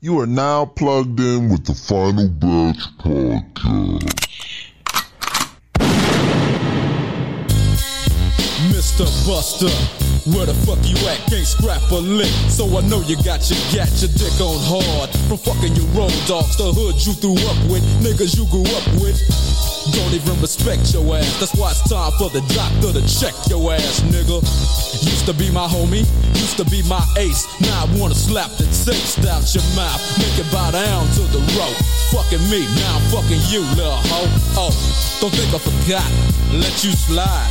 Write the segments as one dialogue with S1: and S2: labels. S1: You are now plugged in with the Final Batch Podcast.
S2: Mr. Buster, where the fuck you at? Can't scrap a lick, so I know you got your gat your dick on hard. From fucking your road dogs, the hood you threw up with, niggas you grew up with. Don't even respect your ass. That's why it's time for the doctor to check your ass, nigga. Used to be my homie, used to be my ace. Now I wanna slap the taste out your mouth, make it bow down to the rope. Fucking me, now I'm fucking you, little hoe. Oh, don't think I forgot. Let you slide.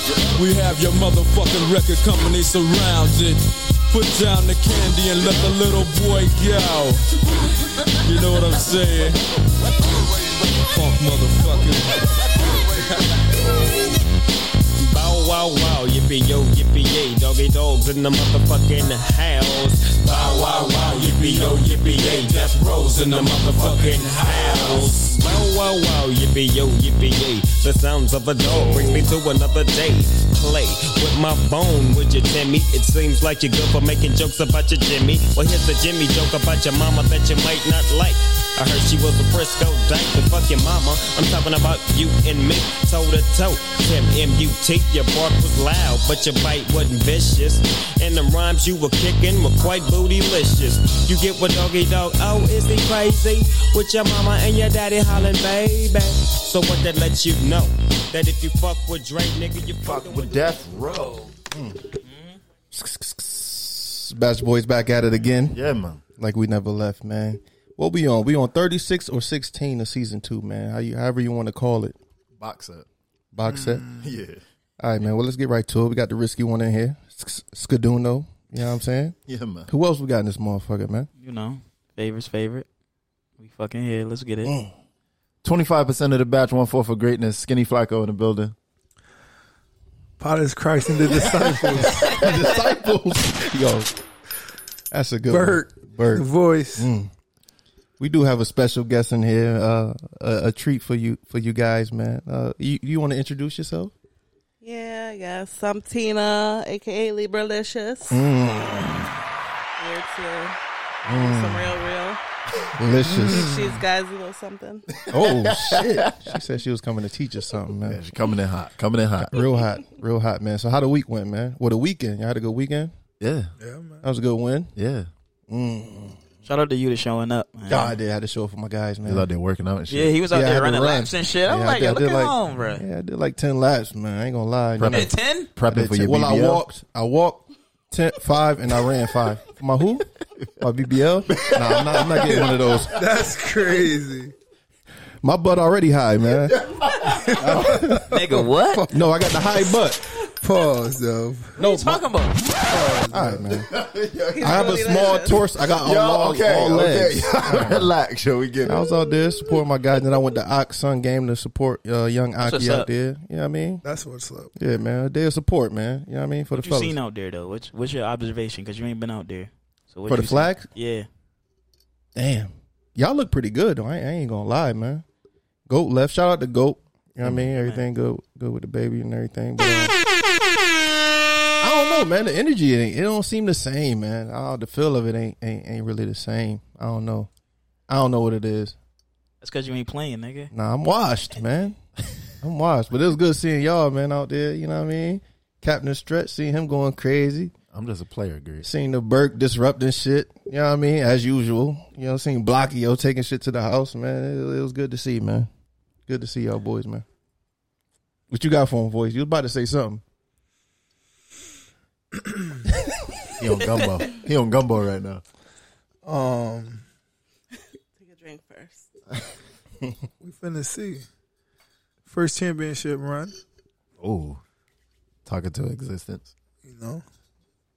S2: We have your motherfucking record company surrounded. Put down the candy and let the little boy go. You know what I'm saying? Funk motherfucker.
S3: Bow wow wow, yippee yo, yippee yay, doggy dogs in the motherfucking house. Bow wow wow, yippee yo, yippee yay, death rolls in the motherfucking house. Bow wow wow, yippee yo, yippee yay, the sounds of a dog brings me to another day. Play with my phone, would you, Timmy? It seems like you're good for making jokes about your Jimmy. Well, here's a Jimmy joke about your mama that you might not like. I heard she was a Frisco dyke, but fuck your mama. I'm talking about you and me, toe to toe. Tim M-U-T, your bark was loud, but your bite wasn't vicious. And the rhymes you were kicking were quite bootylicious. You get what doggy dog, oh, is he crazy? With your mama and your daddy hollering, baby. So what that lets you know, that if you fuck with Drake, nigga, you fuck with
S4: with Death Row.
S5: Batch Boys back at it again.
S4: Yeah, man.
S5: Like we never left, man. What we on? We on 36 or 16 of season two, man. How you, however you want to call it.
S4: Box up.
S5: Box set.
S4: Yeah.
S5: All right, man. Well, let's get right to it. We got the risky one in here. S- Scaduno. You know what I'm saying?
S4: Yeah, man.
S5: Who else we got in this motherfucker, man?
S6: You know, favorite's favorite. We fucking here. Let's get it.
S5: Mm.
S4: Twenty five percent of the batch, one fourth for greatness. Skinny Flacco in the building.
S7: Potter's Christ and the disciples.
S5: Disciples. Yo. That's a good
S7: Bert.
S5: one.
S7: The
S5: Bert.
S7: voice.
S5: We do have a special guest in here. Uh, a, a treat for you for you guys, man. Uh, you, you want to introduce yourself?
S8: Yeah, yes. I'm Tina, aka Libralicious.
S5: Mm.
S8: Here to do some real, real.
S5: Delicious.
S8: She's guys a little something.
S5: oh shit! She said she was coming to teach us something, man.
S4: Yeah, she coming in hot. Coming in hot.
S5: Real hot, real hot, man. So how the week went, man? Well, the weekend. Y'all had a good weekend.
S4: Yeah.
S5: That was a good win.
S4: Yeah.
S6: Shout out to you to showing up. Man.
S5: God, I did. I had to show up for my guys, man.
S4: He's out there working out and
S6: Yeah,
S4: shit.
S6: he was out
S5: Yeah, I had
S6: there
S5: to
S6: running
S5: run.
S6: laps and shit. I'm
S5: Yeah, I
S6: like,
S5: did- I
S6: yo, look
S5: did
S6: at
S5: like-
S6: home, bro.
S5: Yeah, I did like ten laps, man. I ain't gonna lie. You know,
S6: At ten,
S4: Prepping for your
S5: well, I
S4: BBL.
S5: walked. I walked ten, five, and I ran five. For my who? My BBL? Nah, I'm not, I'm not getting one of those.
S7: That's crazy.
S5: My butt already high, man.
S6: nigga, what? What
S5: No, I got the high butt.
S7: Pause though.
S6: you talking about?
S5: All right, man.
S8: He's
S5: I have a
S8: really
S5: small
S8: licious.
S5: torso. I got all, long, all legs.
S4: Relax, shall we get
S5: I was out there supporting my guys. Then I went to Ox Sun Game to support uh, young
S6: what's
S5: Aki
S6: up.
S5: out there. You know what I mean?
S7: That's what's up.
S5: Yeah, man. A day of support, man. You know what I mean? For
S6: What
S5: the
S6: you
S5: fellas.
S6: seen out there though? What's what's your observation? Because you ain't been out there. So what
S5: For
S6: you
S5: the
S6: see-
S5: flag?
S6: Yeah.
S5: Damn. Y'all look pretty good, though. I ain't, I ain't gonna lie, man. Goat left. Shout out to Goat. You know what I mean? Everything good good with the baby and everything. But, uh, I don't know, man. The energy ain't it don't seem the same, man. Oh, the feel of it ain't, ain't ain't really the same. I don't know. I don't know what it is.
S6: That's because you ain't playing, nigga.
S5: Nah, I'm washed, man. I'm washed. But it was good seeing y'all, man, out there. You know what I mean? Captain Stretch, seeing him going crazy.
S4: I'm just a player, Grace.
S5: Seen the Burke disrupting shit. You know what I mean? As usual. You know, seen Blockio taking shit to the house, man. It, it was good to see, man. Good to see y'all boys, man. What you got for him, voice? You was about to say something.
S4: He on gumbo. he on gumbo right now.
S7: Um,
S8: Take a drink first.
S7: we finna see. First championship run,
S4: Oh. Talking to existence.
S7: you know.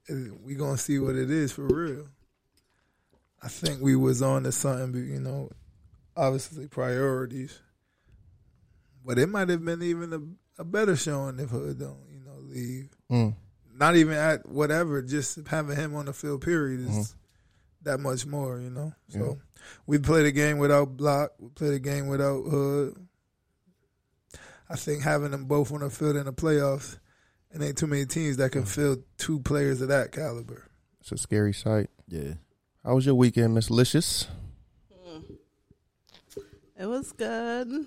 S7: And We gonna see what it is for real. I think we was on to something, but you know, obviously priorities. But it might have been even a, a better showing if Hood don't, you know, leave.
S5: Mm.
S7: Not even at whatever, just having him on the field, period, is that much more, you know? So we played a game without Block, we played a game without Hood. I think having them both on the field in the playoffs, and ain't too many teams that can field two players of that caliber.
S5: It's a scary sight.
S4: Yeah.
S5: How was your weekend, Miss Licious?
S8: It was good.
S5: You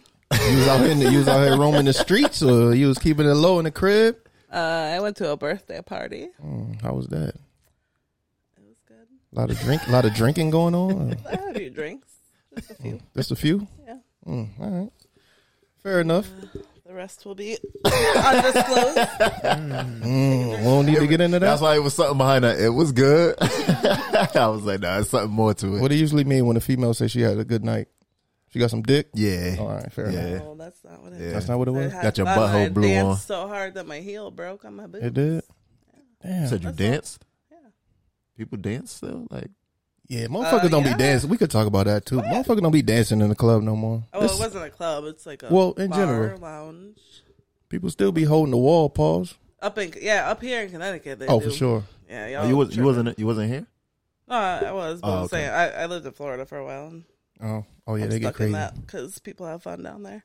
S5: was out here, in the, you was out here roaming the streets, or you was keeping it low in the crib?
S8: Uh, I went to a birthday party.
S5: Mm, How was that?
S8: It was good.
S5: A lot of drink, a lot of drinking going on.
S8: I had a few drinks, just a few.
S5: Just a few.
S8: Yeah.
S5: Mm, all right. Fair enough.
S8: The rest will be undisclosed. Mm.
S5: Mm, We don't need to get into
S4: That's
S5: that.
S4: why it was something behind that. It was good. I was like, nah, it's something more to it.
S5: What do you usually mean when a female says she had a good night? She got some dick.
S4: Oh, Yeah.
S5: All right. Fair enough.
S4: Yeah.
S8: No, that's not what it
S4: Yeah.
S8: is.
S5: That's not what it was.
S8: I
S4: Got your
S8: thought
S4: butthole
S8: I
S4: blew
S8: danced
S4: on.
S8: so hard that my heel broke on my boot.
S5: It did.
S4: You
S5: Damn.
S4: said you
S8: That's all.
S4: danced?
S8: Yeah.
S4: People dance still? Like,
S5: Yeah, motherfuckers
S8: Uh,
S5: don't
S8: yeah.
S5: be dancing. We could talk about that too. Motherfuckers don't be dancing in the club no more.
S8: Oh,
S5: This-
S8: it wasn't a club. It's like a
S5: Well, in
S8: bar,
S5: general.
S8: lounge
S5: people still be holding the wall. Pause.
S8: up in yeah up here in Connecticut. They
S5: Oh, for
S8: do.
S5: sure.
S8: Yeah,
S4: oh,
S8: y'all
S4: you, was, you
S8: tripping.
S4: wasn't you wasn't here?
S8: No, I was. But
S4: Oh,
S8: I'm
S4: okay.
S8: saying I, I lived in Florida for a while. And
S5: Oh, oh yeah,
S8: I'm
S5: they
S8: stuck
S5: get crazy
S8: in that because people have fun down there.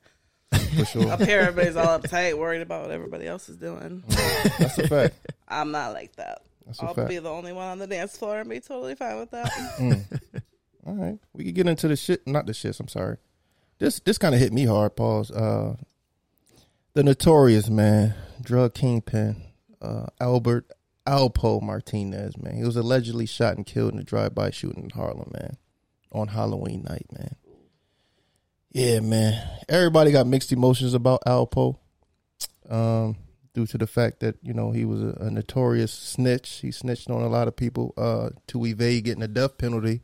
S5: for sure.
S8: Up here, everybody's all uptight, worried about what everybody else is doing.
S5: That's a fact.
S8: I'm not like that.
S5: That's a
S8: I'll
S5: fact. Mm.
S8: be the only one on the dance floor and be totally fine with that.
S4: Mm.
S5: All right, we could get into the shit. Not the shits. I'm sorry. This this kind of hit me hard. Pause. Uh, the notorious man, drug kingpin, uh, Albert Alpo Martinez. Man, he was allegedly shot and killed in a drive-by shooting in Harlem. Man, on Halloween night. Man. Yeah, man. Everybody got mixed emotions about Alpo, um, due to the fact that you know he was a, a notorious snitch. He snitched on a lot of people uh, to evade getting a death penalty.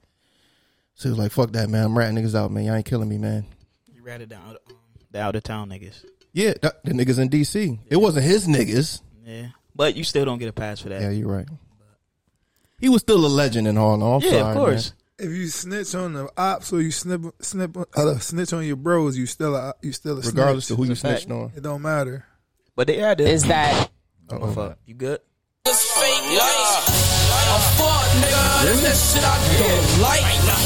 S5: So he was like, fuck that, man. I'm ratting niggas out, man. Y'all ain't killing me, man.
S6: You ratted down um, the out of town niggas.
S5: Yeah, that, the niggas in D.C. It wasn't his niggas.
S6: Yeah, but you still don't get a pass for that.
S5: Yeah, you're right. He was still a legend in Harlem. I'm
S6: Yeah,
S5: sorry,
S6: of course.
S7: If you snitch on the ops or you snip, snip, uh, snitch on your bros, you still a, you still a
S5: Man. Regardless
S7: snitch.
S5: of who you
S6: It's a fact.
S5: snitched on.
S7: It don't matter.
S6: But they had it.
S9: Is that
S6: Oh, fuck. You good?
S10: A fuck nigga, that's that shit I don't like.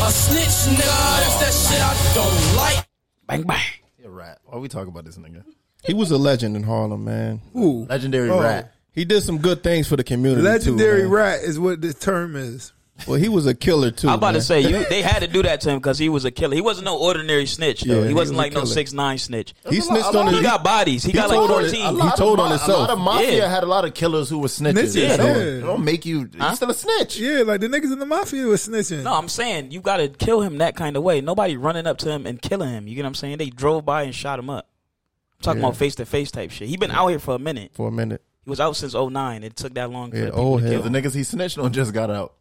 S10: A snitch nigga, that's that shit I don't like.
S6: Bang bang.
S4: Yeah, rat. Why we talking about this nigga?
S5: He was a legend in Harlem, man.
S7: Ooh,
S4: Legendary
S7: Oh.
S4: rat.
S5: He did some good things for the community.
S7: legendary
S5: too, man.
S7: rat is what the term is.
S5: Well, he was a killer too.
S6: I'm
S5: man.
S6: about to say you. They had to do that to him because he was a killer. He wasn't no ordinary snitch though.
S5: Yeah,
S6: he
S5: he
S6: wasn't
S5: was a
S6: like no
S5: killer.
S6: six nine snitch.
S5: He snitched on his.
S6: He got bodies. He, got like
S5: told on his-
S6: 14.
S5: a lot- He told
S4: of
S5: on
S4: ma-
S5: himself.
S4: A lot of mafia
S6: Yeah.
S4: had a lot of killers who were snitches.
S7: Snitches, yeah.
S4: Don't, don't make you.
S6: Huh?
S4: You still a snitch.
S7: Yeah, like the niggas in the mafia was snitching.
S6: No, I'm saying you got to kill him that kind of way. Nobody running up to him and killing him. You get what I'm saying? They drove by and shot him up. I'm talking
S5: Yeah.
S6: about face to face type shit. He been out here for a minute.
S5: for a minute.
S6: He was out since 09. It took that long. For
S5: Yeah,
S6: the people
S5: old
S6: to
S5: head.
S6: kill
S4: The
S6: him.
S4: niggas he snitched on just got out.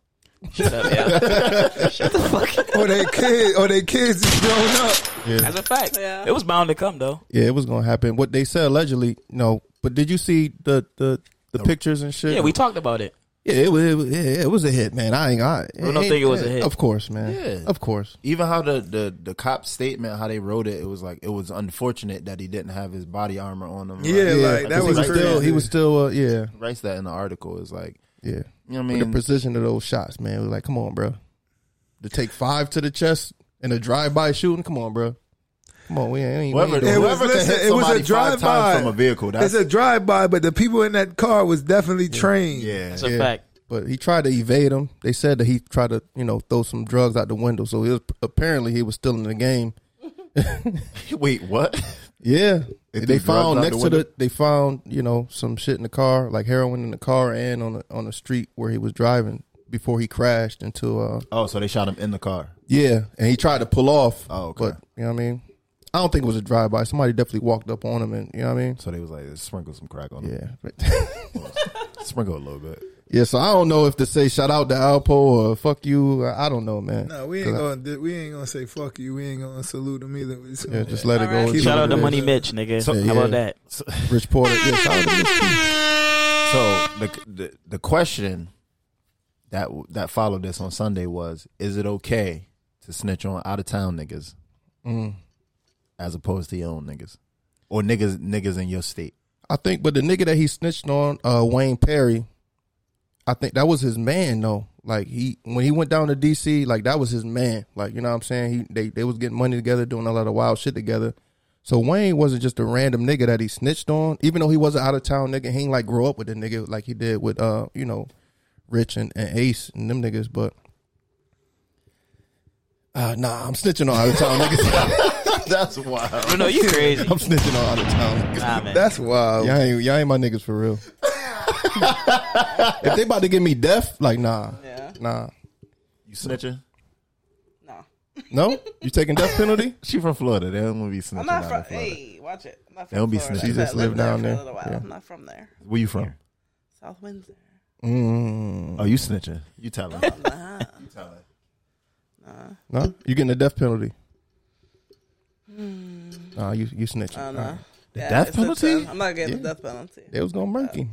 S6: Shut up, yeah. Shut the fuck up.
S7: or they kid, or they kids is grown up.
S5: Yeah,
S6: That's a fact.
S8: Yeah.
S6: It was bound to come though.
S5: yeah, it was gonna happen. What they said allegedly, no. But did you see the the, the pictures and shit?
S6: Yeah, we talked about it.
S5: Yeah, it was, it was, yeah, it was a hit, man. I ain't I
S6: Well, no, think it was a hit.
S5: Of course, man.
S4: Yeah.
S5: Of course.
S4: Even how the, the the cop statement, how they wrote it, it was like it was unfortunate that he didn't have his body armor on him.
S7: Yeah,
S4: like,
S7: like that
S5: he
S7: was
S5: was
S7: crazy.
S5: still he was still uh, yeah,
S4: writes that in the article. It's like
S5: yeah.
S4: you know what I
S5: With the
S4: mean.
S5: precision of those shots, man. It was like, come on, bro. To take five to the chest in a drive by shooting, come on, bro. Come on, we ain't, we ain't
S4: Whoever,
S5: doing
S7: It was,
S4: whoever can
S7: listen,
S4: hit
S7: it was a
S4: somebody five
S7: drive
S4: times
S7: by
S4: from a vehicle. That's
S7: it's a drive by, but the people in that car was definitely trained.
S4: yeah.
S6: It's a fact.
S5: But he tried to evade them. They said that he tried to, you know, throw some drugs out the window. So it was, apparently he was still in the game.
S4: Wait, what?
S5: Yeah,
S4: They threw
S5: they,
S4: drugs
S5: found
S4: out
S5: next
S4: the
S5: to the
S4: window?
S5: they found you know some shit in the car, like heroin in the car, and on the, on the street where he was driving before he crashed into. Uh,
S4: Oh, so they shot him in the car.
S5: yeah, and he tried to pull off.
S4: Oh, okay.
S5: but you know what I mean. I don't think it was a drive by. Somebody definitely walked up on him, and you know what I mean.
S4: So they was like, sprinkle some crack on him.
S5: Yeah, But-
S4: Sprinkle a little bit.
S5: yeah. So I don't know if to say shout out to Alpo or fuck you. I I don't know, man.
S7: No, we ain't gonna do- we ain't gonna say fuck you. We ain't gonna salute them either. We just gonna,
S5: Yeah, just let it go.
S8: Alright.
S5: and
S6: Shout out to
S5: keep it
S6: Money Mitch, nigga.
S5: So-
S6: How about
S5: Yeah.
S6: that?
S4: So,
S5: is. Rich Porter. Yeah, shout out to Rich Porter.
S4: so the, the the question that that followed this on Sunday was: Is it okay to snitch on out of town niggas? Mm. as opposed to your own niggas or niggas niggas in your state.
S5: I think, but the nigga that he snitched on, uh, Wayne Perry, I think that was his man though. Like he when he went down to DC, like that was his man. Like you know what I'm saying? He they they was getting money together, doing a lot of wild shit together. So Wayne wasn't just a random nigga that he snitched on, even though he was an out of town nigga. He ain't like grow up with the nigga like he did with uh you know, Rich and, and Ace and them niggas. But uh, nah, I'm snitching on out of town niggas.
S4: That's wild.
S6: Oh, No, you crazy.
S5: I'm snitching on out of town niggas.
S6: Nah, man.
S7: That's wild.
S5: Y'all ain't, y'all ain't my niggas for real. if they about to give me death, like nah,
S8: Yeah.
S5: nah,
S4: You snitching?
S8: No.
S5: no. You taking death penalty?
S4: She from Florida. They don't want to be snitching.
S8: I'm not
S4: out
S8: from.
S4: of Florida.
S8: Hey, watch it. I'm not from.
S4: Don't be
S8: Florida.
S4: snitching. She
S8: I
S5: just
S8: lived
S5: live down
S8: there.
S5: there.
S8: For a little while.
S5: Yeah.
S8: I'm not from there.
S4: Where you from?
S8: South Windsor.
S5: Mm.
S4: Oh, you snitching? You telling? her.
S8: Nah.
S5: No, you getting the death penalty? Nah, you you snitching.
S8: I don't
S5: All
S8: know.
S5: right.
S8: The
S4: death penalty?
S8: I'm not getting
S5: Yeah.
S8: the death penalty.
S5: They was gonna murk him.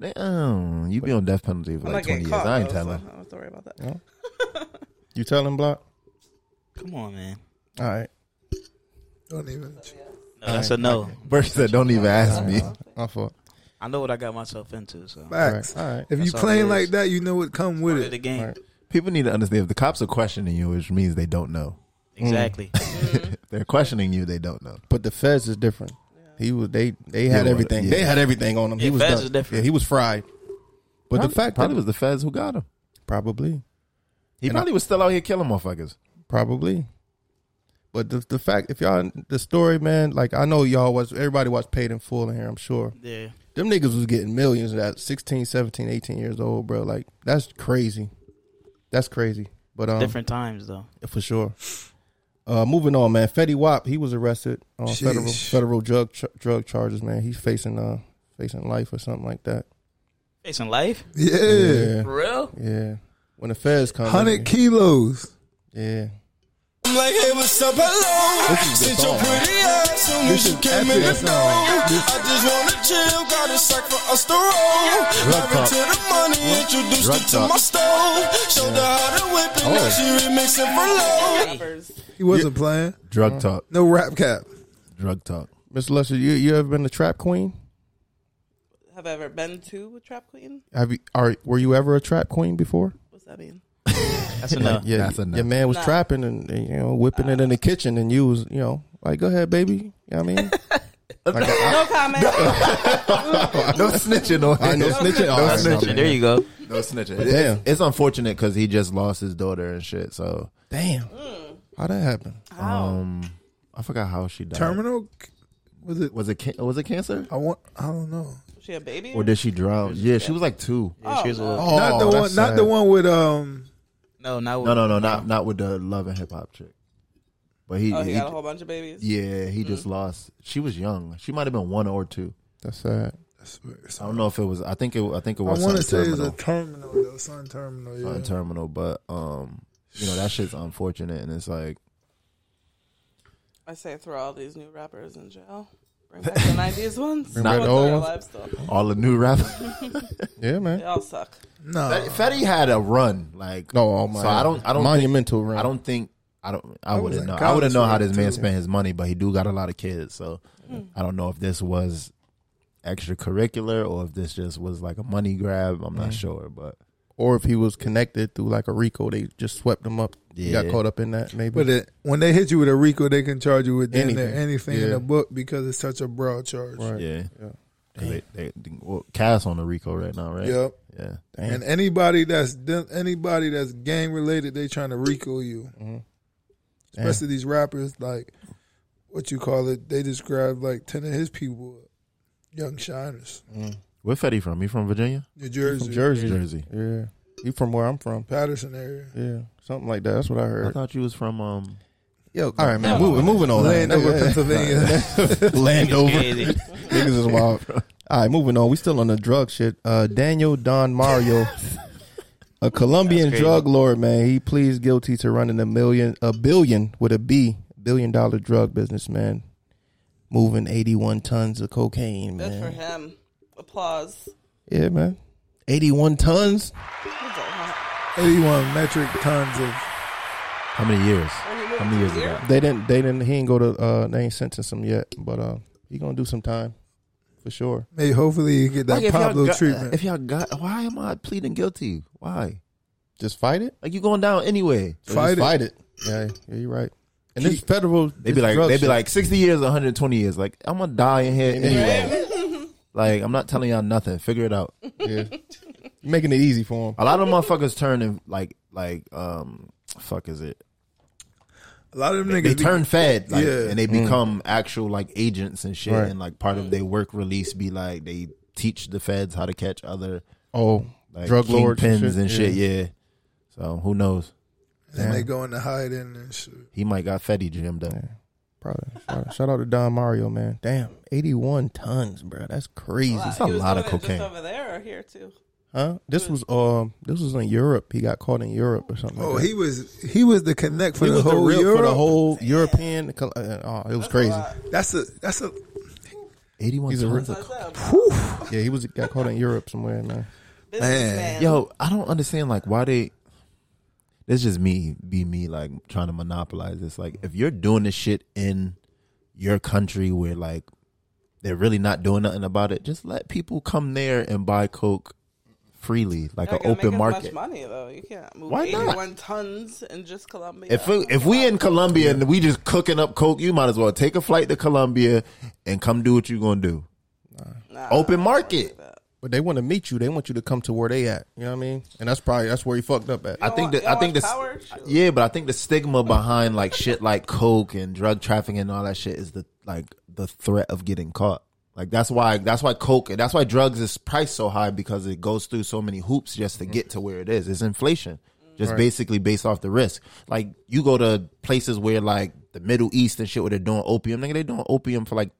S4: They- um, you be on death penalty for
S8: I'm
S4: like
S8: not
S4: twenty
S8: getting
S4: years.
S8: caught.
S4: I ain't
S8: though,
S4: telling.
S8: So I don't have to worry about that.
S5: You tell him block.
S6: Come on, man.
S5: All right,
S7: Don't even.
S6: No, that's a no.
S4: Bert said, "Don't even ask me."
S5: my fault.
S6: I know what I got myself into, so
S7: Facts.
S5: All right.
S7: If you
S6: That's all it
S7: playing
S6: is.
S7: like that, you know what come with
S6: Play the
S7: it.
S6: game.
S5: Right.
S4: People need to understand if the cops are questioning you, which means they don't know.
S6: Exactly.
S5: Mm.
S4: If they're questioning you, they don't know.
S5: But the feds is different. He was they they had
S4: well,
S5: everything.
S4: yeah.
S5: They had everything on him. he
S6: Yeah,
S5: was
S6: feds
S5: done.
S6: is different.
S5: Yeah, he was fried. But
S4: probably,
S5: the fact
S4: probably
S5: that
S4: was the feds who got him.
S5: probably
S4: He
S5: And
S4: probably was still out here killing motherfuckers.
S5: Probably. But the the fact, if y'all the story, man, like I know y'all was everybody watched Paid in Full in here. I'm sure
S6: yeah.
S5: them niggas was getting millions at 16, 17, 18 years old, bro. Like that's crazy. That's crazy. But um,
S6: Different times though.
S5: for sure. Uh, moving on, man. Fetty Wap, he was arrested on
S7: Sheesh.
S5: federal federal drug ch- drug charges, man. He's facing uh facing life or something like that.
S6: Facing life?
S7: Yeah.
S5: yeah,
S6: For real?
S5: yeah. When the feds come,
S7: Hundred kilos.
S5: yeah.
S2: I'm like, hey, what's up? Hello.
S5: This is
S2: Sit
S5: the
S2: your
S5: song.
S2: pretty ass soon as you came in the
S5: epic.
S2: door. I just wanna chill, got a sack for us to roll. Married to the money, introduced her to
S4: talk.
S2: my stove. Showed her how to whip it,
S5: Oh.
S2: now she remixing for low.
S8: Rappers.
S7: He wasn't playing.
S4: Drug talk.
S7: No rap cap.
S4: Drug talk.
S5: Miss Lester, you you ever been a trap queen?
S8: Have I ever been to a trap queen?
S5: Have you are were you ever a trap queen before?
S8: What's that mean?
S6: That's a no.
S5: yeah,
S4: That's enough.
S5: your man was
S8: Nah.
S5: trapping and, and, you know whipping it in the kitchen, and you was you know like go ahead, baby. You know what I mean,
S8: No comment.
S4: No snitching on
S5: I
S4: him.
S5: know snitching. Oh, I know.
S6: There you go.
S4: No snitching.
S5: damn.
S4: It's, it's unfortunate because he just lost his daughter and shit. So
S5: Damn, how that happen?
S4: um, I forgot how she died.
S7: Terminal. c- Was it?
S4: Was it ca- was it cancer
S5: Oh.
S7: I want. I don't know.
S8: she a baby?
S4: or did she drown? Yeah, she was like two.
S8: oh,
S6: She was a
S8: no.
S6: little-
S5: Oh,
S7: not the
S5: that's
S7: one. Not the
S5: sad.
S7: one with um.
S6: no, not
S4: No, no, no, not not with the love and hip hop chick. But he,
S8: Oh, he
S4: he-
S8: got a whole Mm-hmm. bunch of babies.
S4: yeah, he just lost. She was young. She might have been one or two.
S5: That's sad.
S4: I don't know if it was. I think it. I think it
S7: I
S4: was.
S7: want to say
S4: something
S7: it's a
S4: terminal.
S7: terminal though. Sun terminal.
S4: on
S7: Yeah.
S4: terminal, but um, you know that shit's unfortunate, and it's like
S8: I say throw all these new rappers in jail. Bring back the nineties ones.
S5: Bring back
S8: Go
S5: the old
S8: through our
S5: ones.
S8: lives still.
S4: all the new rap.
S5: Yeah, man.
S8: They all suck.
S7: No.
S4: Fetty had a run, like
S5: No, oh my.
S4: So I don't. I don't. Think,
S5: monumental. round.
S4: I don't think. I don't. I
S7: was
S4: wouldn't
S7: in
S4: know. I
S7: college
S4: wouldn't know how
S7: when I
S4: this man
S7: was
S4: spent his money, but he do got a lot of kids, so
S8: Mm.
S4: I don't know if this was extracurricular or if this just was like a money grab. I'm
S8: Mm.
S4: not sure, but
S5: Or if he was connected through like a Rico, they just swept him up. He got
S4: Yeah.
S5: caught up in that. Maybe.
S7: But it, when they hit you with a RICO, they can charge you with damn near
S5: Anything.
S7: anything in
S5: Yeah.
S7: the book because it's such a broad charge.
S5: Right.
S4: yeah. 'Cause They, they, well, Cass on the Rico right now, right?
S7: Yep.
S4: Yeah.
S5: Damn.
S7: And anybody that's done- anybody that's gang related, they trying to RICO you.
S5: Mm-hmm.
S7: Especially these rappers, like what you call it, they describe like ten of his people, young shiners,
S4: Where Fetty from? He from Virginia,
S7: New Jersey,
S5: from Jersey.
S4: Jersey.
S5: Yeah, he from where I'm from.
S7: Patterson area.
S5: Yeah, something like that. That's what I
S4: I
S5: heard.
S4: thought you was from um.
S5: Yo, all right, man. Moving, moving on.
S7: Landover,
S5: Yeah.
S7: Pennsylvania.
S5: Landover.
S6: Crazy.
S5: Niggas is wild. All right, moving on. We still on the drug shit. Uh, Daniel Don Mario, a Colombian
S6: That's crazy.
S5: drug lord, man. He pleads guilty to running a million, a billion with a B, billion dollar drug business, man. Moving eighty one tons of cocaine,
S8: Good for
S5: man.
S8: him. Applause.
S5: Yeah, man. Eighty one tons.
S8: He's a hot-
S7: Eighty-one metric tons of
S4: How many years? How many years ago?
S5: They didn't. They didn't. He ain't go to. Uh, they ain't sentenced him yet, but uh, he gonna do some time for sure.
S7: Hey, hopefully you get that
S4: Like, if y'all
S7: Pablo
S4: got-
S7: treatment.
S4: If y'all got, why am I pleading guilty? Why?
S5: Just fight it.
S4: Like you going down anyway?
S5: So
S7: Fight
S5: just
S7: it.
S5: fight it. Yeah, yeah, you're right. And this federal.
S4: They be like, they be like sixty years, one hundred twenty years. Like I'm gonna die in here anyway. like I'm not telling y'all nothing. Figure it out.
S5: yeah. You're making it easy for him.
S4: A lot of motherfuckers turn in like like um fuck is it?
S7: a lot of them niggas
S4: They
S7: be-
S4: turn fed like,
S7: Yeah.
S4: and they become actual like agents and shit.
S5: Right.
S4: And like part of their work release be like they teach the feds how to catch other
S5: Oh,
S4: like
S5: drug lords
S4: kingpins and, shit. Yeah. So who knows?
S7: and they go into hiding and shit.
S4: He might got fetty jammed up.
S5: Oh, Probably. Shout out, shout out to Don Mario, man. Damn, eighty-one tons, bro. That's crazy.
S4: It's a
S8: He was
S4: lot of
S8: doing it
S4: cocaine.
S8: Just over there or here too.
S5: Huh? This was um, this was in Europe. He got caught in Europe or something.
S7: Oh,
S5: like that.
S7: he was he was the connect for
S5: He
S7: the
S5: was
S7: whole
S5: real- for
S7: Europe.
S5: the whole European. col- uh, Oh, it was crazy.
S7: that's a that's a
S4: Eighty one
S5: He's a
S4: tons.
S5: real-
S4: of-
S5: Yeah, he was got caught in Europe somewhere, man.
S8: Businessman.
S4: Yo, I don't understand like why they. It's just me, be me, like trying to monopolize this. Like, if you're doing this shit in your country where like they're really not doing nothing about it, just let people come there and buy coke freely, like
S8: Not
S4: an
S8: gonna make
S4: open
S8: as
S4: market.
S8: Much money though. You can't move
S4: Why not?
S8: 81 tons in just Colombia.
S4: If we, if we in Colombia and we just cooking up coke, you might as well take a flight to Colombia and come do what you gonna do.
S8: Nah.
S4: Open market.
S5: But they want to meet you. They want you to come to where they at. You know what I mean? And that's probably that's where he fucked up at.
S4: I think
S8: wa-
S4: that I
S8: y'all
S4: think
S8: watch
S4: this
S8: Power? Shoot.
S4: yeah, but I think the stigma behind like shit like coke and drug trafficking and all that shit is the like the threat of getting caught. Like that's why that's why coke and that's why drugs is priced so high because it goes through so many hoops just to get to where it is. It's inflation. Just basically based off the risk. Like you go to places where like the Middle East and shit where they're doing opium, nigga, they doing opium for like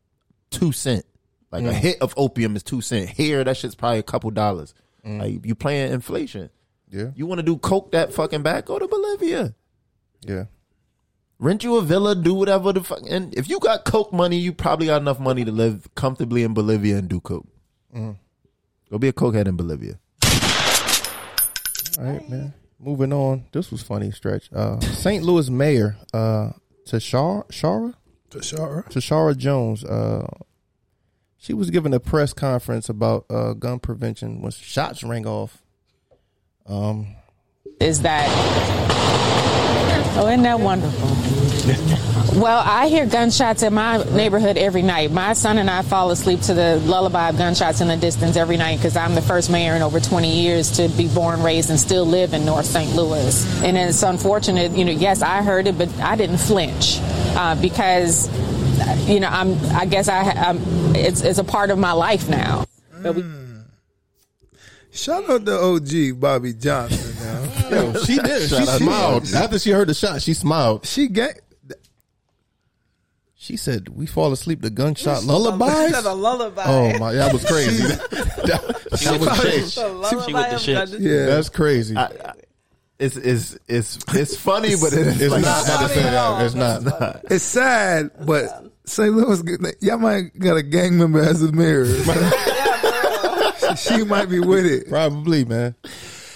S4: two cent. Like a hit of opium is two cent. Here that shit's probably a couple dollars. Like you playing inflation.
S5: Yeah,
S4: You want to do coke that fucking back? Go to Bolivia.
S5: yeah.
S4: Rent you a villa, do whatever the fuck. And if you got coke money, you probably got enough money to live comfortably in Bolivia and do coke.
S7: Mm.
S4: Go be a cokehead in Bolivia.
S5: All right, man. Moving on. This was funny stretch. Uh, St. Louis Mayor uh, Tashara Shara
S7: Tashara.
S5: Tashara Jones. Uh, she was giving a press conference about uh, gun prevention when shots rang off. Um,
S9: is that oh isn't that wonderful well i hear gunshots in my neighborhood every night my son and i fall asleep to the lullaby of gunshots in the distance every night because i'm the first mayor in over 20 years to be born raised and still live in north st louis and it's unfortunate you know yes i heard it but i didn't flinch uh, because you know i'm i guess i I'm, it's, it's a part of my life now but we
S7: Shout out to OG Bobby Johnson. Now
S5: yo, she did. she
S4: Shout out to
S5: smiled after she heard the shot. She smiled.
S7: she got
S5: She said, "We fall asleep to gunshot lullabies."
S8: Instead of lullaby.
S5: Oh my, that was crazy. that, that was crazy.
S8: The lullaby
S6: She with the
S8: of
S6: shit.
S8: gun-
S7: yeah.
S5: That's crazy.
S4: It's it's it's it's funny, but it is
S5: it's
S4: like,
S5: not. I had to say
S8: funny at all.
S5: that. It's not.
S7: it's sad, but St. Louis, y'all might got a gang member as a mayor. she might be with it.
S5: Probably, man.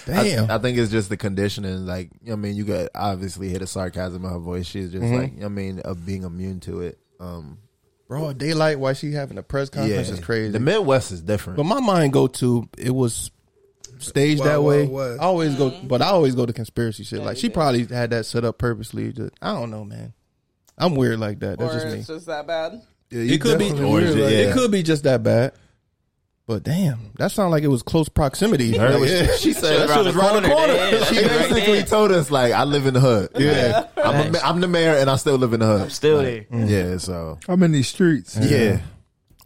S5: Damn.
S4: I think it's just the conditioning. Like, you know what I mean, you could obviously hear the sarcasm in her voice. She's just
S7: Mm-hmm.
S4: like, you know what I mean, of being immune to it. Um,
S5: Bro, daylight. Why she having a press
S4: yeah,
S5: conference is crazy.
S4: The Midwest is different.
S5: but my mind go to it was staged
S7: Wild,
S5: that
S7: Wild
S5: way.
S7: West.
S5: I always go,
S8: Mm-hmm.
S5: but I always go to conspiracy shit. Like she probably had that set up purposely. To, I don't know, man. I'm weird like that.
S8: Or
S5: That's just me.
S8: it's just that bad.
S5: it could be.
S4: definitely weird like
S5: It
S4: that.
S5: could be just that bad. But damn, that sounded like it was close proximity.
S4: Her-
S5: Like, yeah.
S4: She said
S6: around the corner, yeah,
S4: she
S6: that's right
S4: basically
S6: there.
S4: told us like, I live in the hood.
S5: Yeah.
S4: I'm, a ma- I'm the mayor and I still live in the hood.
S6: Still there.
S4: Yeah, so
S7: I'm in these streets.
S4: yeah,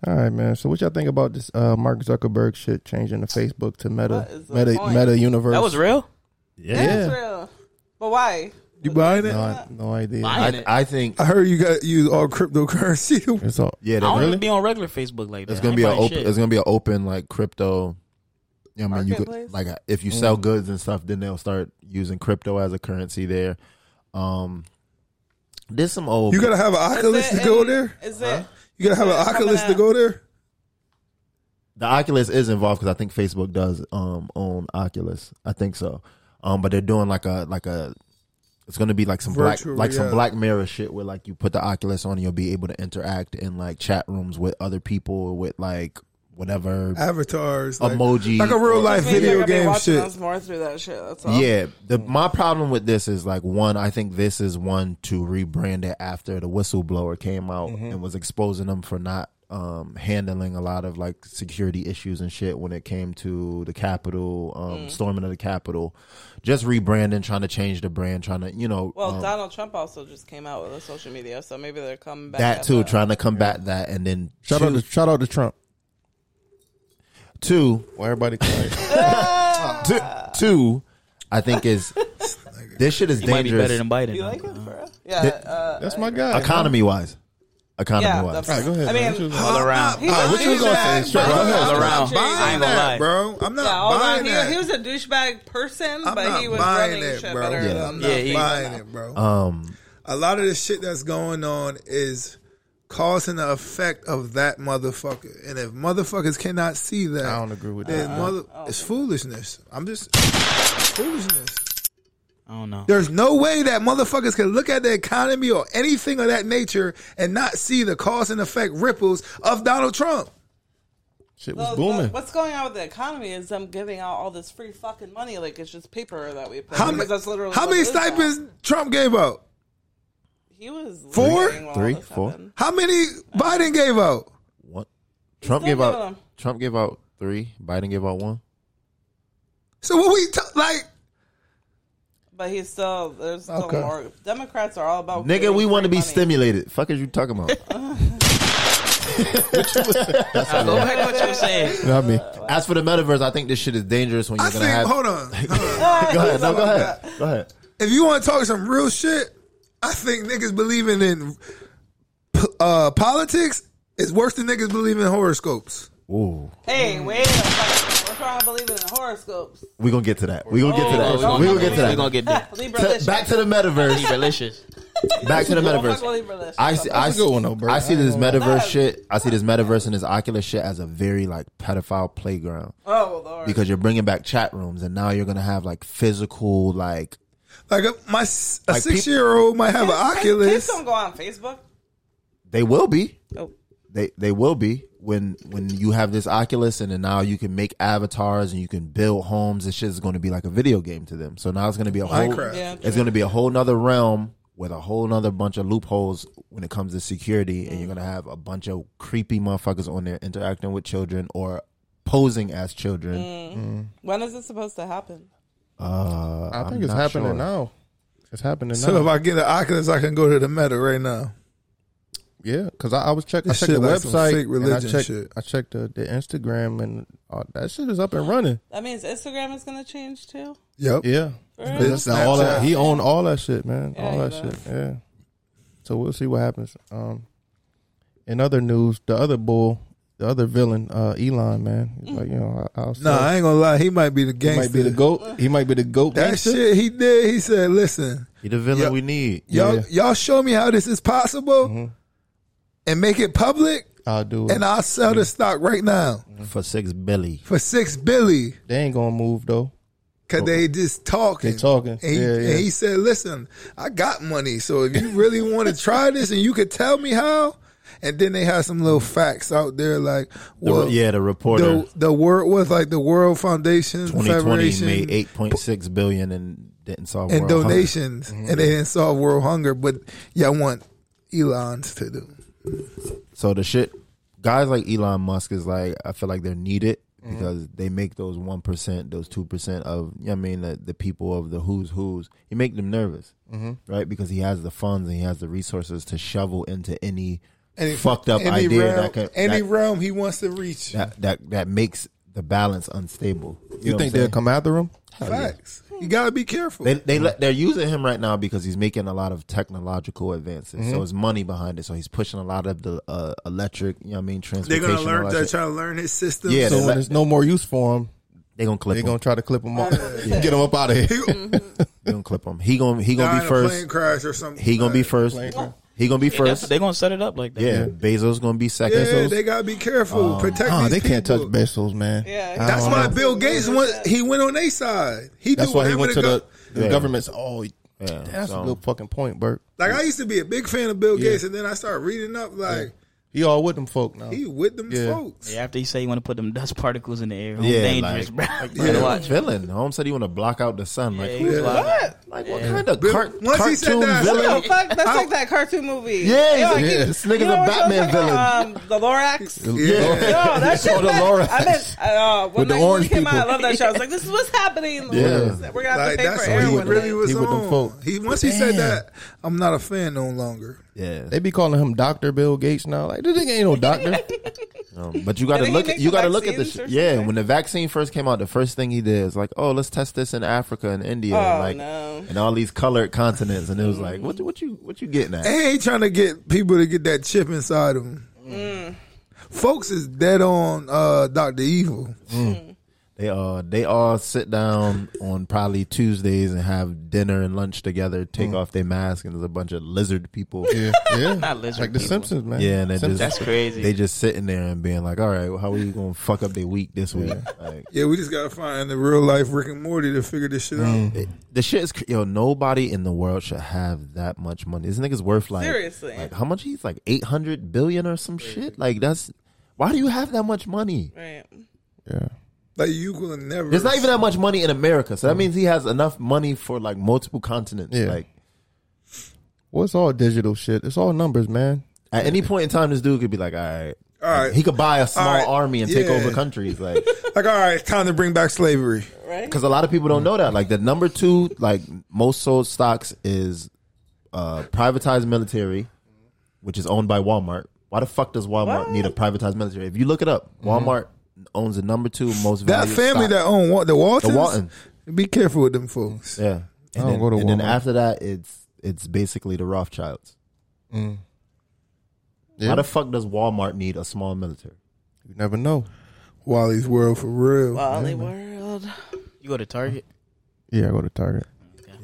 S5: All right, man. So what y'all think about this uh, Mark Zuckerberg shit changing the Facebook to Meta
S8: What is the
S5: Meta
S8: point?
S5: Meta Universe?
S6: That was real.
S8: That's real. But why?
S7: You buying it?
S5: No, I- no idea.
S4: I, I think
S7: I heard you got use all cryptocurrency.
S5: It's all
S4: yeah,
S6: I don't
S4: that
S6: even be on regular Facebook like that.
S4: it's gonna
S6: I
S4: be
S6: ain't
S4: an
S6: buying
S4: open.
S6: shit.
S4: It's gonna be an open like crypto. You know what I mean, you could,
S8: Marketplace?
S4: like if you
S6: Mm.
S4: sell goods and stuff, then they'll start using crypto as a currency there. Um, there's some old.
S7: You gotta have an
S8: Is
S7: Oculus
S8: it
S7: to go
S8: in-
S7: there.
S8: Is it?
S7: You gotta have
S8: Is it
S7: an Oculus
S8: coming
S7: to go there.
S4: the Oculus is involved because I think Facebook does um own Oculus. I think so. Um, but they're doing like a like a It's gonna be like some black,
S7: Virtual
S4: like some
S7: reality.
S4: Black Mirror shit, where like you put the Oculus on and you'll be able to interact in like chat rooms with other people with like whatever
S7: avatars, like-
S4: emoji,
S7: like a real life
S8: Just means
S7: video
S8: you're gonna be
S7: game
S8: watching
S7: shit.
S8: us more through that shit. That's all. Mm.
S4: Yeah, the my problem with this is like one. I think this is one to rebrand it after the whistleblower came out
S8: Mm-hmm.
S4: and was exposing them for not um, handling a lot of like security issues and shit when it came to the Capitol um,
S8: Mm.
S4: storming of the Capitol. Just rebranding, trying to change the brand, trying to you know
S8: Well,
S4: um,
S8: Donald Trump also just came out with a social media, so maybe they're coming back.
S4: that
S8: at
S4: too, trying to combat that, and then
S5: Shout out to shout out to Trump.
S4: two,
S5: Why everybody quiet?
S4: two, two. I think is this shit is
S6: He might be
S4: dangerous
S6: better than
S8: You
S6: Biden.
S8: like it, bro? Yeah.
S4: That-
S8: uh,
S5: That's my guy.
S4: economy wise. Economy
S8: yeah.
S4: wise,
S8: that's-
S5: All right, go ahead.
S8: I
S5: man.
S8: mean,
S5: What you
S6: All
S7: Uh,
S6: around.
S8: he's a
S5: what you was gonna say?
S8: douchebag,
S5: Sure,
S8: but
S5: go ahead.
S8: he's
S6: All around.
S8: a
S6: I
S7: buying
S6: ain't gonna
S7: that,
S6: lie.
S7: bro. I'm not
S8: Yeah, all
S7: buying
S8: around. He,
S7: that.
S8: he was a douchebag person,
S7: I'm
S8: but
S7: not
S8: he was
S7: buying
S8: running
S7: it,
S8: shit
S7: bro.
S8: better.
S7: I'm
S8: than
S7: not
S8: the people.
S7: buying it, bro.
S4: um,
S7: a lot of the shit that's going on is causing the effect of that motherfucker. And if motherfuckers cannot see that,
S5: I don't agree with
S7: then
S5: that.
S7: mother,
S8: Oh.
S7: it's foolishness. I'm just foolishness.
S6: I don't know.
S7: There's no way that motherfuckers can look at the economy or anything of that nature and not see the cause and effect ripples of Donald Trump.
S5: Shit
S8: Well,
S5: was
S8: look,
S5: booming.
S8: What's going on with the economy is them giving out all this free fucking money like it's just paper that we pay.
S7: How,
S8: because
S7: ma-
S8: that's literally
S7: how
S8: what
S7: many
S8: it is now.
S7: stipends Trump gave out?
S8: He was
S7: Four?
S8: living while
S4: Three,
S8: this
S4: four.
S8: happened.
S7: How many Biden gave out?
S4: What? Trump
S8: still
S4: gave out.
S8: giving 'em.
S4: Trump gave out three. Biden gave out one.
S7: So what we t- like?
S8: But he's still there's still
S7: Okay.
S8: more. Democrats are all about
S4: Nigga,
S8: giving
S4: we want to
S8: free
S4: be
S8: money.
S4: stimulated. Fuck is you talking about?
S6: Go back what you were saying.
S5: You know what I mean?
S4: As for the metaverse, I think this shit is dangerous when you're
S7: I
S4: gonna
S7: think.
S4: have.
S7: Hold on. Hold on.
S4: Go ahead. No, go ahead. Go ahead.
S7: if you want to talk some real shit, I think niggas believing in p- uh, politics is worse than niggas believing in horoscopes.
S4: Ooh,
S8: Hey, wait, a fucking- we're trying to believe in horoscopes.
S4: we gonna get to that. We gonna get to
S6: Oh,
S4: that. We gonna get to
S6: We
S4: that.
S6: gonna get that.
S8: Libra,
S4: To-
S8: this
S4: Back to the metaverse.
S6: Delicious.
S4: Back to the
S8: Don't fuck with
S4: metaverse.
S8: Libra, this
S4: I see. I
S5: That's a good one, though,
S4: see.
S5: bro.
S4: I see
S5: I ain't
S4: this
S5: gonna
S4: metaverse
S8: Nah.
S4: shit. I see this metaverse and this Oculus shit as a very like pedophile playground
S8: Oh lord.
S4: because you're bringing back chat rooms and now you're gonna have like physical like
S7: Like a, my s- a
S4: Like peop-
S7: six year old might have an
S8: Kids- Kids
S7: Oculus.
S8: don't go on Facebook.
S4: they will be
S8: Oh.
S4: they they will be when when you have this Oculus and then now you can make avatars and you can build homes and shit is going to be like a video game to them. So now it's going to be a whole
S7: Minecraft.
S8: Yeah,
S4: it's going to be a whole nother realm with a whole nother bunch of loopholes when it comes to security and you're going to have a bunch of creepy motherfuckers on there interacting with children or posing as children.
S8: Mm. When is it supposed to happen?
S4: Uh,
S5: I think
S4: I'm
S5: it's
S4: not
S5: happening
S4: sure.
S5: now. It's happening
S7: So if
S5: now.
S7: I get an Oculus, I can go to the meta right now.
S5: yeah, because I, I was checking. I
S7: This
S5: checked the
S7: shit like some
S5: website.
S7: fake
S5: and I
S7: religion
S5: checked,
S7: shit.
S5: I checked the, the Instagram, and uh, that shit is up and running.
S8: That means Instagram is going to change too.
S7: Yep.
S5: Yeah,
S8: real?
S5: That's the- all that-
S7: Snapchat.
S5: he owned all that shit, man.
S8: Yeah,
S5: all
S8: he
S5: that
S8: does.
S5: shit. Yeah. So we'll see what happens. Um, in other news, the other bull, the other villain, uh, Elon, man. He's like, you know, I, I'll
S7: Nah, I ain't gonna lie. He might be the
S5: he
S7: gangster.
S5: might be the goat. He might be the goat.
S7: That
S5: gangster.
S7: shit he did. He said, "Listen,
S4: He the villain
S7: Yeah.
S4: we need.
S7: y'all,
S5: Yeah. Mm-hmm.
S7: y'all show me how this is possible, and make it public,
S5: I'll do it.
S7: and I'll sell
S5: Mm-hmm.
S7: the stock right now
S4: For six billy.
S7: for six billion."
S5: they ain't gonna move though.
S7: Cause they just talking.
S5: They talking.
S7: And he,
S5: Yeah, yeah.
S7: and he said, "Listen, I got money, so if you really want to try this, and you could tell me how." And then they had some little facts out there, like
S4: The,
S7: well,
S4: yeah, the reporter.
S7: the the world was like the World Foundation
S4: 2020
S7: Federation
S4: made 8.6 billion and didn't solve
S7: and
S4: world hunger. Mm-hmm.
S7: donations, and they didn't solve world hunger, but y'all want Elon's to do.
S4: So the shit, guys like Elon Musk is like, I feel like they're needed
S7: Mm-hmm.
S4: because they make those one percent, those two percent of, you know what I mean, the, the people of the who's who's. You make them nervous,
S7: Mm-hmm.
S4: right? Because he has the funds and he has the resources to shovel into any, fucked up
S7: any
S4: idea
S7: realm,
S4: that could
S7: any
S4: that,
S7: realm he wants to reach.
S4: that, that that makes the balance unstable. You, know
S5: You
S4: what
S5: think
S4: I'm
S5: they'll
S4: saying?
S5: come after him?
S7: Facts. You gotta be careful.
S4: They they let, they're using him right now because he's making a lot of technological advances. So it's money behind it. So he's pushing a lot of the uh, electric. You know what I mean?
S7: They're
S4: Transportation.
S7: gonna
S4: all
S7: learn.
S4: that
S7: They're
S4: shit.
S7: trying to learn his system.
S4: Yeah,
S5: So
S4: they
S5: when
S4: let-
S5: there's no more use for him,
S4: they gonna clip.
S5: they
S4: him.
S5: gonna try to clip him off, get him up out of here.
S4: You gonna clip him. He gonna he gonna
S7: die
S4: be
S7: in a plane
S4: first.
S7: crash or something.
S4: He gonna be first.
S5: Plane crash.
S4: He gonna be
S6: That's,
S4: first.
S6: they gonna set it up like that.
S4: Yeah, Bezos gonna be second.
S7: Yeah,
S4: Bezos-
S7: they gotta be careful. Protect
S5: Oh, Nah,
S7: these
S5: they can't touch
S7: people.
S5: Bezos, man.
S8: Yeah,
S5: I
S7: That's
S5: don't
S7: why
S5: know.
S7: Bill Gates went. He went on their side. He
S5: That's
S7: do
S5: why he
S7: whatever
S5: went to
S7: go-
S5: the, the
S4: Yeah.
S5: government's. Oh,
S4: Yeah,
S5: That's
S4: so-
S5: a good fucking point, Bert.
S7: Like I used to be a big fan of Bill
S5: Yeah.
S7: Gates, and then I started reading up like
S5: He all with them folk now.
S7: he with them
S5: Yeah.
S7: folks.
S6: Yeah, after you say you want to put them dust particles in the air,
S4: Yeah,
S6: yeah, dangerous,
S4: like-
S6: bro.
S4: Like, what villain? Home said he want to block out the sun. Like,
S6: Yeah,
S4: who's
S6: yeah.
S4: like,
S8: What?
S4: like what kind of
S7: Bill-
S4: car-
S7: once he said
S4: cartoon
S7: that, I said,
S4: villain?
S8: What the fuck? That's like that cartoon movie.
S4: Yeah,
S8: Yo,
S4: he's-
S8: you-
S4: this nigga's
S8: you know
S4: a
S8: what y'all
S4: Batman
S8: talking
S4: villain.
S8: about, Um, the Lorax.
S4: Yeah.
S8: Yo, that shit.
S4: All the
S8: man,
S4: Lorax.
S8: I meant uh, when
S4: With the
S8: that
S4: orange
S8: movie came out, I
S4: people.
S8: love that show. I was like, this is what's happening.
S4: Yeah.
S8: We're gonna have
S7: Like
S8: to pay
S7: that's
S8: for
S7: what he
S8: heroin.
S7: really was
S5: He with them
S7: on.
S5: folk.
S7: He once he said
S5: Damn.
S7: that, I'm not a fan no longer.
S4: Yeah,
S5: They be calling him Doctor Bill Gates now. Like this nigga ain't no doctor.
S4: Um, but you got to
S8: Didn't he
S4: look.
S8: make
S4: At, you
S8: the
S4: got to look at
S8: vaccines
S4: this.
S8: or
S4: Yeah,
S8: something?
S4: when the vaccine first came out, the first thing he did was like, "Oh, let's test this in Africa and India,
S8: Oh,
S4: and like,
S8: no. Mm.
S4: and all these colored continents." And it was like, "What? What you? What you getting at?"
S7: And he ain't trying to get people to get that chip inside of them. Folks is dead on uh, Doctor Evil.
S4: They all they all sit down on probably Tuesdays and have dinner and lunch together. Take
S8: Mm.
S4: off their mask, and there's a bunch of lizard people.
S5: yeah, yeah.
S6: Not lizard
S5: like the
S6: people.
S5: Simpsons, man.
S4: Yeah, and they
S5: Simpsons.
S4: just
S6: That's crazy.
S4: They just sitting there and being like, "All right, well, how are you gonna fuck up their week this week?" Like,
S7: Yeah, we just gotta find the real life Rick and Morty to figure this shit
S5: Mm.
S7: out.
S4: it- the shit is cr- yo. Nobody in the world should have that much money. This nigga's worth like
S8: Seriously.
S4: like how much? He's like eight hundred billion or some shit. Like that's why do you have that much money?
S8: Right.
S5: yeah.
S7: Like you will never.
S4: There's not even that much money in America, so that means he has enough money for like multiple continents.
S5: Yeah.
S4: Like
S5: Well, it's all digital shit. It's all numbers, man.
S4: at any point in time, this dude could be like, all right,
S7: All right.
S4: he could buy a small
S7: right.
S4: army and take
S7: Yeah.
S4: over countries, like
S7: like all right, time to bring back slavery.
S8: Right.
S4: because a lot of people don't know that. Like the number two, like most sold stocks is uh privatized military, which is owned by Walmart. Why the fuck does Walmart
S8: What?
S4: need a privatized military? If you look it up, Walmart owns the number two most
S7: Mm-hmm. That
S4: valued
S7: family
S4: stock.
S7: that own Wa- the Waltons.
S4: Walton.
S7: Be careful with them folks.
S4: yeah. And,
S5: don't
S4: then,
S5: go to
S4: and then
S5: Walmart.
S4: after that, it's it's basically the Rothschilds.
S5: Mm. Yeah.
S4: Why the fuck does Walmart need a small military?
S5: You never know.
S7: Wally's world for real.
S8: Wally World.
S6: You go to Target.
S5: Yeah, I go to Target.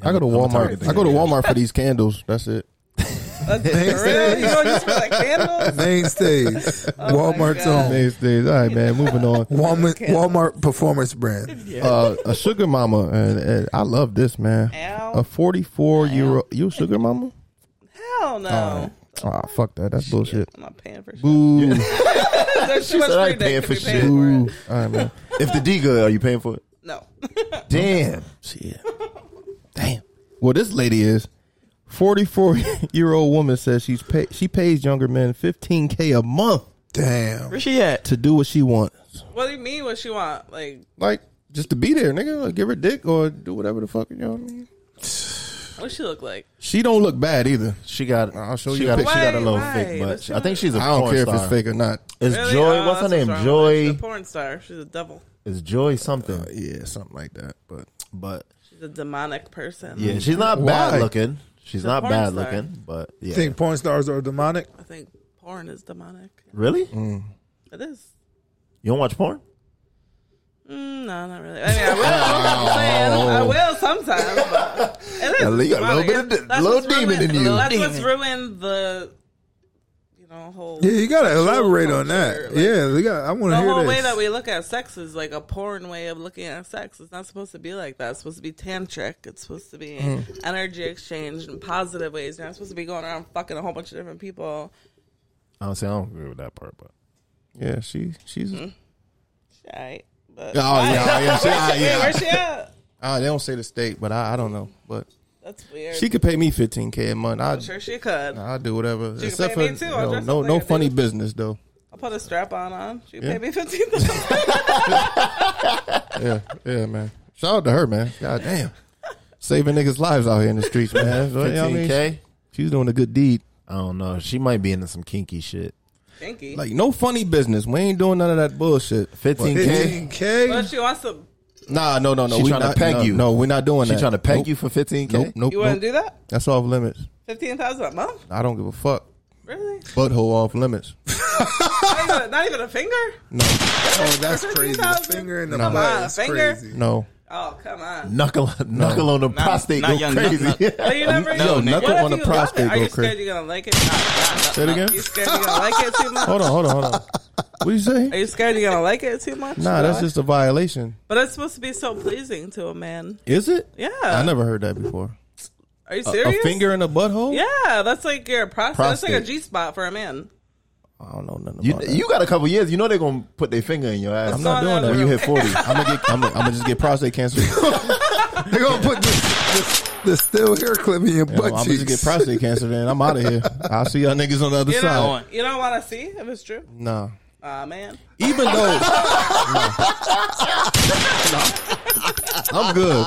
S5: I go to
S4: I'm a Target
S5: Walmart.
S4: dude.
S5: I go to Walmart for these candles. That's it.
S8: That's for real. You know, just for like
S7: Oh
S8: candles.
S7: Mainstays. Walmart's
S8: God.
S7: own.
S5: These days. All right, man. Moving on.
S7: Walmart, Walmart performance brand.
S5: Uh, a sugar mama. And, and I love this, man.
S8: Ow.
S5: A 44 year old. You a sugar mama?
S8: Hell no.
S5: Ah, fuck that. That's bullshit.
S8: I'm not paying for shit.
S5: Boo.
S8: There's too much
S4: I
S8: free
S4: ain't paying
S8: that could
S4: for
S8: be
S4: shit.
S8: paid for
S5: Boo.
S8: it.
S5: All right, man.
S4: If the D good, are you paying for it?
S8: No.
S4: Damn.
S5: Shit. Damn. Well, this lady is. 44 year old woman says she's pay, she pays younger men 15K a month
S7: Damn.
S6: Where she at?
S5: to do what she wants.
S8: What do you mean? What she want? Like,
S5: like just to be there, nigga. Like, give her dick or do whatever the fuck you know what I mean.
S8: what she look like?
S5: She don't look bad either.
S4: She got.
S5: I'll show
S4: she
S5: you a
S4: Got, she
S5: picture.
S4: got a little
S8: Right,
S4: fake,
S8: right.
S4: but
S8: That's
S4: I think she's a.
S5: I don't
S4: porn
S5: care if
S4: star.
S5: it's fake or not.
S4: It's
S8: Really?
S4: Joy.
S8: Oh,
S4: what's her name?
S8: that's wrong with her. She's
S4: Joy.
S8: a porn star. She's a devil.
S4: It's Joy something.
S5: Yeah, something like that. But
S4: But
S8: She's a demonic person.
S4: yeah, she's not bad
S5: Why?
S4: looking. She's
S8: a
S4: not
S8: porn
S4: bad
S8: star.
S4: looking, but yeah.
S7: You think porn stars are demonic?
S8: I think porn is demonic.
S4: really?
S8: It is.
S4: You don't watch porn?
S8: Mm, no, not really. I mean, I will. I'm saying, I will sometimes. But it is.
S4: you Oh. got a little
S8: demonic.
S4: bit of de-
S8: That's
S4: little
S8: what's
S4: demon
S8: ruined-
S4: in you.
S8: That's what's
S4: Demon.
S8: ruined the, you know, whole.
S7: Yeah, you gotta elaborate on
S8: culture,
S7: that.
S8: like-
S7: yeah, we got. I want to
S8: the
S7: hear
S8: whole
S7: this.
S8: way that we look at sex is like a porn way of looking at sex. It's not supposed to be like that. It's supposed to be tantric. It's supposed to be energy exchange in positive ways. You're not supposed to be going around fucking a whole bunch of different people.
S4: I don't say I don't agree with that part, but
S5: yeah, she she's
S8: All right,
S5: oh
S8: but
S5: yeah, oh, yeah, she, ah,
S8: Wait,
S5: yeah.
S8: Mm-hmm. where's she at?
S5: Ah, they don't say the state, but I, I don't know. But
S8: That's weird.
S5: she could pay me fifteen k a month. I
S8: sure she could.
S5: I'll do whatever.
S8: could
S5: Except
S8: pay
S5: for
S8: me too.
S5: you
S8: I'll
S5: know,
S8: dress
S5: no
S8: up
S5: no
S8: like a
S5: funny
S8: dude.
S5: business though.
S8: I'll put a strap on on. She
S5: Yeah.
S8: paid me fifteen thousand.
S5: Yeah, yeah, man. Shout out to her, man. God damn, saving niggas lives out here in the streets, man. So, you know what I mean?
S4: 15k.
S5: She's doing a good deed.
S4: I don't know. She might be into some kinky shit.
S8: Pinky.
S5: Like no funny business. We ain't doing none of that bullshit.
S4: 15k.
S7: 15k.
S8: But she wants to.
S5: Nah, no, no, no.
S4: She
S5: we
S4: tryna
S5: not,
S4: peg
S5: no,
S4: you.
S5: No, we're not doing
S4: She
S5: that.
S4: trying to peg
S5: Nope,
S4: you for 15k.
S5: Nope, nope.
S8: You want to
S5: nope.
S8: do that?
S5: That's off limits.
S8: Fifteen thousand a month?
S5: I don't give a fuck.
S8: Really?
S5: Butthole off limits.
S8: Not even, not even a finger?
S7: Oh, that's crazy. The
S8: 15,000?
S7: finger in the
S8: Come
S7: butt
S8: on,
S7: is
S8: finger.
S7: crazy.
S5: No.
S8: Oh come on.
S4: Knuckle, knuckle on the prostate,
S6: not
S4: go
S6: young, not-
S4: crazy.
S6: not-
S8: But you never
S5: Yo,
S8: know.
S5: knuckle
S8: What if
S5: on
S8: you
S5: the
S8: love
S5: prostate
S8: it? Are
S5: go
S8: you scared
S5: crazy.
S8: you're gonna like it? Nah, nah, nah,
S5: it
S8: nah.
S5: again?
S8: You scared you're gonna like it too much?
S5: Hold on, hold on, hold on. What you
S8: Are
S5: say?
S8: you scared you're gonna like it too much?
S5: Nah, that's
S8: Why?
S5: just a violation.
S8: But it's supposed to be so pleasing to a man.
S5: Is it?
S8: Yeah.
S5: I never heard that before.
S8: Are you
S5: A-
S8: serious?
S5: A, finger in a butthole?
S8: Yeah, that's like your prostate. That's like a
S4: Prostate.
S8: G spot for a man.
S5: I don't know nothing
S4: You,
S5: about that.
S4: you got a couple years. You know they're gonna put their finger in your ass.
S5: I'm not
S8: No, no,
S5: doing that.
S4: when you hit forty.
S5: I'm gonna get. I'm gonna, I'm gonna just get prostate cancer.
S7: They're gonna put this, this, this still hair clip in your
S5: You know,
S7: butt
S5: I'm gonna
S7: cheeks.
S5: just get prostate cancer. Then I'm out of here. I'll see y'all niggas on the other
S8: You
S5: side.
S8: know, you don't want to see if it's true.
S5: Nah.
S8: Ah, man.
S5: Even though I'm good.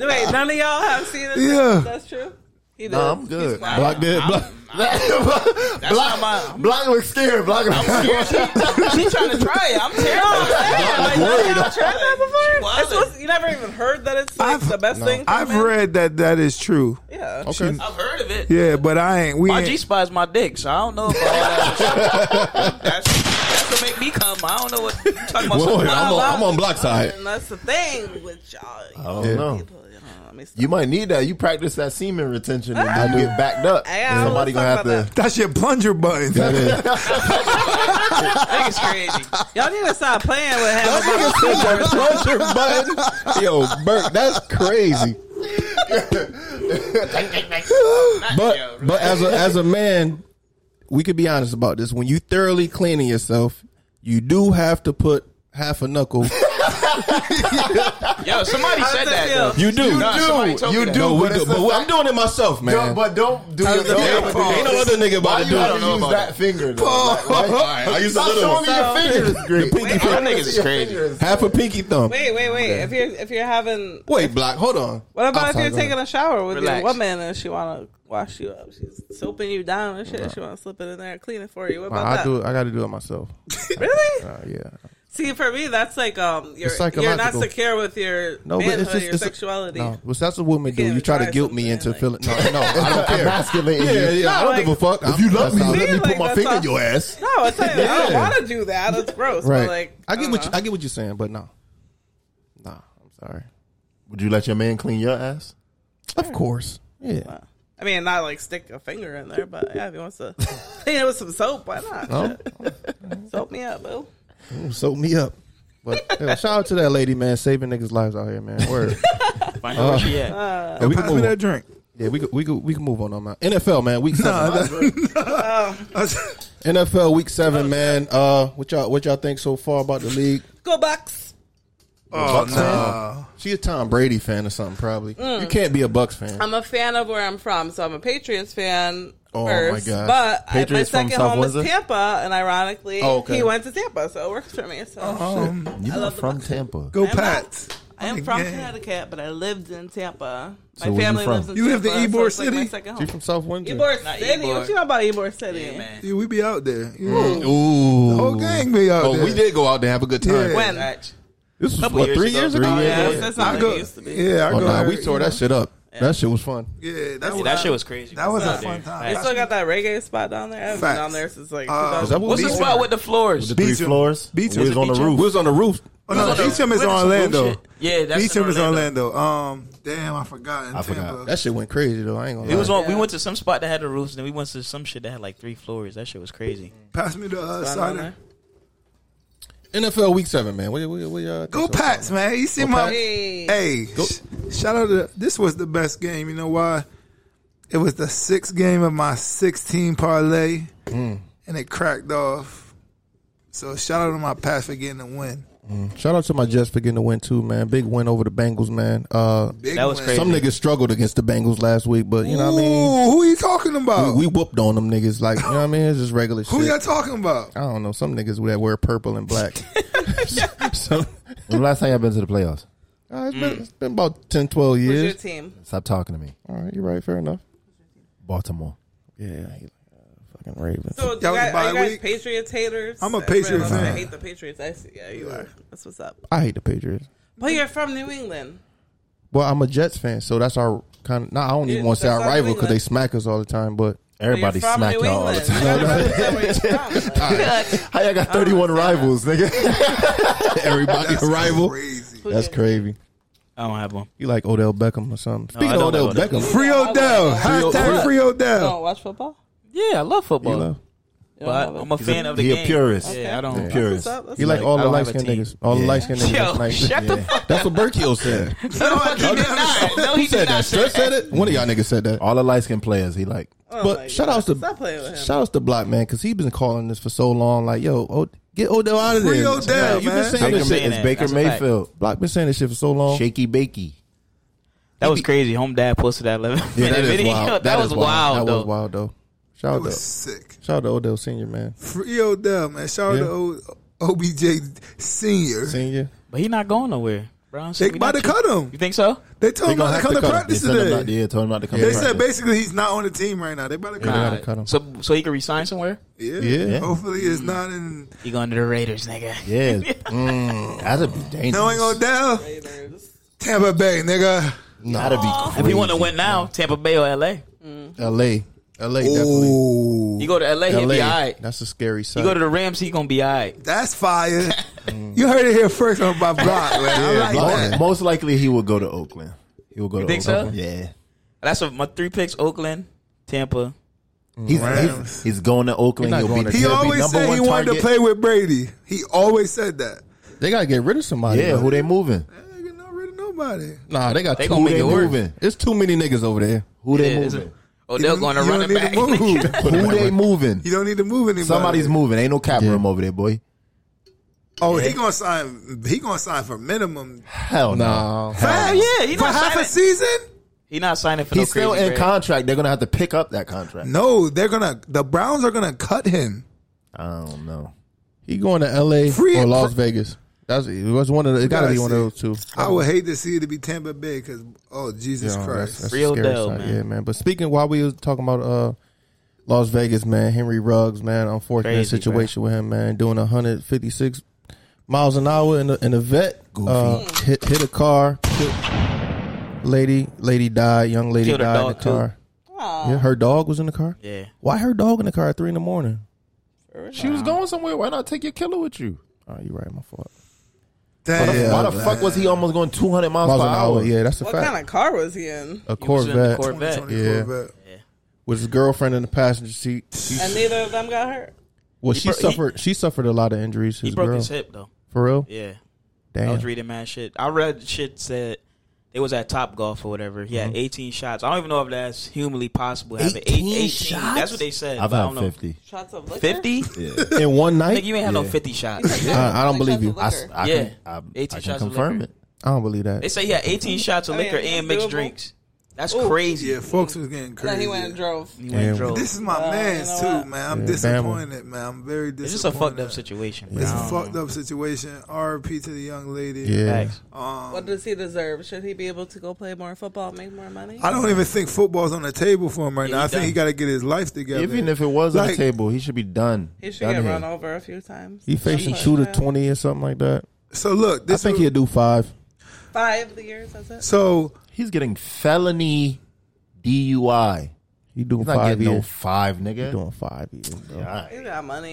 S8: Wait, none of y'all have seen it.
S7: Yeah.
S8: that's true. He
S4: Nah,
S8: does.
S4: I'm good.
S8: He's
S5: Block dead. Block.
S4: block, block looks scared. Block looks scared.
S6: She trying to try it. I'm terrified.
S8: Yeah, like, none of y'all tried that before? It's supposed- you never even heard that it's like
S7: I've-
S8: the best thing. for
S7: I've
S8: men?
S7: read that that is true.
S8: Yeah.
S5: Okay.
S6: I've heard of it.
S7: Yeah, but I ain't. We
S6: My G
S7: ain't,
S6: spot is my dick, so I don't know about all that. that's, that's what make me come. I don't know what you talking about.
S5: Whoa,
S6: something
S5: I'm, on,
S6: wild.
S5: I'm on block side.
S8: And that's the thing with y'all.
S4: I
S8: Oh.
S4: don't know. You might need that. You practice that semen retention and
S8: Ah.
S4: you get backed up.
S8: Yeah, I
S4: Somebody
S8: was
S4: gonna have
S8: talking
S4: to.
S8: about
S7: that's your plunger button.
S6: That is crazy.
S8: Y'all need to stop playing with him.
S5: Nigga said that plunger button. Yo, Burke, that's crazy. but but as a as a man, we could be honest about this. When you thoroughly cleaning yourself, you do have to put half a knuckle.
S6: Yo, somebody said
S8: the
S6: that.
S8: feel?
S6: though.
S5: You do.
S6: Nah, somebody told me
S4: You
S6: that.
S4: do.
S5: No, we
S4: but
S5: do.
S4: it's the
S5: But I'm
S4: fact-
S5: doing it myself, man.
S4: Don't- but don't do it.
S6: Yeah,
S4: Don't-
S6: pause.
S5: Ain't no other nigga about
S4: Why
S5: to
S4: you
S5: do
S4: gotta
S5: it.
S4: use that finger? though? Like, why-
S5: I use a
S4: Stop
S5: little
S4: showing me
S5: one.
S4: your fingers. Great.
S5: Pinky
S6: Y'all
S5: thumb.
S6: niggas is crazy.
S5: Half a pinky thumb.
S8: Wait, wait, wait. If you're if you're having,
S5: Wait, block. Hold on.
S8: what about if
S5: Outside,
S8: you're
S5: go
S8: taking
S5: ahead.
S8: a shower with
S6: Relax.
S8: your woman and she want to wash you up? She's soaping you down and shit. She want to slip it in there and clean it for you. What about
S5: I
S8: that?
S5: do. it- I got to do it myself.
S8: Really?
S5: Uh, yeah.
S8: See, for me, that's like um, you're you're not
S5: psychological.
S8: secure with your
S5: No, but
S8: manhood,
S5: it's just
S8: your
S5: it's a-
S8: sexuality.
S5: no, well, that's what women do.
S8: can't
S5: You try to
S8: try
S5: guilt me
S8: something,
S5: into
S8: like-
S5: feeling. No, no, I don't care.
S4: Emasculating
S5: Yeah,
S4: you.
S5: yeah. I
S8: No,
S5: don't give a
S8: like-
S5: fuck.
S4: If you love me,
S8: See,
S4: let me
S8: like,
S4: put my
S8: that's
S4: finger in
S8: all-
S4: your ass.
S8: No, it's like, I don't
S5: Yeah.
S8: want to do that. It's gross.
S5: right.
S8: But like,
S5: I get
S8: don't
S5: what you,
S8: know.
S5: I get what you're saying, but no, nah, I'm sorry.
S4: Would you let your man clean your ass?
S5: Of course, yeah.
S8: I mean, not like stick a finger in there, but yeah, if he wants to clean it with some soap, why not?
S5: No,
S8: Soap me up, boo.
S5: Ooh, soak me up. But yeah, shout out to that lady, man, saving niggas' lives out here, man. Word.
S6: Find out where she
S4: Uh.
S6: at.
S5: yeah, we can
S7: Pass me
S5: move.
S7: that
S5: On.
S7: drink.
S5: Yeah, we could, we could, we can move on on that. NFL, man, week seven. NFL week seven, man. Uh, what y'all what y'all think so far about the league?
S8: Go Bucks.
S7: oh
S5: Bucks
S7: no!
S5: She a Tom Brady fan or something, probably. You can't be a Bucks fan.
S8: Mm. I'm a fan of where I'm from, so I'm a Patriots fan.
S5: Oh, my
S8: first,
S5: gosh.
S8: But I-
S4: Patriots
S8: my
S4: from
S8: second
S4: South
S8: home
S4: Windsor?
S8: is Tampa, and ironically,
S5: Oh, okay.
S8: he went to Tampa, so it works for me. So
S7: Um,
S4: You're not
S8: love the
S4: from
S8: Bucks.
S4: Tampa.
S7: go
S8: I'm
S7: Pats.
S8: I am
S7: Like,
S8: from
S7: yeah.
S8: Connecticut, but I lived in Tampa. My
S4: So where you
S8: family
S4: from?
S8: lives in
S7: You
S8: Tampa.
S7: lived in Ybor
S8: so it's like my
S7: City?
S8: second
S5: She
S8: home.
S5: from South Windsor.
S8: Ybor
S6: Not
S8: City.
S6: Ybor.
S8: What you know about Ybor City?
S6: man.
S7: Yeah, we be out there.
S8: Mm.
S7: Yeah.
S5: Ooh,
S7: The whole gang be out
S5: Oh,
S7: there.
S5: we did go out there and have a good time.
S7: Yeah.
S8: When?
S5: This was
S6: Couple
S5: what,
S6: years
S5: three
S6: ago,
S5: years
S6: three
S5: ago.
S8: Oh,
S6: years
S8: yeah,
S6: ago.
S8: it's- that's not
S7: I
S8: like
S7: go.
S8: it used to be.
S7: Yeah, I
S5: Oh,
S7: go.
S5: nah,
S7: there,
S5: we tore
S7: you know.
S5: that shit up. That shit was fun.
S7: Yeah, that's
S6: Yeah, that shit was crazy.
S7: That was a
S6: Out
S7: fun
S6: there.
S7: time.
S8: They still got that reggae spot down there. I haven't been
S7: Facts.
S8: down there since like
S7: Uh,
S8: 2000.
S5: Is that what
S6: What's
S5: we
S6: this
S5: did?
S6: spot with the floors?
S4: The three
S7: Beecham.
S4: floors.
S7: Beecham.
S4: We was on the
S5: We
S4: roof.
S5: was on the roof.
S7: Oh no,
S6: Orlando.
S7: Beecham is
S6: Where is
S7: Orlando.
S6: Bullshit? Yeah, that's in
S7: Beecham is
S6: Orlando.
S7: Orlando. Um, damn, I forgot. In
S4: I forgot.
S7: Tampa.
S5: That shit went crazy though. I ain't gonna.
S6: It was
S5: lie.
S6: on. We went to some spot that had the roofs, and then we went to some shit that had like three floors. That shit was crazy.
S7: Pass me the uh,
S8: down there.
S7: cider.
S5: NFL week seven, man. What, what, what y'all think
S7: Go
S5: so far?
S7: Pats, man. You see my
S8: Hey.
S7: hey. sh- Shout out to this was the best game. You know why? It was the sixth game of my sixteen parlay, and it cracked off. So shout out to my Pats for getting the win.
S5: Shout out to my Jets for getting the win too, man. Big win over the Bengals, man. Uh,
S7: Big
S6: That was
S7: win.
S6: crazy.
S5: some niggas struggled against the Bengals last week, but you know what I mean.
S7: Ooh, who you talking about?
S5: We, we whooped on them niggas, like you know what I mean. It's just regular
S7: who
S5: shit.
S7: y'all talking about?
S5: I don't know. Some niggas that wear purple and black. so,
S4: When the last time y'all been to the playoffs?
S5: uh, it's, been, it's been about 10, 12
S8: Mm. Who's your
S5: years.
S8: team?
S4: Stop talking to me.
S5: All right, you're right. Fair enough.
S4: Baltimore.
S5: Yeah, he, uh, fucking Ravens.
S8: So, do
S7: That
S8: you
S7: was
S8: guys,
S7: bye
S8: are you guys
S7: week.
S8: Patriots haters?
S7: I'm a
S8: I really
S7: Patriot
S8: don't know.
S7: fan.
S8: I hate the Patriots. I see. Yeah, you are. That's what's up.
S5: I hate the Patriots.
S8: But you're from New England.
S5: Well, I'm a Jets fan, so that's our kind of. Nah, I don't even
S8: Yeah,
S5: want to say
S8: that's
S5: our
S8: our
S5: rival
S8: New
S5: because they
S8: England.
S5: smack us all the time. But
S4: Everybody
S8: you're from
S4: smack
S8: New
S4: y'all all the
S8: England.
S4: time.
S8: You gotta represent where you're from. Like,
S4: How y'all got 31 rivals, nigga?
S5: everybody a rival.
S7: Crazy.
S5: That's crazy.
S6: I don't have one.
S5: You like Odell Beckham or something? Speaking
S6: I
S5: of
S6: don't
S5: Odell
S6: like
S5: Beckham,
S7: Free Odell. Hashtag free Odell.
S8: don't Oh, watch football.
S6: Yeah, I love
S5: you
S6: football.
S5: love-
S6: But I'm a
S4: He's
S6: fan of the
S4: he
S6: game.
S4: a purist.
S6: Yeah, I don't.
S4: He purist.
S8: That's what's up.
S5: He like all
S4: I
S5: the
S4: don't
S5: light
S4: have a
S5: skinned
S4: team.
S5: niggas. All the
S4: Yeah.
S5: light skinned niggas.
S6: Yo,
S5: that's nice.
S6: shut the
S5: Yeah.
S6: fuck
S5: That's what Berkio said.
S6: No, he did not. No, he
S5: Who said that?
S6: did not say
S5: Sturt said
S6: that.
S5: it. One of y'all niggas said that.
S4: All the light skinned players he like.
S8: Oh my
S5: But shout
S8: God.
S5: outs to
S8: Stop playing with him.
S5: shout outs to Block man because he been calling this for so long. Like yo, o- get Odell out of there.
S7: Free Odell,
S5: you
S7: man.
S5: been saying
S4: Baker,
S5: this shit.
S6: saying
S4: it's
S6: that.
S4: Baker
S6: That's a fact.
S4: Mayfield.
S5: Block been saying this shit for so long.
S4: Shaky Bakey.
S6: That was crazy. Home dad posted that 11
S5: Yeah, that
S6: minute
S5: is
S6: video.
S5: wild.
S6: That, was
S5: is
S6: wild.
S5: That
S6: though.
S5: was wild though. Shout
S7: That
S5: out to
S7: was sick.
S5: shout out to Odell Senior man.
S7: Free Odell, man. Shout
S5: Yeah.
S7: out to old OBJ Senior.
S5: Senior.
S6: But he not going nowhere. Brown
S7: They
S6: said we
S7: about to
S6: not-
S7: cut him.
S6: You think so?
S7: They told
S4: They
S7: him about
S4: gonna
S7: to
S4: have
S7: come
S4: to
S7: to
S4: cut him. They
S7: practice
S4: sent him out-
S7: today.
S4: Yeah, told him about to come.
S7: They
S4: to
S7: said
S4: practice.
S7: basically he's not on the team right now. They about to
S5: They
S7: cut him.
S5: gotta cut him.
S6: So so he can resign somewhere.
S7: Yeah.
S5: Yeah.
S7: Hopefully it's not in
S6: He going to the Raiders, nigga.
S4: Yeah, Mm, that'd be dangerous.
S7: knowing Odell. Tampa Bay, nigga.
S4: that'd be
S6: If
S4: crazy.
S6: he want to win now, Tampa Bay or L.A.
S5: L.A. L.A. definitely.
S7: Ooh.
S6: You go to L.A., he'll be all right.
S5: That's a scary sight.
S6: You go to the Rams, he gonna be all right.
S7: That's fire. you heard it here first on my block, man. I like
S4: most,
S7: that.
S4: most likely he will go to Oakland. He will go to
S6: think so?
S4: Oakland. Yeah.
S6: That's what my three picks: Oakland, Tampa.
S4: He's,
S7: Rams.
S4: he's, he's going to Oakland.
S5: He's not
S4: He'll
S5: going
S4: be,
S5: to-
S7: He
S4: he'll be
S7: always
S4: number
S7: said
S4: one
S7: he wanted to
S4: target.
S7: play with Brady. He always said that.
S5: they gotta get rid of somebody.
S4: Yeah,
S5: bro.
S4: who they moving?
S7: Nigga, not really nobody.
S5: Nah, they got
S6: They
S5: too
S6: gonna make
S5: many
S6: it work.
S5: moving. It's too many niggas over there.
S4: Who they
S6: Yeah,
S4: moving?
S6: Odell
S7: You-
S6: going to
S7: you don't
S6: running
S7: need to
S6: back.
S7: move.
S4: Who they moving?
S7: You don't need to move anybody.
S4: Somebody's moving. Ain't no cap
S5: Yeah.
S4: room over there, boy.
S7: Oh, he gonna sign. He gonna sign for minimum.
S4: Hell no.
S5: Nah.
S7: Facts.
S6: yeah, he
S7: for
S6: not
S7: half a
S6: signing-
S7: season.
S6: He not signing for
S4: He's
S6: no
S4: still
S6: crazy
S4: in
S6: bread.
S4: contract. They're gonna have to pick up that contract.
S7: No, they're gonna. The Browns are gonna cut him.
S4: I don't know.
S5: He going to L.A.
S7: Free-
S5: or Las Vegas. That's it was one of the, it gotta
S7: gotta
S5: be one of those
S7: see.
S5: two.
S7: I would hate to see it to be Tampa Bay because oh Jesus
S5: Yeah,
S7: Christ,
S5: that's- that's
S6: Real
S5: a scary
S6: deal,
S5: sight.
S6: man.
S5: Yeah, man. But speaking while we was talking about uh, Las Vegas, man, Henry Ruggs, man, unfortunate
S6: Crazy,
S5: situation with him, man, doing 156 miles an hour in a, in a vet, uh, hit hit a car, killed- lady lady died, young lady
S6: Killed her
S5: died in the
S6: dog, too.
S5: car. Yeah, her dog was in the car.
S6: Yeah.
S5: Why her dog in the car at three in the morning?
S4: She was going somewhere. Why not take your killer with you?
S5: Oh, you right, my fault.
S7: damn!
S4: Why the fuck was he almost going 200 miles,
S5: Miles
S4: per
S5: an
S4: hour?
S5: hour, yeah, that's a
S8: What
S5: fact.
S8: kind of car was he in?
S5: a
S6: He was in
S5: Corvette,
S6: the Corvette.
S5: Yeah. with his girlfriend in the passenger seat. She,
S8: And neither of them got hurt.
S5: well,
S6: He
S5: she
S6: bro- he-
S5: suffered. she suffered a lot of injuries.
S6: He
S5: His
S6: broke
S5: girl,
S6: his hip though.
S5: for real.
S6: Yeah. I
S5: Damn.
S6: was reading mad shit. I read shit said it was at Top Golf or whatever. He had 18 shots. I don't even know if that's humanly possible. Having 18,
S4: 18
S6: 18
S4: shots?
S6: That's what they said.
S4: I've
S6: but I
S4: had
S6: don't know.
S4: 50.
S8: Shots of liquor.
S6: 50?
S5: In one
S6: Nigga,
S5: night,
S6: you ain't had no 50 shots.
S5: I, I don't believe you.
S8: Shots of
S4: I, s-
S8: liquor.
S4: I
S6: Yeah.
S4: can, I,
S6: 18
S4: I can
S6: shots of
S4: confirm
S6: liquor.
S4: it.
S5: I don't believe that.
S6: They say he had 18 shots of
S8: I mean,
S6: liquor
S8: that's
S6: and mixed
S8: doable.
S6: drinks. That's crazy.
S7: Oh, Yeah, folks was getting
S8: And then
S7: crazy.
S8: he went and drove.
S6: He went and
S5: Yeah.
S6: drove.
S7: This is my
S8: Well,
S7: man's
S8: you know what?
S7: too, man. I'm
S5: Yeah,
S7: disappointed, man. I'm very disappointed.
S6: It's just a fucked up situation. bro.
S7: It's a
S6: I don't
S7: fucked
S6: know.
S7: up situation. RP to the young lady.
S5: yeah,
S6: Facts.
S7: Um,
S8: What does he deserve? Should he be able to go play more football, make more money?
S7: I don't even think football's on the table for him right
S6: Yeah,
S7: now.
S6: he
S7: I think
S6: done.
S7: he got to get his life together.
S4: Even if it was on the
S7: Like-
S4: table, he should be done.
S8: He should
S4: Done
S8: get
S4: here.
S8: run over a few times.
S5: he facing two to
S8: Yeah.
S5: twenty or something like that.
S7: so, look,
S5: I
S7: this
S5: think he'll do five.
S8: Five years, that's it.
S7: so
S4: He's getting felony DUI.
S5: He doing
S4: He's not
S5: five
S4: getting no
S5: years.
S4: five, nigga.
S5: He doing five years, bro. Yeah,
S4: Yeah,
S8: He got money.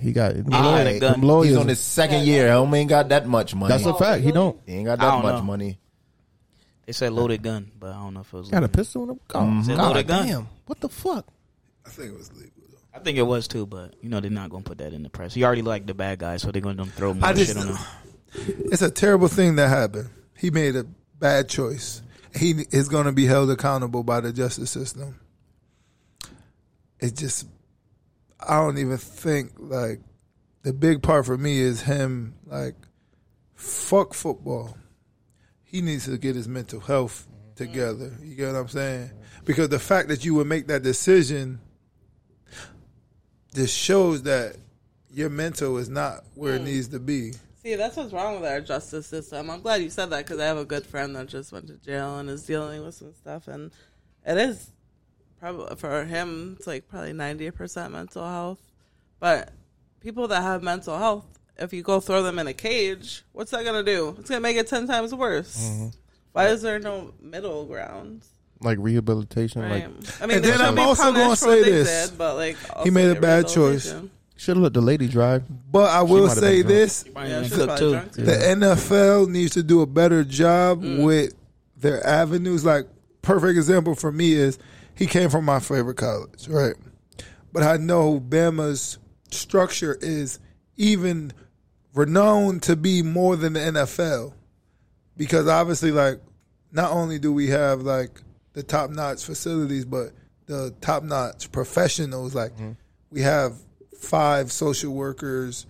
S5: he got them
S6: he had a
S5: lawyers-
S6: gun.
S5: them
S4: He's
S5: lawyers-
S4: on his second year. Helm ain't got that much money.
S5: That's a fact. He don't
S4: he ain't got
S6: I
S4: that
S6: don't
S4: much
S6: know.
S4: money.
S6: They said loaded gun, but I don't know if it was.
S5: got a
S6: loaded.
S5: pistol in him. Oh,
S4: Mm-hmm.
S6: Said
S5: God
S6: loaded gun.
S5: damn! What the fuck?
S7: I think it was legal.
S6: I think it was too, but you know they're not gonna put that in the press. He already liked the bad guy, so they're gonna throw more
S7: I just-
S6: shit on him.
S7: It's a terrible thing that happened. He made a bad choice. He is going to be held accountable by the justice system. It just, I don't even think like the big part for me is him like, fuck football. He needs to get his mental health together. You get what I'm saying? Because the fact that you would make that decision just shows that your mental is not where it needs to be.
S8: See, that's what's wrong with our justice system. I'm glad you said that because I have a good friend that just went to jail and is dealing with some stuff, and it is probably for him. It's like probably ninety percent mental health, but people that have mental health, if you go throw them in a cage, what's that gonna do? It's gonna make it ten times worse.
S7: Mm-hmm.
S8: Why is there no middle ground?
S5: Like rehabilitation.
S8: Right.
S5: Like
S8: I mean,
S7: And
S8: they
S7: then
S8: should
S7: I'm
S8: be
S7: also gonna
S8: punished for
S7: say
S8: what they
S7: this.
S8: did, but like also
S7: made a
S8: get
S7: bad choice.
S8: rehabilitation.
S5: should have let the lady drive.
S7: But I will
S5: might have
S7: say
S5: been drunk.
S7: this:
S8: Yeah, she's
S6: Cook,
S8: probably
S6: too.
S8: drunk, too.
S7: the NFL needs to do a better job with their avenues. Like perfect example for me is he came from my favorite college, right? but I know Bama's structure is even renowned to be more than the NFL because obviously, like, not only do we have like the top notch facilities, but the top notch professionals. Like, we have five social workers,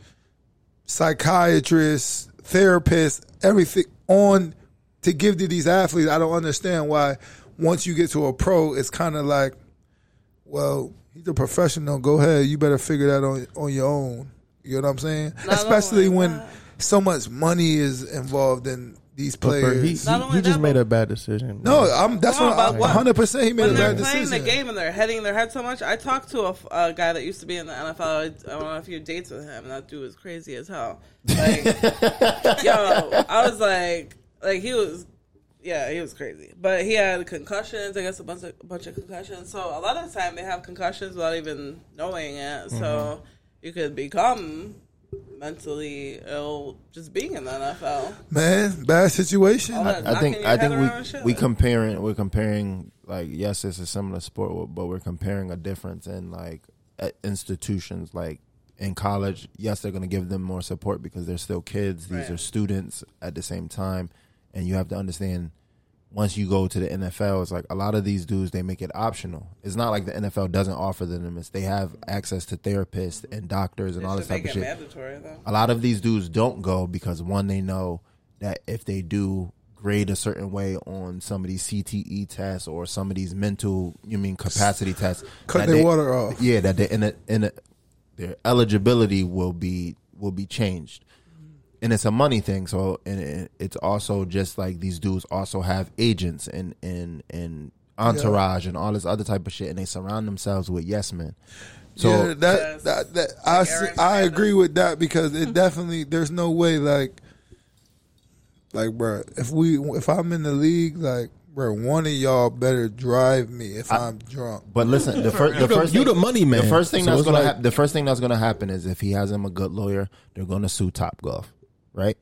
S7: psychiatrists, therapists, everything on to give to these athletes. I don't understand why once you get to a pro, it's kind of like, well, he's a professional. Go ahead, you better figure that on on your own. You know what I'm saying?
S8: Not
S7: Especially
S8: only
S7: when
S8: that.
S7: so much money is involved in these
S5: But bro,
S7: players.
S5: he,
S8: Not
S5: he-
S8: only
S5: he just
S8: that,
S5: made a bad decision.
S7: no,
S5: man.
S7: I'm, that's
S8: No,
S7: what
S8: but
S7: I'm
S8: what-
S7: 100% he made a
S8: when they're
S7: bad
S8: playing
S7: decision.
S8: the game and they're hitting their head so much, I talked to a, f- a guy that used to be in the NFL. I, I went on a few dates with him, and that dude was crazy as hell. Like, yo, I was like, like he was, yeah, he was crazy. But he had concussions. I guess a bunch of a bunch of concussions. So a lot of the time they have concussions without even knowing it. So you could become mentally ill just being in the NFL.
S7: Man, bad situation.
S8: All that
S4: I
S8: knocking
S4: think
S8: your
S4: I
S8: head around and
S4: think
S8: shit.
S4: we we comparing we're comparing like yes, it's a similar sport, but we're comparing a difference in like uh, institutions like. In college, yes, they're going to give them more support because they're still kids. These
S8: Right.
S4: are students at the same time, and you have to understand. Once you go to the NFL, it's like a lot of these dudes they make it optional. It's not like the NFL doesn't offer them this; they have access to therapists and doctors and all this
S8: Should
S4: type
S8: make
S4: of
S8: it
S4: shit
S8: mandatory though.
S4: a lot of these dudes don't go because one they know that if they do grade a certain way on somebody's CTE E tests or somebody's mental you mean capacity tests
S7: Cut
S4: that
S7: their
S4: they-
S7: water off.
S4: yeah that they in a, in a, their eligibility will be will be changed and it's a money thing so and it, it's also just like these dudes also have agents and and and entourage and all this other type of shit and they surround themselves with yes men so
S7: yeah, that,
S8: Yes.
S7: that, that I, see,
S8: Aaron
S7: I
S8: Hernandez.
S7: agree with that because it definitely there's no way like like bro if we if I'm in the league like bro one of y'all better drive me if I, am drunk
S4: But listen, the first the
S5: the-
S4: first
S5: you
S4: thing-
S5: the money man.
S4: The first thing
S5: So
S4: that's
S5: it's
S4: gonna
S5: like-
S4: hap- the first thing that's gonna happen is if he has him a good lawyer, they're gonna sue Top Golf, right?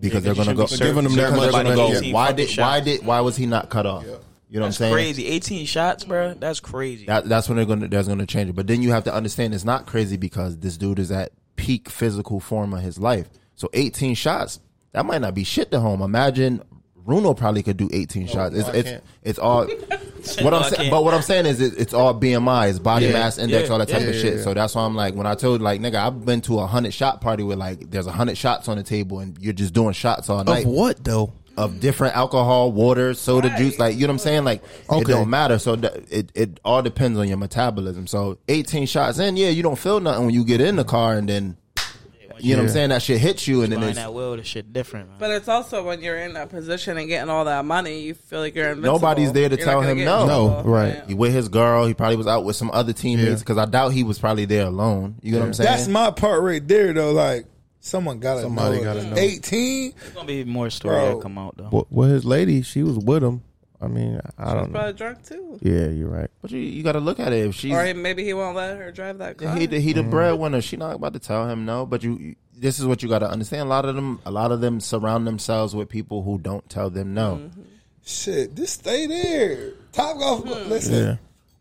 S4: Because they're gonna go
S6: shouldn't Mm. be serving-
S5: Giving them that
S4: because
S5: much
S4: they're
S5: money.
S4: gonna-
S6: Yeah.
S4: Why
S6: Fucking
S4: did
S6: shots.
S4: why did why was he not cut off? You know what I'm saying?
S6: Crazy. 18 shots, bro. That's crazy.
S4: That, that's when they're gonna that's gonna change it. But then you have to understand it's not crazy because this dude is at peak physical form of his life. So 18 shots that might not be shit to home. Imagine Runo probably could do 18 shots. It's
S5: Oh, no, I
S4: it's
S5: can't.
S4: it's all. what
S6: No,
S4: I'm
S6: I
S4: saying,
S6: can't.
S4: but what I'm saying is it, it's all BMI, it's body
S5: Yeah.
S4: mass index,
S6: Yeah.
S4: all that type
S5: Yeah,
S4: of
S5: yeah,
S4: shit.
S5: yeah.
S4: So that's why I'm like, when I told like nigga, I've been to a hundred shot party where like there's a hundred shots on the table and you're just doing shots all night
S5: Of what though?
S4: of different alcohol, water, soda,
S8: Right.
S4: juice. Like you know what I'm saying? Like
S5: Okay.
S4: it don't matter. So th- it it all depends on your metabolism. So 18 shots in, yeah, you don't feel nothing when you get in the car, and then you know what I'm
S5: Yeah.
S4: saying? That shit hits you, and then
S6: Buying
S4: it's,
S6: that will, this shit different, man.
S8: But it's also when you're in that position and getting all that money, you feel like you're invincible.
S4: Nobody's there to
S8: You're
S4: tell
S8: not gonna
S4: him
S8: get
S4: no.
S8: in
S4: No,
S8: trouble.
S5: right.
S8: Yeah.
S4: he with his girl. He probably was out with some other teammates
S5: Yeah.
S4: because I doubt he was probably there alone. You know what I'm saying?
S7: that's my part right there though like someone gotta
S5: Somebody
S7: know.
S5: gotta know.
S7: 18
S6: There's gonna be more story
S7: Bro.
S6: that come out though.
S5: Well, well, his lady, she was with him. I mean, I
S8: She's
S5: don't know.
S8: probably drunk too.
S5: Yeah, you're right.
S4: but you, you got to look at it. If she's
S8: Or he- maybe he won't let her drive that car.
S4: he the, he the breadwinner. She not about to tell him no. But you, you- this is what you got to understand. A lot of them, a lot of them surround themselves with people who don't tell them no.
S8: Mm-hmm.
S7: shit just stay there top golf listen
S5: Yeah,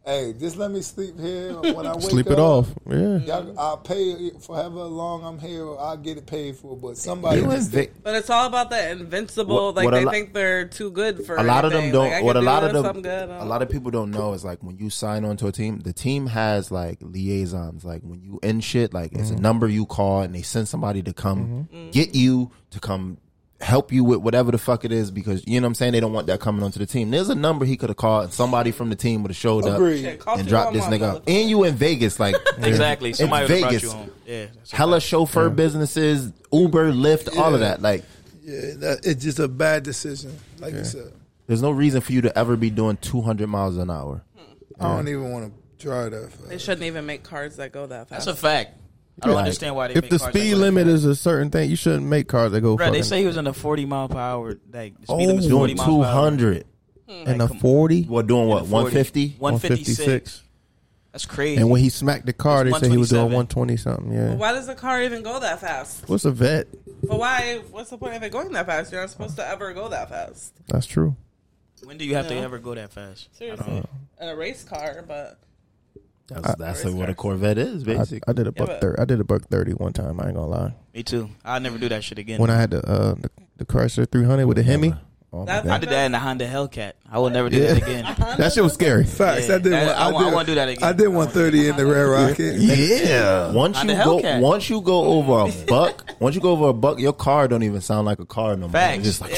S7: hey just let me sleep here when I wake
S5: sleep
S7: up,
S5: it off. Yeah,
S7: y'all, I'll pay for however long I'm here or I'll get it paid for but somebody
S4: You
S7: just
S4: invic-
S8: but it's all about that invincible.
S4: What-
S8: like
S4: what a
S8: they
S4: lo-
S8: think they're too good for.
S4: a lot of them
S8: anything.
S4: don't.
S8: Like, I
S4: what a
S8: can do
S4: lot of
S8: this,
S4: them,
S8: I'm good. um,
S4: a lot of people don't know is like when you sign on to a team, the team has like liaisons. Like when you end shit, like it's
S7: Mm-hmm.
S4: a number you call and they send somebody to come
S8: Mm.
S4: get you to come help you with whatever the fuck it is because you know what I'm saying. They don't want that coming onto the team. There's a number he could have called and somebody from the team would have showed
S7: Agreed.
S8: Shit,
S4: up
S8: call
S4: and dropped this
S8: 311,
S4: nigga up.
S8: motherfucker.
S4: And you in Vegas, like
S6: Exactly.
S4: in
S6: Somebody would've brought
S4: Vegas,
S6: you home. Yeah. that's a
S4: hella chauffeur businesses, Uber, Lyft, all of
S7: Yeah.
S4: that, like.
S7: Yeah, that, it's just a bad decision. Like you said,
S4: There's no reason for you to ever be doing 200 miles an hour.
S7: I don't even want to try that.
S8: they
S7: Fast.
S8: shouldn't even make cars that go that fast.
S6: That's a fact. I don't
S5: Like,
S6: understand why they.
S5: If
S6: make
S5: the
S6: cars
S5: speed
S6: like that.
S5: limit is a certain thing, you shouldn't make cars that go.
S6: Bro, they
S5: fucking-
S6: say he was in the 40 mile per hour. Like the speed
S5: Oh,
S6: limit's
S5: doing
S6: 40
S4: Doing
S6: miles per hour.
S4: 200.
S8: Hmm.
S5: in a forty.
S4: Well, doing what? 150?
S6: 156. That's crazy.
S5: And when he smacked the car, they
S6: It's
S5: said he was doing
S6: 127.
S5: one twenty something. Yeah,
S8: Why does a car even go that fast?
S5: what's a vet?
S8: But why? What's the point of it going that fast? You're not supposed to ever go that fast.
S5: That's true.
S6: when do you have to
S8: Yeah.
S6: ever go that fast?
S8: Seriously, in a race car, but
S4: That's, that's like what a Corvette is,
S5: Uh, I,
S4: basically.
S5: I did a
S6: but-
S5: buck thirty. I did a buck thirty one time. I ain't gonna lie.
S6: Me too. I'll never do that shit again.
S5: When I had the uh, the, the Chrysler three hundred with the Hemi, oh my
S8: That's-
S6: I
S5: god,
S6: did that in the Honda Hellcat. I will never do that again.
S5: that shit was scary.
S7: Facts. I did.
S6: Yeah,
S7: one-
S6: I want- I
S7: did-
S6: wanna do that again.
S7: I did one thirty in the Red Rocket.
S4: Yeah. Once
S6: On
S4: you
S6: the
S4: go,
S6: Hellcat.
S4: once you go over a buck, once you go over a buck, your car don't even sound like a car no more.
S6: Facts.
S4: It's just like,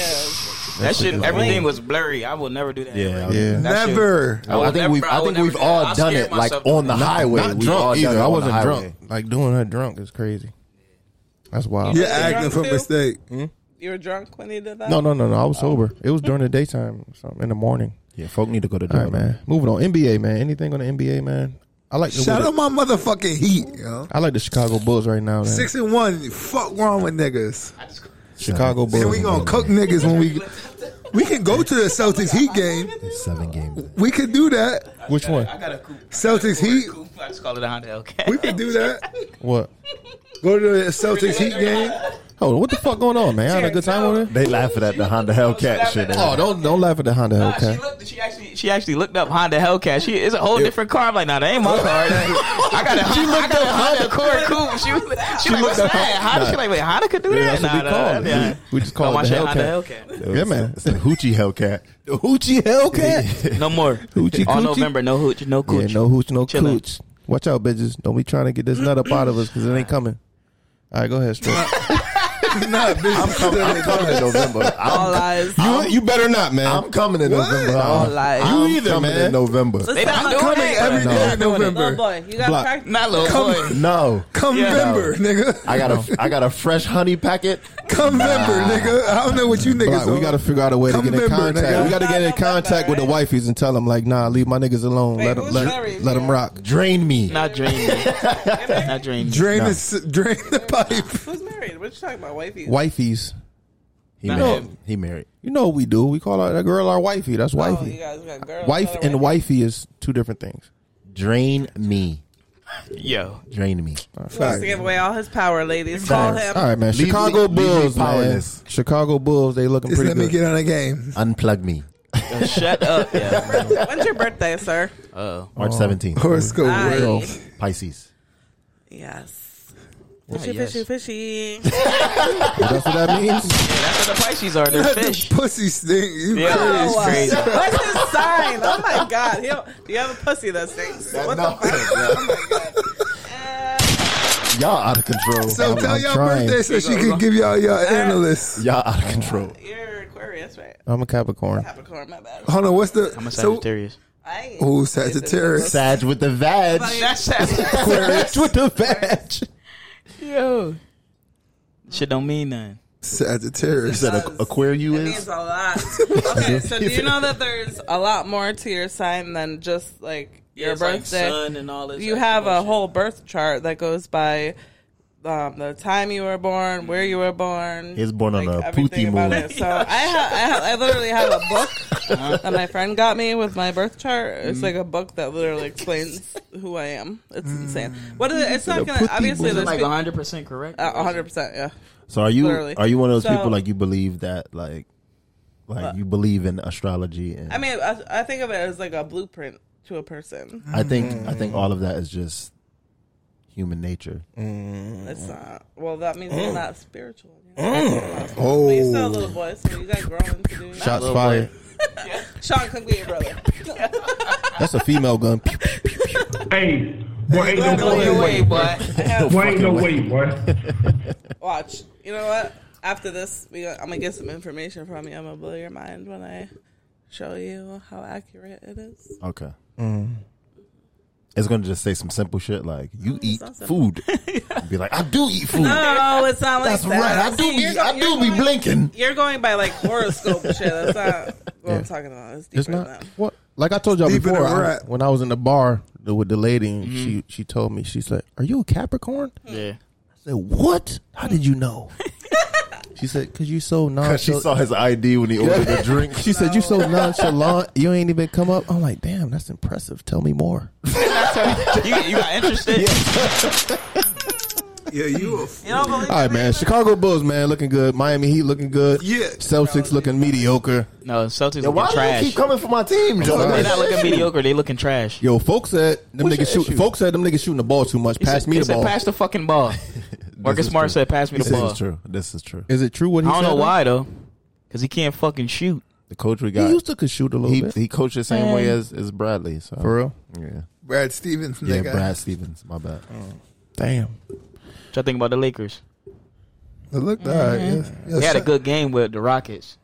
S6: that shit, everything was blurry. I will never do that.
S4: yeah,
S6: ever.
S4: I-
S5: Yeah.
S6: That shit-
S7: Never.
S4: I, I think
S6: never-
S4: we've,
S6: I
S4: I
S6: would
S4: think
S6: never
S4: we've
S6: do
S4: all
S6: that. I
S4: done
S6: scared
S4: it like
S6: myself
S4: on the
S6: doing that.
S4: highway. We've
S5: Not
S4: all
S5: drunk
S4: done
S5: either.
S4: it
S5: I
S4: on the
S5: wasn't
S4: highway.
S5: drunk. Like doing her drunk is crazy. That's wild.
S7: You're
S8: Yeah.
S7: acting for
S8: Too?
S7: mistake.
S4: Mm-hmm.
S8: You were drunk when you did that?
S5: No, no, no, no. I was sober. It was during the daytime, or something in the morning.
S4: Yeah, folk need to go to
S5: All right,
S4: drunk,
S5: man. Moving on. NBA, man. Anything on the NBA, man? I like the
S7: Shout out my motherfucking heat, yo.
S5: I like the Chicago Bulls right now. Man.
S7: Six and one. Fuck wrong with niggas.
S5: Chicago Bulls.
S7: And we gonna cook niggas when we we can go to the Celtics Heat game.
S4: Seven games.
S7: We could do that.
S5: Which one?
S6: I got a coupe.
S7: Celtics Heat.
S6: I just call it a Honda Hellcat.
S7: We could do that.
S5: What?
S7: Go to the Celtics Heat game.
S5: Hold on. What the fuck going on, man? I had a good time with it.
S4: They laughing at the Honda Hellcat shit.
S5: Oh, don't don't laugh at the Honda
S6: Nah,
S5: Hellcat.
S6: She looked. She actually. She actually looked up Honda Hellcat. She it's a whole different car. I'm like, nah, that ain't my car. That ain't- I got a, she I got a Honda Accord coupe. She was. She, like, what's
S5: looked up-
S6: that? Honda, she like, wait, Honda could do
S5: Yeah,
S6: that?
S5: that's what we call it.
S6: nah,
S5: We- we just call
S6: Don't
S5: it
S6: watch
S5: the
S6: that Honda
S5: Hellcat.
S6: Hellcat.
S5: Yeah, man.
S4: It's the Hoochie Hellcat.
S5: The Hoochie Hellcat.
S6: No more.
S5: Hoochie
S6: All
S5: coochie?
S6: November, no hooch, no cooch.
S5: Yeah, no hooch, no
S6: Chillin'.
S5: cooch. Watch out, bitches. Don't be trying to get this nut up out of us because it ain't coming. All right, go ahead, Stroke.
S7: Nah, bitch.
S4: Oh, coming in November.
S8: All
S4: I'm,
S8: lies.
S5: you, you better not, man.
S4: I'm coming in
S7: What?
S4: November.
S8: All
S4: I'm-
S8: lies.
S5: You
S4: I'm
S5: either,
S4: coming
S5: man.
S4: in November.
S6: They not doing
S7: Coming
S6: that.
S7: every
S6: Nah.
S7: day in
S8: Little
S7: November.
S8: boy, you got
S5: Block.
S8: to practice.
S6: Not little boy.
S4: No.
S7: Come November, nigga.
S4: I got a I got a fresh honey packet.
S7: Come November, nigga. I don't know what you niggas.
S5: Black, we
S7: on.
S5: got to figure out a way to
S7: Come
S5: get in
S7: member,
S5: contact.
S7: nigga.
S5: We got to get in contact with the wifeys and tell them like, nah, leave my niggas alone.
S8: Wait,
S5: let them
S8: who's
S5: let,
S8: married,
S5: let 'em
S8: man?
S5: rock.
S4: Drain me.
S6: Not dreaming. Not dreaming.
S7: drain the drain the pipe.
S8: Who's married? What you talking about, wifey?
S5: Wifeys,
S4: He
S6: Not
S4: married.
S6: him.
S4: He married.
S5: you know what we do? We call our, that girl our wifey. That's
S8: Oh, you
S5: wifey.
S8: guys got girls.
S5: Wife
S8: other
S5: and
S8: wife.
S5: wifey is two different things.
S4: Drain me.
S6: Yo,
S4: Drain me.
S8: He wants to give away all his power, ladies. Call him.
S5: All right, man.
S4: Leave me-
S5: Chicago
S4: leave me
S5: Bulls, man.
S4: powerless.
S5: Chicago Bulls. They looking
S7: Just
S5: pretty
S7: let me
S5: good.
S7: get on the game.
S4: Unplug me.
S6: shut up. Yeah.
S8: When's your birthday, sir?
S6: Uh,
S4: March
S7: Oh.
S4: seventeenth.
S7: Horoscope
S8: Aye.
S7: world.
S4: Pisces.
S8: Yes. Fishy,
S6: yes.
S8: fishy, fishy.
S5: That's what that means.
S6: that's what the Pisces are. They're fish.
S7: Pussy stink. You
S6: Yeah,
S7: crazy.
S6: it's crazy.
S8: Oh, uh, What's his sign? Oh my god. He don't- do you have a pussy that stinks? What the fuck? Oh
S4: Y'all out of control.
S7: So
S5: I'm-
S7: tell
S5: I'm
S7: y'all
S5: trying.
S7: birthday so she can give y'all y'all
S6: Ah.
S7: analysts.
S4: Y'all out of control.
S8: You're Aquarius, right?
S5: I'm a Capricorn.
S8: Capricorn, my bad.
S7: Hold on, what's the
S6: I'm a
S7: so?
S6: Sagittarius.
S8: I ain't-
S7: Ooh, Sagittarius.
S4: Sag with the vag.
S6: That's that.
S4: Sag with the vag.
S6: Yo, shit don't mean nothing.
S4: Is
S7: Sagittarius.
S4: that a, Aquarius?
S8: It means a lot. Okay, so do you know that there's a lot more to your sign than just like your birthday?
S6: and all this.
S8: you have a whole birth chart that goes by um, the time you were born, where you were born.
S4: He was born on a
S8: everything
S4: Puthi
S8: about
S4: moon.
S8: it. So I, ha- I, ha- I literally have a book that my friend got me with my birth chart. It's like a book that literally explains who I am. It's insane. What is it? It's not gonna obviously there's
S6: like
S8: pe-
S6: 100 percent correct.
S8: uh, 100%. Yeah.
S4: So are you
S8: Literally.
S4: are you one of those
S8: So- Uh,
S4: people like you believe that like like you believe in astrology and
S8: I mean, I, I think of it as like a blueprint to a person.
S4: I think I think all of that is just human nature.
S8: It's not. Well, that means you're not spiritual. Oh, you still a little boy, so you got growing to do.
S5: Shots fired.
S8: Sean, come get your brother.
S5: That's a female gun. Pew, pew.
S11: Hey, boy, ain't no
S6: Go
S11: fucking
S6: your
S11: way.
S6: way, boy.
S11: Boy, ain't no way, boy.
S8: Watch. You know what? After this, we gonna, I'm gonna get some information from you. I'm gonna blow your mind when I show you how accurate it is.
S4: Okay. It's gonna just say some simple shit like you eat
S8: not simple.
S4: food. Be like I do eat food.
S8: No, it's not like
S4: That's
S8: that.
S4: right. I do
S8: See,
S4: be
S8: you're go-
S4: I
S8: you're
S4: do be
S8: going-
S4: blinking.
S8: You're going by like horoscope shit. That's not what I'm talking about. It's deeper
S5: It's not
S8: than that.
S5: what like I told y'all
S7: Deeper
S5: before.
S7: than we're
S5: I-
S7: at.
S5: when I was in the bar the- with the lady, and she she told me she's like, "Are you a Capricorn?" I
S6: Yeah.
S5: said, "What? How did you know?" she said, "Cause you so
S4: Cause she
S5: nonchalant."
S4: saw his ID when he ordered a drink.
S5: She said, "You so nonchalant. You ain't even come up." I'm like, "Damn, that's impressive. Tell me more."
S6: You, you got interested?
S7: Yeah, you a fool.
S5: All right, man. Chicago Bulls, man, looking good. Miami Heat looking good.
S7: Yeah.
S5: Celtics looking mediocre.
S6: No, Celtics
S4: Yo, why
S6: looking
S4: do you
S6: trash.
S4: keep coming for my team, Joe?
S6: They're not looking mediocre. They looking trash.
S5: Yo, folks said them
S4: What's
S5: niggas
S4: your
S5: shoot.
S4: issue?
S5: Folks said them niggas shooting the ball too much.
S6: He
S5: Pass
S6: said-
S5: me
S6: he
S5: the
S6: said,
S5: ball.
S6: Pass the fucking ball. Marcus
S4: is
S6: Smart
S4: true.
S6: said, "Pass me the
S4: This
S6: ball."
S4: is true. This is true.
S5: Is it true what
S6: I
S5: he
S6: don't
S5: said?
S6: know why though, because he can't fucking shoot.
S4: The coach we
S5: He
S4: got,
S5: used to could shoot a little
S4: he,
S5: bit.
S4: he coached the same way as, as Bradley. So
S5: For real?
S4: yeah,
S7: Brad Stevens,
S4: yeah.
S7: nigga.
S4: Brad Stevens, my bad.
S5: Damn.
S6: What I think about the Lakers?
S7: It looked all right. Yes. Yes,
S6: They had a
S7: shout-
S6: good game with the Rockets.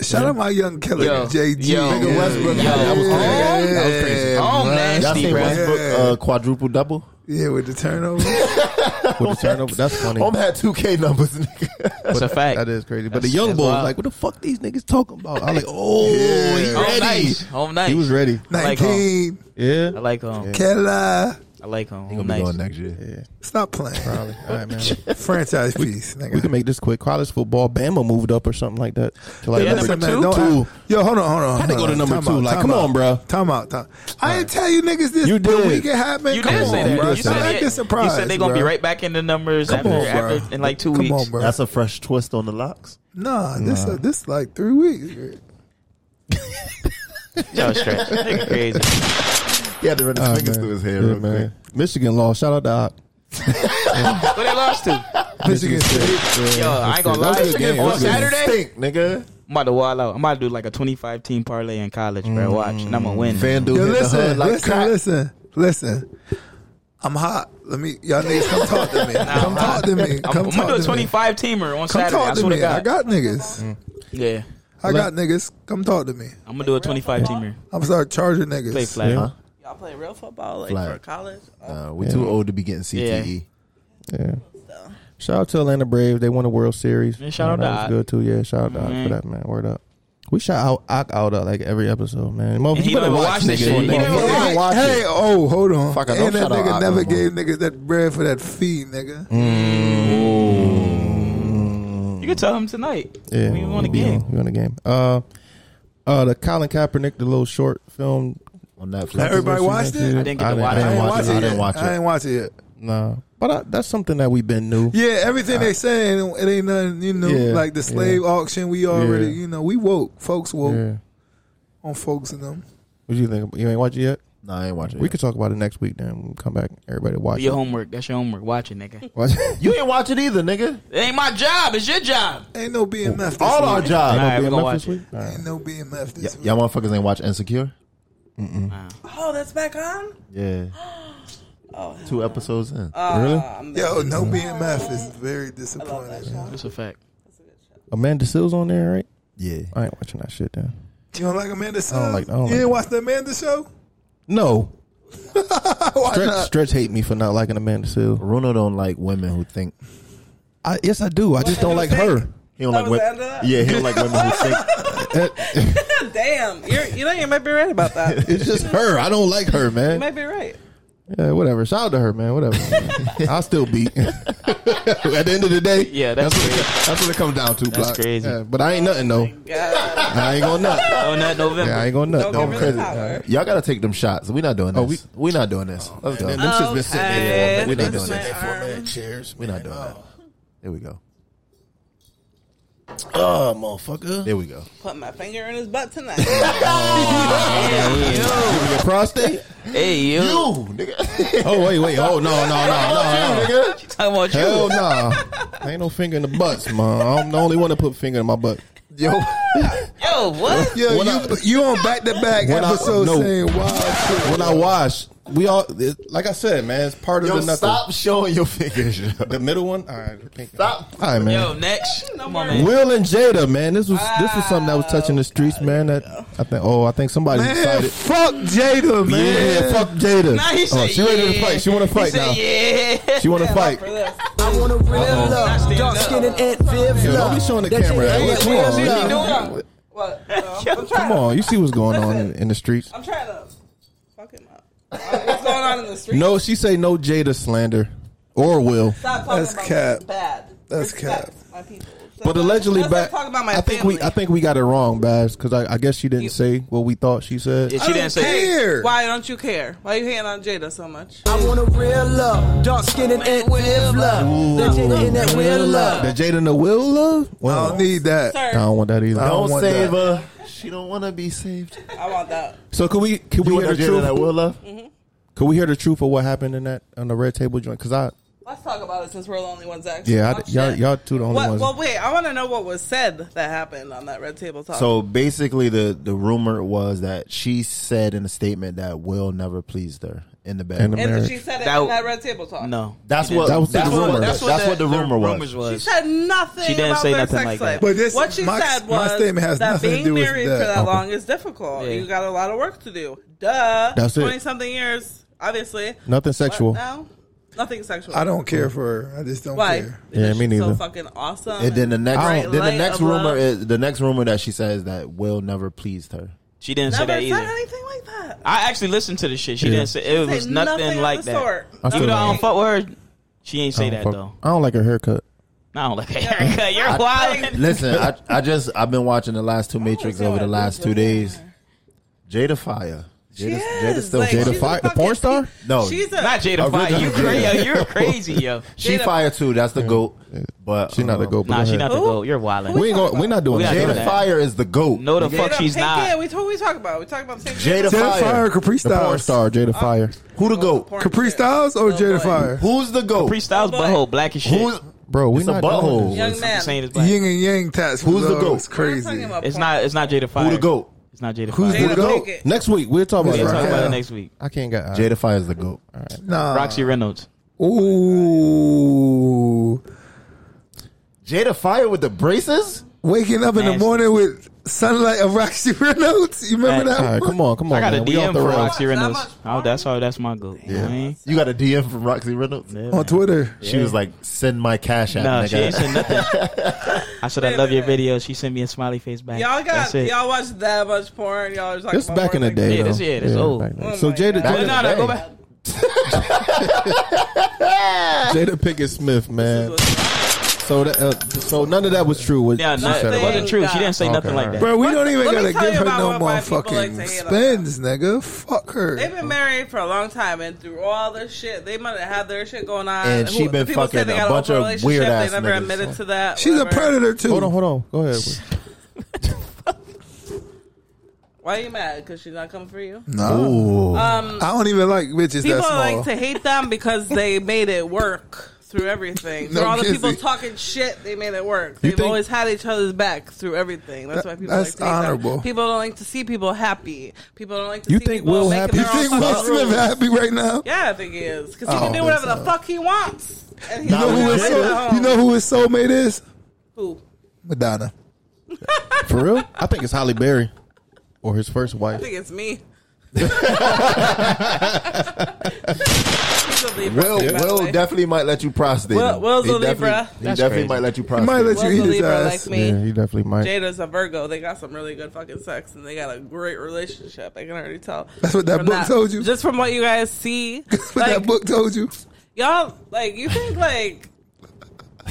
S7: Shout out my young killer,
S6: Yo.
S7: JG.
S6: Yo.
S7: Nigga
S6: Yo.
S7: Westbrook.
S6: Yo.
S7: Yeah,
S6: That was
S4: crazy. That was
S7: yeah,
S4: crazy.
S6: Oh,
S7: man.
S6: nasty,
S4: Y'all seen
S6: bruh.
S4: Westbrook uh, quadruple double?
S7: Yeah, with the turnover.
S5: With the turnover, that's funny.
S4: Home had two K numbers. nigga.
S6: That's a fact.
S5: That is crazy. But the
S6: That's-
S5: young
S6: that's
S5: boy was
S6: wild.
S5: like, what the fuck these niggas talking about? I'm like, oh, he
S6: Home
S5: ready.
S6: nice. Home nice.
S5: He was ready.
S6: like oh.
S7: 19.
S5: Yeah.
S6: I like him.
S7: Killer.
S6: I like him.
S4: Gonna
S6: Home
S4: be
S6: nice.
S4: going next year.
S7: Stop playing.
S5: Probably. All right, man.
S7: Franchise piece,
S5: We can
S7: nigga.
S5: make this quick. College football, Bama moved up or something like that. To like
S6: Yeah,
S5: number
S6: that's
S5: two.
S7: man, don't- Yo, hold on, hold on.
S5: Had to
S7: hold
S5: go to
S7: on.
S5: number
S7: Time
S5: two.
S7: out,
S5: Like,
S7: time
S5: come
S7: out.
S5: on, bro.
S7: Time out. Time. I didn't tell you niggas this.
S5: You
S7: the
S5: did.
S7: week it happened.
S6: You
S7: Come
S6: did
S7: on,
S6: say that.
S7: Bro.
S6: You said,
S7: Stop
S6: that.
S7: acting
S6: you
S7: surprised,
S6: said they're gonna be
S7: bro.
S6: right back in the numbers
S7: Come
S6: after,
S7: on, bro.
S6: after in like two
S7: Come
S6: weeks.
S7: on, bro.
S4: That's a fresh twist on the locks.
S7: nah, this uh, this like three weeks.
S6: Y'all stretch. Nigga crazy.
S4: He had to run his
S5: Ah,
S4: fingers
S5: man.
S4: through his hair
S5: Yeah,
S4: real
S5: man.
S4: quick.
S5: Michigan lost. Shout out to Ock.
S6: Who they lost to?
S7: Michigan State.
S6: Yo, I ain't gonna
S5: That was a
S6: lie.
S5: good game. That
S6: On
S5: was a good game.
S6: Saturday,
S4: Stink, nigga.
S6: I'm about to wild out. I'm about to do like a 25 team parlay in college, bro. Watch, and I'm gonna win.
S4: FanDuel
S7: Yo,
S4: hit the hood
S7: listen,
S4: like
S7: listen,
S4: crack.
S7: listen, listen. I'm hot. Let me, y'all niggas come talk to me. come talk to me.
S6: I'm,
S7: Come
S6: I'm
S7: talk
S6: gonna do a
S7: to me.
S6: 25 teamer on
S7: Come
S6: Saturday. I Mm.
S7: talk to
S6: swear
S7: me.
S6: to
S7: I
S6: God.
S7: got niggas.
S6: Yeah,
S7: I got niggas. Come talk to me.
S6: I'm gonna do a 25 teamer.
S7: I'm sorry, Charger niggas.
S6: Play flat.
S5: Yeah.
S8: Y'all play real football like
S4: Flag.
S8: for college? Oh,
S4: Nah, we too old to be getting E CTE.
S5: Yeah. Shout out to Atlanta Braves. They won the World Series.
S6: And shout out
S5: that
S6: to Mm-hmm.
S5: was
S6: Ock.
S5: good too. Yeah, shout out to Ock for that man. Word up. We shout out Ock out uh, like every episode, man. Motherfucker,
S6: And he
S5: you better
S6: don't even
S5: watch
S6: watch that
S5: this
S6: shit.
S5: shit.
S6: He don't even
S5: Motherfucker,
S7: Hey,
S5: you watch
S7: hey,
S5: it.
S7: oh, hold on.
S4: Fuck, I don't
S7: and that
S4: shout out
S7: nigga
S4: Ock
S7: never
S4: no more.
S7: gave niggas that bread for that feed, nigga.
S6: You can tell him tonight.
S5: Yeah,
S6: we won the
S5: we
S6: game.
S5: won- We won the game. Uh, uh, the Colin Kaepernick, the little short film.
S4: On Netflix.
S7: Now, everybody watched it?
S6: I didn't get to watch
S7: I
S6: it.
S7: ain't
S4: watch
S7: watch
S4: it.
S7: it.
S4: I didn't
S7: yet.
S4: watch it.
S7: I ain't watch it yet.
S5: Nah, but I, that's something that we've been new.
S7: Yeah, everything they saying, it ain't nothing, you know,
S5: Yeah,
S7: like the slave auction, we already,
S5: Yeah.
S7: you know, we woke. Folks woke
S5: Yeah.
S7: on folks and them.
S5: What you think? You ain't watch it yet?
S4: Nah, I ain't watching
S5: We
S4: it.
S5: could talk about it next week. Then we'll come back. Everybody watch
S6: Do your
S5: it.
S6: homework. That's your homework. Watch it, nigga.
S5: Watch-
S4: You ain't watch it either, nigga.
S6: It ain't my job. It's your job.
S7: Ain't no BMF this
S4: All our
S7: week.
S6: All
S4: jobs.
S6: right, we're gonna
S5: Enough
S6: watch
S5: this
S6: it.
S5: week? All right.
S7: Ain't no BMF
S4: Y-
S7: this week.
S4: y'all motherfuckers ain't watch Insecure?
S8: oh, that's back on.
S4: Yeah. Two episodes in.
S5: Uh,
S7: Yo, no BMF is very disappointing.
S6: That's a fact.
S5: Amanda Seals on there, right?
S4: yeah.
S5: I ain't watching that shit. Then
S7: You don't like Amanda show?
S5: like- I don't
S7: you
S5: like
S7: didn't
S5: that.
S7: watch the Amanda show?
S5: no.
S7: Why
S5: Stretch,
S7: not?
S5: Stretch hate me for not liking Amanda Seals.
S4: Bruno don't like women who think.
S5: I, yes, I do. I just don't like her.
S4: He don't
S8: That
S4: like
S8: was
S4: women.
S8: the end of that?
S4: Yeah, he don't like women who think.
S8: Damn, you're, you know you might be right about that.
S5: It's just her. I don't like her,
S8: You
S5: man.
S8: might be right.
S5: Yeah, whatever. Shout out to her, man. Whatever. I'll still beat. At the end of the day,
S6: Yeah, that's
S5: what,
S6: crazy.
S5: that's what it comes down to.
S6: That's
S5: Block.
S6: crazy.
S5: Yeah, but I ain't nothing though.
S8: God,
S5: I ain't gonna nut.
S6: Oh, not November.
S5: Yeah, I ain't gonna nut.
S8: don't
S5: though.
S8: give me the power.
S4: Y'all gotta take them shots. We not doing this.
S5: Oh,
S4: we, we not doing this. Let's go.
S5: Them shit's been sitting there.
S8: Okay.
S4: We
S5: for a minute.
S4: not
S5: They've been
S4: doing
S5: sitting there
S4: that.
S5: for a minute. Cheers.
S4: We not doing that. There we go.
S5: Oh, motherfucker.
S4: There we go.
S8: Put my finger in his butt tonight.
S5: Your prostate?
S6: Hey, you.
S4: You, nigga.
S5: Oh wait, wait. Oh no, no, no, no, no.
S6: Talking about you.
S5: Hell nah. ain't no finger in the butts, man. I'm the only one that put finger in my butt.
S7: Yo,
S6: Yo, what?
S7: yo,
S5: When
S7: you,
S5: I-
S7: you on back to back
S5: When I-
S7: episodes
S5: no.
S7: saying wild shit.
S5: When I wash, we all it, like I said, man. It's part of
S4: Yo,
S5: the nothing.
S4: stop showing your fingers. yo.
S5: The middle one. All right, the pink one.
S4: Stop.
S5: All right, man.
S6: Yo, next. Come on, man.
S5: Will and Jada, man, this was this was something that was touching the streets, man. That I think, oh, I think somebody's
S7: Man,
S5: excited.
S7: fuck Jada, man.
S5: Yeah, fuck Jada.
S6: Nah, he said,
S5: oh, she ready to
S6: yeah.
S5: fight. She want to
S6: He
S5: fight now.
S6: said, yeah.
S5: She want to fight.
S8: for this.
S10: I want to real love. Dark skin and Aunt Viv's
S5: Yo, don't be
S10: love.
S5: showing the camera.
S10: Hey,
S5: Come
S10: where's
S5: on,
S10: he
S5: man.
S8: doing? What? No, I'm, I'm trying,
S5: come on. You see what's going on in, in the streets?
S8: I'm trying to fuck him up. What's going on in the street?
S5: No, she say no Jada slander or Will.
S8: Stop talking
S7: That's
S8: about
S7: cap.
S8: what's bad.
S7: That's
S8: Respect My people. Shut
S5: But allegedly,
S8: Let's not
S5: back.
S8: talk about my
S5: I think we I think we got it wrong, Babs, because I, I guess she didn't say what we thought she said.
S8: I don't care. Why don't you care? Why you hating on Jada so much?
S10: I want a real love, dark skin and that real love. That Jada in that real love.
S5: The Jada and the Will love? Well,
S7: I don't need that.
S5: I don't want that either.
S7: I don't want that.
S4: her. She don't want to be saved.
S8: I want that.
S5: So can we can we
S4: You
S5: hear the
S4: want to
S5: truth?
S4: that will love?
S8: Mm-hmm.
S5: Can we hear the truth of what happened in that on the red table joint? Because I
S8: Let's talk about it since we're the only ones actually.
S5: yeah I,
S8: watching
S5: y'all
S8: it.
S5: y'all two the only
S8: Oh, What,
S5: ones.
S8: well, wait. I want to know what was said that happened on that red table talk.
S4: So basically, the the rumor was that she said in a statement that Will never pleased her in the
S5: In
S4: bed.
S5: the-
S8: and
S5: Mary-
S8: she said it
S6: That-
S8: in that red table talk.
S6: No,
S4: That's
S6: She didn't.
S4: what
S5: That was the
S4: that's what-
S5: rumor.
S4: That's, that's what the, rumor was.
S6: rumors
S8: She said nothing.
S6: She didn't
S8: about
S6: say
S8: their
S6: nothing
S8: sex
S6: like
S8: life.
S6: that.
S7: But this-
S8: what she
S7: my-
S8: said
S7: my
S8: was
S7: statement has
S8: that
S7: nothing to
S8: being
S7: do with
S8: married
S7: that.
S8: for that
S7: Okay.
S8: long is difficult.
S6: Yeah.
S8: You got a lot of work to do. Duh.
S5: That's it.
S8: Twenty something years, obviously.
S5: Nothing sexual.
S8: What now? Nothing sexual.
S7: I don't care for her. I just don't
S8: Why?
S7: care.
S8: Because
S5: Yeah, me
S8: she's
S5: neither.
S8: So fucking awesome.
S4: And then the next
S8: Bright
S4: then the
S8: light
S4: next
S8: of
S4: rumor
S8: love.
S4: is the next rumor that she says that Will never pleased her.
S6: she didn't
S8: never
S6: say that
S8: said
S6: either.
S8: anything like that.
S6: I actually listened to the shit. She
S5: Yeah.
S6: didn't say it
S8: Say
S6: was nothing
S8: of
S6: like
S8: the
S6: that.
S8: sort.
S5: I
S6: You
S5: still
S6: know, I
S5: don't
S6: don't fuck with her. She ain't say
S5: I don't
S6: that
S5: fuck-
S6: though.
S5: I don't like her haircut.
S6: No, I don't like a haircut. You're wild.
S4: Listen, I I just I've been watching the
S8: Oh
S4: last two Matrix over the last two days. Jada Fire. Jada, Jada
S8: is,
S4: still
S8: like,
S4: Jada
S8: she's a
S4: Fire.
S5: the
S8: fucking-
S5: porn star?
S4: No.
S8: she's a
S6: Not Jada Fire. You
S4: Original
S6: crazy?
S4: Jada.
S6: Yo, you're crazy, yo.
S4: She
S8: Jada-
S4: Fire too. That's the goat. But
S5: She's not the
S4: um,
S5: goat. but
S6: Uh-huh.
S5: go
S6: Nah, she
S5: ahead.
S6: not the
S8: Who?
S6: goat. You're wilding.
S8: Who we
S5: We ain't going. We're not doing
S6: We not
S5: that.
S6: doing
S4: Jada
S6: that.
S4: Fire is the goat.
S6: No, the
S8: Jada
S6: fuck, she's
S8: Pinkett.
S6: not.
S8: We told we talk about. We talk about the same
S4: Jada
S8: thing.
S7: Jada
S4: Fire.
S7: Fire, Capri
S5: The porn
S7: Styles.
S5: star
S8: Uh-huh.
S5: Jada Fire.
S4: Who the goat?
S8: Porn
S7: Capri
S8: shit.
S7: Styles or
S8: Oh,
S7: Jada
S8: boy.
S7: Fire?
S4: Who's the goat?
S6: Freestyle's
S8: boy.
S6: butthole black as shit.
S4: Who's
S5: Bro, we
S4: It's a
S5: not doing
S4: butthole.
S5: this.
S8: Young man.
S6: saying it's black.
S7: Yin and Yang tats.
S4: Who's the
S7: Dog.
S4: goat?
S7: It's
S8: We're
S7: crazy.
S8: talking about
S6: It's
S8: porn.
S6: not. It's not Jada Fire.
S4: who the goat?
S6: It's not Jada
S7: Who's
S6: Fire.
S7: the
S8: Jada
S7: goat?
S8: Pinkett.
S5: Next week we'll talk about
S6: We'll talk about
S5: that.
S6: it next week.
S5: I can't get uh, all right.
S4: Jada Fire is the goat.
S7: Nah.
S6: Roxy Reynolds.
S7: Ooh.
S4: Jada Fire with the braces?
S7: Waking up in the
S6: Nasty.
S7: morning with sunlight of Roxy Reynolds. You remember
S5: All
S7: that?
S5: right,
S7: one?
S5: come on, come on.
S6: I got a
S5: man. We
S6: DM
S5: off the
S6: for
S5: rails.
S6: Roxy
S8: Not
S6: Reynolds.
S8: much.
S6: Oh, that's how. That's my goat. You know what I mean?
S4: You got a DM from Roxy Reynolds? Oh,
S6: Yeah,
S7: On
S6: man.
S7: Twitter.
S4: She was like, send my cash app,
S6: No,
S4: nigga.
S6: she ain't said nothing. I said I
S8: Wait a
S6: love your
S8: minute.
S6: video. She sent me a smiley face back.
S8: Y'all got
S6: That's it.
S8: y'all watch that much porn. Y'all are talking
S5: It's
S8: about
S5: back in
S8: porn
S5: the day.
S6: Yeah, that's-
S5: though.
S6: yeah, that's old.
S5: back then.
S8: Oh
S5: so
S8: my
S5: Jada,
S8: God.
S5: Jada,
S6: No, no, go back.
S5: Jada Pickett Smith, man.
S8: This is
S5: So that, uh, so none of that was true. What
S6: Yeah,
S5: she
S6: no,
S5: said
S6: it
S5: about
S6: wasn't
S5: it.
S6: true. She didn't say
S5: Okay,
S6: nothing like
S5: alright.
S6: that.
S7: Bro, we
S8: Let-
S7: don't even
S8: let me
S7: gotta
S8: tell
S7: give
S8: you
S7: her
S8: about
S7: no
S8: what
S7: more
S8: white people like
S7: fucking
S8: to hate on.
S7: spins, nigga. Fuck her.
S8: They've been married for a long time, and through all this shit, they might have had their shit going on.
S4: And she
S8: Who-
S4: been
S8: people say
S4: fucking
S8: they
S4: a
S8: got
S4: bunch
S8: open
S4: of
S8: relationship,
S4: weird-ass
S8: They never
S4: niggas,
S8: admitted
S4: so.
S8: to that.
S7: She's a
S8: whatever.
S7: predator too.
S5: Hold on, hold on. Go ahead.
S8: Why you mad? Because she's not coming for you.
S7: No.
S4: Ooh.
S7: I don't even like bitches
S8: People
S7: that small.
S8: like to hate them because they made it work through everything. Through
S7: No
S8: all the people
S7: kissy.
S8: talking shit, they made it work. They've
S5: think-
S8: always had each other's back through everything. That's why people
S7: That's
S8: like to hate them.
S7: honorable.
S8: People don't like to see people happy. People don't like to
S5: You
S8: see
S5: think
S8: people
S5: Will happy?
S8: making
S7: you
S8: their own
S7: think Will
S8: fucking
S7: Smith
S8: rules.
S7: happy right now?
S8: Yeah, I think he is because he
S7: I
S8: can
S5: Oh,
S7: don't
S8: do whatever
S7: think
S8: the
S7: so.
S8: fuck he wants. And he
S7: You know,
S8: doesn't
S7: who
S8: have
S7: his
S8: to do it at
S7: soul,
S8: home.
S7: you know who his soulmate is?
S8: Who?
S7: Madonna.
S5: For real? I think it's Holly Berry or his first
S8: I
S5: wife.
S8: think it's me. He's a Libra,
S4: Will,
S8: by the
S4: Will
S8: way.
S4: definitely might let you prostate.
S8: Will-
S4: him.
S8: Will's
S4: he
S8: a
S4: definitely,
S8: Libra.
S4: He
S6: That's
S4: definitely
S6: crazy.
S4: might let you
S7: He might
S4: prostate.
S7: let you
S8: Will's a
S7: eat his
S8: Libra like
S7: ass.
S8: me.
S5: Yeah, he definitely might.
S8: Jada's a Virgo. They got some really good fucking sex, and they got a great relationship. I can already tell.
S7: That's what that
S8: From
S7: book told you.
S8: Just from what you guys see,
S7: What
S8: like
S7: that book told you.
S8: y'all, like you think like.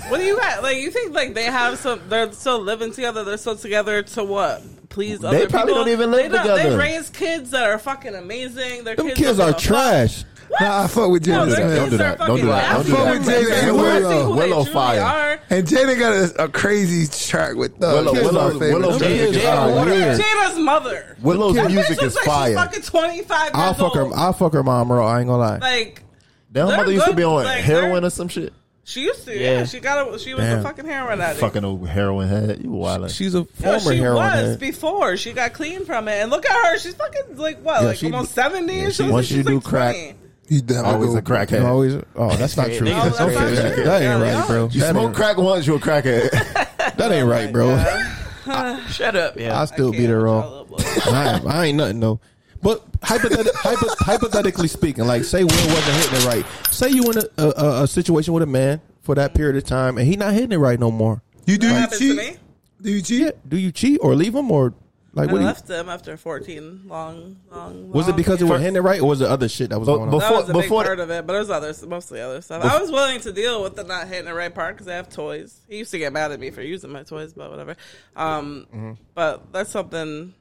S8: What do you got? Like you think like they have some? They're still living together. They're still together to what? Please,
S4: They
S8: other
S4: probably
S8: people?
S4: don't even live
S8: they They
S4: together.
S8: raise kids that are fucking amazing. Their
S5: Them kids are trash.
S7: Nah, I fuck with Jada
S8: No, their
S7: Smith.
S8: kids
S4: do
S8: are
S4: that. Don't do that. Don't
S8: fucking
S4: do
S8: assholes.
S7: that. Fuck with
S8: They're
S7: Jada and
S8: embarrassing
S7: Willow.
S8: who they
S4: Willow
S8: truly
S4: fire.
S8: are.
S7: And Jada got a, a crazy track with Thug.
S4: Willow-
S7: Kids
S4: Willow-
S7: are favorite
S4: Willow-
S7: track.
S4: Jada- Jada-
S7: Alright.
S8: What about
S5: Weird.
S8: Jada's mother?
S4: Willow's
S8: That
S4: music
S8: bitch
S4: is
S8: looks like
S4: fire.
S8: She's fucking twenty five.
S5: I'll fuck her. I'll fuck her mom, bro. I ain't gonna lie.
S8: Like
S4: That
S8: They're
S4: mother used to
S8: good,
S4: be on
S8: like,
S4: heroin
S8: they're-
S4: or some shit.
S8: she used to. Yeah,
S6: Yeah.
S8: she got. A, she was a
S5: Damn.
S8: fucking heroin addict.
S4: Fucking old heroin head. You wildin'.
S5: She's a
S8: No,
S5: former
S8: she
S5: heroin
S8: was
S5: head.
S8: before she got clean from it, and look at her. She's fucking like what,
S5: Yeah,
S8: like
S5: she-
S8: almost seventy.
S4: yeah,
S8: and
S4: she-
S8: looks
S4: once
S8: like
S4: you
S8: she's
S4: do
S8: like
S4: crack,
S8: 20.
S7: You definitely
S4: Always
S7: go-
S4: a crackhead.
S5: You always. Oh, that's not true.
S8: No, that's
S5: That's okay.
S8: not true.
S5: That ain't
S8: Yeah.
S5: right, bro.
S4: You
S5: That
S4: smoke
S5: ain't,
S4: crack once, you a crackhead.
S5: that ain't right, bro.
S6: Shut up. Yeah.
S5: I'll still
S8: I
S5: be there
S8: can't
S5: wrong.
S8: with y'all little boys.
S5: I, ain't- I ain't nothing though. But hypothet- hypo- hypothetically speaking, like say Will wasn't hitting it right. Say you in a, a, a- a situation with a man for that period of time, and he not hitting it right no more.
S7: You do
S8: What
S7: you
S8: happens to me?
S7: cheat? Do you cheat?
S5: Do you cheat or leave him or
S7: Like,
S5: I
S7: what do you-
S5: left him after 14 long, long.
S7: Was it
S5: long
S7: because it
S5: years.
S7: was handed right, or was it other shit that was
S4: But-
S7: going on?
S4: but-
S5: that was a
S4: before-
S5: big
S4: before-
S5: part of it, but it was other, mostly other stuff.
S4: Bef-
S5: I was willing to deal with the not hitting the right part because I have toys. He used to get mad at me for using my toys, but whatever. Um,
S4: Mm-hmm.
S5: But that's something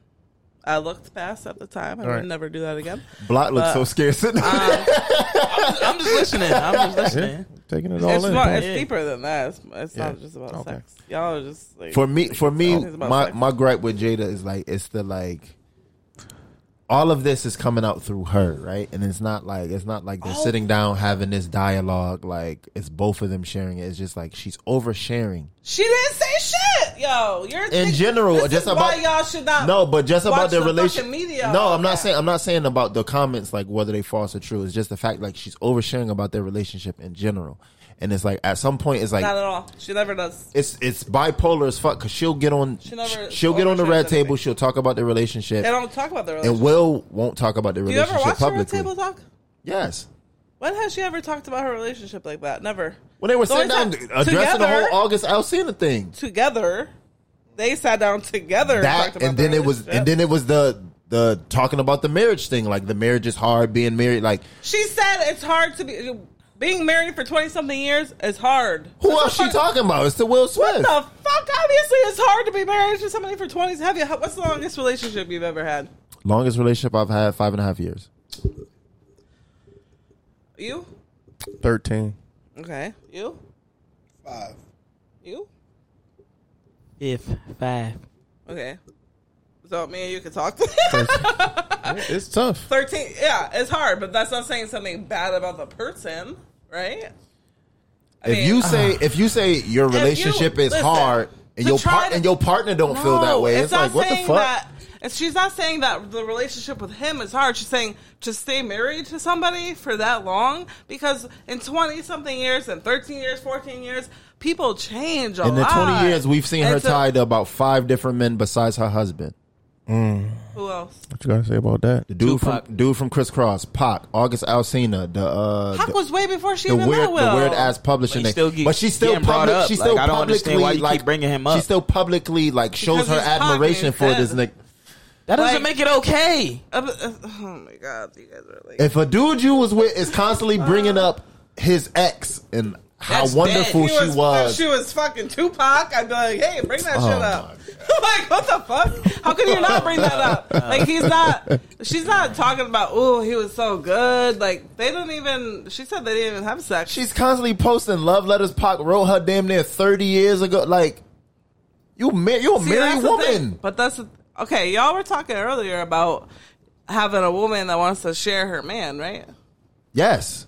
S5: I looked past at the time. I
S4: Alright.
S5: would never do that again.
S4: Block looks
S5: But-
S4: so scared sitting.
S6: I'm just listening. I'm just listening.
S7: Taking it all
S5: It's,
S7: in.
S5: more,
S7: bro.
S5: it's deeper than that. It's, it's not just about
S7: Okay.
S5: sex. Y'all are just like
S4: for me, for me,
S5: It's about
S4: my
S5: sex.
S4: my gripe with Jada is like it's the like. All of this is coming out through her, right? And it's not like it's not like
S5: Oh.
S4: they're sitting down having this dialogue. Like it's both of them sharing it. It's just like she's oversharing.
S5: She didn't say shit, yo. You're
S4: in general,
S5: this
S4: just
S5: is
S4: about
S5: why y'all should not.
S4: no, but just
S5: watch
S4: about their
S5: the
S4: relation.
S5: fucking media.
S4: no, I'm not saying I'm not saying about the comments like whether they false or true. It's just the fact like she's oversharing about their relationship in general, and it's like at some point it's like
S5: not at all. She never does.
S4: it's it's bipolar as fuck because she'll get on she
S5: She never
S4: will get on the
S5: overshares
S4: red table.
S5: anything.
S4: She'll talk about their relationship,
S5: They don't talk about their
S4: and
S5: relationship.
S4: Will won't talk about their
S5: Do you ever
S4: relationship
S5: watch her on
S4: publicly.
S5: table talk?
S4: Yes.
S5: When has she ever talked about her relationship like that? Never.
S4: When they were
S5: The
S4: sitting down
S5: only time-
S4: addressing the
S5: together-
S4: whole August Alcina thing,
S5: together. They sat down together. and talked
S4: that
S5: about
S4: and then
S5: their
S4: it was and
S5: relationship.
S4: then it was the the talking about the marriage thing, like the marriage is hard, being married, like
S5: she said it's hard to be being married for twenty something years is hard.
S4: Who
S5: What
S4: else
S5: the
S4: she
S5: fuck-
S4: talking about? It's the Will Smith.
S5: What the fuck? Obviously, it's hard to be married to somebody for twenty. Have you? What's the longest relationship you've ever had?
S4: Longest relationship I've had five and a half years.
S5: You?
S7: Thirteen.
S5: Okay. You?
S8: Five.
S5: You?
S6: If five.
S5: Okay. So me and you can talk.
S7: It's tough.
S5: Thirteen. Yeah, it's hard, but that's not saying something bad about the person, right? I
S4: if
S5: mean-
S4: you say if you say your
S5: uh-huh. If you-
S4: relationship is
S5: listen,
S4: hard and
S5: to
S4: your
S5: try
S4: part
S5: to-
S4: and your partner don't feel that way, it's, like
S5: not
S4: what the
S5: saying
S4: fuck?
S5: That, and she's not saying that the relationship with him is hard. She's saying to stay married to somebody for that long because in twenty something years and thirteen years, fourteen years, people change a
S4: In the
S5: lot.
S4: twenty years, we've seen
S5: And
S4: her
S5: so-
S4: tied to about five different men besides her husband.
S5: Who else?
S7: Mm. What you gotta say about that?
S4: The dude
S6: Tupac.
S4: from dude from Crisscross, Pac, August Alsina, the uh,
S5: Pac
S4: the,
S5: was way before she
S4: the
S5: even
S4: weird,
S5: met Will.
S4: the weird ass publishing
S6: But
S4: thing.
S6: he still keep
S4: but she's still
S6: getting brought
S4: public.
S6: up.
S4: She's still
S6: Like, I don't
S4: publicly
S6: understand why you keep
S4: like
S6: bringing him
S4: She
S6: up.
S4: still publicly like shows
S5: Because
S4: her
S5: he's Pac and
S4: admiration
S5: he's
S4: for
S5: dead.
S4: this nigga.
S6: That doesn't
S5: Like-
S6: make it okay.
S5: Uh, uh, Oh my god, you guys are like.
S4: If a dude you was with is constantly bringing up his ex and how
S6: That's
S4: wonderful
S6: dead.
S4: she was,
S5: If she was fucking Tupac, I'd be like, hey, bring that
S4: Oh,
S5: shit up. like, what the fuck? How can you not bring that up? Like, he's not, she's not talking about, oh, he was so good. Like, they don't even, she said they didn't even have sex.
S4: she's constantly posting love letters. Pac wrote her damn near thirty years ago. Like you, mar- you a
S5: See,
S4: married
S5: that's the thing.
S4: woman.
S5: But that's, the- okay, y'all were talking earlier about having a woman that wants to share her man, right?
S4: Yes.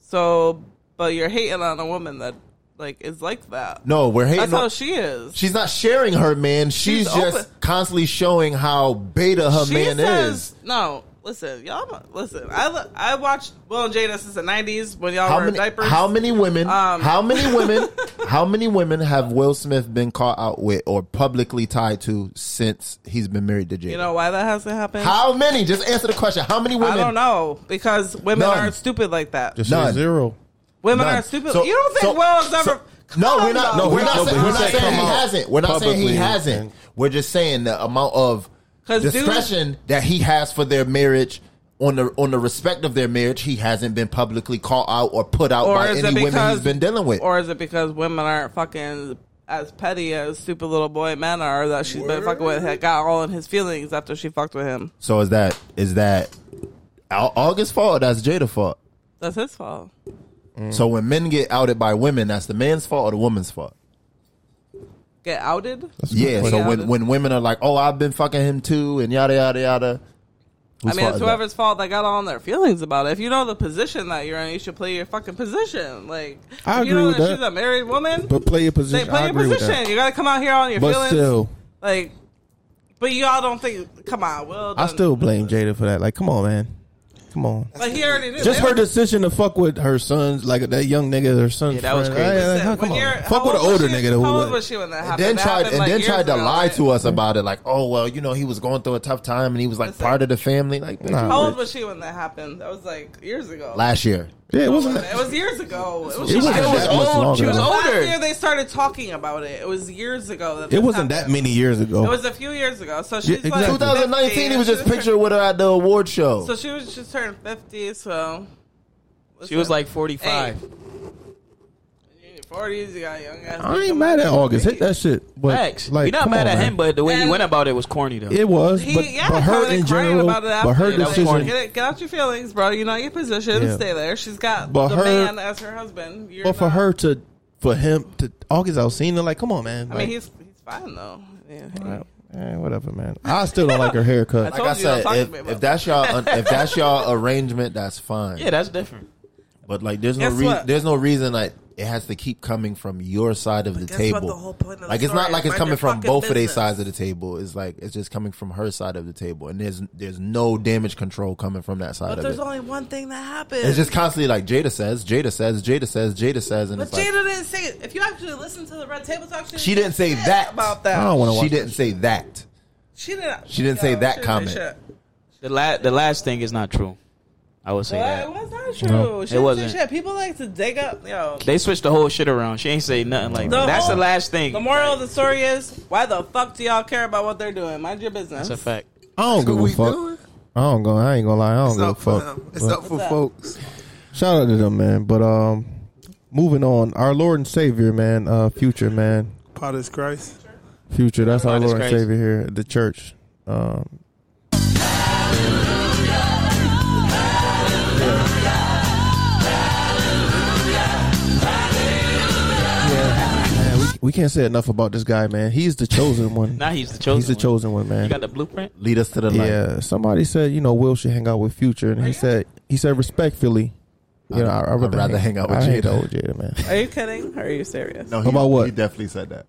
S5: So, but you're hating on a woman that, like, is like that.
S4: No, we're hating.
S5: That's
S4: on-
S5: how she is.
S4: she's not sharing her man. She's,
S5: She's
S4: just
S5: open.
S4: constantly showing how beta her man is.
S5: No, listen, y'all. Listen, I li- I watched Will and Jada since the '90s when y'all
S4: How
S5: were
S4: many,
S5: diapers.
S4: how many women?
S5: Um,
S4: how many women? how many women have Will Smith been caught out with or publicly tied to since he's been married to Jada?
S5: You know why that hasn't happened?
S4: How many? Just answer the question. How many women?
S5: I don't know because women
S4: None.
S5: aren't stupid like that.
S7: Just
S4: None.
S7: say zero.
S5: women
S4: None.
S5: aren't stupid.
S4: So-
S5: you don't think
S4: so-
S5: Will's ever?
S4: so- no,
S5: Come
S4: we're not.
S5: on,
S4: No,
S5: dog.
S4: we're not,
S7: No, but
S4: saying,
S7: he
S4: we're not
S7: said
S4: saying he
S7: come out
S4: hasn't. We're not saying he
S7: publicly
S4: hasn't.
S7: and-
S4: We're just saying the amount of
S5: 'Cause dudes-
S4: discretion that he has for their marriage. On the on the respect of their marriage, he hasn't been publicly called out or put out
S5: Or
S4: by any
S5: is it because
S4: women he's been dealing with.
S5: Or is it because women aren't fucking as petty as stupid little boy men are that she's been fucking with? Had got all in his feelings after she fucked with him.
S4: so is that is that Au- August fault? Or that's Jada fault.
S5: That's his fault. Mm.
S4: So when men get outed by women, that's the man's fault or the woman's fault.
S5: Get outed.
S4: Yeah. So
S5: question.
S4: when, when women are like, "Oh, I've been fucking him too," and yada yada yada.
S5: I
S4: whose
S5: mean,
S4: fault
S5: it's
S4: is that?
S5: whoever's fault that got all in their feelings about it. If you know the position that you're in, you should play your fucking position. Like,
S7: I
S5: if you
S7: agree
S5: know
S7: with that.
S5: she's a married woman,
S7: But play your
S5: say,
S7: position. I
S5: play your
S7: agree with
S5: position.
S7: that.
S5: You got to come out here on your
S7: But
S5: feelings.
S7: still,
S5: Like, but y'all don't think, come on, Will.
S7: I
S5: done-
S7: still blame Jada for that. Like, come on, man. Come on.
S5: Like, he already knew.
S7: Just
S5: They
S7: her
S5: were-
S7: decision to fuck with her sons, like that young nigga, her son's
S6: Yeah, that was
S7: friend.
S6: crazy.
S7: Hey, like,
S5: Listen,
S7: come
S5: when you're-
S7: on.
S5: how
S7: Fuck with
S5: old
S7: an
S5: was
S7: older
S5: she-
S7: nigga. that
S5: How
S7: would-
S5: old was she when that
S4: And
S5: happened?
S4: then
S5: That
S4: tried
S5: happened,
S4: and
S5: like,
S4: then
S5: years
S4: tried to
S5: ago,
S4: lie
S5: right?
S4: to us about it, like, oh well, you know, he was going through a tough time and he was like
S5: Listen.
S4: part of the family, like
S7: Nah.
S5: How
S4: bitch.
S5: old was she when that happened? That was like years ago.
S4: last year.
S5: Yeah, it wasn't.
S8: It was years ago. It was,
S5: It wasn't
S8: just-
S5: that much longer
S8: She was
S5: ago.
S8: older. Last year they started talking about it. It was years ago. That
S5: It
S8: this
S5: wasn't that
S8: happened.
S5: many years ago.
S8: It was a few years ago. So she's
S5: Yeah,
S8: like
S5: exactly.
S4: 2019, he was just
S8: 50.
S4: pictured with her at the award show.
S8: So she was just turned fifty. So
S6: She was like 45.
S8: forties, you got young ass.
S5: I ain't mad at August. Hit that shit. But
S6: Facts.
S5: like,
S6: You're not
S5: come
S6: mad
S5: on,
S6: at
S5: man.
S6: him, but the way he
S8: And-
S6: went about it was corny though.
S5: It was, but,
S8: yeah,
S5: but her
S8: Tony
S5: in
S8: crying
S5: general,
S8: about it
S5: but
S8: after
S5: her
S8: it. Like,
S5: decision,
S8: Get, it, get out your feelings, bro. You're not in your position.
S5: Yeah.
S8: Stay there. She's got
S5: But
S8: the
S5: her-
S8: man as her husband. You're
S5: but for
S8: not-
S5: her to, for him to August Alsina, like, come on, man.
S8: I
S5: Like,
S8: mean, he's he's fine though. Yeah.
S5: eh, whatever, man. I still don't like her haircut.
S8: I
S4: Like I
S8: told you, I
S4: said,
S8: was talking to me
S4: if,
S8: about
S4: if that's y'all, if that's y'all arrangement, that's fine.
S6: Yeah, that's different.
S4: But like, there's no
S8: Guess
S4: re-
S8: what?
S4: there's no reason that it has to keep coming from your side of the
S8: guess
S4: table.
S8: what? The whole point of the
S4: like, it's
S8: story
S4: not
S8: is
S4: like it's
S8: mind
S4: coming
S8: your
S4: from
S8: fucking
S4: both of their
S8: business.
S4: sides of the table. It's like it's just coming from her side of the table, and there's there's no damage control coming from that side
S8: But
S4: of
S8: there's
S4: it.
S8: only one thing that happened.
S4: it's just constantly like Jada says, Jada says, Jada says, Jada says, and
S8: But
S4: it's like
S8: Jada didn't say it. If you actually listen to the Red Table Talk, she,
S4: she didn't say
S8: shit
S4: that
S8: about
S5: I
S8: that.
S5: don't want to
S4: She
S5: watch.
S4: didn't say that.
S8: She didn't.
S4: She didn't say
S8: no,
S4: that
S8: she didn't
S4: comment.
S8: shit.
S6: The last the last thing is not true. I would say
S8: Well,
S6: that.
S8: it was not true.
S6: No.
S8: she
S6: It
S8: didn't
S6: wasn't.
S8: say shit. People like to dig up. Yo,
S6: They switched the whole shit around. She ain't say nothing like that. That's
S8: whole-
S6: the last thing.
S8: The moral of the story is: Why the fuck do y'all care about what they're doing? Mind your business.
S6: That's a fact.
S5: I don't give a
S7: we
S5: fuck.
S7: doing?
S5: I don't go. I ain't gonna lie. I don't
S7: It's
S5: give a
S7: up for
S5: fuck.
S7: them. It's
S5: But
S7: up for folks.
S5: shout out to them, man. But um, moving on, our Lord and Savior, man, uh, Future, man,
S7: Part is Christ.
S5: Future. That's our
S6: God is
S5: Lord and
S6: crazy.
S5: Savior here at the church. Um, yeah. Man, we, we can't say enough about this guy, man. He's the chosen one.
S6: Now he's the chosen.
S5: he's the
S6: one.
S5: chosen one, man.
S6: You got the blueprint.
S4: Lead us to the light.
S5: Yeah, somebody said you know Will should hang out with Future, and he said he said respectfully, you know I, I
S4: I'd
S5: rather,
S4: rather hang out with
S5: I hang
S4: Jada.
S5: out with Jada, man.
S8: Are you kidding? Or are you serious?
S4: No, he,
S5: About what?
S4: He definitely said that.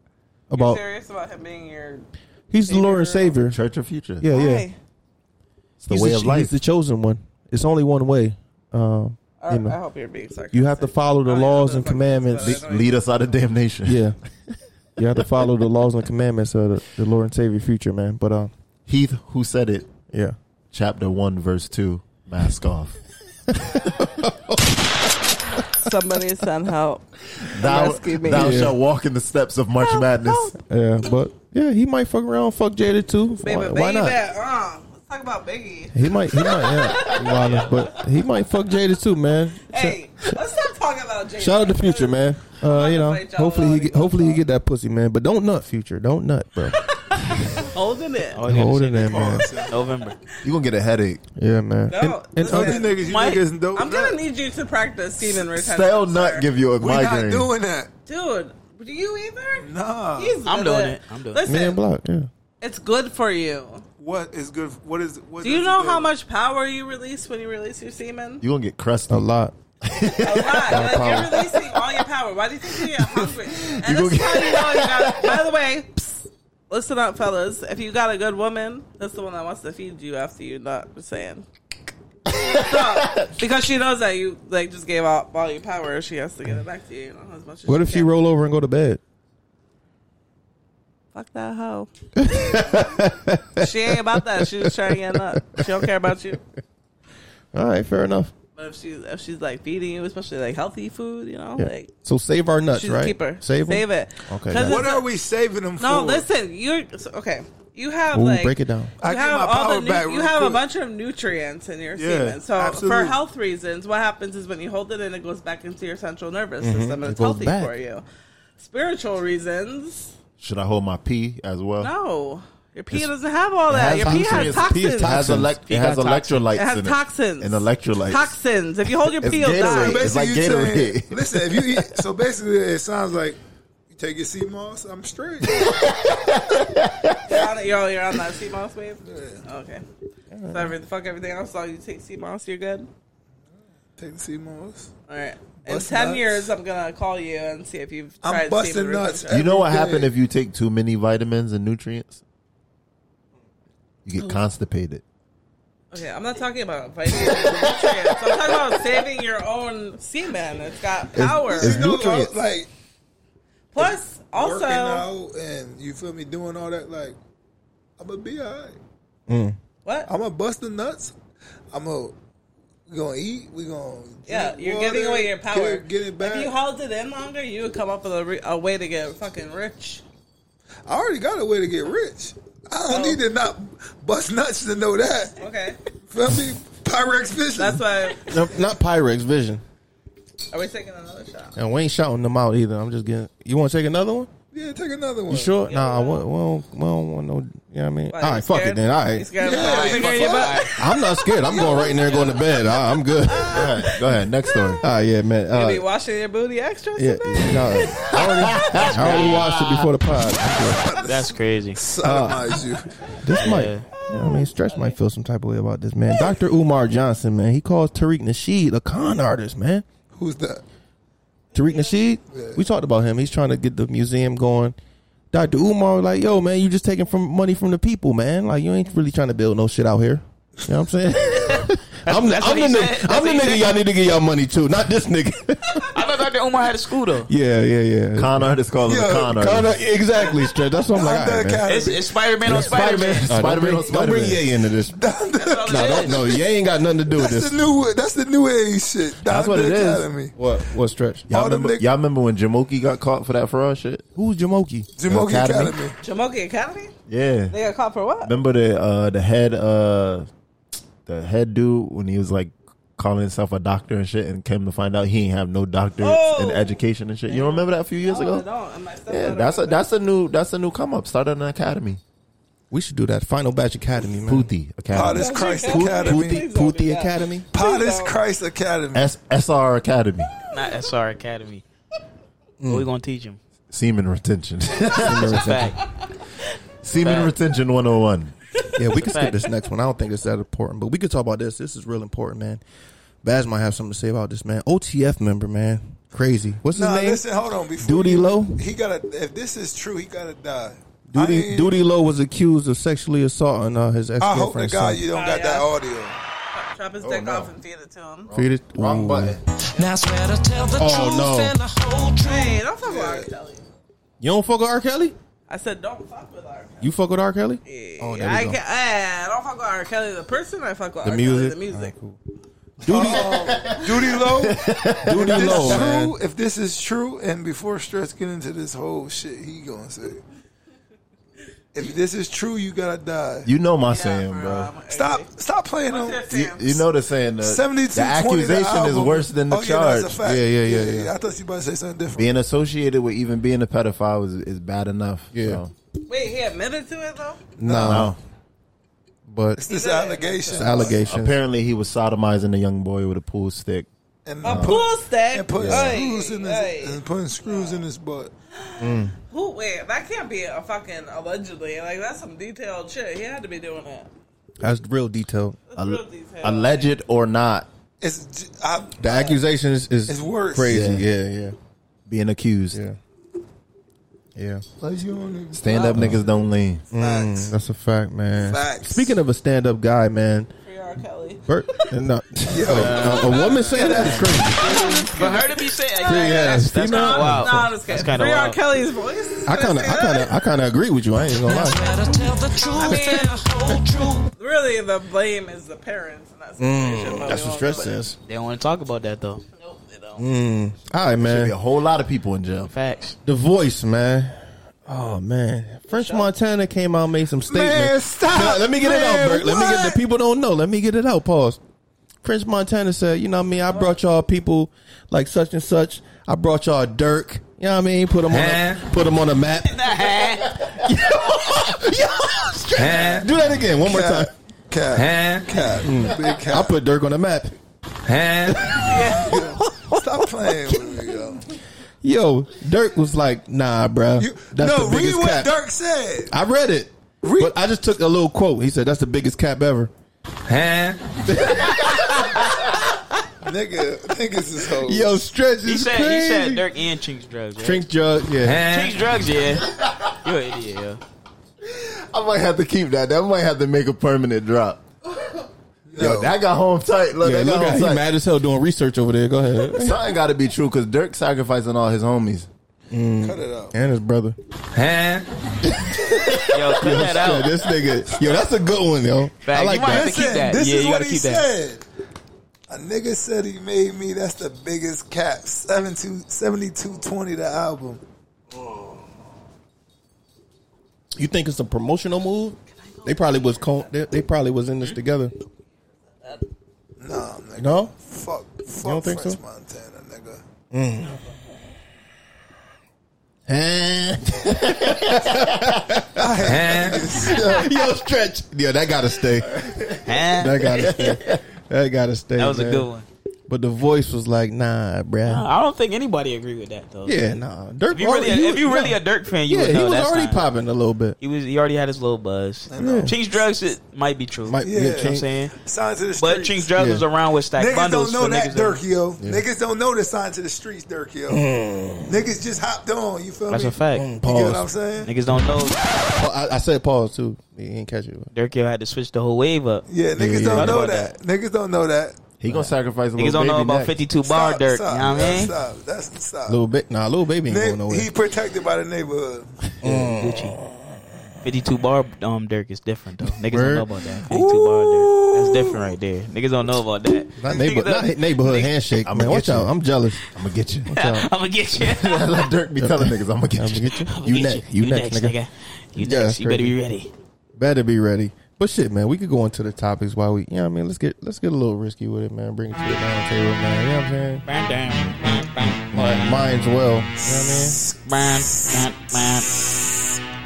S5: About
S8: serious about him being your
S5: he's the Lord and Savior.
S4: Church of Future.
S5: Yeah, yeah.
S8: Hey,
S4: it's the
S5: he's
S4: way
S5: the,
S4: of life.
S5: He's the chosen one. It's only one way. Um,
S8: I,
S5: you
S8: I
S5: know,
S8: hope you're being sarcastic.
S5: you have to follow the
S8: I don't
S5: laws
S8: know
S5: and
S8: the fuck this
S5: commandments.
S8: is, but I don't
S4: Lead us out of damnation.
S5: Yeah, you have to follow the laws and commandments of the, the Lord and Savior Future, man. But um,
S4: Heath, who said it?
S5: yeah,
S4: Chapter one, verse two. Mask off.
S8: Somebody send help.
S4: thou,
S8: Rescue me.
S4: thou
S5: Yeah.
S4: shalt walk in the steps of March Madness.
S5: yeah. But yeah, he might fuck around, fuck Jada too.
S8: Baby,
S5: why,
S8: baby,
S5: why not?
S8: That, uh, let's talk about Biggie.
S5: He might, he might, yeah, Wildin', but he might fuck Jada too, man.
S8: Hey, let's stop talking about Jay.
S5: Shout out to Future, man. Uh, you know, hopefully he get, hopefully he get that pussy, man. But don't nut Future, don't nut, bro.
S8: Holding it.
S6: Oh,
S5: Hold it in, man.
S6: November.
S4: You gonna get a headache.
S5: Yeah, man.
S8: No,
S5: And- and
S8: listen.
S5: other-
S7: These niggas, you
S8: Mike,
S7: niggas don't.
S8: I'm gonna need you to practice semen retention.
S4: Stale
S8: sir.
S4: nut give you a
S7: We
S4: migraine.
S7: not doing that.
S8: Dude, do you either?
S7: Nah.
S8: He's
S6: I'm
S8: good
S6: doing
S8: at-
S6: it. I'm doing it.
S5: me and
S8: Listen,
S5: Block, yeah.
S8: it's good for you.
S7: What is good? What is? What
S8: Do you
S7: does it
S8: know how much power you release when you release your semen?
S4: You gonna get crusty.
S5: A lot.
S8: a lot. Like,
S5: power.
S8: you're releasing all your power. Why do you think you get hungry? And
S4: You
S8: this is
S4: go
S8: how you know you got. By the way, psst, listen up, fellas. If you got a good woman, that's the one that wants to feed you after you. Not just saying. so, because she knows that you like just gave up all your power, she has to get it back to you. you know, as much as
S5: What
S8: she
S5: if you
S8: can.
S5: roll over and go to bed?
S8: Fuck that hoe. she ain't about that. She's just trying to get up. She don't care about you.
S5: All right, fair enough.
S8: But if she's if she's like feeding you, especially like healthy food, you know,
S5: Yeah.
S8: like
S5: So save our nuts,
S8: she's
S5: right?
S8: a keeper.
S5: Save 'em?
S8: save it.
S5: Okay,
S8: 'Cause
S5: got
S7: What
S8: it's
S7: are
S8: a-
S7: we saving them for?
S8: No, listen. You're so- okay. You have
S5: Ooh,
S8: like
S5: break it down.
S7: I
S8: you
S7: get
S8: have
S7: my
S8: all
S7: power
S8: the nu-
S7: back
S8: you
S7: real
S8: have a
S7: quick.
S8: bunch of nutrients in your
S7: Yeah,
S8: semen. So
S7: absolutely.
S8: for health reasons, what happens is when you hold it in, it goes back into your central nervous
S4: Mm-hmm.
S8: system, and it's
S5: goes
S8: healthy
S5: back.
S8: for you. Spiritual reasons,
S4: Should I hold my pee as well?
S8: no. Your pee
S4: It's-
S8: doesn't have all
S5: it
S8: that. Your
S5: has
S8: pee has
S5: toxins.
S8: toxins.
S5: Pee is
S4: It has, elec-
S6: Pee
S4: it has
S6: got toxins.
S4: electrolytes
S8: It has
S4: in it.
S8: toxins.
S4: And electrolytes.
S8: Toxins. If you hold your
S4: It's
S8: pee, you'll
S4: Gatorade.
S8: die.
S4: It's like
S7: you saying-
S4: Gatorade.
S7: listen, if you eat, so basically, it sounds like you take your sea moss. I'm straight.
S8: You're on, you're, you're on that sea moss wave. Okay. So every, fuck everything else. All you take sea moss, you're good.
S7: take the sea moss.
S8: All right. In
S7: Bust
S8: ten
S7: nuts.
S8: years, I'm gonna call you and see if you've
S7: I'm
S8: tried.
S7: busting
S8: semen
S7: nuts.
S8: retention.
S4: You know what
S7: Every day.
S4: happens if you take too many vitamins and nutrients? You get constipated.
S8: Okay, I'm not talking about vitamins. and nutrients. I'm talking about saving your own semen. It's got power.
S4: It's
S7: You know,
S4: nutrients.
S7: like
S8: Plus,
S7: working
S8: also,
S7: out and you feel me doing all that. Like I'm gonna be alright.
S8: what?
S7: I'm gonna bust the nuts. I'm gonna We gonna eat. We gonna drink
S8: Yeah, you're
S7: water,
S8: giving away your power.
S7: Get, get it back.
S8: If you held it in longer, you would come up with a, re- a way to get fucking rich.
S7: I already got a way to get rich. I don't need to not bust nuts to know that.
S8: Okay,
S7: Feel me? Pyrex fishing.
S8: that's why.
S5: No, not Pyrex Vision.
S8: Are we taking another shot?
S5: And we ain't shouting them out either. I'm just getting. You want to take another one?
S7: Yeah, take another one.
S5: You sure? Nah, we, we, don't, we don't want no. You know what I mean?
S8: Why,
S5: all
S8: you
S5: right, fuck it
S8: scared?
S5: then. All
S8: You
S5: right.
S8: scared of
S7: Yeah,
S8: the
S7: you
S8: finger in your
S7: fuck.
S8: butt?
S5: I'm not scared. I'm going right in there and going to bed. I, I'm good. All
S4: All right, go ahead. Next story.
S5: right, yeah, man.
S8: You be
S5: Uh,
S8: washing your booty extra
S5: yeah,
S8: today?
S5: no, I already, I already watched it before the pod.
S6: That's crazy.
S7: Sodomize you.
S5: This might,
S6: Yeah.
S5: you know what I mean, Stretch might feel some type of way about this, man. Dr. Umar Johnson, man, he calls Tariq Nasheed a con artist, man.
S7: Who's that?
S5: Tariq Nasheed, we talked about him. He's trying to get the museum going. Dr. Umar, was like, yo, man, you just taking from money from the people, man. Like, you ain't really trying to build no shit out here. You know what I'm saying? I'm,
S6: that's
S5: I'm
S6: what he
S5: the, nigga,
S6: said. That's
S5: I'm the
S6: what he
S5: nigga
S6: said.
S5: y'all need to get y'all money to, not this nigga.
S6: I thought Dr. Umar had a school though.
S5: yeah, yeah, yeah.
S4: Con artist called him
S7: Yeah,
S4: a con artist.
S5: Kinda- exactly, Stretch. That's what I'm like.
S7: I'm
S5: all
S7: the
S5: right, man.
S7: academy.
S6: It's, it's Spider Man on Spider
S5: All
S6: Man.
S5: right, don't
S4: Spider-Man
S5: bring-
S4: on
S5: Don't bring
S4: Spider-Man.
S5: Ye into this.
S6: That's all
S5: No,
S6: it
S5: don't,
S6: is.
S5: no, you ain't got nothing to do with
S7: that's
S5: this.
S7: the new. That's the new age shit.
S4: That's what it is.
S7: Academy.
S5: What? What stretch?
S4: Y'all
S7: All them
S4: remember,
S7: nigg-
S4: y'all remember when Jamoki got caught for that fraud shit?
S5: Who's Jamoki?
S7: Jamoki
S4: Academy.
S7: Academy.
S8: Jamoki Academy?
S4: Yeah.
S8: They got caught for what?
S4: Remember the uh, the head uh, the head dude when he was like calling himself a doctor and shit, and came to find out he ain't have no doctorate
S8: Oh.
S4: in education and shit. You remember that a few years
S8: No, I
S4: ago?
S8: don't. And my stepdaughter
S4: Yeah, that's a
S8: went
S4: that's a new that's a new come up. Started an academy,
S5: We should do that. Final Batch Academy, man.
S4: Puthi
S7: Pod
S4: Academy,
S7: is Christ
S8: Who-
S7: Academy.
S8: who-
S5: Puthi, Puthi Academy.
S7: Pod is Christ Academy.
S4: S- SR Academy,
S6: Not SR Academy. What we gonna teach him?
S4: semen retention,
S6: It's a fact.
S4: semen
S6: Fact.
S4: retention one hundred and one.
S5: Yeah, we can skip
S6: fact.
S5: this next one. I don't think it's that important, but we could talk about this. This is real important, man. Baz might have something to say about this, man. OTF member, man. Crazy. What's his
S7: Nah,
S5: name?
S7: listen, hold on. Before
S5: Duty Low.
S7: he gotta. If this is true, he gotta die. I
S5: Duty
S7: ain't-
S5: Duty Low was accused of sexually assaulting uh, his ex
S7: I hope to
S5: girlfriend.
S7: God you don't
S8: Oh,
S7: got
S8: yeah.
S7: that audio.
S8: out. Drop his dick off and feed it to him.
S4: Wrong button.
S10: Now I swear to tell the
S5: Oh,
S10: truth
S5: no.
S10: and the whole truth.
S8: Hey, don't fuck with R. Kelly.
S5: You don't fuck with R. Kelly.
S8: I said don't fuck with R. Kelly.
S5: You fuck with R. Kelly.
S8: Oh,
S5: there we
S8: I,
S5: go.
S8: can't, eh, I don't fuck with R. Kelly, the person. I fuck with
S5: The
S8: R.
S5: music?
S8: Kelly, the music.
S5: Duty
S7: Duty low.
S5: Duty
S7: If this
S5: Low,
S7: is
S5: man.
S7: true, if this is true, and before Stretch get into this whole shit, he gonna say, if this is true, you gotta die.
S4: You know my
S8: Yeah,
S4: saying, bro.
S8: I'm-
S7: Stop! Stop playing on.
S8: What's that
S4: You,
S8: Sam?
S4: you know the saying. The,
S7: 72
S4: the accusation is worse than the
S7: oh, Yeah,
S4: charge.
S7: that's a fact.
S5: Yeah, yeah, yeah, yeah.
S7: I thought you about to say something different.
S4: being associated with even being a pedophile is, is bad enough.
S5: Yeah.
S4: So,
S8: Wait, he admitted to it though.
S5: No,
S4: no.
S5: but
S7: It's this allegation.
S5: allegations.
S4: Apparently, he was sodomizing a young boy with a pool stick.
S7: and,
S8: A pool stack.
S7: and putting
S8: Oy,
S7: screws in his
S8: oy.
S7: and putting screws in his butt.
S8: Who? Wait, that can't be a fucking allegedly. Like that's some detailed shit. He had to be doing that.
S5: That's real detailed.
S8: That's real detailed.
S4: Alleged or not,
S7: It's j- I,
S5: The accusation is, is
S7: It's worse.
S5: Crazy. Yeah, yeah,
S4: being accused.
S5: yeah, yeah.
S4: Stand up niggas don't lean.
S8: Mm.
S7: Facts.
S5: That's a fact, man.
S7: Facts.
S5: Speaking of a stand-up guy, man.
S8: Free R. Kelly.
S5: Bert, no, Oh, a, a woman saying that is crazy.
S6: For her to be saying,
S5: ass
S6: that's, that's kind
S5: female.
S6: of wild.
S8: No, I'm just
S6: That's
S8: kidding.
S6: kind of
S8: Free R.
S6: wild.
S8: Kelly's voice.
S5: I kind of, I kind of, I kind of agree with you. I ain't gonna lie.
S10: Swear to tell the truth
S8: mean-
S10: and the whole truth.
S8: Really, the blame is the parents in
S4: Mm.
S8: that situation. but
S5: That's what
S8: we won't
S5: stress
S8: do it.
S5: says.
S6: They don't want to talk about that though.
S8: Nope, they don't.
S5: All right,
S4: Be
S5: man.
S4: a whole lot of people in jail.
S6: Facts.
S5: The voice, man. Oh man, French Montana came out and made some statements.
S7: Man, stop,
S5: No, let me get it
S7: man,
S5: out, Bert. Let me get
S7: what?
S5: the people don't know. Let me get it out. Pause. French Montana said, "You know what I mean? I brought y'all people like such and such. I brought y'all Dirk. You know what I mean? Put them on, a, put them on a map. Do that again one more time.
S7: Cat. Cat. Big
S5: I
S7: cat.
S5: put Dirk on the map.
S7: Stop playing with me, yo.
S5: Yo, Dirk was like, "Nah, bro.
S7: You,
S5: That's
S7: no,
S5: the
S7: read
S5: biggest
S7: what
S5: cap.
S7: Dirk said.
S5: I read it,
S7: Read-
S5: but I just took a little quote. He said, "That's the biggest cap ever."
S7: Nigga, niggas is hoes.
S5: Yo, stretch is
S6: He said
S5: crazy.
S6: he said Dirk and Chink's drugs. Right?
S5: Drink jug, yeah.
S6: Chink's drugs, yeah. You're an idiot, yo.
S4: I might have to keep that. That might have to make a permanent drop. Yo, that got home tight. Look,
S5: Yeah,
S4: that
S5: look
S4: got
S5: at
S4: home
S5: he
S4: tight.
S5: mad as hell doing research over there. Go ahead.
S4: Something got to be true because Dirk sacrificing all his homies.
S7: Cut it out.
S5: and his brother.
S6: Yo, cut that
S5: Yeah,
S6: out.
S5: this nigga. Yo, that's a good one, yo.
S6: Fact.
S5: I like
S6: you might have
S5: that.
S6: to keep that.
S7: This
S6: yeah,
S7: is
S6: you
S7: what
S6: gotta
S7: he
S6: keep that.
S7: said. A nigga said he made me. That's the biggest cap. 72- 7220 the album.
S5: You think it's a promotional move? They probably was co- they, they probably was in this together.
S7: Nah, nigga.
S5: No?
S7: Fuck, fuck
S5: don't think
S7: French
S5: so?
S7: Montana, nigga.
S5: Mm. Yo, stretch. Yeah, that gotta stay. that gotta stay. That gotta stay.
S6: That was a
S5: man.
S6: good one.
S5: But the voice was like, nah, bruh.
S6: I don't think anybody agree with that though.
S5: Yeah, nah. Dirk
S6: if you really,
S5: already- he
S6: if you
S5: was-
S6: really
S5: no.
S6: a Dirk fan, you
S5: yeah,
S6: would know
S5: he was
S6: that's
S5: already
S6: not-
S5: popping a little bit.
S6: He was. He already had his little buzz.
S5: know.
S6: Chinks drugs it might be true.
S5: Might-
S6: you
S5: yeah,
S6: know what I'm
S5: Chinks-
S6: saying.
S7: Sign to the
S6: But
S7: streets.
S6: Chinks drugs
S5: Yeah.
S6: was around with stack
S7: Niggas
S6: bundles.
S7: don't know
S6: for
S7: that
S6: niggas
S7: Dirk, yo.
S5: Yeah.
S7: Niggas don't know the sign to the streets, Dirk, yo. Niggas just hopped on. You feel
S6: That's
S7: me?
S6: a fact.
S7: You get what
S5: Pause.
S7: I'm saying?
S6: Niggas don't know.
S5: Oh, I, I said pause too. He didn't catch it.
S6: Dirk yo had to switch the whole wave up.
S7: Yeah,
S5: yeah.
S7: niggas don't
S6: Thought
S7: know
S6: about
S7: that. Niggas don't know that.
S4: He gonna sacrifice a
S6: Niggas
S4: little
S6: don't know
S4: baby
S6: about
S4: next.
S6: 52 bar Dirk.
S7: Stop,
S6: you know what I mean?
S7: Stop. That's stop.
S5: Little bit, nah, little baby ain't going
S7: Ni-
S5: nowhere.
S7: he protected by the neighborhood.
S6: Gucci. 52 bar um, Dirk is different though. Niggas
S5: Word.
S6: don't know about that. 52 bar Dirk. That's different right there. Niggas don't know about that.
S5: Not, neighbor,
S6: Niggas don't-
S5: not neighborhood handshake.
S4: I'ma
S5: man,
S4: get
S5: watch out.
S4: you.
S5: I'm jealous.
S4: I'm gonna get you.
S6: I'm gonna get you.
S4: I let Dirk be telling niggas, I'm gonna
S5: I'm
S4: get
S5: gonna
S4: you.
S5: get you.
S6: I'ma
S5: You
S6: get
S5: next. You next, nigga.
S6: You
S5: Yeah,
S6: next. You better
S5: straight.
S6: be ready.
S5: Better be ready. But shit, man, we could go into the topics while we, you know what I mean? Let's get let's get a little risky with it, man. Bring it to the round table, man. You know what I'm saying?
S6: Burn down.
S5: Mine, mine's well. You know what I mean?
S6: Burn, burn, burn.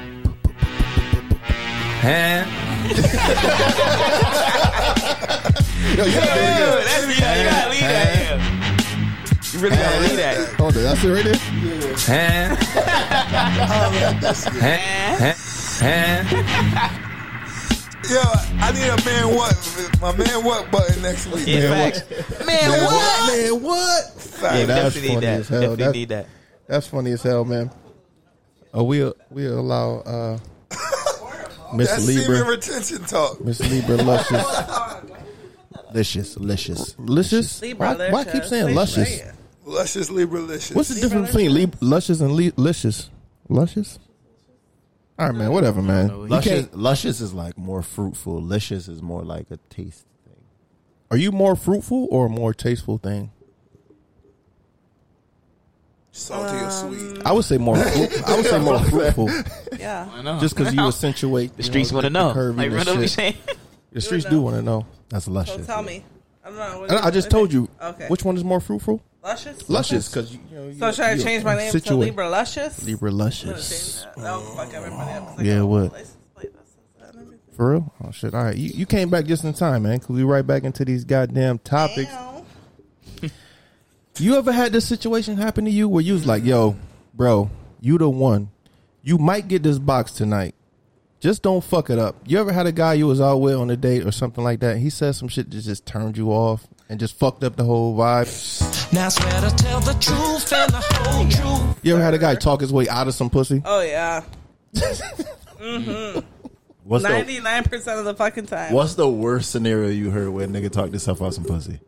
S5: Yo, you
S6: Dude, that's you gotta leave that. yeah. You really gotta leave that.
S5: Hold it. That's it right there?
S7: Yo, I need a man what my man what button next week.
S6: Yeah,
S5: Man,
S6: facts. Man, what?
S5: Man, what?
S6: Yeah,
S5: Yeah,
S6: we
S5: that's
S6: definitely need
S5: funny
S6: that.
S5: as hell.
S6: Definitely
S5: That's-
S6: need that.
S5: That's funny as hell, man. Uh, we we allow uh, Miss
S7: That's semen
S5: Libra,
S7: retention talk.
S5: Miss Libra Luscious,
S4: Licious, licious.
S5: Licious.
S8: Libra,
S5: why, why I keep
S8: Licious.
S5: saying Luscious?
S8: Libra.
S7: Luscious Libra Licious.
S5: What's the difference between lib- Luscious and li- Licious? Luscious. All right, man. Whatever, man. You
S4: Luscious,
S5: can't,
S4: luscious is like more fruitful. Licious is more like a taste thing.
S5: are you more fruitful or a more tasteful thing?
S7: salty or
S4: Um,
S7: sweet?
S5: I would say more. Fruit, I would say more fruitful,
S8: Yeah.
S5: just because you accentuate
S6: The streets want to know. Like,
S5: the,
S6: what are we saying?
S5: the streets do want to know.
S4: That's
S8: So
S4: luscious.
S8: tell me. I don't know. What
S5: And I just told you
S8: Okay.
S5: which one is more fruitful.
S8: Luscious?
S5: Luscious, because you, you know.
S8: So
S5: you-
S8: should I
S5: you
S8: change my name to
S5: situate-
S8: Libra Luscious?
S5: Libra
S8: I'm gonna change
S5: Luscious.
S8: that. That'll fuck everybody up. 'cause I
S5: Yeah,
S8: got
S5: what?
S8: license plate that says that and everything.
S5: For real? Oh shit! All right, you, you came back just in time, man. Cause we right back into these goddamn topics.
S8: Damn.
S5: You ever had this situation happen to you where you was like, "Yo, bro, you the one. You might get this box tonight. Just don't fuck it up." You ever had a guy you was out with on a date or something like that? And he said some shit that just turned you off and just fucked up the whole vibe.
S10: Now I swear to tell the truth and the whole truth.
S5: You ever had a guy talk his way out of some pussy?
S8: Oh yeah,
S4: What's the
S8: ninety nine percent of the fucking time.
S4: What's the worst scenario you heard where a nigga talked himself out some pussy?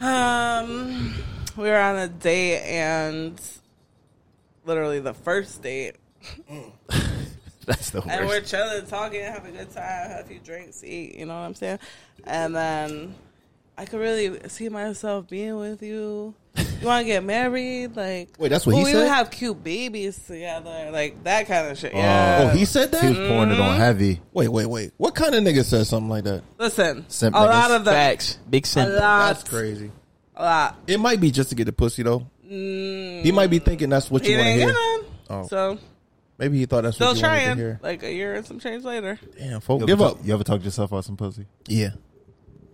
S8: Um, we were on a date and literally the first date,
S4: That's the worst.
S8: and we're chilling, talking, have a good time, have a few drinks, eat. You know what I'm saying? And then I could really see myself being with you. You want to get married? Like,
S5: Wait, that's what he
S8: "Ooh, We would
S5: said?
S8: have cute babies together, like that kind of shit.
S5: Oh,
S8: yeah.
S5: he said that. Mm-hmm.
S4: He was pouring it on heavy.
S5: Wait, wait, wait. What kind of nigga says something like that?
S8: Listen,
S4: Simp
S8: a
S4: niggas.
S8: lot of them,
S6: Facts. Big
S8: a
S6: sin.
S8: lot,
S5: crazy.
S8: a lot.
S5: It might be just to get the pussy though. He might be thinking that's what
S8: He
S5: you want to hear.
S8: didn't get them,
S5: Oh.
S8: so
S5: Maybe he thought that's
S8: still
S5: what you wanted to
S8: trying.
S5: hear.
S8: Like a year and some change later.
S5: Damn, folk,
S4: You ever
S5: give
S4: talk-
S5: up.
S4: You ever talked yourself out some pussy?
S5: Yeah,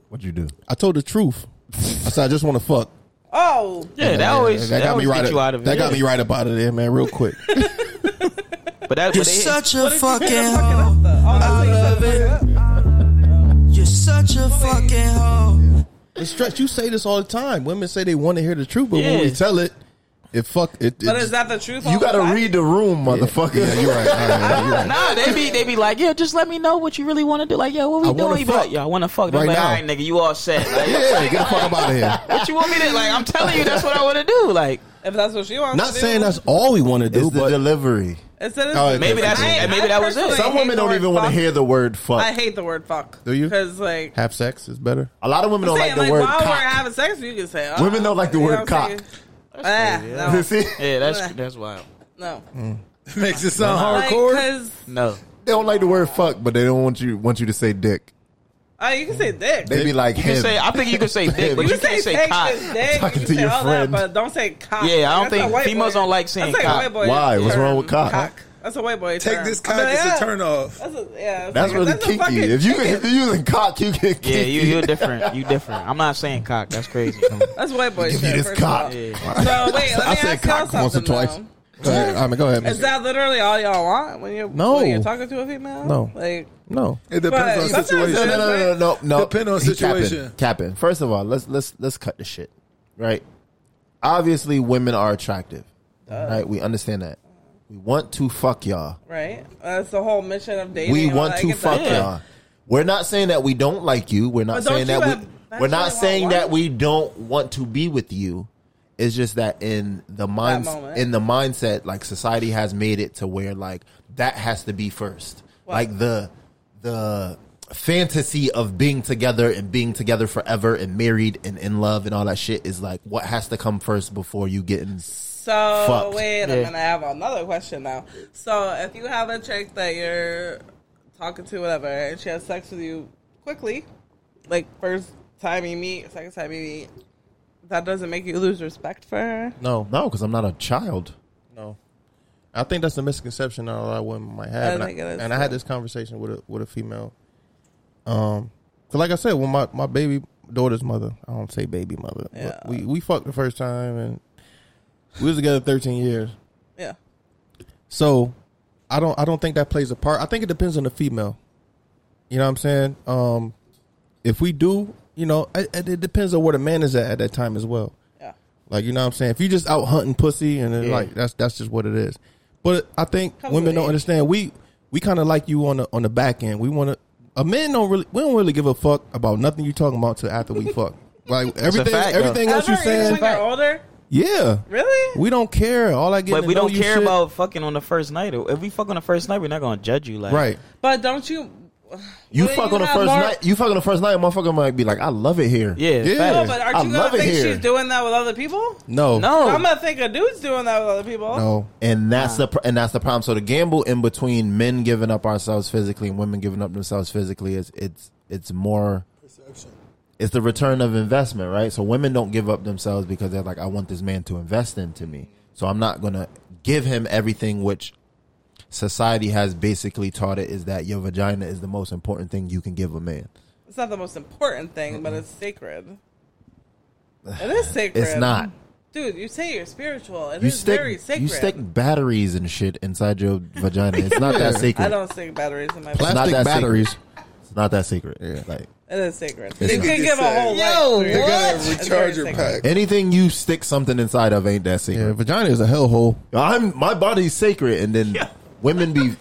S4: What'd you do?
S5: I told the truth. I said I just want to fuck.
S8: Oh,
S6: Yeah, that always
S5: that got me right.
S6: you out
S5: Up,
S6: of it.
S5: that got
S6: yeah.
S5: me right up out of there, man, real quick.
S6: But that
S10: You're
S6: but they,
S10: such a fucking
S8: fucking
S10: hoe.
S8: up though. Oh, I love it.
S10: You're such a fucking hoe.
S5: But stretch, you say this all the time. Women say they want to hear the truth, but when we
S6: Yeah.
S5: tell it, it fuck. It,
S8: But
S5: it's-
S8: is that the truth?
S4: You
S8: got to
S4: gotta read the room, motherfucker.
S5: Yeah, you're right. All right, yeah, you're right.
S6: Nah, they be they be like, yeah, just let me know what you really want to do. Like, yo, what we
S5: I wanna
S6: doing? You be
S5: fuck.
S6: like, yo, I want to fuck. They
S5: Right
S6: be like,
S5: now.
S6: all right, nigga, you all set? Like,
S5: Yeah, get the fuck up out of here.
S6: what you want me to? Like, I'm telling you, that's what I want to do. Like,
S8: If that's what she wants.
S5: Not
S8: to do.
S5: saying that's all we want to do,
S4: It's the
S5: but
S4: delivery.
S8: Instead of,
S4: Oh, okay.
S6: Maybe that's
S8: I-
S6: maybe
S8: I
S6: that was it.
S8: personally
S4: Some
S8: hate
S4: women
S8: the
S4: don't
S8: word
S4: even want to
S8: fuck.
S4: hear the word fuck.
S8: I hate the word fuck.
S5: Do you?
S8: Because like
S5: have sex is better.
S4: a lot of women
S8: I'm
S4: don't
S8: saying,
S4: like the word
S8: while we're
S4: cock.
S8: having sex, you can say oh,
S4: Women don't like the
S8: you know
S4: word
S8: what I'm
S4: cock.
S8: saying? Ah, no,
S4: See?
S6: Yeah, that's that's wild.
S8: no,
S7: Makes it sound
S8: Like,
S7: hardcore.
S8: 'cause,
S6: No,
S4: They don't like the word fuck, but they don't want you want you to say dick.
S8: oh, you can say dick.
S4: They be like
S6: you
S4: him.
S6: say I think you could say dick, but
S8: you
S6: you
S8: can
S6: can't
S8: say
S6: say
S8: dick,
S6: cock.
S8: is dick.
S4: Talking to
S8: you can say
S4: your
S8: all
S4: friend.
S8: that, but don't say cock.
S6: Yeah, I don't
S8: That's a
S6: think-
S8: white
S6: females
S8: boy.
S6: don't like saying
S8: That's a
S6: cock.
S8: white boy
S4: Why? What's
S8: term.
S4: wrong with cock?
S8: That's a white boy.
S7: Take
S8: term.
S7: this
S8: I'm
S7: cock
S8: like,
S7: as
S8: yeah,
S7: a turn off.
S8: That's a, yeah, it's
S4: That's
S8: like,
S4: really
S8: that's a fucking
S4: kinky. If you
S8: chicken.
S4: if you're using cock, you get kinky.
S6: Yeah, you you're different. You different. I'm not saying cock. That's crazy.
S8: that's white boy.
S4: Give me this cock.
S8: No, wait. Let
S5: I
S8: me
S5: said
S8: ask y'all
S5: cock once or
S8: something.
S5: twice.
S8: though.
S5: Go ahead. I mean, go ahead.
S8: Is
S5: Miss.
S8: that literally all y'all want when you're
S5: No.
S8: when you're talking to a female?
S5: No.
S8: like
S5: no,
S7: It depends
S8: But
S7: on
S8: sometimes
S7: situation.
S4: No, no, no, no, no, no.
S7: Depend on
S4: He capping,
S7: situation.
S4: Capping. First of all, let's let's let's cut the shit. Right. Obviously, women are attractive. Right. We understand that. We want to fuck y'all.
S8: right? That's the whole mission of dating.
S4: We
S8: and all
S4: want
S8: that. I
S4: to
S8: get
S4: fuck
S8: that.
S4: y'all. We're not saying that we don't like you. We're not
S8: But don't
S4: saying that
S8: you
S4: we.
S8: have- that's
S4: We're not
S8: really what
S4: saying
S8: I
S4: that
S8: want.
S4: we don't want to be with you. It's just that in the mind
S8: moment.
S4: in the mindset, like society has made it to where like that has to be first. Like the the fantasy of being together and being together forever and married and in love and all that shit is like what has to come first before you getting
S8: So
S4: Fucked.
S8: wait a
S6: Yeah.
S8: minute, I have another question now. So if you have a chick that you're talking to, whatever, and she has sex with you quickly, like first time you meet, second time you meet, that doesn't make you lose respect for her.
S5: no,
S4: no because I'm not a child.
S5: no. I think that's a misconception that a lot of women might
S8: I
S5: have. And, I,
S8: think it is,
S5: and I had this conversation with a with a female. Um, cause like I said, when my my baby daughter's mother, I don't say baby mother.
S8: Yeah.
S5: But we we fucked the first time and we was together thirteen years.
S8: Yeah,
S5: So I don't I don't think that plays a part. I think it depends on the female. You know what I'm saying? Um if we do, you know, it, it- it depends on where the man is at at that time as well.
S8: yeah.
S5: Like you know what I'm saying? If you just out hunting pussy and then, like that's that's just what it is. But I think
S8: Comes
S5: women
S8: with
S5: don't
S8: age.
S5: understand. We we kind of like you on the on the back end. We want to. A men don't really. We don't really give a fuck about nothing you talking about till after we fuck. Like everything,
S6: fact, though.
S5: everything else
S8: Ever,
S5: you
S8: even
S5: saying,
S8: when you're older,
S5: yeah.
S8: really?
S5: We don't care. All I get,
S6: But we don't care about fucking on the first night. If we fuck on the first night, we're not gonna judge you. Like
S5: right.
S8: but don't you?
S4: You
S8: wouldn't
S4: fuck on the
S8: have
S4: first
S8: more-
S4: night. You fuck on the first night, motherfucker might be like, I love it here.
S6: Yeah.
S5: Yeah.
S6: facts.
S8: No, but
S4: I
S8: aren't you
S4: love
S8: gonna
S4: it
S8: think
S4: here.
S8: she's doing that with other people?
S5: No.
S6: No.
S8: I'm gonna think a dude's doing that with other people.
S5: No.
S4: and that's the pr- and that's the problem. So the gamble in between men giving up ourselves physically and women giving up themselves physically is it's it's more it's the return of investment, right? So women don't give up themselves because they're like, I want this man to invest into me, so I'm not gonna give him everything which society has basically taught it is that your vagina is the most important thing you can give a man.
S8: It's not the most important thing, but it's sacred. It is sacred.
S4: It's not.
S8: Dude, you say you're spiritual. It is
S4: You stick
S8: very sacred.
S4: you stick batteries and shit inside your vagina. It's not that sacred.
S8: I don't stick batteries in my
S4: It's
S8: body.
S4: not
S5: Plastic
S4: that
S5: batteries.
S4: Secret. It's not that secret. Like
S8: It is sacred.
S4: It's
S8: you
S4: not.
S8: can give a whole
S7: Yo,
S8: life.
S7: They got a
S8: It's very
S7: recharger
S8: sacred.
S7: pack.
S4: anything you stick something inside of ain't that
S5: Yeah,
S4: secret.
S5: vagina is a hellhole.
S4: I'm my body's sacred, and then women be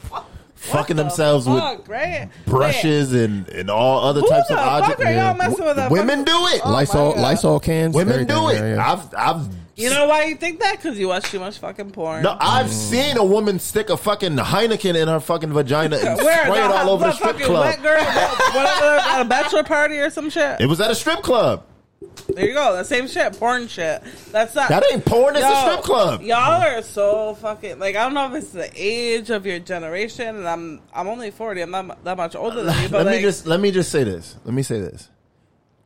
S4: fucking themselves with
S8: Fuck, right?
S4: brushes and and all other
S8: Who
S4: types
S8: the
S4: of
S8: fuck
S4: objects.
S8: are y'all messing with that
S4: women
S8: fucking-
S4: do it.
S8: Oh my
S5: Lysol,
S8: God.
S5: Lysol cans.
S4: women do it.
S5: everything. Yeah, yeah.
S4: I've I've
S8: Yeah. You know why you think that? Because you watch too much fucking porn.
S4: no, I've seen a woman stick a fucking Heineken in her fucking vagina and
S8: Where?
S4: spray it
S8: No,
S4: all over the
S8: what
S4: strip
S8: fucking
S4: club.
S8: Wet girl, what- what- at a bachelor party or some shit.
S4: It was at a strip club.
S8: There you go. That same shit. Porn shit. That's not.
S4: That ain't porn. It's a
S8: Yo,
S4: strip club.
S8: Y'all are so fucking like I don't know if it's the age of your generation, and I'm I'm only forty. I'm not mu- that much older than you, but
S4: let
S8: like,
S4: me just let me just say this. Let me say this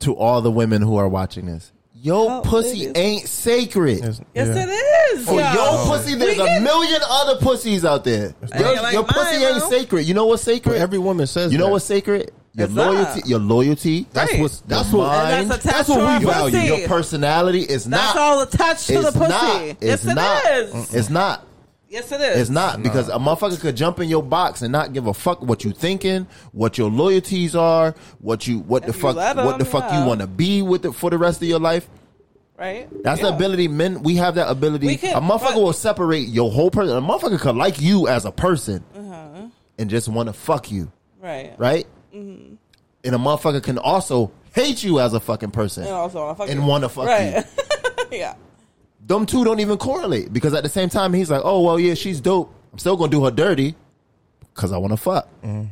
S4: to all the women who are watching this. Your
S8: Oh,
S4: pussy
S8: babies.
S4: ain't sacred.
S5: It's-
S8: yes,
S5: yeah.
S8: it is.
S4: For
S8: yo.
S4: your pussy, there's
S8: We
S4: a
S8: get-
S4: million other pussies out there. Your,
S8: like
S4: your
S8: mine,
S4: pussy ain't
S8: though.
S4: sacred. You know what's
S5: But
S4: sacred?
S5: every woman says
S4: you know
S5: that.
S4: what's sacred? Your
S8: It's
S4: loyalty.
S8: not.
S4: Your loyalty.
S5: That's
S8: Right.
S5: what's that's
S4: your
S5: what
S4: mind.
S8: That's attached to our pussy.
S4: Your personality is
S8: That's
S4: not.
S8: all attached to the
S4: it's
S8: pussy.
S4: Not,
S8: yes,
S4: it's not.
S8: it is.
S4: It's not.
S8: Yes, it is.
S4: It's not because a motherfucker could jump in your box and not give a fuck what you thinking, what your loyalties are, what you what the
S8: If you
S4: fuck
S8: let 'em,
S4: what the fuck
S8: yeah.
S4: you want to be with it for the rest of your life.
S8: right.
S4: That's
S8: Yeah.
S4: the ability men we have that ability.
S8: We can-
S4: a motherfucker
S8: but-
S4: will separate your whole person. A motherfucker could like you as a person
S8: Uh-huh.
S4: and just want to fuck you,
S8: Right.
S4: right?
S8: Mm-hmm.
S4: And a motherfucker can also hate you as a fucking person
S8: And also, I fucking
S4: and want to fuck you.
S8: right. yeah.
S4: them two don't even correlate because at the same time he's like, oh well, yeah, she's dope. I'm still gonna do her dirty because I want to fuck.
S8: Mm-hmm.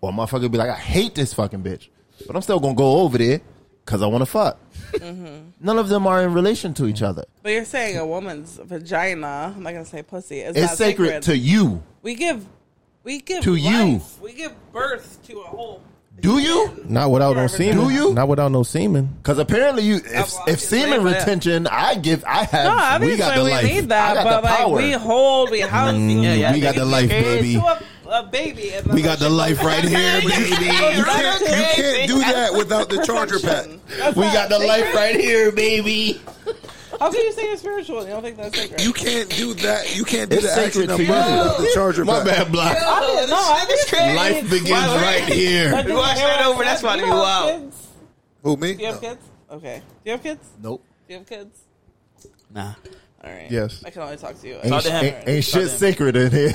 S4: Or a motherfucker be like, I hate this fucking bitch, but I'm still gonna go over there because I want to fuck. None of them are in relation to each other.
S8: Mm-hmm. But you're saying a woman's vagina, Uh, I'm not gonna say pussy, is
S4: It's
S8: not
S4: sacred to you.
S8: We give, we give
S4: To you.
S8: life. We give birth to a whole.
S4: Do you?
S5: Not without no semen.
S4: Do you?
S5: Not without no semen.
S4: Because apparently you, if, if semen retention, I give, I have.
S8: No,
S4: we got
S8: obviously
S4: the
S8: we,
S4: life.
S8: need that,
S4: I
S8: but
S4: got the
S8: like
S4: power.
S8: we hold, we house.
S5: Mm,
S8: yeah, yeah,
S5: we got the
S8: you
S5: life,
S8: give birth
S5: baby.
S8: to A, a baby. and then
S5: We got
S8: that
S5: the
S8: shit
S5: life
S8: goes-
S5: right here, baby.
S7: You can't, you can't do that without the charger pack.
S5: We got the life right here, baby.
S8: How can you say it's spiritual? and You don't think that's sacred?
S7: You can't do that. You can't do
S4: It's
S7: the action
S4: sacred
S7: of
S4: to
S7: birth
S4: you.
S7: without the charger
S5: My
S7: pack.
S5: bad, block.
S8: I no, I just crazy.
S5: Life begins
S8: Why would-
S5: right here.
S8: But
S6: You watch that
S8: have
S6: over, that's why
S8: kids?
S6: they
S8: You
S6: go
S8: have
S6: out.
S8: kids?
S7: Who me?
S8: Do you have
S7: No.
S8: kids? Okay. Do you have kids? Do
S4: Nope.
S8: you have kids?
S6: Nah.
S8: All right.
S5: Yes.
S8: I can only talk to you.
S6: Talk
S4: Ain't,
S6: to him.
S4: ain't, ain't shit
S6: Talk to him.
S4: sacred in here.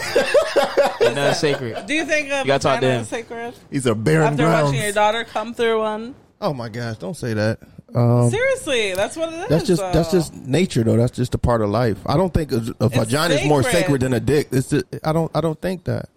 S6: Ain't nothing sacred.
S8: Do you think a
S6: You gotta talk to
S8: vagina
S6: him.
S8: is sacred?
S4: These are barren
S8: After
S4: grounds.
S8: watching your daughter come through one.
S5: Oh my gosh, don't say that. Um,
S8: Seriously, that's what it is. uh,
S5: that's just that's
S8: though.
S5: just nature, though. That's just a part of life. I don't think a, a vagina is more
S8: sacred.
S5: sacred than a dick. It's just, I don't I don't think that.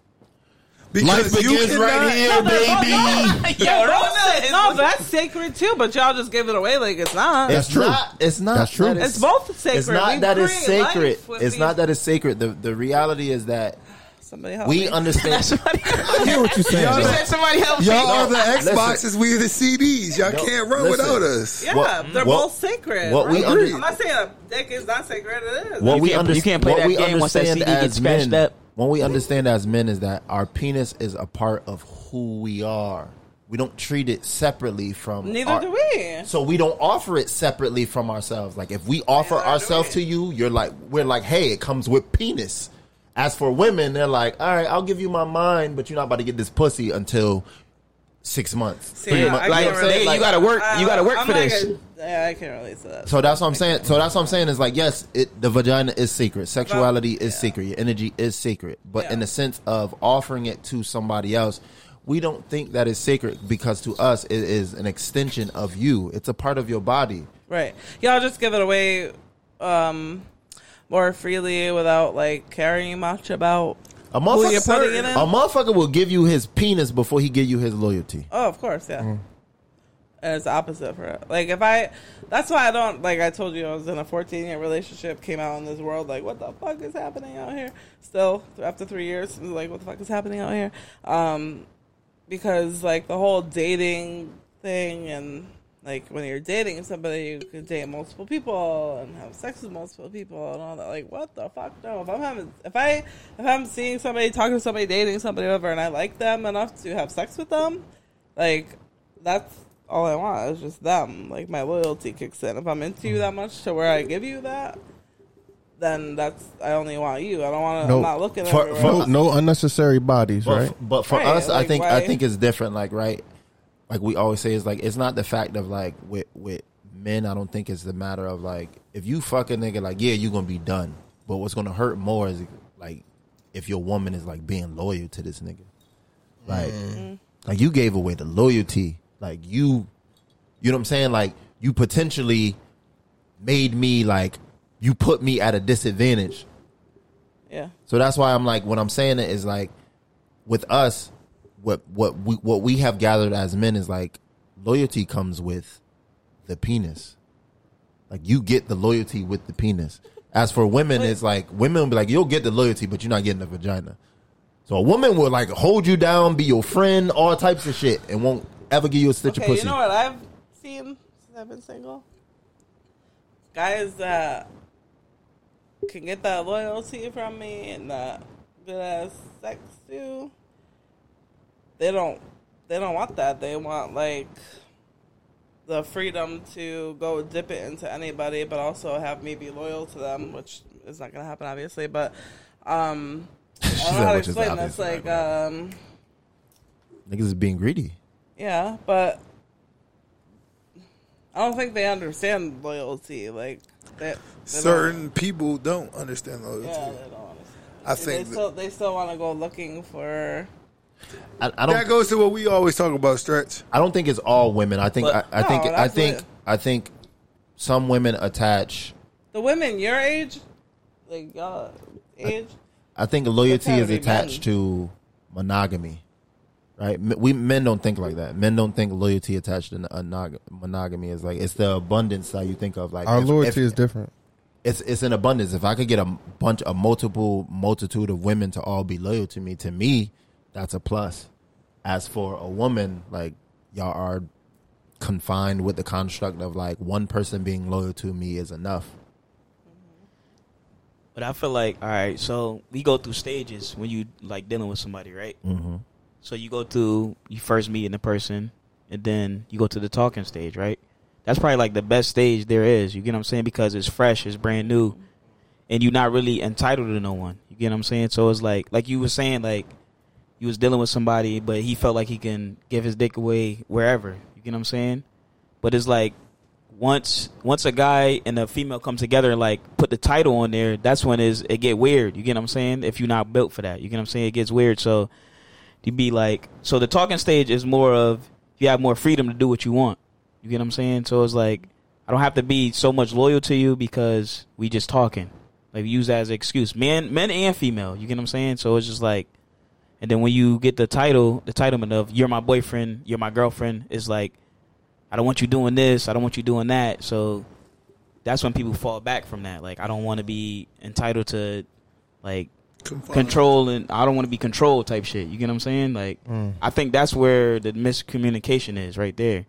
S7: Because
S5: life
S7: you
S5: begins right
S7: cannot-
S5: here, baby.
S8: Yeah, no, no, no, that's sacred too, but y'all just give it away like it's not.
S5: That's
S4: It's
S5: true.
S4: Not, it's not.
S5: That's true.
S4: that
S8: It's both sacred.
S4: It's not
S8: We
S4: that it's
S8: create life
S4: sacred.
S8: with
S4: It's
S8: these-
S4: not that it's sacred. The the reality is that
S8: Somebody help
S4: we
S8: me.
S4: understand.
S6: Somebody
S5: I hear what you're saying.
S6: She said somebody help
S7: Y'all
S6: me.
S7: are the
S4: listen.
S7: Xboxes. We are the CDs. Y'all
S4: No,
S7: can't run
S4: listen.
S7: without us.
S8: Yeah,
S4: What-
S8: they're
S4: what-
S8: both sacred.
S4: what we
S8: right?
S4: under-
S8: I'm not saying a dick is not sacred. It is.
S4: what
S6: You
S4: we
S6: can't-
S4: under-
S6: you can't play
S4: what
S6: that
S4: we
S6: game once that
S4: understand
S6: CD gets
S4: as
S6: scratched
S4: men,
S6: up.
S4: What we understand as men is that our penis is a part of who we are. We don't treat it separately from.
S8: Neither
S4: our-
S8: do we.
S4: So we don't offer it separately from ourselves. Like if we offer
S8: Neither do
S4: ourselves
S8: we.
S4: to you, you're like we're like, hey, it comes with penis. As for women, they're like, all right, I'll give you my mind, but you're not about to get this pussy until six months.
S8: See,
S4: three
S8: I
S4: months.
S8: can't
S4: You know what I'm
S8: relate.
S4: saying?
S6: Hey,
S4: Like-
S6: you gotta work. You gotta work
S8: I'm
S6: for
S8: not
S6: this.
S8: gonna- yeah, I can't relate to that.
S4: So that's what I'm saying. So that's what I'm saying is like, yes, it, the vagina is secret. Sexuality is secret. Your energy is secret. But in
S8: Yeah.
S4: the sense of offering it to somebody else, we don't think that is sacred because to us it is an extension of you. It's a part of your body.
S8: Right. Y'all just give it away um, more freely without like caring much about.
S4: A
S8: you're
S4: motherfucker,
S8: putting it in?
S4: a motherfucker will give you his penis before he give you his loyalty.
S8: Oh, of course, yeah. And it's the opposite for it. Like if I, that's why I don't like. I told you I was in a 14 year relationship. Came out in this world like, what the fuck is happening out here? Still after three years, I'm like, what the fuck is happening out here? Um, because like the whole dating thing and like when you're dating somebody you can date multiple people and have sex with multiple people and all that like what the fuck no if i'm having if i if i'm seeing somebody talking to somebody dating somebody over and i like them enough to have sex with them like that's all i want is just them like my loyalty kicks in if i'm into you that much to where i give you that then that's i only want you i don't want to
S5: No.
S8: i'm not looking
S4: For-
S8: everywhere.
S5: No, no unnecessary bodies,
S4: But,
S5: right?
S4: but for
S8: Right,
S4: us, I
S8: like,
S4: think I
S8: why-
S4: think it's different. Like right, like we always say, is like it's not the fact of like with with men. I don't think it's the matter of like if you fuck a nigga, like yeah, you gonna be done. But what's gonna hurt more is like if your woman is like being loyal to this nigga, like
S8: Mm-hmm.
S4: like you gave away the loyalty, like you, you know what I'm saying? Like you potentially made me like you put me at a disadvantage
S8: yeah
S4: so that's why I'm like, what I'm saying is like, with us, what what we what we have gathered as men is like, loyalty comes with the penis. Like you get the loyalty with the penis. As for women, it's like women will be like, you'll get the loyalty, but you're not getting the vagina. So a woman will like hold you down, be your friend, all types of shit, and won't ever give you a stitch
S8: Okay,
S4: of pussy.
S8: you know what I've seen since I've been single? Guys that can get that loyalty from me and that good ass sex too. They don't they don't want that. They want like the freedom to go dip it into anybody but also have me be loyal to them, which is not gonna happen obviously, but um I don't know
S4: said,
S8: how to
S4: which is
S8: explain
S4: obvious,
S8: this. Like,
S4: right?
S8: um,
S4: Niggas is being greedy.
S8: yeah, but I don't think they understand loyalty. Like that,
S7: Certain people don't understand
S8: Don't,
S7: loyalty.
S8: yeah, they don't understand.
S7: I
S8: They
S7: think that-
S8: still they still want to go looking for.
S4: I, I don't.
S7: that goes to what we always talk about, Stretch.
S4: I don't think it's all women. I think I, I
S8: No,
S4: think I
S8: that's
S4: think
S8: what-
S4: I think some women attach
S8: The women your age, like y'all age,
S4: I think loyalty
S8: gotta
S4: is
S8: be
S4: attached
S8: men.
S4: to monogamy, right? M- We men don't think like that. Men don't think loyalty attached to monog- monogamy is like it's the abundance that you think of. Like
S5: Our
S4: if-
S5: loyalty
S4: if-
S5: is different.
S4: it's it's an abundance. If I could get a bunch, a multiple multitude of women to all be loyal to me, to me, that's a plus. As for a woman, like y'all are confined with the construct of like one person being loyal to me is enough.
S6: But I feel like, all right, so we go through stages when you like dealing with somebody, right?
S4: Mm-hmm.
S6: So you go through you first meeting the person, and then you go to the talking stage, right? That's probably like the best stage there is. You get what I'm saying? Because it's fresh, it's brand new, and you're not really entitled to no one. You get what I'm saying? So it's like, like you were saying, like you was dealing with somebody, but he felt like he can give his dick away wherever. You get what I'm saying? But it's like once once a guy and a female come together and like put the title on there, that's when is it get weird. You get what I'm saying? If you're not built for that, you get what I'm saying? It gets weird. So you be like, so the talking stage is more of you have more freedom to do what you want. You get what I'm saying? So it's like I don't have to be so much loyal to you because we just talking. Like we use that as an excuse, men, men and female. You get what I'm saying? So it's just like, and then when you get the title, the titlement of you're my boyfriend, you're my girlfriend, it's like I don't want you doing this. I don't want you doing that. So that's when people fall back from that. Like I don't want to be entitled to like control and I don't want to be controlled type shit. You get what I'm saying? Like
S5: Mm.
S6: I think that's where the miscommunication is right there.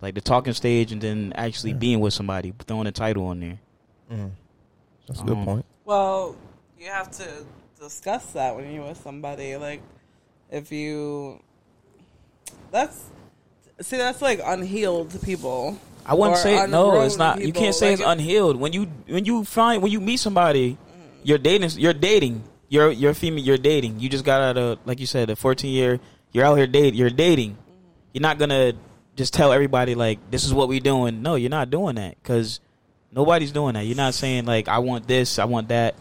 S6: Like the talking stage and then actually being with somebody, throwing a title on there.
S5: mm. That's a good
S6: Um,
S5: point.
S8: Well, you have to discuss that when you're with somebody. Like, if you. That's. See, that's like unhealed people.
S6: I wouldn't
S8: Or
S6: say no.
S8: ungrown
S6: It's not. You
S8: people.
S6: can't say
S8: Like,
S6: it's unhealed when you when you find when you meet somebody, you're dating. You're dating. You're you're female. You're dating. You just got out of like you said a 14 year. You're out here date. You're dating. You're not gonna just tell everybody like this is what we doing. No, you're not doing that because nobody's doing that. You're not saying like I want this. I want that.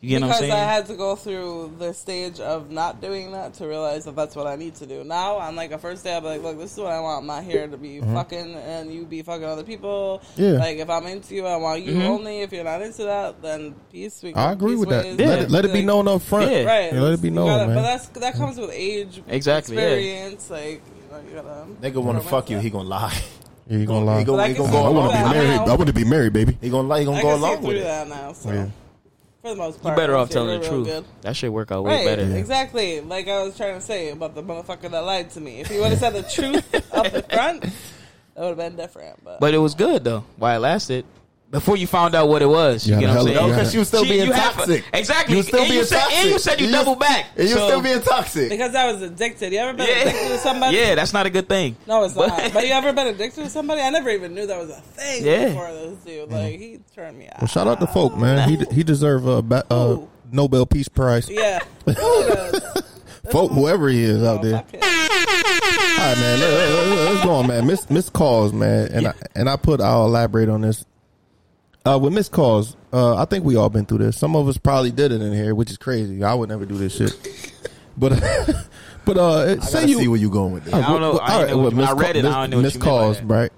S6: You get what
S8: because
S6: I'm saying?
S8: I had to go through the stage of not doing that to realize that that's what I need to do. Now I'm like a first day. I'll be like, look, this is what I want. I'm not here to be
S6: Mm-hmm.
S5: Mhm.
S8: fucking and you be fucking other people.
S5: Yeah.
S8: Like if I'm into you, I want you
S6: Mm-hmm.
S5: Mhm.
S8: only. If you're not into that, then peace. We
S5: I agree
S8: peace
S5: with that.
S8: ways.
S5: Let, it, let it be
S8: Like-
S5: known up front.
S8: Yeah. Right.
S5: Yeah, let it be
S8: You
S5: known,
S8: gotta-
S5: man.
S8: But that's that comes with age,
S6: Exactly, yeah.
S8: Experience, like you know, you gotta.
S4: Nigga want to fuck you, he gonna lie.
S5: Yeah, you gonna lie.
S4: He gonna, he gonna go
S5: I want
S4: along.
S5: to be married. I want to be married, baby.
S4: He gonna lie. He gonna
S8: I
S4: go
S8: can see
S4: along
S8: through
S4: with it.
S8: that now. So
S5: Yeah.
S8: for the most
S6: you
S8: part,
S6: better
S8: I
S6: off
S8: feel
S6: telling the
S8: real
S6: truth.
S8: good.
S6: That should work out way
S8: Right,
S6: better.
S8: exactly. Like I was trying to say about the motherfucker that lied to me. If he would have said the truth up the front, that would have been different. But
S6: But it was good though. Why it lasted. Before you found out what it was, you,
S5: You
S6: get
S5: had
S6: what
S5: a
S6: I'm
S5: hell
S6: saying?
S5: of- No, 'cause
S4: you was still
S6: She-
S4: being
S6: have-
S4: toxic.
S6: exactly.
S4: You was still
S6: and you
S4: being
S6: said, And you
S4: toxic.
S6: said you,
S4: You was-
S6: double back.
S4: And you
S6: So-
S4: still being toxic.
S8: because I was addicted, you ever been addicted to
S6: yeah.
S8: somebody?
S6: yeah, that's not a good thing.
S8: No, it's
S6: But-
S8: not. But you ever been addicted to somebody? I never even knew that was a thing
S6: Yeah.
S8: before this dude. Like he turned me
S5: Well,
S8: out.
S5: shout out to folk, man. He he deserve a, ba- a
S8: Ooh.
S5: Nobel Peace Prize.
S8: Yeah. Who does?
S5: Folk, whoever he is out there.
S8: Fuck him.
S5: All right, man. Let, let, let, let's go on, man. Miss Miss Calls, man, and I, and I put I'll elaborate on this. Uh, with Miss Calls, uh, I think we all been through this. Some of us probably did it in here, which is crazy. I would never do this shit. But but uh,
S4: I
S5: say
S4: gotta
S5: you
S4: see where you going with this.
S6: I don't know. I didn't know what you meant. I read it. I don't know what
S5: Miss
S6: you meant by
S5: Calls,
S6: that.
S5: right?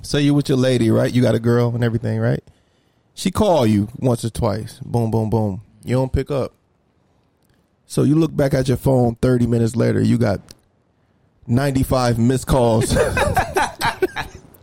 S5: Say you with your lady, right? You got a girl and everything, right? She call you once or twice. Boom, boom, boom. You don't pick up. So you look back at your phone 30 minutes later, you got 95 missed calls. and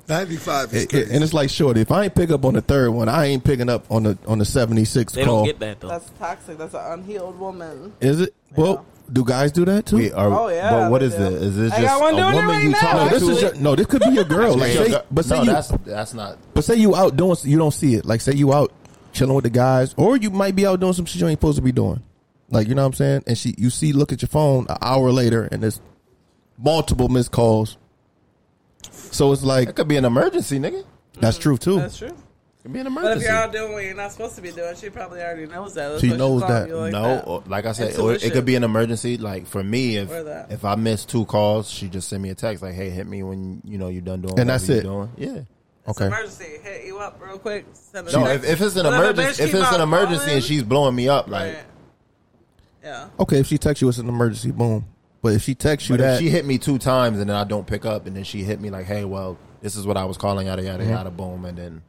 S7: 95 is crazy.
S5: it's like, shorty, if I ain't pick up on the third one, I ain't picking up on the on the 76th
S6: They
S5: call.
S6: don't get that though.
S8: That's toxic. That's an unhealed woman.
S5: Is it? Well, do guys do that too?
S4: Wait, are,
S8: Oh, yeah,
S4: but what
S8: they
S4: is
S8: do.
S4: it? Is this
S8: I
S4: just
S8: got one doing
S4: a
S8: it
S4: woman
S8: right
S4: you
S8: now,
S5: no,
S4: talk
S5: this
S4: to?
S5: is your, no, this could be a girl. like, say, but say
S4: no,
S5: you,
S4: that's that's not.
S5: But say you out doing, you don't see it. Like say you out chilling with the guys, or you might be out doing some shit you ain't supposed to be doing. Like you know what I'm saying? And she, you see, look at your phone an hour later, and there's multiple missed calls. So it's
S4: It
S5: like
S4: could be an emergency, nigga. It
S5: that's true too.
S8: That's true.
S4: could be an
S8: But if
S4: emergency.
S8: you're out doing what you're not supposed to be doing, she probably already knows that. That's
S5: She
S8: why
S5: knows
S8: calling
S5: that.
S8: you Like
S4: no,
S8: that.
S4: or, like I said, or it
S8: Intuition.
S4: could be an emergency. Like for me, if
S8: Or that.
S4: if I miss two calls, she just send me a text like, "Hey, hit me when you know you're done doing."
S5: And that's
S4: whatever
S5: it.
S4: you're Doing.
S5: Okay,
S8: emergency. Hit you up real quick. Send a
S4: Yeah. No,
S8: text.
S4: if, if it's an
S8: But a bitch
S4: emergency, if
S8: keep
S4: it's
S8: on
S4: an emergency
S8: calling,
S4: and she's blowing me up, like,
S8: right. yeah,
S5: okay. If she texts you, it's an emergency. Boom. But if she texts you
S4: but if
S5: that,
S4: she hit me two times
S5: Mm-hmm.
S4: and then I don't pick up, and then she hit me like, "Hey, well, this is what I was calling," yada yada yada, boom, and then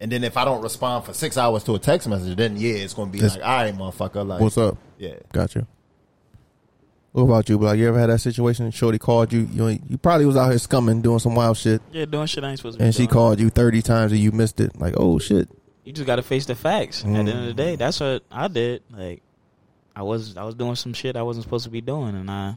S4: And then if I don't respond for six hours to a text message, then yeah, it's gonna be
S5: It's-
S4: like, all right, motherfucker, like
S5: What's up?
S4: Yeah.
S5: Gotcha. What about you, Black? You ever had that situation? Shorty called you. You, ain't- you probably was out here scumming, doing some wild shit,
S6: Yeah, doing shit I ain't supposed to be
S5: and she
S6: doing.
S5: called you thirty times and you missed it. Like, oh shit.
S6: You just gotta face the facts. At
S5: Mm.
S6: the end of the day, that's what I did. Like, I was I was doing some shit I wasn't supposed to be doing, and I,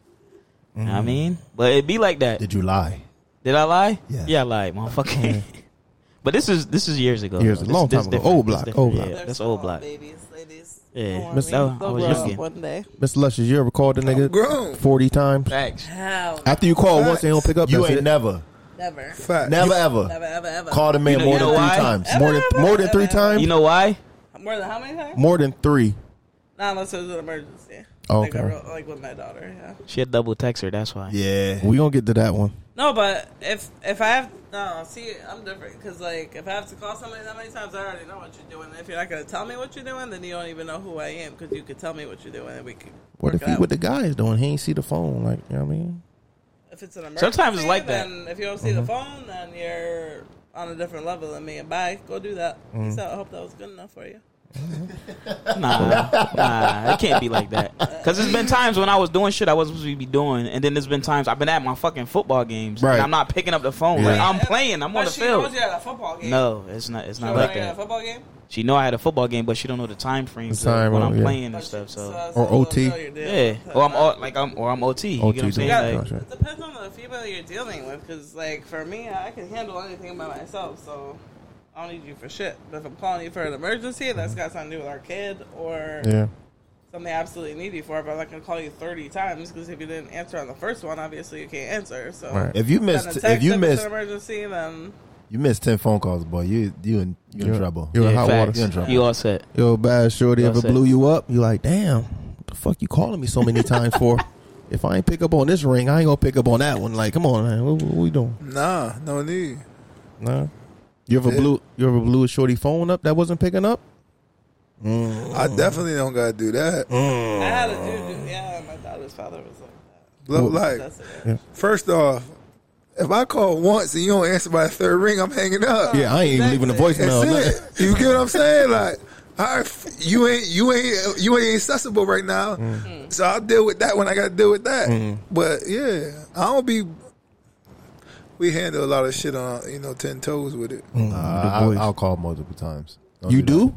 S6: you know what I
S4: Mm.
S6: mean, but it be like that.
S4: Did you lie?
S6: Did I lie?
S4: Yeah.
S6: yeah, I lied, motherfucker. but this is this is years ago.
S5: Years-
S6: though.
S5: long
S6: This- this
S5: time ago.
S6: different.
S5: Old
S6: This
S5: block,
S6: different.
S5: old block.
S6: Yeah, that's old block.
S8: Babies, ladies.
S6: Yeah,
S8: Don't
S5: Miss-
S8: worry.
S5: oh, I
S8: They'll
S5: was
S8: grow up
S5: looking.
S8: One day.
S5: Miss Luscious, you ever called a nigga
S7: grown.
S5: forty times?
S6: Facts.
S8: Hell,
S5: After you call once, they don't pick up.
S4: You
S5: that's
S4: ain't
S5: it.
S4: never,
S8: never.
S7: Fact.
S4: never ever,
S8: Never, ever, ever.
S4: called a man
S6: You know-
S4: more
S6: you
S4: than
S6: know
S4: three
S6: why?
S4: times.
S8: Ever,
S5: more than
S8: ever,
S5: more than
S8: ever,
S5: three
S8: ever.
S5: times.
S6: You know why?
S8: More than how many times?
S5: more than three.
S8: Not unless it was an emergency.
S5: Oh,
S8: Like, a
S5: okay.
S8: real- like with my daughter, yeah.
S6: She had double text her. That's why.
S4: Yeah.
S5: We gonna get to that one.
S8: No, but if if I have no, see, I'm different because like if I have to call somebody that many times, I already know what you're doing. If you're not gonna tell me what you're doing, then you don't even know who I am because you could tell me what you're doing and we could.
S5: What
S8: work
S5: if
S8: it
S5: he,
S8: out.
S5: what the guy is doing? He ain't see the phone. Like, you know what I mean?
S8: If it's an emergency,
S6: Sometimes it's like that.
S8: Then if you don't see
S4: Mm-hmm.
S8: the phone, then you're on a different level than me. And bye, go do that.
S4: Mm-hmm.
S8: Peace out. I hope that was good enough for you.
S6: Nah, nah, it can't be like that. Because there's been times when I was doing shit I wasn't supposed to be doing, and then there's been times I've been at my fucking football games,
S5: Right.
S6: and I'm not picking up the phone.
S5: Yeah.
S6: Like, I'm playing, I'm on
S8: But
S6: the
S8: she knows
S6: field.
S8: you at a football game.
S6: No, it's not. It's
S8: She
S6: not
S8: knows
S6: like
S8: you at a
S6: that.
S8: football game.
S6: She know I had a football game, but she don't know the time frame
S5: The time,
S6: when
S5: oh,
S6: I'm
S5: yeah.
S6: playing and
S8: But
S6: stuff.
S8: she-
S6: So
S8: it's
S5: Or
S8: a little
S5: OT.
S8: familiar deal.
S6: yeah,
S5: uh,
S6: or I'm all, like I'm or I'm OT. You
S5: OT,
S6: get what I'm saying?
S5: yeah.
S6: Like,
S5: Gotcha.
S8: It depends on the people that you're dealing with, because like for me, I can handle anything by myself, so I don't need you for shit. But if I'm calling you for an emergency, that's got something to do with our kid or
S5: Yeah.
S8: something I absolutely need you for. But I'm not gonna call you 30 times because if you didn't answer on the first one, obviously you can't answer. So
S5: Right.
S4: If you
S8: Send a
S4: missed, if
S8: text
S4: you
S8: it's
S4: missed,
S8: an emergency, then
S4: you missed ten phone calls, boy. You you in you in trouble.
S5: You're in
S6: Yeah,
S5: hot
S6: facts.
S5: water.
S4: in trouble.
S6: You all set?
S5: Yo, bad shorty
S6: That's
S5: ever
S6: it.
S5: blew you up? You like, damn, what the fuck you calling me so many times for? If I ain't pick up on this ring, I ain't gonna pick up on that one. Like, come on, man, what, what we doing?
S7: Nah, no need.
S5: Nah. You ever
S7: Yeah.
S5: blew? You ever blew a shorty phone up that wasn't picking up?
S7: I
S5: Mm.
S7: definitely don't gotta do that.
S8: I had a dude. do- Yeah, my daughter's father was like
S7: Look, like,
S8: that. That's it.
S7: first off, if I call once and you don't answer by the third ring, I'm hanging up.
S5: Yeah, I ain't even leaving the voicemail.
S7: That's
S5: nothing.
S7: it. You get what I'm saying? Like, all right, f- you ain't you ain't you ain't accessible right now.
S5: Mm.
S7: So I'll deal with that when I got to deal with that. But yeah, I don't be. We handle a lot of shit on you know ten toes with it.
S4: Uh,
S5: Mm, the
S4: I'll,
S5: voice.
S4: I'll call multiple times. Don't
S5: you
S4: that.
S5: do?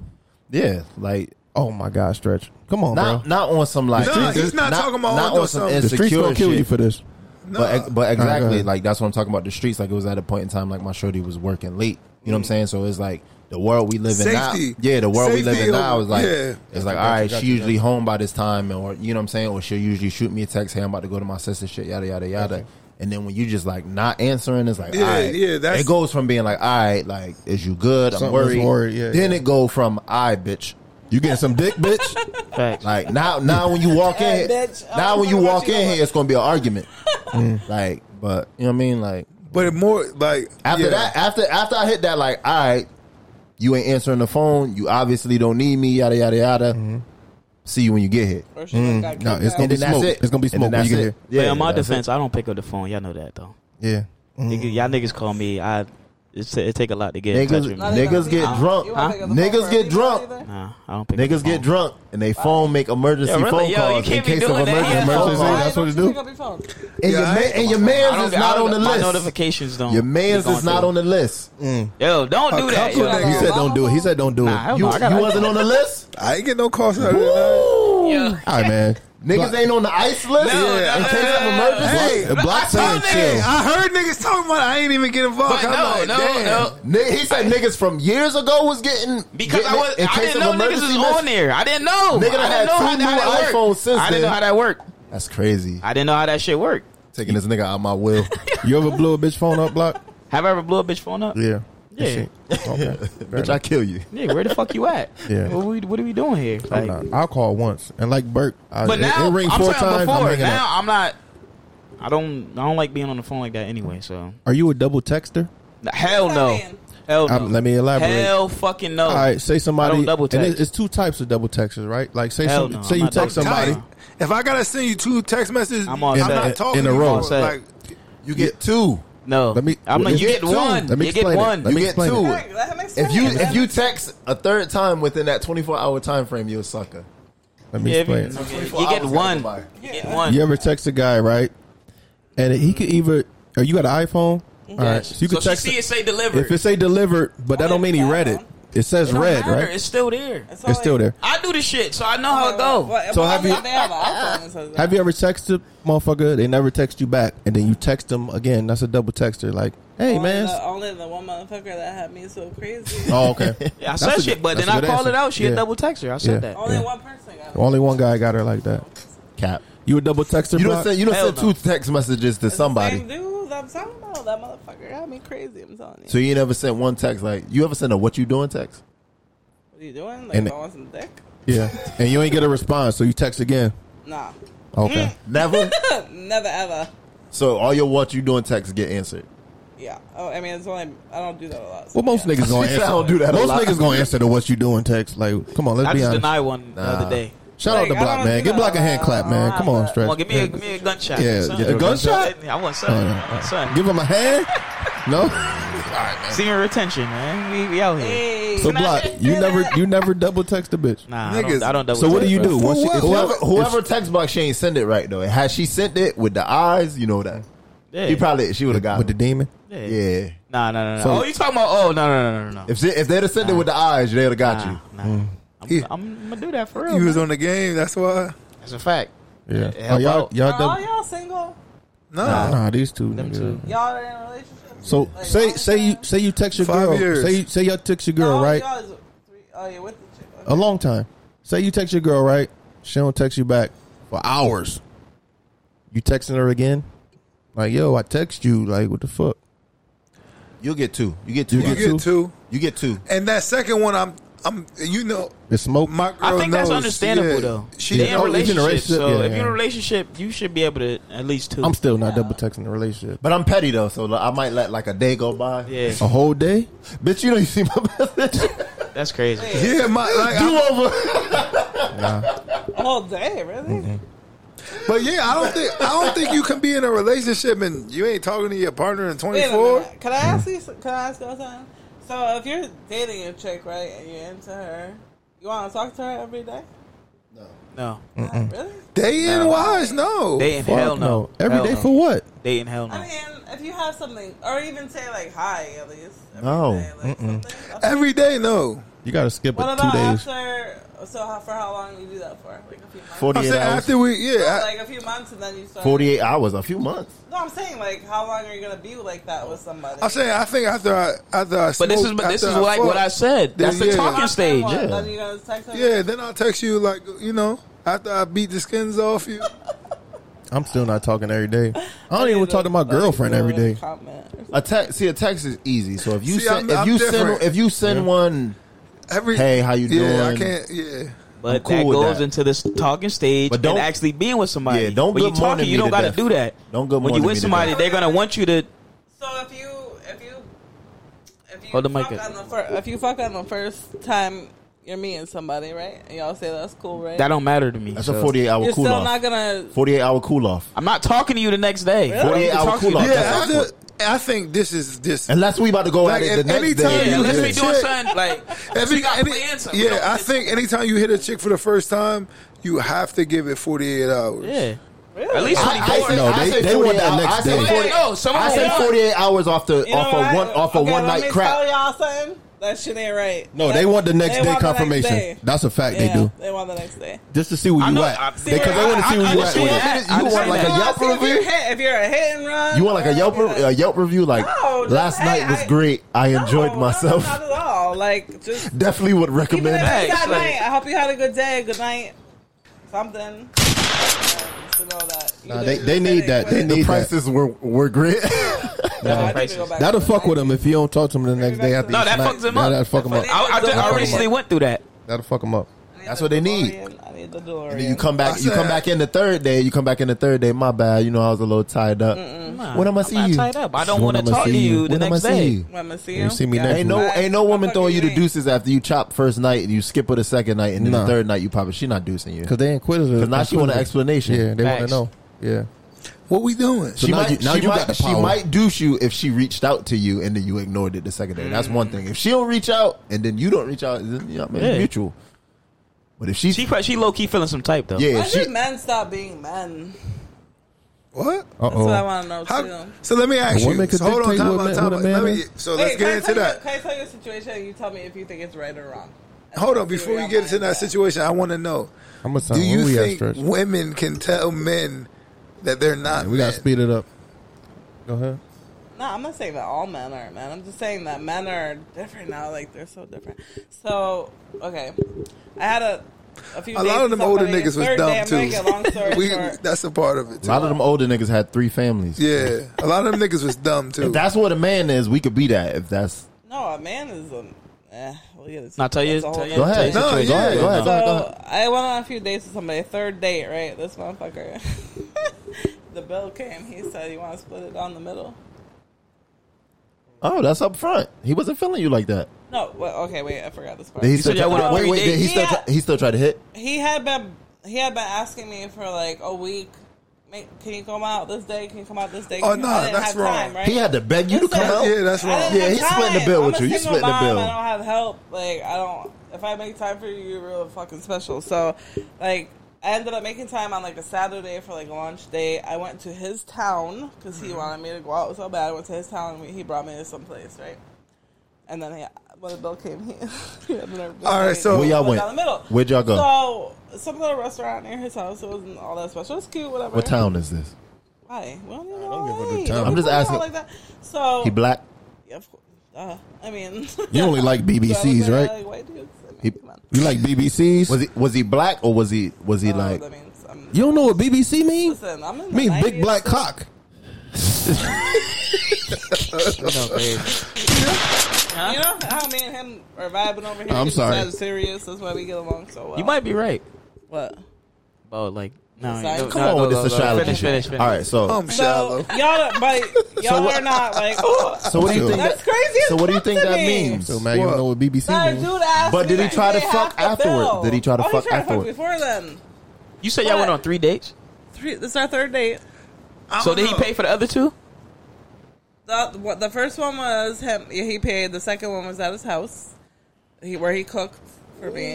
S4: Yeah, like
S5: Oh my god, stretch! Come on,
S4: not
S5: bro.
S4: not on some like.
S7: Nah, he's not talking about
S4: not
S7: on
S4: on some
S7: some-
S5: The streets
S4: insecure
S5: gonna kill
S4: shit.
S5: you for this.
S7: No,
S4: But but
S5: go
S4: exactly
S5: ahead.
S4: like that's what I'm talking about. The streets like it was at a point in time like my shorty was working late. You know what I'm saying? So it's like the world we live in now.
S7: Safety.
S4: Yeah, the world we live
S7: Safety
S4: in now
S7: over-
S4: is like
S7: yeah.
S4: it's like all right. She usually home by this time, or you know what I'm saying, or she'll usually shoot me a text, hey, I'm about to go to my sister, shit, yada yada yada. And then when you just like not answering, it's like
S7: Yeah,
S4: all right.
S7: yeah, that's-
S4: it goes from being like all right, like is you good? I'm
S5: Something's
S4: worried.
S5: worried, yeah,
S4: then
S5: yeah.
S4: it go from I bitch. You getting some dick, bitch?
S6: Facts.
S4: Like now, now when you walk in,
S8: Hey, bitch, I
S4: now
S8: don't
S4: when you
S8: know what
S4: walk
S8: you
S4: in
S8: know.
S4: here, it's gonna be an argument. Like, but you know what I mean. Like
S7: but it more like
S4: after
S7: yeah.
S4: that, after after I hit that, like, all right, you ain't answering the phone. You obviously don't need me. Yada yada yada. See you when you get Mm. here.
S8: Or she done got
S5: no,
S8: kicked
S5: it's
S8: out.
S5: gonna
S4: And
S5: be
S4: then that's
S5: smoke.
S4: it.
S5: It's gonna be
S4: And then
S5: smoke when you get
S4: that's
S5: here.
S4: it. Yeah,
S6: but in my
S4: that's it.
S6: defense, I don't pick up the phone. Y'all know that though.
S5: Yeah.
S6: Nigga, y'all niggas call me. I it's, it take a lot to get in
S4: Niggas,
S6: touch with me.
S8: Not even
S4: niggas
S8: a
S4: get
S8: female.
S4: drunk.
S8: You wanna pick up the
S4: Niggas
S8: phone for
S4: get
S8: a female
S4: drunk.
S8: either?
S6: Nah, I don't pick up
S4: Niggas
S6: the
S4: get
S6: phone.
S4: drunk and they phone make emergency
S6: Yeah, really,
S4: phone
S6: yo, you
S4: calls in
S6: can't be
S4: case of
S6: doing that.
S4: emergency
S6: Yeah.
S4: phone
S5: Emergency,
S8: Why
S4: calls.
S5: that's what
S8: don't
S5: it
S8: you
S5: do.
S8: pick up your phone?
S4: And your
S7: Yeah,
S4: man,
S7: I-
S4: and your
S6: I
S4: man's
S6: don't
S4: is
S6: get- I
S4: not
S6: don't
S4: on the
S6: get- my
S4: list.
S6: notifications don't.
S4: Your man's
S6: they
S4: is
S6: going
S4: not
S6: through.
S4: on the list.
S6: Yo, don't do that.
S7: couple
S6: Yo.
S7: niggas-
S5: He said don't do it. He said don't do
S6: Nah, hell
S5: it.
S6: no,
S5: You-
S6: I got
S4: You wasn't on the list.
S7: I ain't get no calls out of that.
S4: Ooh.
S6: Yo.
S5: All right, man.
S4: Niggas ain't on the ice list.
S6: No, Yeah.
S4: in
S6: no,
S4: case
S6: no,
S4: of
S6: no, no.
S4: emergency.
S7: Hey,
S5: Block saying
S7: Hey,
S5: chill.
S7: I heard niggas talking about. It. I ain't even get involved.
S6: But
S7: I'm
S6: no,
S7: like,
S6: no,
S7: damn.
S6: no.
S4: Ni- He said niggas from years ago was getting
S6: Because
S4: getting
S6: I was,
S4: it in
S6: I
S4: case
S6: didn't
S4: of
S6: know niggas
S4: emergency
S6: was
S4: mess-
S6: on there. I didn't know.
S4: Nigga done
S6: I
S4: had
S6: didn't know how
S4: two
S6: that- how
S4: new
S6: that
S4: iPhones
S6: worked.
S4: since
S6: I didn't know
S4: then.
S6: how that worked.
S4: That's crazy.
S6: I didn't know how that shit worked.
S4: Taking this nigga out my will.
S5: You ever blew a bitch phone up, block?
S6: Have I ever blew a bitch phone up?
S5: Yeah.
S6: Yeah.
S5: Shit. Okay. Fair
S4: Bitch, I kill you.
S6: Yeah, where the fuck you at?
S5: Yeah.
S6: What, we, what are we doing here? Like,
S5: Nah, Uh, I'll call once and like Burke. I,
S6: but
S5: it-
S6: now
S5: it, ring
S6: I'm
S5: four
S6: saying
S5: times. I'm
S6: before.
S5: hanging
S6: now
S5: up.
S6: I'm not. I don't. I don't like being on the phone like that anyway. So
S5: Are you a double texter?
S6: hell
S8: that
S6: no.
S8: mean?
S6: Hell no.
S5: Um, let me elaborate.
S6: Hell fucking no.
S5: All right, say somebody.
S6: I don't double
S5: And
S6: text.
S5: it's, it's two types of double texters, right? Like say
S6: Hell
S5: some,
S6: no,
S5: say
S6: I'm
S5: you
S6: not
S5: text
S6: double
S5: somebody.
S6: texting.
S7: If I gotta send you two text messages,
S6: I'm
S7: I'm,
S6: all set.
S7: not talking
S5: In a
S7: to you
S5: row.
S7: for,
S6: Set.
S7: Like,
S4: You get two.
S6: No,
S5: Let me-
S6: I'm like, you get
S4: two.
S6: one.
S5: Let me
S6: You get
S5: explain it.
S6: one.
S5: Let
S4: You
S5: me
S4: get
S5: explain
S4: two.
S5: it.
S4: If you if you text a third time within that 24 hour time frame, you're a sucker.
S5: Let me
S6: Yeah,
S5: explain
S6: you-
S5: it.
S6: you get
S4: hours gotta go
S6: one.
S4: by.
S6: You get one.
S5: You ever text a guy, right? And he could either, or you got an iPhone? All right. So you
S6: So
S5: could
S6: she
S5: text
S6: see it say
S5: If
S6: delivered.
S5: it say delivered, but that don't mean he read it. It says
S6: Don't
S5: read,
S6: matter,
S5: right?
S6: It's still there.
S5: It's still there.
S6: I do the shit, so I know how it go.
S8: Well,
S5: So
S8: well,
S5: have
S8: I mean,
S5: you-
S8: They have an iPhone.
S5: Have you ever texted motherfucker? They never text you back, and then you text them again. That's a double texter. Like, hey
S8: only
S5: man.
S8: The, only the one motherfucker that had me so crazy.
S5: Oh okay.
S6: Yeah, I
S5: That's
S6: said
S5: a
S6: shit,
S5: good-
S6: but
S5: that's
S6: then
S5: a
S6: I
S5: good
S6: called it
S5: answer.
S6: out. She
S5: Yeah.
S6: a double texter. I said
S5: Yeah.
S6: that.
S8: only
S5: yeah.
S8: one person got it.
S5: Only one guy got her like that.
S4: Cap.
S5: You a double texter?
S4: You
S5: Block?
S4: don't send you don't
S6: Hell
S4: send two
S6: no.
S4: text messages to
S8: It's the
S4: somebody.
S8: Same dude, I'm talking about that motherfucker got me crazy. I'm telling you.
S4: So you ain't never sent one text like you ever sent a what you doing text?
S8: what are you doing?
S5: And-
S8: Like, I want some dick?
S5: yeah, and you ain't get a response, so you text again.
S8: Nah, Mm.
S5: Okay.
S4: Never.
S8: never ever.
S4: so all your what you doing texts get answered.
S8: Yeah. Oh, I mean, it's only I don't do that a lot. so
S5: Well, most
S8: yeah.
S5: niggas gonna
S4: I
S5: answer.
S4: don't do that a
S5: most
S4: lot.
S5: niggas gonna answer to what you doing text. Like, come on, let's
S6: I
S5: be
S6: just
S5: honest.
S6: denied one the
S4: Nah.
S6: other day.
S5: Shout out
S8: Like,
S5: to
S8: I
S5: Block,
S8: don't
S5: man.
S8: do
S5: Give
S8: that
S5: Block a
S8: a
S5: hand
S8: lot.
S5: clap, man. Come on, stretch.
S6: Come on, give me a give me a gunshot.
S5: Yeah,
S6: son.
S5: get a gunshot?
S6: I want
S5: Oh,
S6: something.
S5: yeah.
S6: Son.
S5: Give him a hand. No.
S6: Senior retention, man. We, we out here.
S8: Hey,
S5: So
S8: can I
S5: Block,
S8: just
S5: you
S8: say
S5: never
S8: that?
S5: you never double text a bitch.
S6: Nah, I
S7: Niggas.
S6: don't, I don't double
S5: So what do
S6: text,
S5: you
S6: bro.
S5: do? Once you- if you-
S4: Whoever
S5: if-
S4: whoever text box she ain't send it right though. And Had she sent it with the eyes, you know that.
S6: Yeah.
S4: He probably she would have got
S5: with the
S4: it.
S5: demon.
S6: Yeah.
S4: Yeah.
S6: Nah, nah, nah, nah.
S5: So-
S6: oh, you talking about? Oh, no, no, no, no, no.
S4: If she, if they'd have sent it with the eyes, they'd have got
S5: Mm.
S4: you.
S6: Nah, nah. I'm,
S7: Yeah.
S6: I'm gonna do that for real.
S7: He was
S6: man.
S7: on the game. That's why.
S6: That's a fact.
S5: Yeah.
S6: Yeah,
S5: Oh, y'all
S6: help
S5: y'all
S8: Are all
S5: double.
S8: y'all single?
S7: Nah.
S5: Nah, these two.
S6: Them
S5: niggas.
S6: two.
S8: Y'all are in a relationship?
S5: So
S8: Like,
S5: say
S8: long
S5: say you
S8: time?
S5: say you text your
S7: Five
S5: girl.
S7: years.
S5: Say say y'all text your girl
S8: Oh,
S5: right
S8: y'all is three- Oh, you're with the chick. Okay.
S5: a long time. Say you text your girl right. She don't text you back for hours. You texting her again? Like yo, I text you. Like what the fuck?
S4: You'll get two. You get two.
S7: You get two.
S4: You get two.
S7: And that second one, I'm, I'm, you know,
S5: It's smoke.
S7: my girl
S6: I think that's
S7: knows,
S6: understandable
S7: yeah,
S6: though.
S7: She
S6: they in a
S5: Oh, it's in
S6: relationship,
S5: a relationship,
S6: so
S5: yeah,
S6: if
S5: yeah.
S6: you're in a relationship, you should be able to at least two.
S5: I'm still not double texting the relationship.
S4: But I'm petty though, so like, I might let like a day go by.
S6: yeah,
S5: A whole day?
S4: Bitch, you don't see my message.
S6: that's crazy.
S7: yeah, my like,
S4: Do
S7: I,
S4: over.
S8: All day, really?
S7: but yeah, I don't think I don't think you can be in a relationship and you ain't talking to your partner in twenty
S8: Wait a
S7: four.
S8: minute. Can I ask you? Can I ask you something? So, if you're dating a chick, right, and you're into her, you want to talk to her every day?
S6: No,
S8: Really?
S7: They in wise, no.
S6: they in
S5: Fuck
S6: hell no.
S5: Every day
S6: Hell no.
S5: for what?
S6: They in hell no.
S8: I mean, if you have something, or even say like hi at least. every
S4: No.
S8: day, like, something.
S7: Every day, no.
S5: You gotta skip
S8: What
S5: it two
S8: about
S5: days.
S8: after? So, how, for how long you do that for? Like a few months.
S7: I'm
S4: 48
S7: saying
S4: hours.
S7: after we, yeah,
S8: like a few months, and then you start.
S4: 48 hours, a few months.
S8: No, I'm saying like, how long are you gonna be like that with somebody?
S7: I, I'm saying I think after I after I,
S6: But this is
S7: smoke,
S6: but this
S7: after
S6: is like
S7: fuck,
S6: what I said. That's the
S7: yeah.
S6: talking stage.
S8: Then
S4: yeah.
S8: you gonna text her?
S7: Yeah, then I'll text you like you know after I beat the skins off you.
S5: I'm still not talking every day. I don't even talk to my
S8: Like,
S5: girlfriend
S8: you know,
S5: every
S8: in the
S5: day.
S8: comment or
S4: A text, see, a text is easy. So if you
S7: See,
S4: send,
S7: I'm- I'm
S4: if you
S7: different.
S4: send, if you send one,
S7: Every
S4: Hey, how you
S7: yeah, I
S4: doing?
S7: can't. Yeah,
S6: But
S4: cool
S6: that
S4: with
S6: goes
S4: that.
S6: into this talking stage
S4: But don't-
S6: and actually being with somebody.
S4: Yeah, don't
S6: when you
S4: good morning
S6: talking, you
S4: me
S6: don't
S4: to
S6: gotta
S4: death.
S6: do that.
S4: Don't good
S6: when you
S4: morning
S6: with
S4: me to
S6: somebody,
S4: death.
S6: they're gonna want you to.
S8: So if you if you if you
S6: Hold the mic
S8: fuck
S6: up.
S8: on the fir- if you fuck on the first time you're meeting somebody, right? And y'all say that's cool, right?
S6: That don't matter to me.
S4: that's
S6: so.
S4: a 48 hour
S8: you're
S4: cool
S8: still
S4: off.
S8: not gonna.
S4: 48 hour cool off.
S6: I'm not talking to you the next day.
S8: Really?
S4: 48
S6: I'm
S4: hour
S6: talking
S4: cool
S6: to
S4: off.
S6: you.
S7: yeah.
S4: That's
S7: after,
S4: awkward.
S7: I think this is this.
S4: Unless we about to go at
S7: Like,
S4: it
S7: if
S4: the next
S7: anytime
S4: day.
S7: you
S6: Yeah, unless we
S7: Yeah.
S6: doing
S7: Shit.
S6: something like
S7: Every,
S6: she got
S7: any-
S6: plans. We
S7: yeah,
S6: don't-
S7: I think anytime you hit a chick for the first time, you have to give it 48 hours.
S6: Yeah,
S8: Really?
S6: at least
S4: I, I
S6: 24.
S4: say,
S5: No, they-
S4: I say
S5: they want
S4: 48
S5: that
S4: hours-
S5: next
S4: I say
S5: day.
S4: 48
S6: Yeah, no, someone
S4: I say
S6: want-
S4: 48 hours off the
S8: You know
S4: off a
S8: what?
S4: one off a
S8: Okay,
S4: one
S8: let
S4: night
S8: me Tell
S4: crap.
S8: y'all something. That shit ain't right.
S5: No,
S8: That-
S5: they want the next
S8: they
S5: day
S8: want the next
S5: confirmation.
S8: day.
S5: That's a fact.
S8: Yeah,
S5: They do
S8: They want the next day.
S5: just to see where
S6: I
S5: you
S6: know-
S5: at
S6: I-
S5: because they want to see where
S6: I
S5: you at.
S6: understand
S5: Yeah.
S6: that.
S4: You want like
S8: They
S4: a
S8: wanna
S4: Yelp
S8: see if you
S4: review?
S8: hit- If you're a hit and run,
S4: You want like a
S8: or
S4: Yelp
S8: if
S4: re-
S8: you're-
S4: a Yelp review? Like
S8: No, just,
S4: last
S8: hey,
S4: night was
S8: I-
S4: great. I enjoyed
S8: No, no,
S4: myself.
S8: Not at all. Like just
S4: Definitely would
S8: Even
S4: recommend.
S8: if
S4: that.
S8: it's
S6: Facts,
S8: not
S6: like-
S8: night, I hope you had a good day, good night, something. Um, to know that. you
S5: Nah,
S8: did
S5: they-
S8: your
S5: they need
S8: thing,
S5: that.
S8: but-
S5: They
S4: The
S5: need
S4: prices were were great.
S8: No, I need to
S6: prices.
S8: go back
S5: That'll
S8: to
S5: fuck
S8: the
S5: with them if you don't talk to them the
S8: Maybe
S5: next day.
S8: that's
S5: After
S8: the-
S6: No,
S5: each
S6: that
S5: night.
S6: fucks them
S5: Yeah,
S6: up.
S5: That'll fuck them up.
S8: That's
S6: I, I, just, I recently went through that.
S5: That'll fuck them up.
S8: night. I need
S4: That's
S8: the
S4: what they need.
S8: DeLorean. I need the DeLorean.
S4: And then you come
S7: I
S4: back. You
S7: said-
S4: come back in the third day. You come back in the third day. My bad. You know I was a little tied up.
S6: Nah,
S4: When I'ma see
S6: not
S4: you?
S6: tied up. I don't
S5: When
S6: want to
S5: I'ma
S6: talk to
S5: see you?
S6: you the
S4: When I'ma
S6: next
S4: see
S6: day.
S4: you?
S8: Woman, see
S5: You
S8: you.
S5: see me next
S4: Ain't no
S8: Right.
S4: ain't no
S8: What
S4: woman
S8: fuck
S4: throwing you the
S8: mean?
S4: deuces after you chop first night and you skip her the second night and then
S5: Nah.
S4: the third night you probably she not deucing you.
S5: Because they inquisitive.
S4: Because now she want an explanation.
S5: Yeah, they want to
S6: Facts.
S5: know. Yeah.
S7: What we doing?
S4: So now you, now you got the power. She might douche you if she reached out to you and then you ignored it the second day. That's one thing. If she don't reach out and then you don't reach out, then, you know, I mean,
S6: Mm. Yeah.
S4: it's mutual. But if she's
S6: She pro- she low key feeling some type though.
S4: yeah,
S8: Why
S4: if she
S8: should men stop being men?
S7: What?
S8: That's what I want to know
S7: How-
S8: too.
S7: so let me ask
S5: A
S7: you.
S5: woman could
S7: so hold on,
S5: dictate
S7: time
S5: what
S7: out,
S5: man-
S7: time
S5: what a
S7: out.
S5: man
S7: Let me,
S5: is?
S7: so let's get
S8: Wait, can I
S7: into
S8: tell you-
S7: that.
S8: can I tell you a situation and you tell me if you think it's right or wrong? And
S7: Hold on,
S8: let's see
S7: before
S8: where
S7: we
S8: y'all
S7: get into
S8: minds
S7: that
S8: at.
S7: situation, I want to know:
S5: I'm gonna sound
S7: Do you
S5: Uh, we at
S7: think
S5: stretch.
S7: women can tell men that they're not?
S5: We gotta
S7: men?
S5: speed it up. Go ahead.
S8: No, I'm not saying that all men are men. I'm just saying that men are different now. Like they're so different. So okay, I had a a few.
S7: A
S8: dates
S7: lot of them
S8: with
S7: older
S8: somebody.
S7: niggas was
S8: Third day,
S7: dumb
S8: I'm making a Long story
S7: too. we,
S8: short.
S7: that's a part of it.
S4: a
S7: Too.
S4: lot of them older niggas had three families.
S7: Yeah, a lot of them niggas was dumb too.
S4: If that's what a man is, we could be that. If that's
S8: No, a man is a. Eh, well, yeah,
S6: Now tell you,
S8: that's a whole
S6: tell you,
S8: other
S4: go ahead,
S7: No,
S4: Go ahead,
S7: yeah.
S4: go ahead, go ahead, go ahead.
S8: So I went on a few dates with somebody. Third date, right? This motherfucker. the bill came. He said, "You want to split it down the middle?"
S4: Oh, that's up front. He wasn't feeling you like that.
S8: No. Well, okay. Wait, I forgot this part.
S4: Then he still
S6: said y'all
S4: tried-
S6: went on
S4: wait,
S6: three
S4: wait. then he
S8: dates?
S4: still
S8: Yeah.
S4: tri- he still tried to hit.
S8: he had been he had been asking me for like a week. "Make- Can you come out this day? Can you come out this day? Can
S7: Oh,
S8: you-
S7: no,
S8: I didn't
S7: that's
S8: have
S7: wrong.
S8: Time, right?
S4: He had to beg you to
S8: Listen,
S4: come out.
S7: Yeah, that's
S8: I
S7: wrong.
S8: didn't
S4: Yeah,
S8: have
S4: he's splitting the
S8: time.
S4: bill
S8: I'm
S4: with
S8: a
S4: you. He's
S8: single
S4: splitting the
S8: mom.
S4: bill.
S8: I don't have help. Like I don't. If I make time for you, you're real fucking special. So, like, I ended up making time on like a Saturday for like a lunch date. I went to his town because he wanted me to go out so bad. I went to his town. and we- He brought me to some place, right? And then he, when the bill came, he, he had the nerve to
S7: All right,
S8: say,
S7: so- Where
S4: y'all
S8: "Go
S4: went?
S8: Down the middle.
S4: Where'd y'all go?
S8: So some little restaurant near his house. It wasn't all that special. It was cute, whatever.
S4: What town is this?
S8: Why? Well, you know,
S5: don't give a
S8: why?
S5: good time.
S4: I'm just
S8: Why
S4: asking-
S8: Like that? So
S4: He black.
S8: yeah, of course. Uh, I mean,
S5: You only like BBCs,
S8: So I was like,
S5: right?
S8: I like white dudes. I mean,
S4: He-
S8: come on.
S5: You like BBCs?
S4: Was he was he black or was he was he
S8: Oh,
S4: like?
S8: that means I'm,
S5: you don't know what BBC means?
S8: listen, I'm in the
S5: Means big
S8: 90s.
S5: black cock.
S8: You know how me and him are vibing over here.
S5: I'm sorry.
S8: Serious. That's why we get along so well.
S6: You might be right.
S8: what?
S6: But like, no,
S8: Sorry.
S6: no,
S4: Come
S6: no,
S4: on
S6: no,
S4: with
S6: no,
S4: this
S6: no,
S4: astrology.
S6: Finish,
S4: shit.
S6: finish, finish.
S4: All right, so
S7: I'm
S8: So
S7: shallow.
S8: y'all, but y'all
S4: what-
S8: are not like. Oh,
S4: so what do you think?
S8: That's
S4: that,
S8: crazy as
S4: So what do you
S8: fuck
S4: think
S8: to
S4: that
S8: me.
S4: means?
S5: So man, you don't know what BBC
S8: that
S5: means?
S8: dude asked
S4: But did
S8: me
S4: he try to
S8: pay
S4: fuck
S8: half the
S4: afterward?
S8: bill.
S4: Did he try to
S8: oh,
S4: fuck
S8: he tried
S4: afterward?
S8: To fuck before then,
S6: You said y'all went
S8: But-
S6: on three dates.
S8: Three, this is our third date.
S7: I
S6: So
S7: don't
S6: did he
S7: know.
S6: pay for the other two?
S8: The, what- the first one was him. yeah, He paid. The second one was at his house, he, where he cooked for me.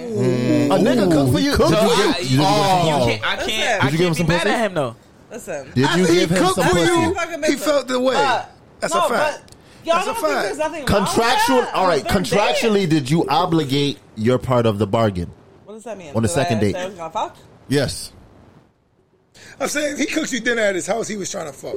S4: A nigga cook for you? Did
S6: So
S4: you
S6: I-
S4: give- you
S6: you
S4: oh.
S6: can't, I
S8: Listen.
S6: can't. I
S8: Did
S4: you
S6: can't
S4: give him
S6: be
S4: some
S6: mad
S4: pussy?
S6: at him though.
S8: Listen,
S4: Did you
S7: He
S4: give him
S7: cooked
S4: some
S7: for
S4: pussy?
S7: you.
S8: Fucking
S7: He
S8: bitch.
S7: felt the way.
S8: But-
S7: That's
S8: no,
S7: a fact.
S8: But y'all
S7: That's a
S8: don't think
S7: fact.
S8: there's nothing wrong with
S4: Contractual.
S8: that?
S4: All right,
S8: On the third date.
S4: contractually, did you obligate your part of the bargain?
S8: What does that mean?
S4: on the
S8: Did
S4: second
S8: I
S4: date.
S8: say I was gonna fuck.
S5: Yes.
S7: I'm saying if he cooked you dinner at his house, he was trying to fuck.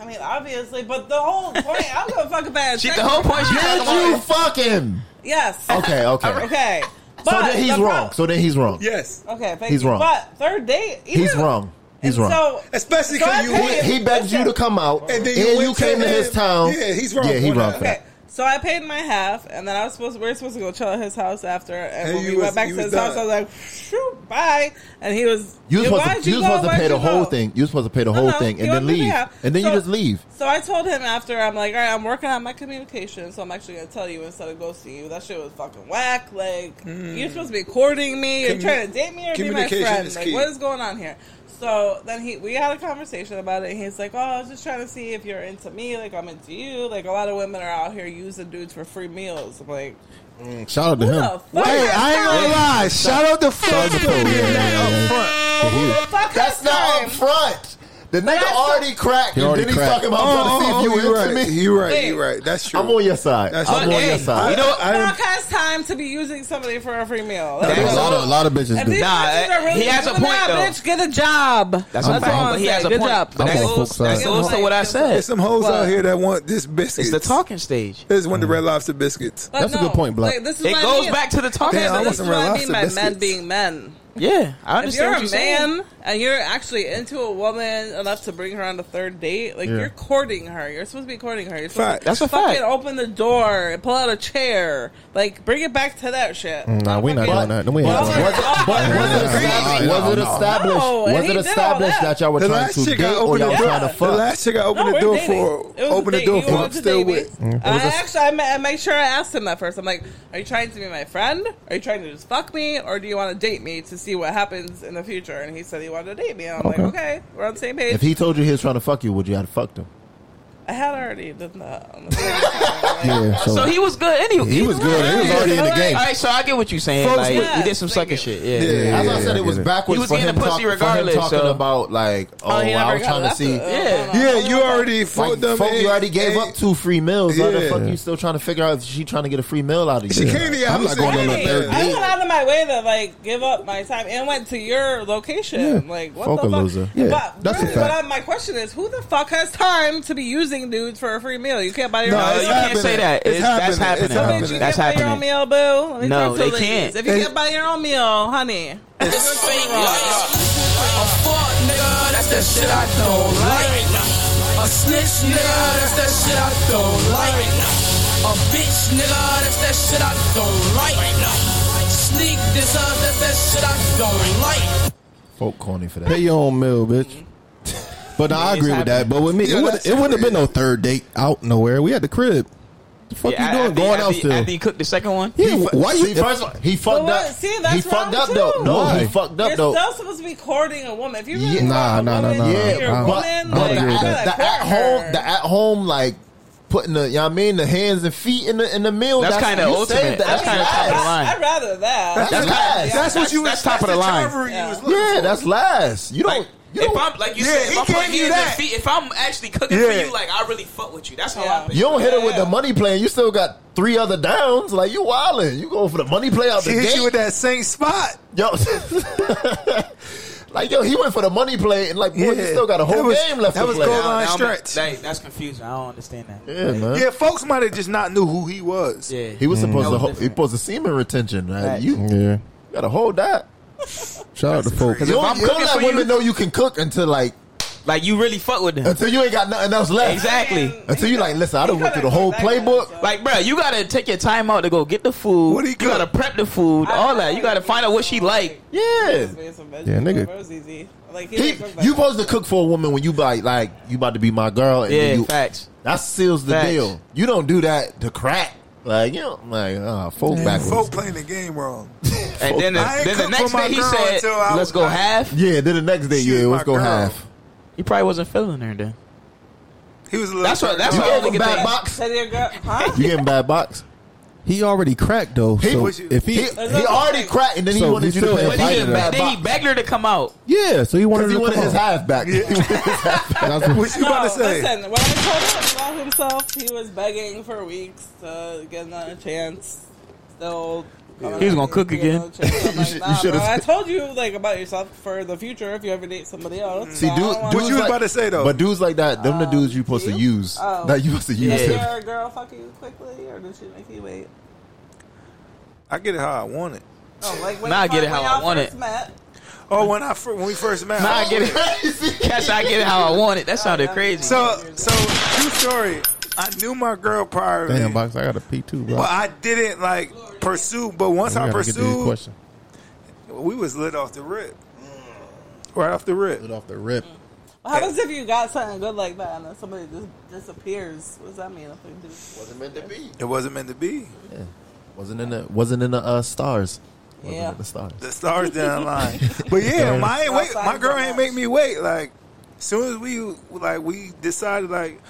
S8: I mean, obviously, but the whole point. I'm gonna fuck a bad.
S6: She, the whole point. She
S4: Did
S6: talking
S4: you
S6: about.
S4: fucking?
S8: Yes.
S4: Okay, okay.
S8: okay. But
S4: So then he's
S8: the pro-
S4: wrong. So then he's wrong.
S7: Yes,
S8: Okay, thank
S4: He's
S8: you.
S4: wrong.
S8: But third date, even-
S4: He's wrong. He's
S8: and
S4: wrong.
S8: So
S7: especially
S8: So I
S7: because you.
S8: paid-
S7: went-
S4: He begged you to come out,
S7: And
S4: and,
S7: then you
S4: you,
S7: went to
S4: came to his
S7: him.
S4: town.
S7: Yeah, he's wrong
S4: Yeah, he
S7: for
S4: wrong
S7: that.
S4: for
S8: okay,
S4: that.
S8: so I paid my half, and then I was supposed we were supposed to go chill at his house after, and,
S7: And
S8: when
S7: you
S8: we
S7: was-
S8: went back
S7: you
S8: to
S7: was
S8: his house, I
S7: done.
S8: was like, "Shoot, bye," and he was.
S4: You were
S8: "Yeah,
S4: supposed,
S8: why'd
S4: to, you
S8: go?
S4: was supposed to
S8: Why'd
S4: pay
S8: you
S4: the whole
S8: go?"
S4: thing. You was supposed to pay the
S8: No,
S4: whole
S8: no,
S4: thing
S8: he
S4: and then
S8: wanted me
S4: leave,
S8: out.
S4: and then
S8: So-
S4: you just leave.
S8: So I told him after, I'm like, all right, I'm working on my communication, so I'm actually gonna tell you instead of ghosting you. That shit was fucking whack. Like, you're supposed to be courting me. You're
S7: Mm. Commu-
S8: trying to date me or be my
S7: communication
S8: friend.
S7: is
S8: Like,
S7: key.
S8: what is going on here? So then he, we had a conversation about it. And he's like, oh, I was just trying to see if you're into me, like I'm into you. Like a lot of women are out here using dudes for free meals. I'm like,
S7: Mm,
S5: Shout out to
S8: who
S5: him.
S8: the fuck?
S7: Hey, I ain't gonna lie. Shout out the fuck
S4: Shout out to Phil, yeah, yeah, yeah.
S8: who the fuck
S4: That's
S8: has
S4: not
S8: time?
S4: up front. The nigga
S8: that's-
S4: already cracked,
S5: He
S4: and
S5: already
S4: then he's
S5: cracked.
S4: talking about
S7: Oh,
S4: trying to see
S7: oh,
S4: if
S7: oh,
S4: you
S7: you
S4: into
S7: right.
S4: me.
S7: You right.
S8: Hey.
S7: You right. That's true.
S4: I'm on your side.
S7: That's-
S4: I'm
S7: But,
S4: on
S7: hey,
S4: your side.
S7: you
S8: You
S7: know
S8: know,
S7: what? I am-
S8: fuck has time to be using somebody for a free meal.
S5: I think a lot of a lot of bitches
S8: If these
S5: do.
S6: Nah,
S8: bitches are really
S6: he has a
S8: doing
S6: point,
S8: that,
S6: though.
S8: Bitch, get a job. That's,
S6: But
S8: all I'm
S6: he
S8: saying.
S6: has a
S8: Good
S6: point.
S8: job.
S6: But
S5: I'm
S6: that's
S5: on folks'
S6: also, that's
S8: side.
S6: also what I
S7: There's
S6: said.
S7: some hoes
S8: What?
S7: out here that want this biscuit.
S6: It's the talking stage.
S7: They just want the
S4: Mm.
S7: red lobster biscuits.
S8: But
S5: That's a
S8: no,
S5: good point, Black.
S8: Like, this is
S6: It
S8: what I
S6: goes
S8: mean.
S6: back to the talking
S7: Damn, I
S8: But
S6: stage.
S7: want some
S8: this is what
S7: red
S8: I mean
S7: lobster
S8: by men
S7: biscuits.
S8: being men.
S6: Yeah, I
S8: If
S6: understand
S8: you're
S6: what
S8: a
S6: you're
S8: man
S6: saying.
S8: and you're actually into a woman enough to bring her on the third date, like you're courting her. You're supposed to be courting her. You're supposed
S7: Fact.
S8: to
S6: That's a
S8: fucking
S6: fact.
S8: open the door, pull out a chair, like bring it back to that shit.
S5: Nah, we not
S8: fucking-
S5: doing that. No, we ain't
S8: Well,
S5: doing that.
S8: oh,
S4: But was it
S5: Nah,
S4: established?
S5: nah,
S4: Was it
S5: nah.
S4: established? Was
S8: No, and he
S4: it
S8: did all
S4: established
S8: that.
S4: that y'all were
S7: The
S4: trying
S7: last
S4: to
S7: chick I
S4: date or
S7: opened
S4: y'all
S7: the
S4: trying
S7: door.
S4: to
S7: The
S4: fuck?
S7: last chick I opened
S8: No,
S7: the
S8: we're
S7: door
S8: dating.
S7: for.
S8: Oh, It was
S7: Opened
S8: a
S7: the
S8: date.
S7: door
S8: He
S7: for.
S8: wanted
S7: I'm
S8: to
S7: still
S8: date me.
S7: with.
S8: I actually, I, ma- I make sure I asked him that first. I'm like, "Are you trying to be my friend? Are you trying to just fuck me, or do you want to date me to see what happens in the future. And he said he wanted to date me. And I'm
S4: Okay.
S8: like, okay, we're on the same page.
S4: If he told you he was trying to fuck you, would you have fucked him?
S8: I had already done that. on the
S4: Yeah. So,
S6: So he was good anyway.
S4: He was good. He was already in the game.
S6: All right, so I get what you're saying.
S4: Folks,
S6: like,
S8: yeah,
S6: he did some
S8: thank
S6: sucker
S8: you.
S6: shit. Yeah.
S4: Yeah, as
S5: yeah,
S4: I said,
S5: yeah,
S4: it was
S5: yeah.
S4: backwards
S6: He was
S4: for,
S6: getting
S4: him
S6: a pussy
S4: talk- for him
S6: regardless,
S4: talking
S6: so-
S4: about like, oh,
S8: he
S4: I
S8: never
S4: was
S8: got
S4: trying to
S8: that.
S4: see.
S8: Uh,
S6: Yeah.
S8: hold on.
S7: Yeah, you already fucked
S4: Like,
S7: them.
S4: fuck,
S7: and-
S4: you already gave
S7: and
S4: up two free meals. How the
S7: Yeah.
S4: fuck you still trying to figure out if she trying to get a free meal out of you?
S7: She can't even. I'm
S5: not going on no
S8: Hey,
S5: third
S8: I went out of my way to like give up my time and went to your location.
S5: Yeah.
S8: Like what
S4: Fuck
S8: the
S4: a
S8: fuck?
S4: loser.
S5: Yeah,
S8: but
S5: that's a
S8: but
S5: fact.
S8: I- my question is, who the fuck has time to be using dudes for a free meal? You can't buy your
S7: No,
S8: own.
S7: it's
S6: you
S8: meal.
S6: can't say that.
S7: It's
S6: It's, that's
S7: happening.
S6: happening.
S7: It's
S8: Bitch, you
S6: That's
S8: can't buy your own
S6: happening.
S8: meal, boo. Let me
S6: No,
S8: talk to
S6: they
S8: the
S6: can't.
S8: ladies. If you can't buy your own meal, honey,
S10: It's fake, yeah. A fuck, nigga, that's that shit I don't like. A snitch, nigga, that's that shit I don't like. A bitch, nigga, that's that shit I don't like. Sneak this up, that's that shit I don't like.
S4: Folk corny for
S5: Pay
S4: that.
S5: your own meal, bitch. But no, I
S6: it's
S5: agree with that. But with me,
S7: Yeah,
S5: it, would,
S7: that's
S5: it wouldn't have been no third date out nowhere. We at the crib. The fuck
S6: Yeah,
S5: you doing?
S6: after-
S5: Going
S6: after-
S5: out still?
S6: After you cooked the second one?
S5: yeah, why you?
S4: See, first of all, he fucked
S8: what-
S4: up.
S8: see, that's
S4: he fucked up
S8: wrong,
S4: though.
S8: too.
S4: No, he
S5: Why?
S4: fucked up
S8: you're
S4: though.
S8: still supposed to be courting a woman. If you really
S4: Yeah.
S8: love
S5: Nah, nah,
S8: a
S5: nah,
S8: woman,
S5: nah.
S8: you're
S4: Yeah,
S8: a
S4: but,
S5: Uh,
S8: woman,
S5: I don't
S4: but
S8: like,
S5: agree
S4: the,
S5: with
S8: you
S4: at,
S8: gotta
S4: the
S8: court
S4: at home,
S8: her.
S4: the at home, like putting the, you know what I mean, the hands and feet in the in the meal.
S6: That's kinda
S4: you
S6: ultimate.
S4: said
S6: That's
S8: I mean,
S6: kinda top of the
S8: I'd-
S6: line.
S8: I'd rather that.
S4: That's
S8: I'd rather
S4: last.
S8: that.
S7: That's what you.
S6: that's top of the line.
S8: Yeah.
S4: yeah, that's last. You don't.
S6: Like,
S4: you
S6: if
S4: don't,
S6: I'm like you
S7: Yeah,
S6: said,
S7: he
S6: if I'm
S7: gave
S6: putting
S7: you
S6: hands and
S7: that.
S6: feet, if I'm actually cooking
S7: Yeah.
S6: for you, like I really fuck with you. That's how
S8: Yeah.
S6: I. Feel.
S4: you don't hit her with
S8: Yeah.
S4: the money play. and You still got three other downs. Like you wilding. You going for the money play out
S7: She
S4: the
S7: hit
S4: gate.
S7: you with that same spot.
S4: Yo, like yo, he went for the money play, and like boy, you
S7: Yeah.
S4: still got a whole
S7: That was-
S4: game left
S7: that
S4: to
S7: was
S4: play.
S7: goal line.
S6: Now I'm-
S7: stretch.
S6: like, that's confusing. I don't understand that.
S4: Yeah, man.
S7: Yeah, folks might have just not knew who he was.
S6: Yeah,
S4: He was supposed
S6: That was
S4: to. Ho-
S6: different.
S4: he supposed to semen retention. Right?
S6: Right.
S4: You
S5: yeah.
S4: gotta hold that.
S5: Shout out to folks.
S6: Because
S4: You
S6: if
S4: don't,
S6: I'm
S4: you don't
S6: cooking
S4: let
S6: for
S4: women
S6: you,
S4: know you can cook until like
S6: like you really fuck with them.
S4: until you ain't got nothing else left.
S6: Exactly.
S4: Until you like, listen, I done went through the whole playbook.
S6: Like, bro, you gotta take your time out to go get the food.
S7: What he
S6: you gotta
S7: cook?
S6: prep the food, all that. You gotta find out what she like.
S4: Yeah.
S8: Yeah,
S5: nigga.
S8: Like, he
S4: He,
S8: didn't cook like
S4: you supposed to cook for a woman when you buy like you about to be my girl and
S6: Yeah,
S4: you,
S6: facts.
S4: that seals the
S6: Facts.
S4: deal. You don't do that to crack. Like you know, like uh folk backwards.
S7: Folk playing the game wrong.
S6: And then, the,
S7: Oh, I ain't
S6: then the
S7: cook
S6: next
S7: for my
S6: day he
S7: girl
S6: said,
S7: until I
S6: "Let's
S7: was
S6: go
S7: like-
S6: half."
S4: Yeah, then the next day,
S7: She
S4: yeah,
S7: was
S4: let's go
S7: my girl.
S4: half.
S6: He probably wasn't feeling her then.
S7: He was a little.
S6: That's what.
S7: turned
S6: That's
S7: off.
S6: what. I
S4: Gave
S6: was
S4: him
S6: looking
S4: bad
S6: at.
S4: box.
S8: Said your girl, huh?
S4: You gave him bad box.
S5: He already cracked though. So
S7: was-
S5: if
S4: He,
S5: he,
S4: he already cracked, and then he
S5: So
S4: wanted
S5: he
S4: you to
S5: still
S4: pay a
S5: had
S6: But he,
S4: fight in
S5: Invited
S6: didn't-
S5: her.
S4: bad
S6: then he
S4: box
S6: begged her to come out.
S5: yeah, so he wanted
S4: because he
S5: to
S4: wanted
S5: come
S4: his
S5: on.
S4: half back.
S5: That's what-
S7: What you about to
S8: No,
S7: say?
S8: listen, when I told him about himself, he was begging for weeks to get another chance. Still.
S6: He was gonna cook again.
S8: you
S4: should- you
S8: nah,
S4: should've
S8: bro, I
S4: said-
S8: told you like about yourself for the future if you ever date somebody else.
S4: See,
S8: so I
S4: dude,
S8: don't wanna-
S4: dudes
S7: What you was
S4: like-
S7: about to say, though?
S4: But dudes like that, them the dudes you supposed to
S8: you?
S4: use.
S8: Oh.
S4: That you supposed to use.
S8: Did
S4: to-
S8: your girl fuck you quickly, or did she make you wait?
S7: I get it how I want it.
S8: Oh, like when
S6: Nah, I
S8: you
S6: get
S8: fir-
S6: it how
S8: when
S6: I
S8: y'all
S6: want
S8: first
S6: it.
S8: Met,
S7: Oh, when I fir- when we first met.
S6: Nah, I get it. Cash, I get it how I want it. That sounded crazy.
S7: So so true story. I knew my girl prior.
S5: Damn, box. I got a P two, bro.
S7: But I didn't like pursue. But once I
S5: We gotta get to these
S7: pursued,
S5: questions.
S7: we was lit off the rip. Right off the rip.
S5: Get off the rip.
S8: Well, How does if you got something good like that and then somebody just disappears? What does that mean? If they do-
S7: It wasn't meant to be.
S4: Wasn't in the wasn't in the uh, stars. Wasn't
S8: Yeah.
S4: in the stars.
S7: The stars down line. But yeah, my ain't wait, my girl ain't make me wait. Like, soon as we like we decided like,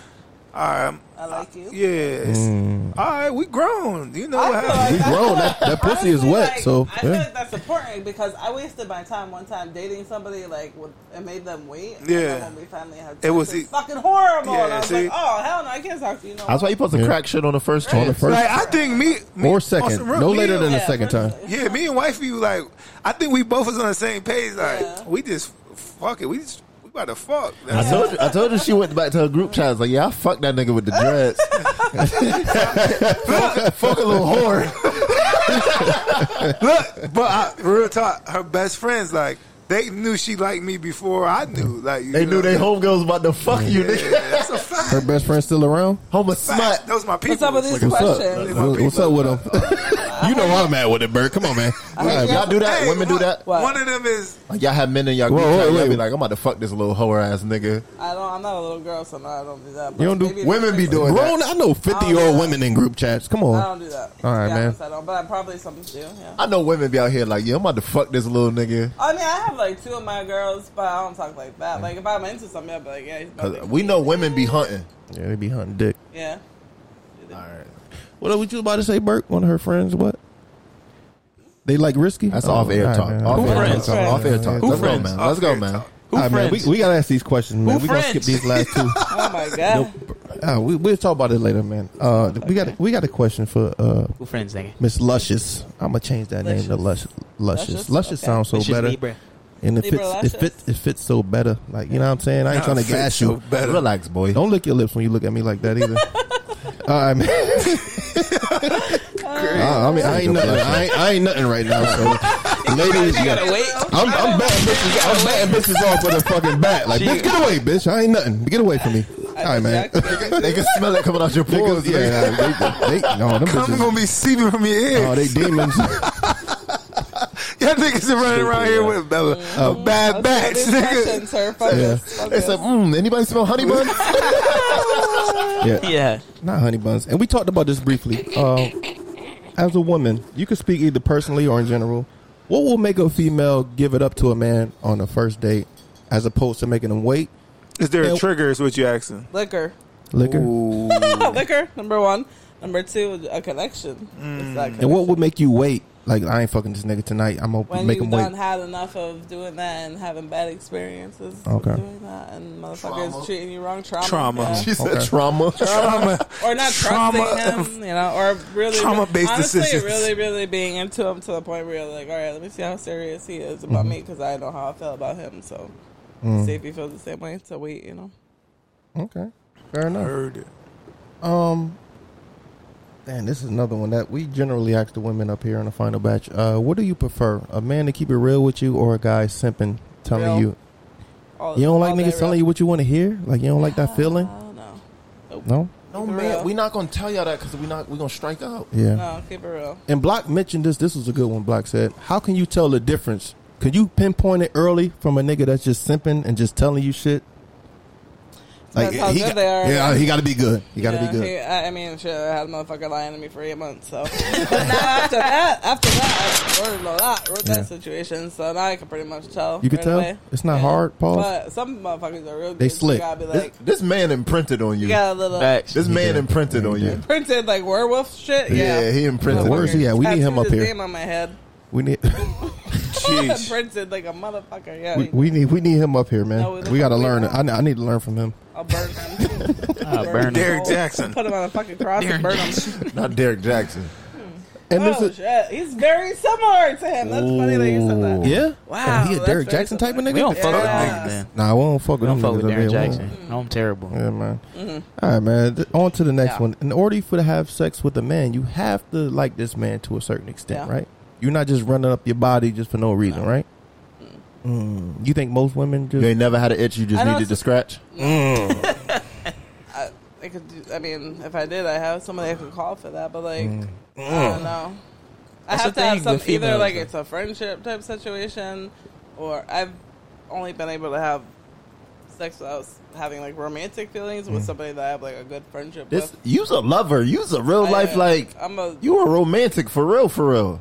S7: all right, I'm-
S8: I like you.
S7: yes,
S5: Mm.
S7: all right, we grown. You know
S8: I
S7: what
S8: feel
S7: happened?
S8: like-
S5: We
S8: I feel
S5: grown. That-
S8: like-
S5: that pussy is
S8: honestly,
S5: wet,
S8: like,
S5: so,
S8: I feel
S5: yeah.
S8: like that's important because I wasted my time one time dating somebody like with, and made them wait. and
S7: Yeah.
S8: then when we finally had sex,
S7: It was e-
S8: fucking horrible. and
S7: Yeah,
S8: I was
S7: see?
S8: like, oh hell no, I can't talk to you. No
S4: That's why you supposed to
S5: Yeah.
S4: crack shit on the first
S5: On the
S4: time.
S5: first
S7: Like, I think me, me
S5: or
S7: on some
S5: second,
S7: real-
S5: no
S7: me
S5: later
S7: and-
S5: than the
S8: Yeah,
S5: second time.
S8: first-
S7: Yeah, me and wifey like I think we both was on the same page. Like
S8: Yeah.
S7: we just fuck it. We just we about to fuck.
S4: I told you, I told you she went back to her group chat. I was like, yeah, I fucked that nigga with the dreads. fuck, fuck a little whore.
S7: Look, but I, real talk, her best friends like they knew she liked me before I knew. Like you
S4: They
S7: know.
S4: knew they homegirls about to fuck you, nigga.
S7: Yeah, that's a fact.
S5: Her best friend still around.
S4: Home a
S7: Fact.
S4: smut.
S7: Those my people.
S8: What's up with these
S5: What's
S8: questions?
S5: up? What's up with him? you know where I'm at with it, Bert. Come on, man.
S4: Y'all, y'all do that?
S7: Hey,
S4: Women do
S7: one-
S4: that?
S7: One of them is
S4: Like y'all have men in y'all group
S5: Whoa, whoa,
S4: chat, y'all
S5: wait.
S4: be like, I'm about to fuck this little whore ass nigga.
S6: I don't. I'm not a little girl, so no, I don't do that.
S5: You don't do-
S6: Maybe
S4: Women be doing that.
S5: Grown, I know 50 year
S8: Oh,
S5: old women in group chats. Come
S6: I
S5: on.
S6: don't do that.
S5: All right,
S6: To be
S5: man.
S6: honest, I don't. But I probably some do. Yeah.
S4: I know women be out here like, yeah, I'm about to fuck this little nigga.
S6: I mean, I have like two of my girls, but I don't talk like that. Like if I'm into something, I'll be like, yeah, he's my
S4: 'Cause
S6: big
S4: we
S6: kid.
S4: know women be hunting.
S5: Yeah, they be hunting dick.
S6: Yeah.
S5: What what you about to say, Bert? One of her friends, what? They like risky?
S4: That's
S5: Oh,
S4: off air
S5: all right,
S4: talk.
S5: man.
S4: Off air
S12: friends?
S4: talk. Off air talk.
S5: Who
S4: Let's go,
S12: friends?
S4: man. Let's go, man.
S12: Who
S5: All right, man, we,
S12: friends?
S5: we gotta ask these questions, man.
S12: Who
S5: we gonna skip
S12: friends?
S5: these last two.
S6: Oh my god.
S5: Uh, we, we'll talk about it later, man. Uh, We got we got a question for uh,
S12: Who friends nigga?
S5: Miss Luscious. I'm gonna change that name to Lush, Luscious. Luscious,
S6: Luscious? Okay.
S5: sounds so
S12: It's just
S5: better,
S12: Libra.
S5: and it
S6: Libra
S5: fits, it
S6: Luscious?
S5: fits it fits so better. Like you know what I'm saying? I ain't trying to gas you.
S4: Relax, boy.
S5: Don't lick your lips when you look at me like that either. All right, man. I, I mean, I ain't nothing. I ain't, I ain't nothing right now. So, ladies, you gotta
S12: wait.
S5: I'm, I'm batting bitches. I'm batting bitches off with a fucking bat. Like, bitch, get away, bitch. I ain't nothing. Get away from me. All right, man.
S4: They can smell it coming out your pores.
S5: Niggas, yeah, they, they, no, them
S7: coming
S5: bitches.
S7: gonna be seeping from your ear.
S5: Oh, they demons.
S7: Y'all niggas are running around here with Bella.
S5: Mm.
S7: bad bats, nigga.
S5: Yeah.
S4: It's like, mm, anybody smell honey bun?
S5: yeah,
S12: Yeah.
S5: not honey buns. And we talked about this briefly. Uh, as a woman, you could speak either personally or in general. What will make a female give it up to a man on the first date, as opposed to making him wait?
S7: Is there
S5: Yeah.
S7: a trigger? Is what you asking?
S6: Liquor.
S5: Liquor.
S6: Liquor. Number one. Number two, a connection. It's that
S7: Mm.
S5: And what
S6: connection.
S5: would make you wait? Like I ain't fucking this nigga tonight. I'm gonna
S6: when
S5: make
S6: you've
S5: him
S6: done
S5: wait.
S6: had enough of doing that and having bad experiences
S5: Okay.
S6: with doing that and motherfuckers treating you wrong trauma
S7: Trauma.
S6: yeah.
S4: She said trauma.
S7: Trauma.
S6: or not
S7: Trauma-
S6: trusting him you know or really
S7: Trauma-based
S6: honestly
S7: decisions.
S6: really really being into him to the point where you're like alright let me see how serious he is
S5: Mm-hmm.
S6: about me 'cause me because I know how I feel about him so
S5: Mm.
S6: see if he feels the same way so wait you know
S5: Okay, fair enough.
S7: Heard it.
S5: Um, and this is another one that we generally ask the women up here in the final batch. Uh, what do you prefer, a man to keep it real with you, or a guy simping telling
S6: Real.
S5: you
S6: all,
S5: you don't like
S6: all day
S5: niggas telling you
S6: real- Oh,
S5: what you want to hear? Like you don't like that feeling?
S6: I don't know
S5: No.
S4: No,
S6: For
S4: Oh, man.
S6: real.
S4: we not going to tell y'all that because we not we going to strike out.
S5: Yeah.
S6: no keep it real
S5: And Block mentioned this. This was a good one. Block said, "How can you tell the difference? Could you pinpoint it early from a nigga that's just simping and just telling you shit?"
S6: Depends how good they are.
S5: Yeah, he got to be good. He got to
S6: yeah,
S5: be good.
S6: he- I, I mean, shit, I had a motherfucker lying to me for eight months. So, but now after that, after that, I learned a lot with
S5: Yeah.
S6: that situation. So now I can pretty much tell.
S5: You can
S6: right
S5: tell?
S6: away.
S5: It's not hard, Paul?
S6: But some motherfuckers are real. Good.
S5: They
S6: You
S5: slick.
S6: gotta be
S4: This,
S6: like,
S4: this man imprinted on you.
S6: you got a little
S12: Facts.
S4: This man
S5: Yeah.
S4: imprinted on you.
S6: printed like werewolf shit.
S4: Yeah,
S6: Yeah,
S4: he imprinted.
S5: Yeah, where is he at? We need him
S6: Tattooed
S5: up
S6: his
S5: here.
S6: Name on my head.
S5: We need
S7: Jeez.
S6: printed like a motherfucker. Yeah,
S5: we, we need we need him up here, man.
S6: No, we-
S5: we got to learn. it. I, I need to learn from him.
S6: I'll burn him.
S12: Ah, burn him.
S7: Derrick Jackson.
S6: Put him on a fucking cross and burn him.
S4: Not Derek Jackson.
S5: And
S6: Oh
S5: this is
S6: shit, he's very similar to him. That's funny that you said that.
S5: yeah.
S6: Wow,
S5: he a
S6: that's
S5: Derek
S6: very
S5: Jackson type of nigga.
S12: We don't fuck with
S6: Yeah. Mm.
S12: niggas, man.
S5: Nah, we don't fuck
S12: We
S5: with
S12: don't
S5: them
S12: fuck with
S5: niggas up
S12: Darren
S5: here. We don't-
S12: Jackson. No, I'm terrible.
S5: Yeah, man. All right, man. Th- on to the next
S6: Mm-hmm. Yeah.
S5: one. In order for you to have sex with a man, you have to like this man to a certain extent,
S6: Yeah.
S5: right? You're not just running up your body just for no reason, right? Mm. You think most women
S4: You
S5: just
S4: ain't never had an itch you just
S6: I know
S4: needed
S6: it's-
S4: to scratch?
S6: I, I could do. I mean, if I did, I have somebody I could call for that. But like, I don't know. I
S12: That's
S6: have
S12: the
S6: to have
S12: thing
S6: some
S12: with
S6: either
S12: females,
S6: like
S12: though.
S6: it's a friendship type situation, or I've only been able to have sex without having like romantic feelings with somebody that I have like a good friendship
S4: This
S6: with.
S4: you's a lover. You's a real
S6: I
S4: life
S6: am.
S4: like
S6: I'm a
S4: you a romantic for real, for real.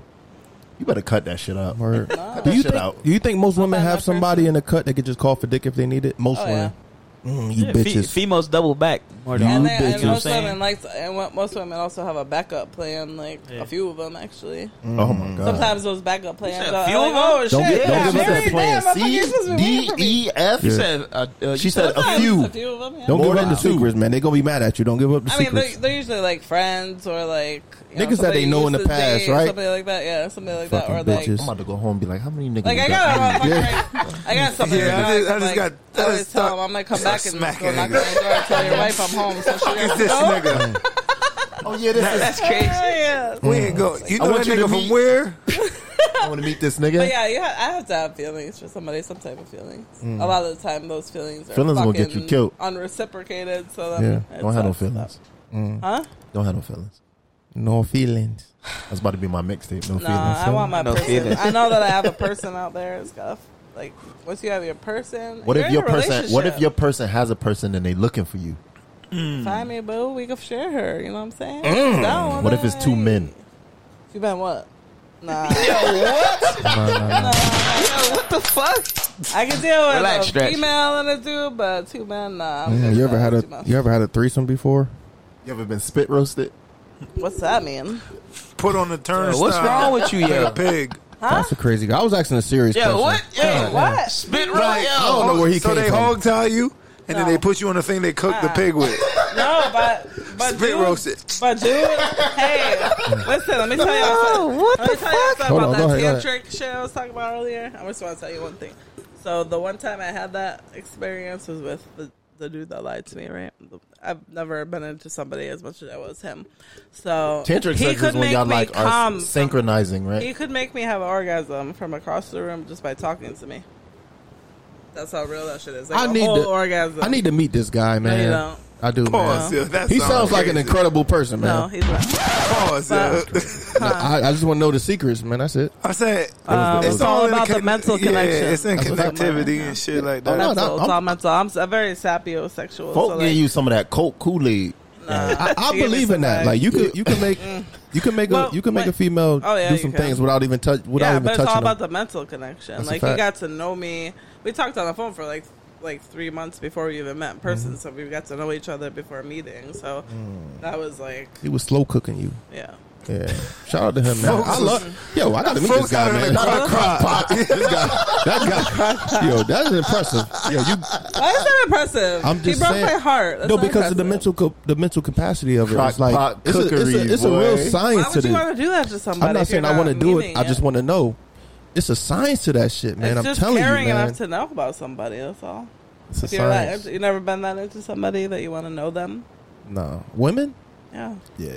S4: You better cut that shit out.
S5: Word.
S4: Cut
S5: Do
S4: that
S5: you
S4: shit
S5: think,
S4: out.
S5: do you think most women
S6: not
S5: have
S6: that
S5: somebody
S6: person.
S5: in the cut that could just call for dick if they need it? Most
S6: Oh,
S5: women. Mm, you
S12: Yeah, fe-
S5: bitches.
S12: females double back more than
S6: and,
S5: You
S6: they, and
S5: bitches.
S6: most
S12: You know what I'm
S6: women like and what- most women also have a backup plan. Like a few of them actually.
S4: Oh my god.
S6: Sometimes those backup plans.
S12: said a
S6: are
S12: few
S6: like,
S12: of 'em?
S6: oh shit!
S5: Don't get- don't
S6: yeah,
S5: give us
S6: Mary,
S5: that
S6: damn, motherfucker,
S4: C
S6: you're supposed to be waiting
S4: D
S6: for me.
S4: E F.
S12: She said, uh, uh,
S4: She said a
S6: Sometimes
S4: few.
S6: A few of them. Yeah.
S5: Don't
S4: More
S5: give up
S4: than
S5: the
S4: two.
S5: secrets, man. They gonna be mad at you. Don't give up the
S6: I mean,
S5: secrets.
S6: they're, they're usually like friends or like you
S5: Niggas that they
S6: somebody
S5: know
S6: you
S5: in the
S6: used to
S5: past,
S6: date,
S5: right?
S6: Somebody like that, yeah, somebody like
S5: Fucking
S6: that, or
S5: bitches.
S4: I'm about to go home and be like, how many niggas?
S6: like
S4: you
S6: like I
S4: got?
S6: got a motherfucker. right? I got something.
S7: Yeah, I just- I just got- I
S6: I always
S7: just
S6: tell
S7: thought-
S6: him I'm gonna come back and
S7: smack
S6: go
S7: it.
S6: knock on your door and tell your wife I'm home. So she
S7: It's
S6: goes,
S7: this
S6: no?
S7: nigga.
S4: Oh yeah, this is.
S12: That's crazy.
S6: Yeah.
S7: We ain't go. You
S4: I
S7: know
S4: want
S7: that
S4: you to
S7: nigga from
S4: meet-
S7: where?
S4: I want to meet this nigga.
S6: But yeah, you ha- I have to have feelings for somebody, some type of feelings.
S5: Mm.
S6: A lot of the time, those feelings are
S4: Feelings will
S6: fucking
S4: get you killed.
S6: unreciprocated. So
S5: Yeah.
S6: then it
S4: Don't have no
S6: sucks.
S4: feelings.
S6: huh?
S4: Don't have no feelings.
S5: no feelings.
S4: That's about to be my mixtape. No,
S6: No,
S4: feelings.
S6: Uh, I want my
S3: No
S6: person.
S3: feelings.
S6: I know that I have a person out there. It's got like once you have your person.
S4: What
S6: you're
S4: if
S6: in
S4: your
S6: a
S4: person? What if your
S6: relationship.
S4: person has a person and they looking for you?
S6: find me, boo? We can share her. You know what I'm saying?
S3: Mm.
S4: What if it's two men?
S6: You been what? Nah. Yo, what? Yo, what the fuck? I can deal with
S3: Relax,
S6: a
S3: stretch.
S6: female and a dude, but two men, nah. I'm
S5: Man,
S6: good
S5: you ever
S6: with
S5: had
S6: two
S5: a
S6: men.
S5: you ever had a threesome before?
S4: You ever been spit roasted?
S6: What's that mean?
S7: Put on the turnstile.
S3: what's wrong with you, yo?
S7: Like a pig.
S5: That's a crazy. guy. I was asking a serious
S3: Yeah,
S5: question.
S3: what? Yeah,
S6: What?
S3: Spit
S7: Like,
S3: right,
S5: I
S3: yo.
S5: don't know where he
S7: Oh, so
S5: came
S7: they
S5: from.
S7: hog tie you, and then
S6: No.
S7: they put you on the thing they cook
S8: Ah.
S7: the pig with.
S6: No, but but
S7: Spit
S6: dude,
S7: roasted.
S6: But dude, hey, listen. Let me tell you something. What let me tell you something
S5: Hold
S6: about
S5: on, go
S6: that
S5: ahead, go
S6: tantric shit I was talking about earlier. I just want to tell you one thing. So the one time I had that experience was with the, the dude that lied to me. Right? I've never been into somebody as much as I was him. So
S4: Tantric
S6: he
S4: sex is
S6: could
S4: when
S6: make
S4: y'all
S6: me
S4: like are
S6: come.
S4: synchronizing,
S6: He
S4: right?
S6: could make me have an orgasm from across the room just by talking to me. That's how real that shit is. Like
S5: I
S6: a
S5: need
S6: whole
S5: to
S6: orgasm.
S5: I need to meet this guy, man.
S6: don't.
S5: I do,
S7: Pause.
S5: man.
S7: yo, Oh, that
S5: He sounds like an
S7: crazy.
S5: incredible person,
S6: No,
S5: man.
S6: he's not.
S7: Pause. yo.
S5: I, I just want to know the secrets, man. That's it.
S7: I said
S6: Um, it's all
S7: in
S6: about the mental connection.
S7: Yeah, it's in
S6: That's what I'm talking
S7: connectivity
S6: about.
S7: and shit like
S5: Oh,
S7: that.
S5: no,
S6: Mental,
S5: no,
S6: it's all mental. I'm, s- I'm very
S4: Folk
S6: sapiosexual. so
S4: give
S6: like,
S4: you some of that Coke Kool Aid.
S5: I, I
S6: She gave
S5: believe
S6: me
S5: in that.
S6: some Mm.
S5: Like you could, you can make, you can make
S6: Well,
S5: a, you can make a
S6: but-
S5: female
S6: Oh, yeah,
S5: do
S6: you
S5: some
S6: can.
S5: things without even touch, without
S6: yeah,
S5: even
S6: but it's
S5: touching
S6: all
S5: them.
S6: about the mental connection.
S5: That's a
S6: like you
S5: fact.
S6: got to know me. We talked on the phone for like like three months before we even met in
S5: Mm-hmm.
S6: person, so we got to know each other before meeting. So
S5: Mm.
S6: that was like,
S5: he was slow cooking you.
S6: yeah.
S5: Yeah, shout out to him, man. I
S7: Folks
S5: love, yo, I got to meet this
S7: Folks
S5: guy,
S7: out
S5: man.
S7: in the crock pot.
S5: This guy, that guy, yo, that is impressive. Yo, you,
S6: Why is that impressive?
S5: I'm just
S6: he broke
S5: saying.
S6: my heart. That's
S5: no,
S6: not
S5: because of the
S6: impressive.
S5: mental, co- the mental capacity of it.
S4: Crock
S5: It's like
S4: pot
S5: it's, a, it's,
S4: cookery,
S5: a, it's a real
S4: boy.
S5: science
S6: Why
S5: to
S6: would you
S5: this.
S6: want to do that to somebody?
S5: I'm not
S6: if you're
S5: saying I want to do
S6: meeting
S5: it. I just want to know. It's a science to that shit, man.
S6: It's
S5: I'm
S6: just
S5: telling you,
S6: caring
S5: man.
S6: enough to know about somebody. That's all.
S5: It's a
S6: If you're that,
S5: science.
S6: you never been that into somebody that you want to know them.
S5: No, women.
S6: Yeah.
S5: Yeah.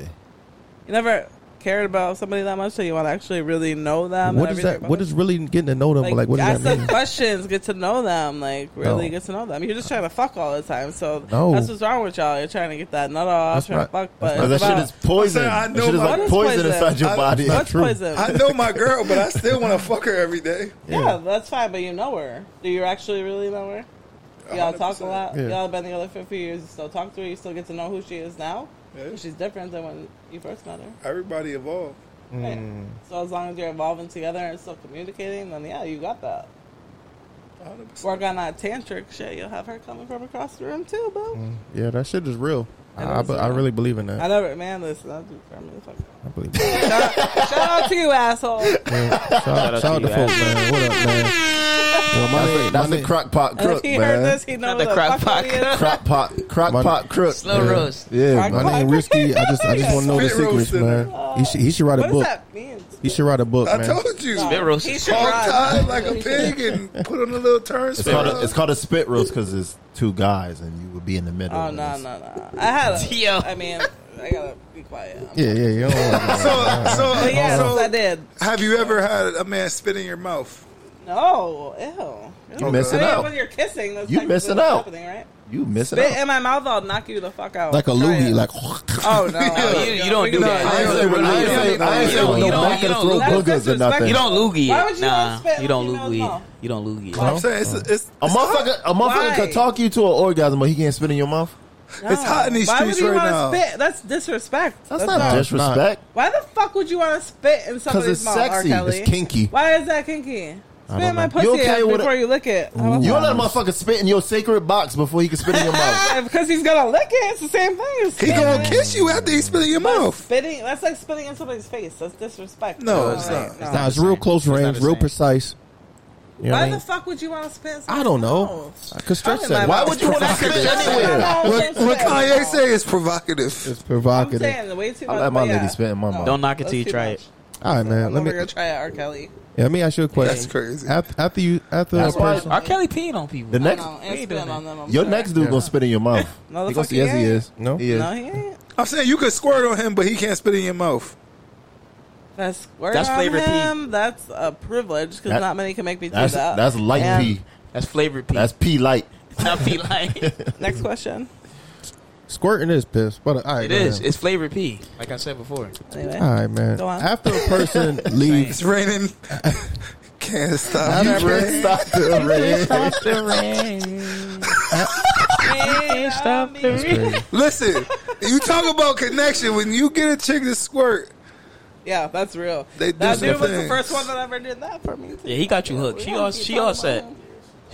S6: You never cared about somebody that much that you want to actually really know them.
S5: What
S6: and
S5: is that?
S6: everything
S5: What
S6: about
S5: is really getting to know them?
S6: them.
S5: Like, what
S6: ask
S5: does that
S6: them
S5: mean?
S6: questions, get to know them, like really
S5: No.
S6: get to know them. You're just trying to fuck all the time, so
S5: No.
S6: that's what's wrong with y'all. You're trying to get that nut off,
S5: That's
S6: trying to
S5: not-
S6: fuck,
S5: that's
S6: but
S4: Because
S6: it's
S4: that shit is
S6: about,
S4: poison.
S7: I
S4: That
S7: know
S4: shit is
S7: my-
S6: What
S4: like
S6: is
S4: poison
S6: poison?
S4: inside your
S7: I-
S4: body.
S6: what's poison?
S7: I know my girl, but I still want to fuck her every day.
S6: yeah. that's fine, but you know her. Do you actually really know her? Y'all talk a lot.
S5: Yeah.
S6: Y'all been together for a few years. You still talk to her. You still get to know who she is now.
S7: Yeah.
S6: She's different than when you first met her.
S7: Everybody evolved.
S6: Right. So as long as you're evolving together and still communicating, then yeah, you got that.
S7: 100%.
S6: Work on that tantric shit. You'll have her coming from across the room too, boo.
S5: Yeah, that shit is real.
S6: It
S5: I, I,
S6: is
S5: be- I
S6: real.
S5: really believe in
S6: I
S5: that.
S6: never, man. Listen, I do firmly fucking.
S5: I believe. in that.
S6: Shout out to you, asshole.
S5: Shout, out- shout out to
S3: you,
S5: folks, man. What up, man? Yo, my
S4: That's
S5: name- my
S4: the
S5: name-
S4: crock pot
S6: if
S4: crook,
S6: he heard
S4: man.
S6: this, he knows
S3: the
S6: the
S3: crack
S6: fuck what he is.
S4: Crock pot, crock
S5: My-
S4: pot crook.
S3: Slow roast.
S5: Yeah, my
S6: Crock
S5: name
S6: pot.
S5: Risky. I just I just want to know the
S7: Spit
S5: secrets,
S7: roasting.
S5: man. He should he should write
S6: What
S5: a
S6: does
S5: book.
S6: that mean?
S5: He should write a book,
S7: I
S5: man.
S7: told you.
S3: Spit roast.
S6: He should
S7: Hog tied
S6: run.
S7: like a pig and put on a little
S4: It's called, a,
S7: turnstile.
S4: it's called a spit roast because it's two guys and you would be in the middle.
S6: Oh
S4: and
S6: no,
S4: it's-
S6: no, no. I had a.
S3: Yo.
S6: I mean, I gotta be quiet. I'm-
S5: Yeah, yeah, you don't want
S7: So, so,
S6: But yes,
S7: so
S6: I did.
S7: have you ever had a man spit in your mouth?
S6: No, ew.
S4: You missing
S6: I mean,
S4: out.
S6: When you're kissing, that's
S4: You
S6: technically
S4: missing
S6: what's
S4: out.
S6: Happening, right?
S4: You missing
S6: Spit
S4: out.
S6: in my mouth, I'll knock you the fuck out.
S5: like a
S6: Try it.
S5: loogie, like.
S6: Oh no,
S3: you, you don't do that.
S4: I ain't say with
S3: You don't-
S4: no- I ain't
S3: you
S4: say
S3: don't-
S4: with
S3: you
S4: no
S3: don't-
S4: back
S3: you
S4: of the
S3: don't
S4: throat
S3: loogie.
S4: boogers or nothing.
S3: You don't loogie
S6: Why would
S3: it.
S6: you
S3: Nah,
S6: not spit
S3: you don't
S6: on females'
S3: loogie
S6: mouth?
S3: it. You don't loogie it.
S7: I'm saying it's, it's,
S4: A
S7: it's hot.
S4: motherfucker, a motherfucker
S6: Why?
S4: could talk you to an orgasm, but he can't spit in your mouth.
S7: It's hot in these
S6: Why would
S7: streets
S6: you
S7: right now.
S6: want to spit? That's disrespect.
S4: That's, not disrespect.
S6: Why the fuck would you want to spit in
S4: Because
S6: somebody's
S4: it's
S6: mouth? R.
S4: sexy.
S6: Kelly?
S4: It's kinky.
S6: Why is that kinky? Spit in my
S4: know. You
S6: pussy
S4: okay with it?
S6: before you lick it.
S4: You don't let a motherfucker spit in your sacred box before he can spit in your mouth.
S6: Because he's gonna lick it. It's the same thing. as
S7: He
S6: spitting.
S7: gonna kiss you after he spit in your mouth.
S6: Spitting. That's like spitting in somebody's face. That's disrespect.
S7: No,
S6: All
S7: it's
S6: right,
S7: not.
S6: no.
S5: Nah, it's real close range, real
S3: same.
S5: precise. You know what I
S6: Why
S5: mean?
S6: the fuck would you want to spit? in
S5: I don't know.
S6: somebody's
S5: I could stretch
S6: Probably
S5: that.
S6: my
S4: Why would you want to
S6: mouth?
S4: spit anywhere?
S6: I don't
S7: What,
S6: know, I'm
S7: what
S6: saying
S7: Kanye
S6: spitting.
S7: say is provocative.
S5: It's
S6: I'm
S5: provocative.
S6: saying way too
S4: I
S6: much.
S4: let my
S6: but
S4: lady
S6: yeah.
S4: spit in my mouth.
S3: Don't knock it
S6: That's
S3: till you
S6: too
S3: try
S6: much.
S3: it.
S5: All right, man.
S6: I'm
S5: Let me
S6: never gonna try it, R. Kelly.
S5: yeah, let me ask you a question.
S7: That's crazy.
S5: After, after you, after a
S4: That's why-
S5: person,
S3: R. Kelly peeing on people.
S4: The next,
S6: No, and spit on them. I'm
S4: your
S6: sorry.
S4: next dude gonna spit in your mouth.
S6: No, the
S4: He gonna
S6: fuck
S4: say,
S6: he
S4: yes, he
S6: ain't.
S4: is.
S5: No?
S4: he is.
S6: No, he ain't.
S7: I'm saying you could squirt on him, but he can't spit in your mouth.
S6: That's word
S3: That's
S6: on
S3: flavor pee.
S6: him. That's a privilege because
S4: That-
S6: not many can make me do
S4: That's
S6: that.
S4: that's light
S6: And
S4: pee.
S3: That's flavored pee.
S4: That's pee light.
S3: not pee like.
S6: Next question.
S5: Squirting is piss, but all right,
S13: It
S5: go
S13: is.
S5: ahead.
S13: It's flavored pee, like I said before.
S6: Anyway,
S5: all right, man.
S6: Go on.
S5: After a person leaves,
S7: It's raining. Can't stop.
S5: After-
S7: Can't stop.
S13: Stop the rain. Stop the rain.
S7: Listen, you talk about connection. When you get a chick to squirt,
S6: yeah, that's real.
S7: They do
S6: that dude
S7: some
S6: was the
S7: things.
S6: first one that ever did that for me.
S13: Yeah, he got you hooked. She all she all set.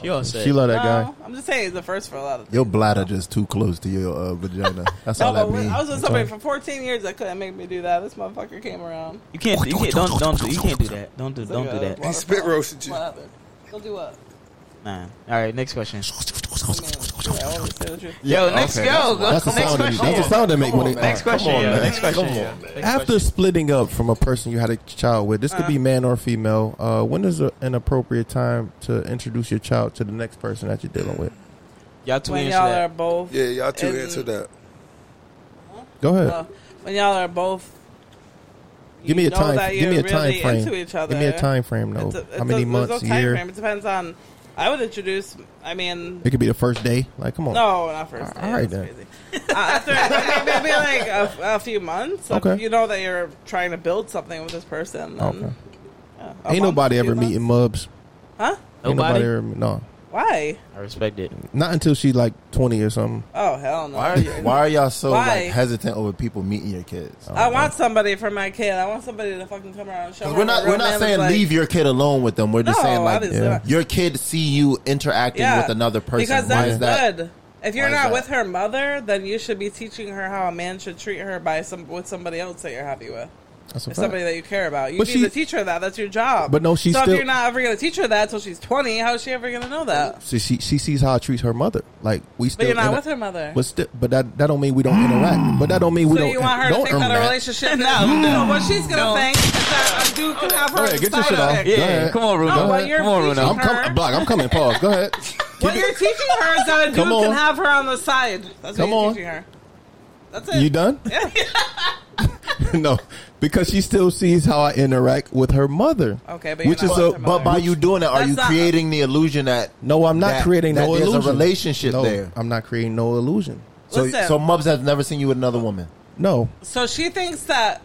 S13: She all set.
S5: she love that guy.
S6: No, I'm just saying he's the first for a lot of.
S4: Your bladder just too close to your uh, vagina. That's
S6: No,
S4: all that
S6: but
S4: means.
S6: when- Oh, I was with somebody for 14 years that couldn't make me do that. This motherfucker came around.
S13: You can't. You can't. Don't. Don't. Do, you can't do that. Don't do. Don't do that.
S7: he spit roasted you.
S6: What happened? Go do what?
S13: Nah. All right. Next question.
S6: Yeah, I want to say the truth.
S13: Yo. Next. Yo. Go.
S5: That's the
S13: next
S5: sound. That,
S13: question.
S5: that's the sound that make when it.
S13: Next question. yo.
S5: man.
S13: Next question. yo. Next
S5: After
S13: question.
S5: splitting up from a person you had a child with, this could
S6: Uh-huh.
S5: be man or female. Uh, when is a, an appropriate time to introduce your child to the next person that you're dealing with?
S13: y'all two
S6: When
S13: answer
S6: y'all are
S13: that.
S6: both.
S7: Yeah, y'all two
S6: in-
S7: answer that.
S5: Go ahead.
S6: uh, when y'all are both.
S5: give me
S6: you
S5: a
S6: know
S5: time.
S6: that
S5: Give me a
S6: you're
S5: time
S6: really
S5: frame.
S6: into each other.
S5: Give me a time frame though.
S6: It's a-
S5: How
S6: it's a-
S5: many
S6: there's
S5: months?
S6: no
S5: A
S6: time
S5: year?
S6: frame. It depends on. I would introduce. I mean,
S5: It could be the first day. Like, come on.
S6: no, not first. Day,
S5: All right,
S6: that's
S5: then.
S6: crazy. Uh, after I mean, maybe like a, a few months. if
S5: Okay.
S6: you know that you're trying to build something with this person. Then,
S5: Okay.
S6: yeah, a
S5: Ain't
S6: month,
S5: nobody
S6: two
S5: ever
S6: months.
S5: meeting Mubs.
S6: Huh?
S5: Ain't nobody
S13: Nobody.
S5: ever no.
S6: Why?
S13: I respect it.
S5: Not until she's like twenty or something.
S6: Oh hell no!
S4: why are you, why are y'all so
S6: Why?
S4: like hesitant over people meeting your kids?
S13: Oh.
S6: I want somebody for my kid. I want somebody to fucking come around and show.
S4: 'Cause
S6: her
S4: we're
S6: what
S4: not
S6: a real
S4: we're
S6: man
S4: not
S6: is
S4: saying
S6: like.
S4: leave your kid alone with them. We're just
S6: No,
S4: saying like
S6: obviously
S5: yeah.
S6: not.
S4: your kid see you interacting
S6: Yeah.
S4: with another person.
S6: Because
S4: Why
S6: that's
S4: is that?
S6: good. If
S4: why
S6: you're
S4: is
S6: not
S4: that?
S6: with her mother, then you should be teaching her how a man should treat her by some with somebody else that you're happy with.
S5: That's a
S6: If
S5: fact.
S6: somebody that you care about, you
S5: But
S6: need
S5: she-
S6: to teach her that. That's your job.
S5: But no, she's
S6: so
S5: still-
S6: if you're not ever going to teach her that until she's 20, how is she ever going to know that?
S5: So she she sees how I treats her mother. Like we still.
S6: But you're not
S5: inter-
S6: with her mother.
S5: But still, but that that don't mean we don't interact.
S13: Mm.
S5: But that don't mean we
S6: so
S5: don't.
S6: you want her to
S5: don't
S6: think that a
S5: interact.
S6: relationship? No, no. What she's going to think is that a dude could have her
S5: Go ahead, get your
S6: side
S5: shit
S6: of
S5: off.
S6: it.
S5: Go
S13: Yeah.
S5: ahead.
S13: Come on, Runo.
S6: No, what you're
S13: Come on,
S6: teaching
S13: Runo.
S5: I'm coming.
S6: her.
S5: Block. I'm coming. Pause. Go ahead.
S6: What you're teaching her is that a dude
S5: Come on.
S6: can have her on the side. That's
S5: Come
S6: what you're
S5: on.
S6: teaching her. That's it.
S5: You done? no, because she still sees how I interact with her mother.
S6: Okay, but you're
S5: which is
S6: not with
S5: a
S6: her
S4: But
S6: mother.
S4: by you doing that, are
S6: That's
S4: you
S6: not-
S4: creating the illusion that
S5: no. I'm not
S4: that-
S5: creating
S4: that
S5: no
S4: there's a
S5: illusion.
S4: relationship
S5: No,
S4: there.
S5: I'm not creating no illusion.
S4: so
S6: Listen.
S4: so Mubs has never seen you with another woman?
S5: No,
S6: So she thinks that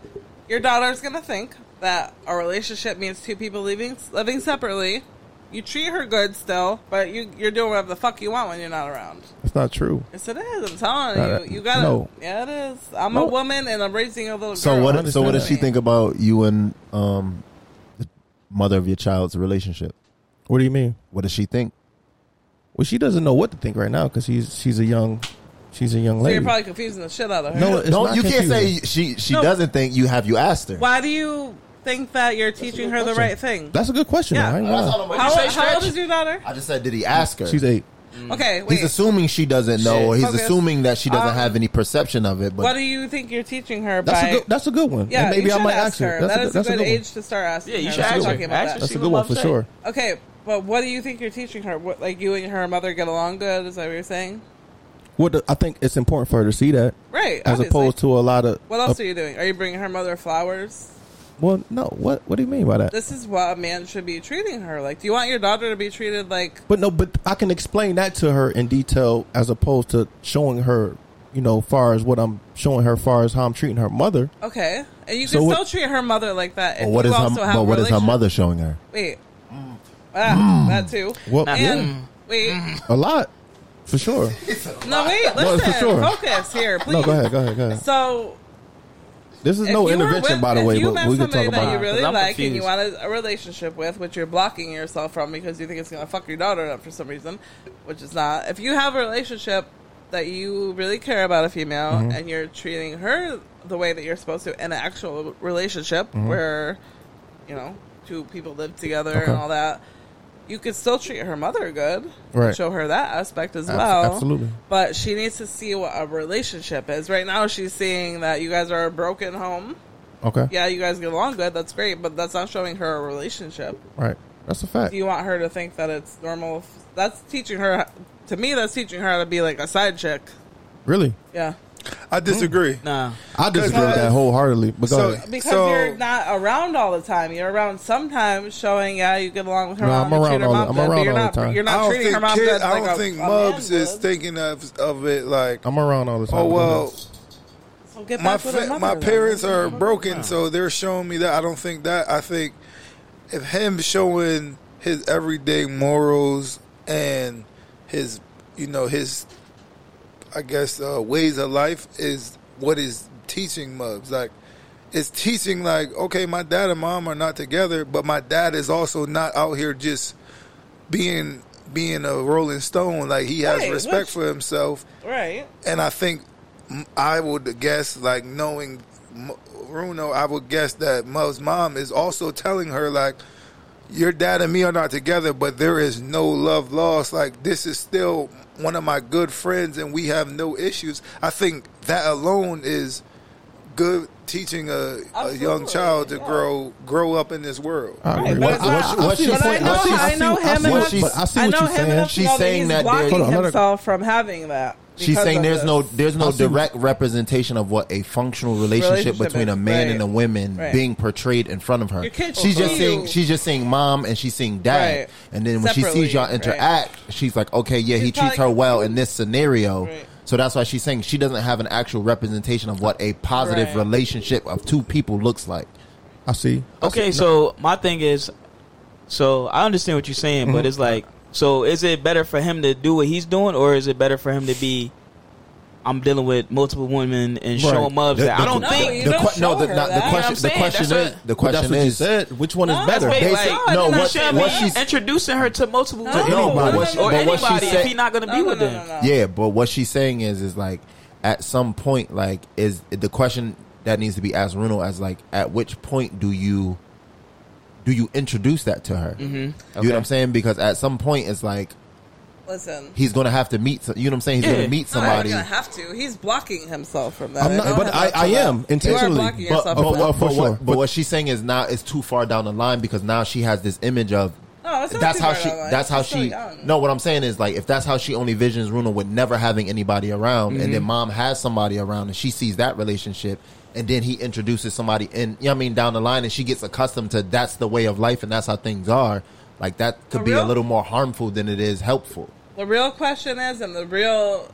S6: your daughter's gonna think that a relationship means two people living living separately. You treat her good still, but you you're doing whatever the fuck you want when you're not around.
S5: that's not true.
S6: Yes, it is. I'm telling
S5: Right, right.
S6: you. You gotta.
S5: No.
S6: Yeah, it is. I'm
S5: No.
S6: a woman and I'm raising a little
S4: So
S6: girl.
S4: what? So what does she
S6: understand.
S4: think about you and um, the mother of your child's relationship?
S5: What do you mean?
S4: What does she think?
S5: Well, she doesn't know what to think right now because she's she's a young she's a young
S6: So
S5: lady.
S6: you're probably confusing the shit out of her.
S5: No, it's
S4: Don't
S5: not
S4: you can't say
S5: confusing.
S4: she she
S6: No.
S4: doesn't think you have you asked her.
S6: Why do you think that you're teaching her the right thing?
S5: That's a good question.
S6: Yeah.
S5: though. I ain't
S4: That's
S5: lying.
S4: all I'm-
S6: How, how old is your daughter?
S4: I just said, did he ask her?
S5: She's eight. Mm.
S6: Okay, wait.
S4: He's assuming she doesn't know, or he's
S6: Focus.
S4: assuming that she doesn't
S6: Um,
S4: have any perception of it.
S6: what
S4: But
S6: do you think you're teaching her
S5: That's
S6: by?
S5: a good. That's a good one.
S6: yeah,
S5: and maybe
S6: you
S5: I
S6: should
S5: might
S6: ask her.
S5: That's,
S6: That
S5: a,
S6: is
S5: that's
S6: a good,
S5: one.
S6: age to start asking.
S13: Yeah, you
S6: her.
S13: should
S6: We're
S13: ask her.
S6: talking about
S13: Ask
S6: that.
S13: her.
S5: That's
S13: See
S5: a
S13: what
S5: good one
S13: Mom
S5: for
S13: say.
S5: sure.
S6: Okay, but what do you think you're teaching her? What, like you and her mother get along good? Is that what you're saying?
S5: What the, I think it's important for her to see that,
S6: Right.
S5: as
S6: obviously.
S5: opposed to a lot of.
S6: what else are you doing? Are you bringing her mother flowers?
S5: Well, no. What What do you mean by that?
S6: This is what a man should be treating her like. Do you want your daughter to be treated like?
S5: But no, but I can explain that to her in detail as opposed to showing her, you know, far as what I'm showing her, far as how I'm treating her mother.
S6: Okay, and you
S5: So
S6: can
S5: what-
S6: still treat her mother like that. If
S4: but what
S6: you
S4: is her?
S6: also have a
S4: But what is her
S6: relationship-
S4: mother showing her?
S6: Wait, ah, that too.
S5: Mm. Well,
S6: And
S5: yeah,
S6: wait,
S13: Mm.
S5: a lot for sure.
S6: no wait.
S5: No,
S6: Listen,
S5: for sure.
S6: focus here, please.
S5: No, go ahead, go ahead, go ahead.
S6: So
S5: This is
S6: If
S5: no
S6: you were
S5: intervention,
S6: with-
S5: by the
S6: if
S5: way,
S6: you
S5: but
S6: met
S5: we can
S6: somebody
S5: talk
S6: that
S5: about.
S6: you
S5: it.
S6: really
S13: 'cause I'm
S6: like and you
S13: confused.
S6: want a, a relationship with, which you're blocking yourself from because you think it's going to fuck your daughter up for some reason, which it's not. If you have a relationship that you really care about a female
S5: Mm-hmm.
S6: and you're treating her the way that you're supposed to in an actual relationship
S5: Mm-hmm.
S6: where, you know, two people live together
S5: Okay.
S6: and all that. You could still treat her mother good,
S5: Right.
S6: Show her that aspect as
S5: Abs-
S6: well,
S5: absolutely.
S6: Oh. But she needs to see what a relationship is. Right now, she's seeing that you guys are a broken home,
S5: Okay,
S6: yeah, you guys get along good. That's great, but that's not showing her a relationship.
S5: right. That's a fact.
S6: Do you want her to think that it's normal? That's teaching her. To me, that's teaching her how to be like a side chick.
S5: Really,
S6: Yeah,
S7: I disagree.
S3: Nah.
S5: I disagree with that wholeheartedly. But go
S7: So,
S5: ahead.
S6: Because
S7: so
S6: you're not around all the time. You're around sometimes, showing yeah you get along with her
S5: No,
S6: mom.
S5: I'm
S6: you
S5: around
S6: treat her
S5: all the-
S6: mom
S5: I'm
S6: good, but
S5: around
S6: you're
S5: all the
S6: not,
S5: time.
S6: You're
S7: I
S6: not
S7: don't
S6: treating her
S7: think
S6: mom
S7: kid,
S6: good.
S7: I don't
S6: like a-
S7: think
S6: a man
S7: Mubs is
S6: would.
S7: thinking of of it like
S5: I'm around all the time.
S7: oh well
S6: So get
S7: my
S6: back with her
S7: fa-
S6: mother
S7: my
S6: then.
S7: parents are broken, so they're showing me that. I don't think that. I think if him showing his everyday morals and his, you know, his, I guess uh, ways of life is what is teaching Mubs. Like, it's teaching like, okay, my dad and mom are not together, but my dad is also not out here just being being a Rolling Stone. Like he has
S6: Right,
S7: respect
S6: which-
S7: for himself
S6: right.
S7: and I think m- I would guess, like knowing M- Runo, I would guess that Mo's mom is also telling her, like, your dad and me are not together, but there is no love lost. Like, this is still one of my good friends, and we have no issues. I think that alone is good teaching a, a young
S6: Absolutely,
S7: child to
S6: yeah.
S7: grow grow up in this world.
S5: I agree.
S6: But
S5: What- what-
S6: it's not-
S5: what's your
S6: but I
S5: point?
S6: know,
S5: I see-
S6: I
S5: I
S6: know
S5: see- I
S6: him
S5: see what
S6: enough.
S5: she's- but I see what
S6: know
S5: you're
S6: him
S5: saying.
S6: enough to
S4: She's
S6: know that
S4: saying
S6: he's
S4: that there-
S6: blocking
S5: Hold on, let her-
S6: himself from having that.
S4: She's
S6: because
S4: saying
S6: of
S4: there's
S6: this.
S4: no there's no
S5: I see what-
S4: direct representation of what a functional relationship,
S6: Relationship
S4: between a
S6: is,
S4: man
S6: right,
S4: and a woman
S6: right.
S4: being portrayed in front of her.
S6: Your kids
S4: She's just
S6: see
S4: seeing
S6: you.
S4: she's just seeing mom and she's seeing dad,
S6: Right.
S4: and then when she
S6: Separately,
S4: sees y'all
S6: right.
S4: interact, she's like, okay, yeah, he
S6: She's
S4: treats her
S6: probably-
S4: well in this scenario.
S6: Right.
S4: So that's why she's saying she doesn't have an actual representation of what a positive
S6: Right.
S4: relationship of two people looks like.
S5: I see.
S3: Okay, so my thing is, so I understand what you're saying, but it's like, so is it better for him to do what he's doing, or is it better for him to be? I'm dealing with multiple women and
S5: Right.
S3: show them up.
S4: The-
S3: that I
S4: the-
S3: don't
S4: the-
S3: think
S6: you
S4: the,
S6: don't
S4: que- no,
S6: show
S4: the,
S6: her
S4: not- the
S6: that. You know
S4: question
S3: what
S4: the
S3: I'm saying?
S4: question
S3: That's
S4: is the question
S5: what you
S4: is
S5: said. Which one is
S6: No,
S5: better?
S6: wait,
S4: Basi-
S6: like-
S4: no,
S6: no, no,
S4: what,
S6: no, no,
S4: what
S6: no.
S4: she's
S3: introducing her to multiple
S6: To
S3: people
S4: no, but what she-
S3: or
S4: but what she
S3: anybody
S4: said-
S3: if he's not going to be
S6: No, no,
S3: with
S6: no,
S3: them.
S6: no, no.
S4: Yeah, but what she's saying is, is like at some point, like is the question that needs to be asked Bruno as like at which point do you do you introduce that to her? Mm-hmm. You know what I'm saying? Because at some point, it's like
S6: Listen,
S4: he's gonna have to meet. Some, you know what I'm saying? He's
S3: Yeah.
S4: gonna meet
S6: No, he's
S4: somebody.
S6: gonna have to. He's blocking himself from that.
S5: I'm
S6: Don't
S5: not, but
S6: have
S5: I,
S6: that
S5: I
S6: to that.
S5: am intentionally.
S6: You are blocking
S5: but-
S6: yourself.
S4: but,
S6: from
S4: but-
S6: that.
S5: for
S4: but
S5: sure.
S4: what, but what she's saying is now it's too far down the line because now she has this image of
S6: No, it's not
S4: that's
S6: too
S4: how
S6: far
S4: she
S6: down the line.
S4: that's how
S6: She's still
S4: she
S6: young.
S4: no what I'm saying is like if that's how she only visions Runa with never having anybody around and
S5: Mm-hmm.
S4: then mom has somebody around and she sees that relationship and then he introduces somebody in you know what I mean down the line and she gets accustomed to that's the way of life and that's how things are like that could
S6: For
S4: be a
S6: real?
S4: little more harmful than it is helpful
S6: the real question is, and the real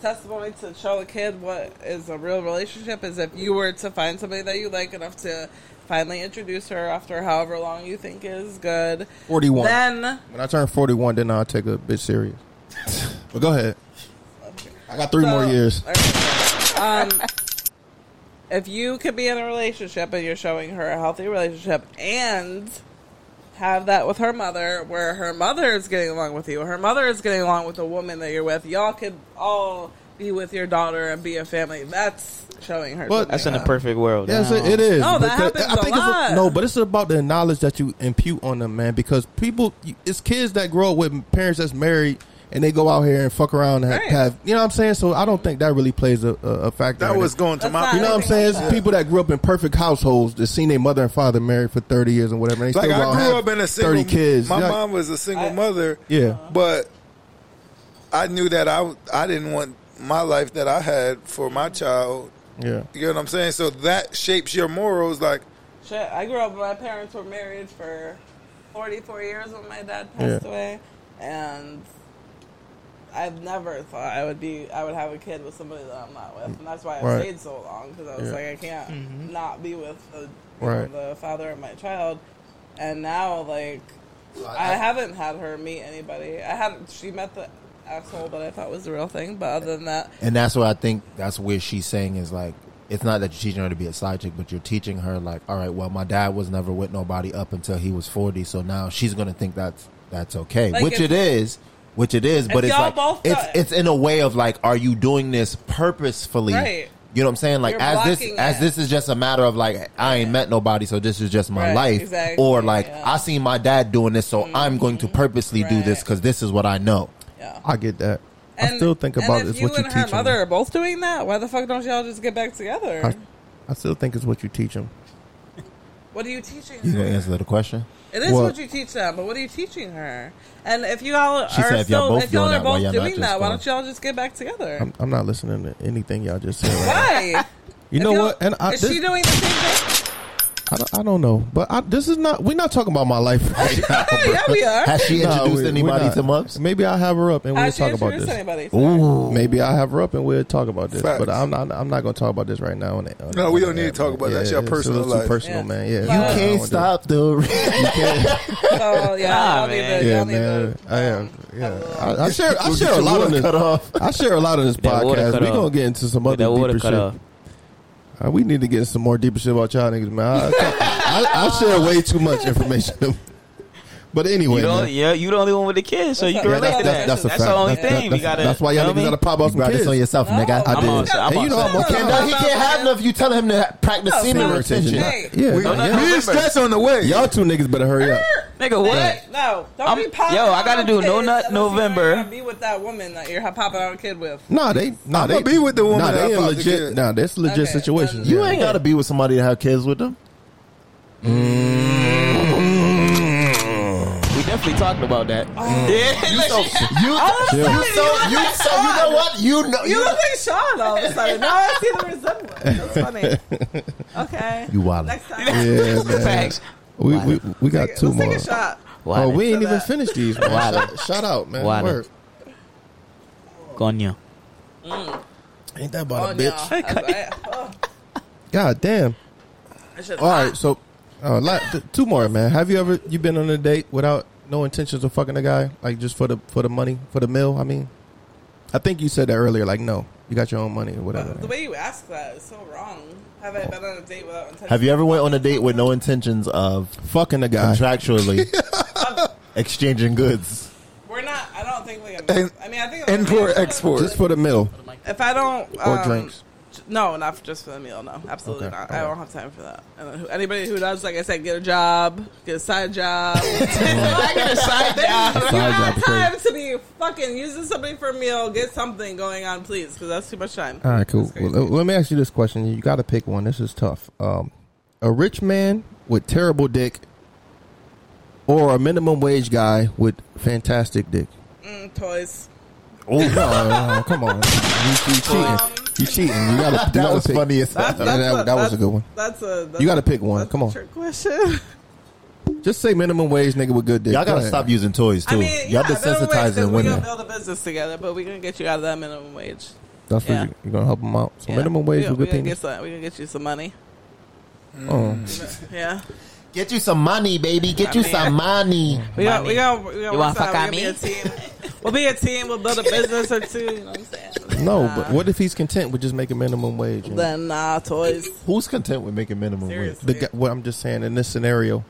S6: testimony to show a kid what is a real relationship is if you were to find somebody that you like enough to finally introduce her after however long you think is good.
S5: 41.
S6: Then
S5: When I turn 41, then I'll take a bitch serious. but go ahead. I got three
S6: So-
S5: more years.
S6: Um, if you could be in a relationship and you're showing her a healthy relationship and have that with her mother, where her mother is getting along with you, her mother is getting along with the woman that you're with, y'all could all be with your daughter and be a family. That's showing her.
S5: But-
S6: something.
S3: That's in a perfect world.
S5: Yes,
S3: No.
S5: it, it is.
S6: No, that
S5: because-
S6: happens a
S5: it's
S6: lot.
S5: no, but it's about the knowledge that you impute on them, man. Because people, it's kids that grow up with parents that's married, and they go out here and fuck around and have,
S6: Right.
S5: have you know what I'm saying. So I don't think that really plays a, a, a factor.
S7: That
S5: in
S7: was
S5: it.
S7: going to
S6: That's
S7: my.
S6: not-
S5: You know what I'm saying? It's
S6: Yeah.
S5: people that grew up in perfect households that seen their mother and father married for 30 years and whatever. And they
S7: Like
S5: still go out
S7: I
S5: and
S7: grew
S5: have
S7: up in a single.
S5: 30 kids.
S7: My
S5: Yeah.
S7: mom was a single
S6: I-
S7: mother.
S5: Yeah.
S7: but I knew that I I didn't want my life that I had for my child.
S5: Yeah.
S7: You know what I'm saying? So that shapes your morals. Like
S6: Shit, I grew up. My parents were married for 44 years when my dad passed
S5: Yeah.
S6: away, and I've never thought I would be. I would have a kid with somebody that I'm not with, and that's why I
S5: Right.
S6: stayed so long because I was
S5: Yeah.
S6: like, I can't not be with the, you
S5: Right.
S6: know, the father of my child. And now, like, I, haven't had her meet anybody. I had she met the asshole that I thought was the real thing, but other than that,
S4: and that's what I think that's where she's saying is like it's not that you're teaching her to be a side chick, but you're teaching her like, all right, well, my dad was never with nobody up until he was forty, so now she's gonna think that's that's okay,
S6: Like
S4: which
S6: if-
S4: it is, which it is, but it's
S6: y'all
S4: like
S6: both
S4: it's
S6: got-
S4: it's in a way of like, are you doing this purposefully?
S6: Right.
S4: You know what I'm saying? Like
S6: You're
S4: as this
S6: blocking
S4: as
S6: it.
S4: this is just a matter of like I ain't met nobody, so this is just my
S6: Right,
S4: life,
S6: exactly,
S4: or like
S6: yeah. Mm-hmm.
S4: I seen my dad doing this, so I'm going to purposely do this
S6: Right.
S4: because this is what I know.
S6: yeah.
S5: I get that. I
S6: And-
S5: still think
S6: and
S5: about
S6: if
S5: it's
S6: you
S5: what you
S6: and
S5: teach
S6: her
S5: 'em.
S6: mother are both doing that. Why the fuck don't y'all just get back together?
S5: I, I still think it's what you teach them.
S6: What are you teaching her?
S4: You gonna answer the question?
S6: It is
S4: Well,
S6: what you teach them, but what are you teaching her? And if you all
S4: She
S6: are
S4: said if y'all
S6: still,
S4: both
S6: if y'all
S4: doing
S6: are
S4: that, why
S6: both
S4: y'all not
S6: doing
S4: just Um,
S6: that, why
S4: going-
S6: don't y'all just get back together?
S5: I'm, I'm not listening to anything y'all just said. Right now.
S6: Why?
S5: You
S6: If
S5: know
S6: y'all-
S5: what? And I,
S6: is
S5: this,
S6: she doing the same thing?
S5: I, don't, I don't know, but I, this is not. We're not talking about my life. Right now.
S6: yeah, we are.
S4: Has she
S5: Nah,
S4: introduced
S5: we-
S4: anybody
S5: we're not.
S4: to Mubs?
S5: Maybe I have her up and we'll
S6: How'd she
S5: talk about
S6: introduce
S5: this.
S6: anybody?
S4: Ooh,
S5: Maybe I have her up and we'll talk about this. But
S7: Facts.
S5: I'm not. I'm not going to talk about this right now. On the, on
S7: No,
S5: the-
S7: we
S5: on
S7: don't
S5: the app,
S7: need to talk
S5: man.
S7: about that. That's your
S5: it's a little
S7: personal
S5: too
S7: life.
S5: personal,
S6: Yeah.
S5: man. Yeah, I
S6: You
S5: don't wanna
S4: can't
S5: do it.
S4: stop the.
S6: So Oh, yeah,
S8: Nah,
S6: y'all need
S8: man.
S6: to-
S5: Yeah,
S6: y'all need
S5: man.
S6: to-
S5: I am. Yeah, I, I share. I share a lot of this.
S4: cut off.
S5: I share a lot of this
S8: That water
S5: podcast.
S8: cut
S5: We
S8: off.
S5: gonna get into some
S8: Get
S5: other
S8: that water
S5: deeper
S8: cut
S5: shit.
S8: off.
S5: Uh, we need to get some more deeper shit about y'all niggas, man. I, I, I, share way too much information. but anyway,
S8: You
S5: man.
S8: don't, yeah, you the only one with the kids, so you
S6: That's
S8: can
S6: a-
S5: Yeah,
S8: relate
S5: that's,
S8: to
S5: that's,
S8: that.
S5: that's a fact.
S8: the only
S5: That's-
S8: thing.
S5: that's-
S8: we gotta.
S5: That's why y'all
S8: you know
S5: niggas gotta
S8: what
S5: pop off
S4: You
S5: some
S4: brought this
S5: kids.
S4: on yourself,
S6: No.
S4: nigga. I
S6: I'm
S4: did.
S8: on-
S4: it.
S8: I'm
S5: Hey, you
S8: on
S5: know I'm
S8: some-
S5: on
S4: Can't-
S5: camera.
S4: no, he can't have enough. You telling him to practice
S6: No,
S4: semen
S6: no.
S4: retention.
S6: Hey.
S5: Yeah, man,
S7: We,
S8: no,
S7: me
S5: y'all-
S8: no,
S7: and stress on the way.
S5: y'all two niggas better hurry up.
S8: Nigga, what?
S6: What? No, don't
S8: I'm-
S6: be popping.
S8: yo, I
S6: out
S8: gotta
S6: on
S8: do No
S6: kids
S8: Nut
S6: unless you're
S8: November.
S6: gonna Be with that woman that you're popping out a kid with.
S5: Nah, they nah
S7: I'ma
S5: they
S7: be with the woman
S5: Nah,
S7: that
S5: they
S7: I
S5: in
S7: popped the
S5: legit.
S7: kid.
S5: Nah, that's legit
S6: Okay,
S5: situations.
S4: You
S5: yeah. Mm.
S4: ain't gotta be with somebody to have kids with them.
S8: We definitely talked about that.
S5: Mm.
S8: Yeah, like,
S4: You, you so you so you know what you know
S6: You
S4: you
S6: look like Sean all of a sudden. Now I see the resemblance. That's funny. Okay.
S4: you wild.
S6: Next time.
S5: Yeah, man.
S8: facts.
S5: We, we we got
S6: Let's
S5: 2
S6: take
S5: more.
S6: a shot.
S5: Oh,
S8: Why?
S5: we ain't
S6: So
S5: even
S6: that-
S5: finished these. Man.
S8: Why
S5: Shout, shout out, man.
S8: Why
S5: Work.
S8: Coño.
S5: Mm. Ain't that about
S6: Oh,
S5: a
S6: no.
S5: bitch?
S6: I, was like, oh,
S5: God damn.
S6: I should've-
S5: All right, so uh, la- th- two more, man. Have you ever you been on a date without no intentions of fucking a guy, like just for the for the money for the meal? I mean, I think you said that earlier. Like, no, you got your own money or whatever.
S6: oh,
S8: Uh,
S6: The way you ask that is so wrong. Have I been on a date without intention?
S4: Have you ever went on a date with no intentions of
S5: fucking a guy.
S4: contractually exchanging goods?
S6: We're not. I don't think we.
S7: And-
S6: Can, I mean, I think
S7: Import, export.
S5: Just for the meal
S6: If I don't
S5: or
S6: um,
S5: drinks.
S6: No, not for, just for the meal. No, absolutely
S5: Okay,
S6: not. I
S5: alright.
S6: don't have time for that. And then who- anybody who does, like I said, get a job, get a side job. I get a side job. you
S5: Side job
S6: have
S5: is crazy.
S6: time to be fucking using somebody for a meal. Get something going on, please, because that's too much time.
S5: All right, cool. Well, let- let me ask you this question. You got to pick one. This is tough. Um, a rich man with terrible dick, or a minimum wage guy with fantastic dick.
S6: Mm, toys.
S5: Oh no, no, no, come on! You, you cheating? You cheating? You gotta. You gotta
S4: was
S5: pick.
S4: funny as
S5: that, that was a good one.
S6: That's a. That's
S5: You got to pick one.
S6: that's
S5: Come
S6: a
S5: on,
S6: Trick question.
S5: just say minimum wage nigga with good dick.
S4: Y'all
S5: Go
S4: gotta
S5: ahead.
S4: stop using toys too.
S6: I mean,
S4: Y'all
S6: yeah, minimum wage, 'cause
S4: desensitizing
S6: We gonna
S4: women.
S6: build a business together, but we are gonna get you out of that minimum wage.
S5: That's what
S6: yeah.
S5: you, you're gonna help them out. So
S6: Yeah.
S5: minimum wage
S6: We-
S5: with
S6: we
S5: good
S6: gonna
S5: penis.
S6: get some. We gonna get you some money.
S5: Oh.
S6: Yeah.
S4: Get you some money, baby. Get you some money.
S6: We got, we got, we got.
S8: You wanna fuck
S6: we
S8: at
S6: gonna Be a team. we'll be a team. We'll build a business or two. You know what I'm saying?
S5: No, but what if he's content with just making minimum wage? and
S6: Then nah, toys.
S4: Who's content with making minimum wage?
S5: the
S6: Seriously.
S5: guy, what I'm just saying in this scenario,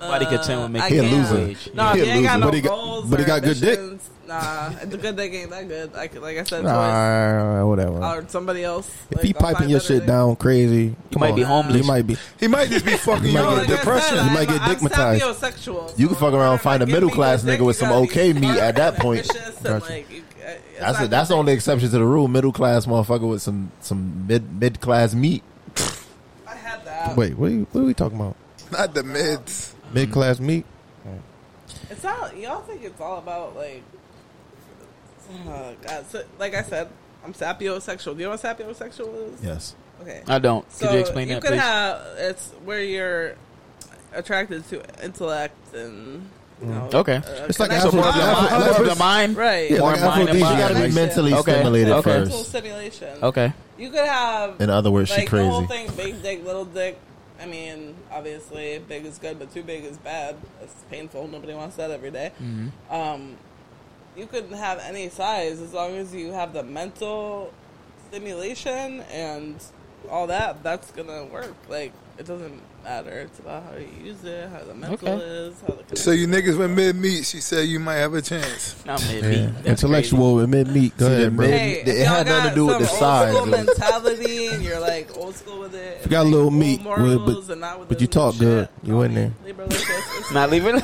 S8: Nobody content with
S6: I
S8: making
S6: He a
S8: minimum
S6: loser.
S8: wage.
S6: No,
S5: He
S6: if
S5: a
S6: you ain't
S5: loser,
S6: got no
S5: but he got-
S6: goals.
S5: but
S6: or
S5: he got good dick.
S6: ambitions, Nah, the good dick ain't that good. Like, like I said, toys
S5: nah, whatever.
S6: or somebody else.
S5: if
S6: like,
S5: he
S6: I'll find
S5: piping your
S6: better
S5: shit
S6: dick.
S5: down crazy, come
S8: might
S5: on.
S8: be homeless.
S5: You might be.
S7: He might just be fucking you
S5: might
S7: out
S5: get
S7: of
S6: I said,
S7: depression.
S6: I'm-
S5: You might get
S6: I'm
S5: dickmatized.
S6: sapiosexual,
S4: You can
S6: so
S4: fuck around and find a
S6: give me
S4: middle-class
S6: good dick,
S4: nigga with
S6: you
S4: some
S6: gotta be
S4: okay meat
S6: smart
S4: at that
S6: and
S4: point.
S6: ambitious and,
S5: Gotcha.
S6: like, you- uh, it's
S4: That's
S6: not
S4: a, that's the only exception to the rule. Middle class motherfucker with some some mid mid class meat.
S6: I had that.
S5: Wait, what are, you, what are we talking about?
S7: Not the mids.
S6: Um,
S5: Mid class meat.
S6: It's not. Y'all think it's all about like. Oh God! So, like I said, I'm sapiosexual. Do you know what sapiosexual is?
S4: Yes.
S6: Okay.
S8: I don't.
S6: so
S8: Could you explain that,
S6: could
S8: please?
S6: have it's where you're attracted to intellect and. You
S4: Mm-hmm.
S6: know,
S8: Okay.
S6: uh,
S5: It's like
S6: connection.
S5: Afro-
S6: Ah,
S5: Afro-
S8: More of the mind.
S6: Right.
S5: Yeah,
S8: More
S5: like
S8: mind
S5: Afrodisiac.
S8: and
S4: You gotta be
S8: body.
S6: Right.
S4: mentally
S8: Okay.
S4: stimulated
S8: Okay.
S6: mental
S4: first.
S6: stimulation.
S8: Okay.
S6: You could have.
S4: In other words, she
S6: like, The whole
S4: crazy.
S6: thing, big dick, little dick. I mean, obviously, big is good, but too big is bad. It's painful. Nobody wants that every day.
S4: Mm-hmm.
S6: Um, you could have any size as long as you have the mental stimulation and all that. That's gonna work. Like it doesn't matter. It's about how you use it, how the mental
S8: Okay.
S6: is, how the
S7: So you niggas with mid meat, she said you might have a chance.
S8: Not mid
S5: Intellectual and mid meat. Go
S4: See,
S5: ahead,
S4: the
S5: bro.
S4: mid-
S6: Hey,
S4: It- it
S6: if y'all
S4: had nothing to do with
S6: got
S4: the
S6: some
S4: size,
S6: Old school
S4: like-
S6: mentality, and you're like old school with it.
S5: You got a
S6: like,
S5: little
S6: old
S5: meat,
S6: morals
S5: but-
S6: and not with
S5: but
S6: the
S5: you talk
S6: shit.
S5: good. You in there.
S6: Leave her like this. It's-
S8: Not leaving.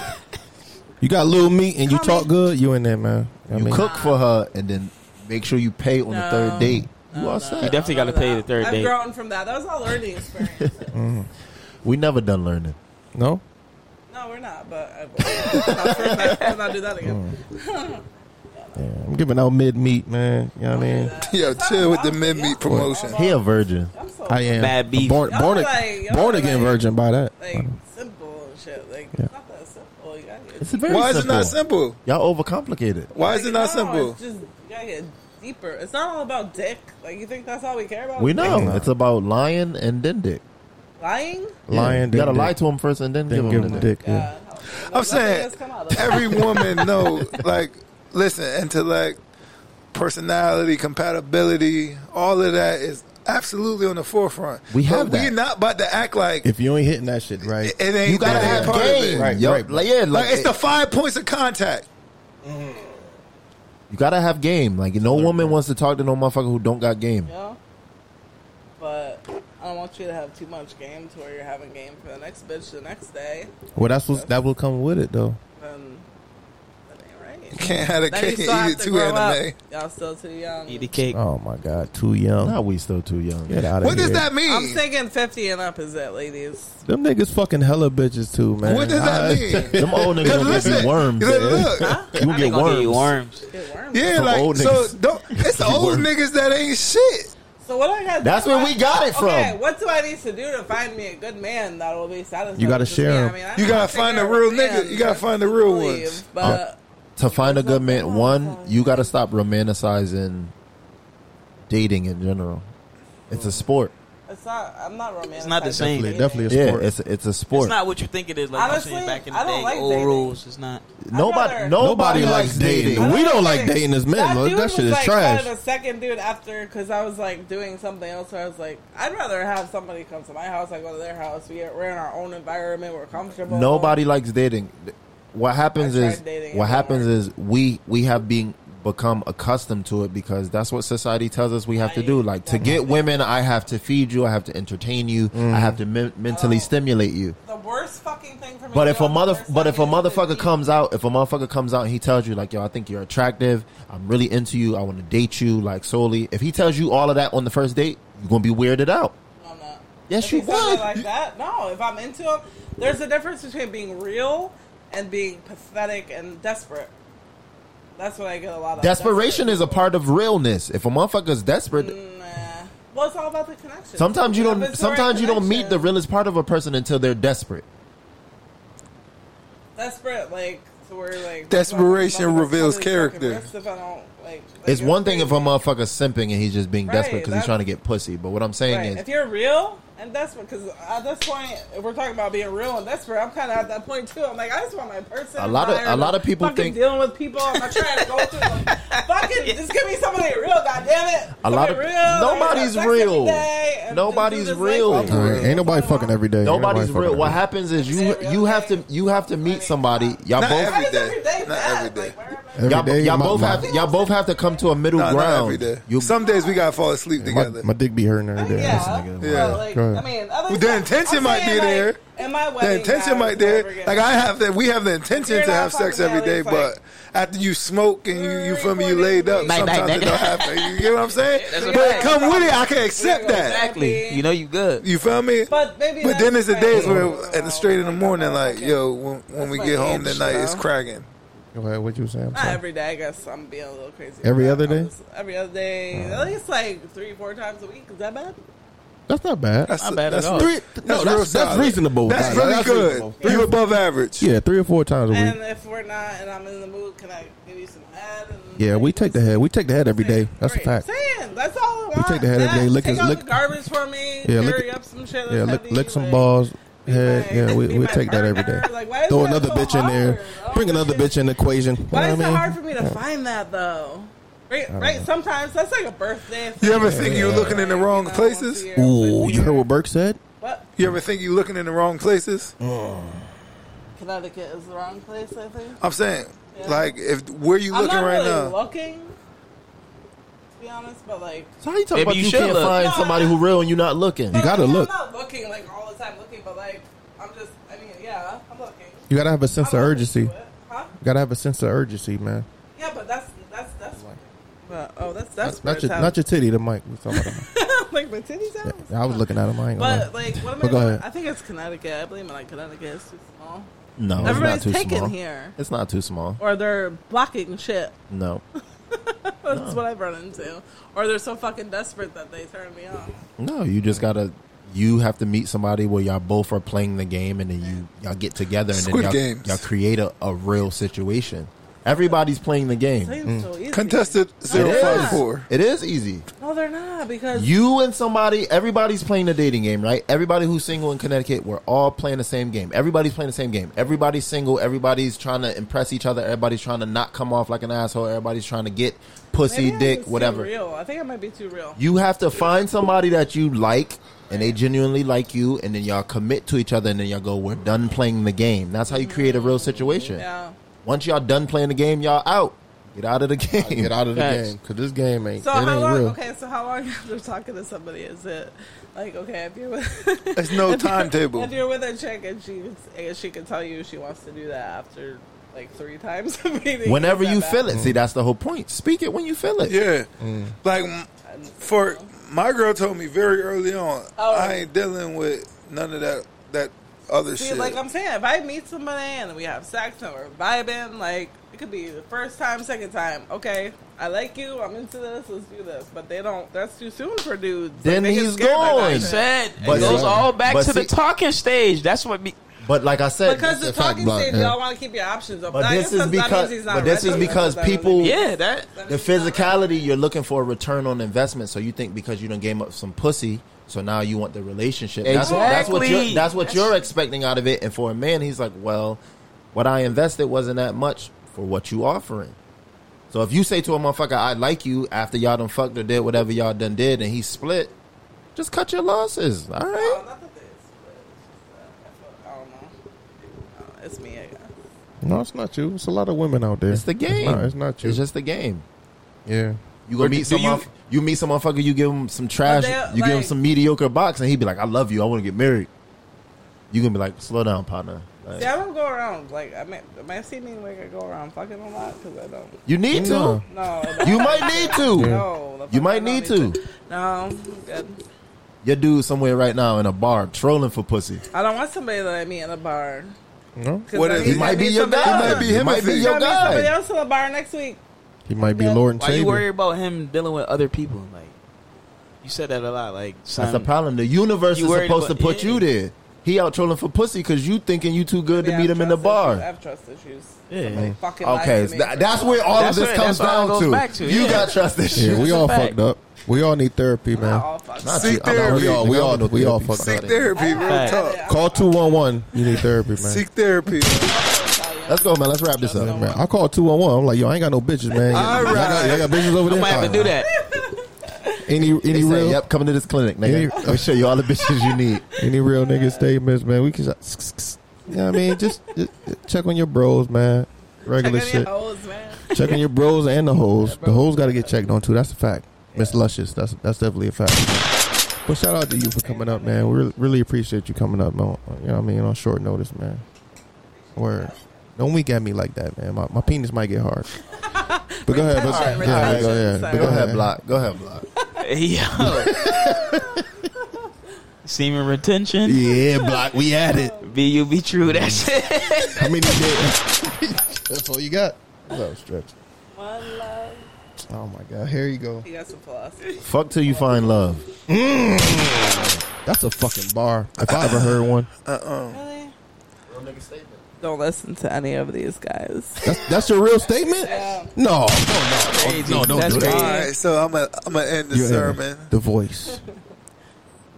S5: You got little meat and you
S6: Call me.
S5: talk good. You in there, man. I
S4: You
S5: mean,
S4: cook for her and then make sure you pay on the
S6: No.
S4: third date.
S6: No,
S4: You all
S6: no,
S4: set.
S6: no,
S8: definitely
S6: no,
S8: gotta pay
S6: no.
S8: the third
S6: I've
S8: date.
S6: grown from that. That was all learning experience.
S4: We never done learning.
S5: No.
S6: No, we're not. But I, let's not do that again.
S5: I'm giving out mid meat, man. You know what I
S6: Oh
S5: mean?
S7: Yo, chill with the mid meat promotion.
S4: He a virgin.
S5: I am
S3: Bad beef.
S5: Born,
S6: Y'all
S5: born,
S6: like- y'all
S5: born again
S6: like-
S5: virgin by that.
S6: like simple and shit. Like it's not that simple. You gotta get
S4: It's very
S7: Why is it
S4: simple.
S7: not simple?
S4: Y'all overcomplicate it.
S7: Why is it not
S6: No,
S7: simple?
S6: It's just you gotta get deeper. It's not all about dick. Like you think that's all we care about?
S4: We
S6: Dick?
S4: know it's about lying and then dick.
S6: lying.
S5: Lying.
S4: you gotta
S5: then
S4: lie
S5: dick.
S4: to him first and then,
S5: Then
S4: give him the dick.
S5: Yeah.
S6: Uh, no.
S7: I'm
S6: Nothing
S7: saying
S6: has come out of that.
S7: every woman know like listen intellect personality compatibility all of that is absolutely on the forefront
S4: We have
S7: but
S4: that.
S7: we're not about to act like it
S5: If you ain't hitting that shit right,
S7: ain't
S4: You gotta
S7: that
S4: have
S7: part of it.
S4: game.
S5: Right,
S4: yo.
S5: right.
S4: Like, yeah, like,
S7: like it's
S4: it-
S7: the five points of contact
S4: you gotta have game. Like no woman wants to talk to no motherfucker who don't got game.
S6: You know? But I don't want you to have too much game to where you're having game for the next bitch the next day.
S5: well, that's what that will come with it though.
S6: Then that ain't right.
S7: can't have a
S6: Then you
S7: cake
S6: still
S7: and
S6: have
S7: eat it
S6: to
S7: too
S6: grow
S7: anime
S6: up. Y'all still too young.
S3: Eat the cake.
S5: Oh my god, too young.
S4: Nah, we still too young.
S5: Get out of
S7: what
S5: here.
S7: does that mean
S6: I'm thinking 50 and up is it, ladies?
S5: Them niggas fucking hella bitches too, man.
S7: what does that
S5: I-
S7: mean
S4: Them old niggas gonna give
S7: listen
S4: you worms.
S7: look,
S4: man.
S7: look.
S4: You gonna get
S3: Gonna give you
S4: worms.
S3: worms.
S6: Get worms.
S7: yeah
S4: From
S7: like
S4: old
S7: so
S4: niggas.
S7: don't it's old niggas that ain't shit
S6: So what I got?
S4: That's where we got it from.
S6: Okay, what do I need to do to find me a good man that will be satisfied?
S5: You gotta
S6: with
S5: share
S6: me? I
S5: him.
S6: mean, I
S7: You
S6: gotta
S7: gotta find
S6: figure
S7: a
S6: out
S7: real
S6: a man
S7: nigga. You gotta
S6: to
S7: find the real
S6: believe,
S7: ones.
S6: But
S4: to find a good man, one, you got to stop romanticizing dating in general. It's a sport.
S6: it's not. I'm not romantic.
S3: not the same.
S5: Definitely, definitely a
S4: Yeah,
S5: sport.
S4: it's it's a sport.
S3: It's not what you think it is. Like
S6: Honestly,
S3: I'm saying back in the
S6: I don't
S3: day,
S6: like
S3: old
S6: dating.
S3: rules. It's not.
S4: nobody
S6: I'd rather-
S4: nobody likes dating.
S6: I
S5: We don't
S6: like
S5: like
S6: it.
S5: dating as men.
S6: that
S5: look,
S6: dude
S5: that shit
S6: was
S5: is
S6: like
S5: trash.
S6: Kind of the second dude after because I was like doing something else. Where I was like, I'd rather have somebody come to my house. I go to their house. We are, we're in our own environment. We're comfortable.
S4: Nobody likes dating. What happens
S6: I tried
S4: is
S6: dating, it
S4: what
S6: didn't
S4: happens is
S6: work.
S4: we we have been become accustomed to it because that's what society tells us we have to do. Like to get women, I have to feed you, I have to entertain you, I have to men-
S6: Oh.
S4: mentally stimulate you.
S6: The worst fucking thing for me.
S4: But
S6: to
S4: if
S6: do
S4: a
S6: on the
S4: mother,
S6: first
S4: but if a
S6: second is to
S4: motherfucker
S6: eat.
S4: comes out, if a motherfucker comes out and he tells you like, "Yo, I think you're attractive. I'm really into you. I want to date you." Like solely, if he tells you all of that on the first date, you're gonna be weirded out.
S6: No, I'm not.
S4: Yes,
S6: If
S4: you
S6: he said it
S4: would.
S6: Like that? No, if I'm into him, there's a difference between being real and being pathetic and desperate. That's what I get a lot of.
S4: Desperation
S6: Desperate.
S4: is a part of realness. If a motherfucker's desperate,
S6: Nah. Well, it's all about the connection.
S4: sometimes you
S6: If
S4: don't.
S6: it's the right
S4: Sometimes you don't meet the
S6: connection,
S4: realest part of a person until they're desperate.
S6: Desperate, like so we're like
S7: Desperation
S6: I'm gonna
S7: reveals
S6: totally fucking
S7: character.
S6: risk If I don't, like, like,
S4: It's one thing if a
S6: crazy.
S4: motherfucker simping and he's just being
S6: Right,
S4: desperate because he's
S6: that's-
S4: trying to get pussy. But what I'm saying
S6: Right.
S4: is,
S6: If you're real and desperate, because at this point, if we're talking about being real and desperate, I'm kind of at that point too. I'm like, I just want my person.
S4: A lot of-
S6: tired
S4: a lot of people
S6: fucking
S4: think-
S6: dealing with people. I'm not trying to go through. Like, fucking just give me somebody real. God damn it.
S4: A lot
S6: Somebody
S4: of-
S6: real.
S4: nobody's
S6: Like, have sex every
S4: real.
S6: day and just do
S4: Nobody's
S6: this,
S4: real.
S6: Like,
S5: All right, ain't nobody fucking every day. Ain't
S4: nobody's
S5: nobody
S4: real.
S5: fucking
S4: What
S5: every day.
S4: happens is you
S6: Is it real
S4: you have to
S6: dating?
S4: you have to meet somebody. Y'all
S7: Not
S4: both
S7: every
S6: Every day.
S7: day. Not
S6: Not
S7: every day.
S5: Every
S4: y'all,
S5: day,
S4: y'all
S5: my-
S4: both
S5: my-
S4: have y'all both have to come to a middle
S7: Nah,
S4: ground.
S7: not every day.
S4: You-
S7: Some days we gotta fall asleep together.
S5: My, my dick be hurting every day.
S6: Yeah,
S7: Yeah.
S6: Well, like,
S5: Go
S6: I
S5: ahead.
S6: mean, other
S7: Well, the
S6: stuff-
S7: intention
S6: I'm
S7: might
S6: saying,
S7: be
S6: like,
S7: there.
S6: In my wedding,
S7: the intention
S6: guys,
S7: might there.
S6: never get
S7: Like I have that. We have the
S6: You're
S7: intention to
S6: not
S7: have sex
S6: fucking
S7: every day,
S6: Alex, like-
S7: but after you smoke and you, you feel me, you laid up.
S3: Bang, bang,
S7: sometimes
S3: bang.
S7: it don't happen. You get what I'm saying?
S3: That's a
S7: but
S3: fact.
S7: come with it. I can accept that.
S3: Exactly. You know you good.
S7: You feel me?
S6: But
S7: But,
S6: maybe.
S7: then there's
S6: it's
S7: the days where at the straight in the morning, like yo, when, when we
S6: my
S7: get home
S6: itch,
S7: tonight, it's
S6: though.
S7: cracking.
S5: Go ahead, what you was saying? I'm
S6: Not
S5: sorry.
S6: every day, I guess I'm being a little crazy.
S5: Every
S6: about
S5: other
S6: that.
S5: day? Uh-huh.
S6: Every other day, at least like three, four times a week. Is that bad?
S5: That's not bad.
S7: That's
S3: Not bad at
S7: that's,
S3: all.
S7: Three, that's,
S5: no,
S7: real
S5: that's, that's
S7: solid.
S5: reasonable.
S7: That's
S5: Like,
S7: really good.
S5: reasonable.
S7: You above average.
S5: Yeah, three or four times a week.
S6: And if we're not, and I'm in the mood, can I give you some head? And
S5: Yeah, we take the head. We take the head every day. That's a
S6: Great.
S5: fact.
S6: Saying that's all I want.
S5: take the head every
S6: That.
S5: day. Lick
S6: take
S5: his-
S6: out
S5: lick-
S6: the garbage for me.
S5: Yeah,
S6: Yeah,
S5: lick
S6: carry
S5: it-
S6: up some shit. that's
S5: Yeah, lick,
S6: heavy,
S5: lick some
S6: like-
S5: balls.
S6: Be
S5: Head.
S6: my-
S5: Yeah, we,
S6: be
S5: we
S6: my
S5: take that every day.
S6: partner. Like, why is
S5: Throw
S6: that
S5: another
S6: so
S5: bitch in there.
S6: hard?
S5: Bring
S6: Oh,
S5: another
S6: shit.
S5: bitch in the equation. You
S6: Why
S5: know
S6: is
S5: what I
S6: it
S5: mean?
S6: hard for me to find that though? Right, right. Sometimes that's like a birthday.
S7: You
S6: thing,
S7: ever think you're looking in the wrong
S6: you know, once
S7: places?
S6: a year,
S5: Ooh,
S6: once a
S5: you heard
S6: year.
S5: what Burke said?
S6: What?
S7: You ever think you're looking in the wrong places?
S6: Connecticut is the wrong place. I think.
S7: I'm saying, like, if where you
S6: I'm
S7: looking
S6: not
S7: right
S6: really
S7: now?
S6: looking. To be honest, but like.
S4: so how you talking
S3: Maybe
S4: about
S3: you
S4: you,
S3: should
S4: can't
S3: look.
S4: find
S6: No,
S4: somebody
S6: I-
S4: who real and you're not looking?
S5: You gotta
S6: I mean,
S5: look.
S6: I'm not looking like all the time looking, but like I'm just. I mean, yeah, I'm looking.
S5: You gotta have a sense
S6: I'm
S5: of
S6: open
S5: urgency.
S6: to it. Huh?
S5: You gotta have a sense of urgency, man.
S6: Yeah, but that's that's that's. But, oh, that's that's
S5: Not your, not your titty, the mic. We talking about the mic.
S6: like my titties out.
S5: I was looking at him. I ain't gonna
S6: But
S5: lie.
S6: like, what am I?
S5: But go
S6: gonna-
S5: ahead. Oh,
S6: I think it's Connecticut. I blame it on Connecticut. It's too small.
S4: No, it's
S6: everybody's
S4: not too
S6: taken
S4: small.
S6: here,
S4: It's not too small.
S6: or they're blocking shit.
S4: No,
S6: That's what I've run into. Or they're so fucking desperate that they turn me off.
S4: no. You just gotta. You have to meet somebody where y'all both are playing the game, and then you y'all get together, and
S7: Squid
S4: then y'all,
S7: Games.
S4: y'all create a, a real situation. Everybody's playing the game.
S6: Seems so easy.
S7: Contested zero five four.
S4: It is easy.
S6: No, they're not because
S4: You and somebody, everybody's playing the dating game, right? Everybody who's single in Connecticut, we're all playing the same game. Everybody's playing the same game. Everybody's single. Everybody's trying to impress each other. Everybody's trying to not come off like an asshole. Everybody's trying to get pussy,
S6: maybe I'm
S4: dick,
S6: just
S4: whatever.
S6: Too real. I think I might be too real.
S4: You have to find somebody that you like and they genuinely like you, and then y'all commit to each other, and then y'all go, "We're done playing the game." That's how you create a real situation.
S6: Yeah.
S4: Once y'all done playing the game, y'all out. Get out of the game.
S5: Get out of the
S2: Facts.
S5: game because this game ain't.
S6: So
S5: it
S6: how
S5: ain't
S6: long?
S5: real.
S6: Okay, so how long after talking to somebody is it? Like, okay, if you're with,
S7: There's no
S6: if you're-
S7: timetable.
S6: If you're with a chick and she and she can tell you she wants to do that after like three times of meeting,
S4: Whenever
S6: is that
S4: you
S6: bad?
S4: feel it, see that's the whole point. Speak it when you feel it.
S7: Yeah,
S2: Mm.
S7: like m- for my girl told me very early on,
S6: Oh.
S7: I ain't dealing with none of that that other
S6: See,
S7: shit.
S6: like I'm saying, if I meet somebody and we have sex and we're vibing, like it could be the first time, second time. Okay, I like you. I'm into this. Let's do this. But they don't. That's too soon for dudes. Like,
S4: Then
S6: they get
S4: he's
S6: scared by that
S4: going.
S6: shit.
S2: Said it
S4: But
S2: goes
S4: see-
S2: all back
S4: but
S2: to the
S4: see-
S2: talking stage. That's what me.
S4: But like I said,
S6: Because the
S5: That's a fact,
S6: talking
S5: Blunt,
S6: stage,
S5: yeah.
S6: y'all want to keep your options open.
S4: But
S6: I
S4: this
S6: guess
S4: is
S6: that means
S4: because-
S6: he's not
S4: but this is
S6: ready.
S4: because
S6: That doesn't
S4: people-
S6: mean-
S2: Yeah, that
S6: that
S4: the
S6: means he's not
S4: physicality you're looking for a return on investment. So you think because you done game up some pussy, so now you want the relationship. That's, that's what
S2: Exactly.
S4: you're, that's what you're expecting out of it. And for a man, he's like, well, what I invested wasn't that much for what you offering. So if you say to a motherfucker, I like you after y'all done fucked or did whatever y'all done did, and he split, just cut your losses. All
S6: Oh,
S4: right.
S6: not that they split. I don't know. Uh, It's me, I guess.
S5: No, it's not you. It's a lot of women out there.
S4: It's the game.
S5: No, it's not you.
S4: It's just the game.
S5: yeah.
S4: You gonna
S2: But
S4: meet
S2: do
S4: some
S2: you-
S4: motherf- you meet some motherfucker, you give him some trash,
S6: But
S4: you give
S6: they're,
S4: him
S6: like-
S4: some mediocre box, and he'd be like, "I love you, I want to get married." You gonna be like, "Slow down, partner." Like,
S6: See, I don't go around like I mean, am I seeming like I go around fucking a lot because I don't.
S4: you need to.
S5: No.
S6: No, no,
S4: You might need to.
S6: no the
S4: You
S6: fuck I
S4: might
S6: don't
S4: need to.
S6: No, I'm good.
S4: Your dude somewhere right now in a bar trolling for pussy.
S6: I don't want somebody that I meet in a bar.
S5: No,
S6: 'Cause
S7: What
S6: I
S7: if-
S6: meet-
S4: He might
S6: I
S4: be
S6: meet
S4: your
S6: somebody
S4: guy.
S6: else-
S7: Might be him
S4: might
S7: if
S4: be
S7: he-
S4: your
S6: I meet somebody
S4: guy.
S6: else in a bar next week.
S5: he might be
S6: Yeah.
S5: Lord and
S2: Why you worry
S5: Savior.
S2: about him dealing with other people? Like you said that a lot. Like
S4: That's
S2: son,
S4: the problem. The universe
S2: You
S4: is
S2: worried
S4: supposed
S2: about-
S4: to put
S2: yeah.
S4: you there. He out trolling for pussy because you thinking you too good to
S6: Yeah,
S4: meet him in the
S6: trust Issues. I
S4: bar.
S6: have trust issues.
S2: Yeah.
S6: Somebody fucking lied
S4: Okay,
S6: to me.
S4: tha- that's where all
S2: That's
S4: of this
S2: where-
S4: comes
S2: that's all it
S4: down
S2: goes
S4: to.
S2: back to,
S4: You
S2: yeah.
S4: got trust issues.
S5: Yeah, we all
S2: fact.
S5: fucked up. We all need therapy,
S6: Not
S5: man.
S6: all fucked
S4: Not
S6: up.
S7: Seek
S4: you. I'm not-
S5: We all, we all, we all fucked
S7: Seek
S5: up.
S7: therapy, real
S2: Fact.
S7: talk.
S6: Yeah,
S5: Call two one one. You need therapy, man.
S7: Seek therapy.
S4: Let's go, man. Let's wrap this up.
S5: Man, I call two one one. I'm like, yo, I ain't got no bitches, man.
S7: All
S5: Y'all got, y'all got bitches over there.
S2: I might have to do that.
S5: Any any
S4: He said,
S5: real
S4: yep, coming to this clinic, nigga.
S5: Yeah.
S4: We'll show you all the bitches you need.
S5: any real nigga statements, man? We can. just- You know what I mean? Just, just check on your bros, man. Regular
S6: Check in your
S5: shit.
S6: hoes, man.
S5: Check on your bros and the hoes. The hoes got to get checked on too. That's a fact. Miss Luscious, that's that's definitely a fact. But shout out to you for coming up, man. We really, really appreciate you coming up, man. You know what I mean? On short notice, man. Word. Don't wink at me like that, man. My, my penis might get hard. But go ahead, but,
S6: Retention,
S5: yeah, yeah, go ahead.
S6: retention,
S5: But
S6: sorry.
S4: Go ahead, block. Go ahead, block.
S2: Yo. Semen retention.
S4: Yeah, block. We at it. Mm.
S2: Be you be true. That's it.
S5: How many did? That's all you got. That was stretch.
S6: One love.
S5: Oh my god, here you go. Mm.
S6: You got some philosophy.
S4: Fuck till you find love.
S5: That's a fucking bar. If I ever heard one,
S6: Really? Don't listen to any of these guys.
S5: that's that's your real statement.
S6: Yeah.
S5: No, no, don't
S2: That's
S5: do that.
S7: All
S2: crazy.
S7: right, so I'm gonna I'm gonna end the
S5: You're in it.
S7: sermon.
S5: the voice,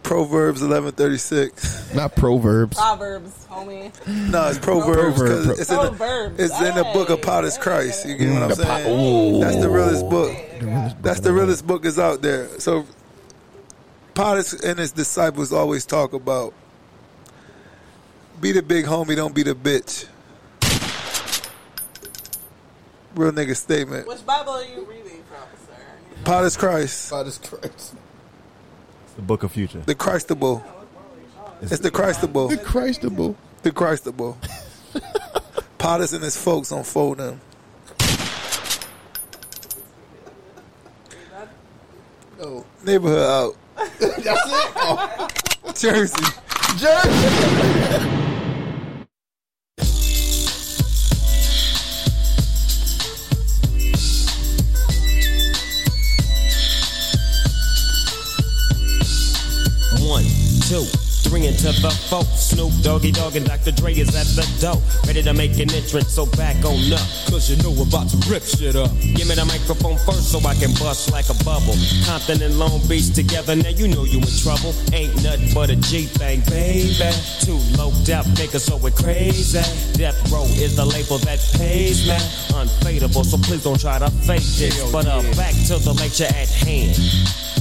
S7: Proverbs 11:36.
S5: not proverbs.
S6: Proverbs, homie.
S7: No, it's Proverbs
S5: Proverb,
S7: 'cause it's in the,
S6: Proverbs.
S7: it's in the book of
S6: Hey.
S7: Potter's Christ. You get what I'm
S5: The pot-
S7: saying? That's the realest book.
S5: realest book
S7: That's
S5: in
S7: the
S5: the world.
S7: realest book is out there. So Potter's and his disciples always talk about be the big homie, don't be the bitch. Real nigga statement.
S6: Which Bible are you reading from, sir?
S7: Potter's Christ,
S4: It's the book of future.
S7: the Christable. It's the Christable.
S5: The Christable.
S7: The Christable. Potters and his folks on fold them. Oh, Neighborhood out.
S4: That's it. Oh.
S7: Jersey.
S3: One, two, three into the four. Snoop Doggy Dogg and Dr. Dre is at the door. Ready to make an entrance, so back on up.
S2: Cause you know we're about to rip shit up.
S3: Give me the microphone first so I can bust like a bubble. Compton and Long Beach together, now you know you in trouble. Ain't nothing but a G thing, baby. Too low death, niggas so we crazy. Death Row is the label that pays me. Unfadable, so please don't try to fake this. But uh, back to the lecture at hand.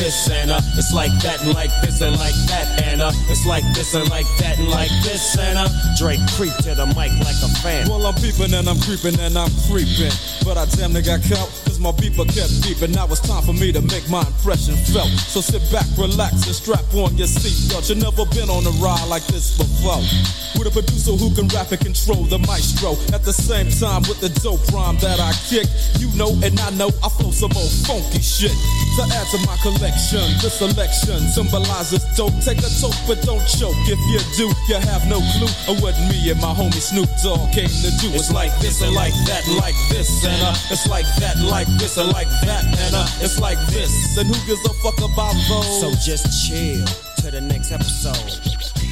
S3: this and uh, it's like that and like this and like that and uh, it's like this and like that and like this and uh, Drake creep to the mic like a fan.
S2: Well, I'm peeping and I'm creeping and I'm creeping. But I damn near got caught because my beeper kept beeping. Now it's time for me to make my impression felt. So sit back, relax, and strap on your seatbelt. you never been on a ride like this before. With a producer who can rap and control the maestro. At the same time, with the dope rhyme that I kick, you know and I know I flow some old funky shit. To add to my collection, this selection symbolizes dope. Take a toke, but don't choke. If you do, you have no clue of what me and my homie Snoop Dogg came to do. It's like this and like that, and like this and uh, it's like that, and like this and like that and uh, it's like this. And who gives a fuck about those?
S3: So just chill to the next episode.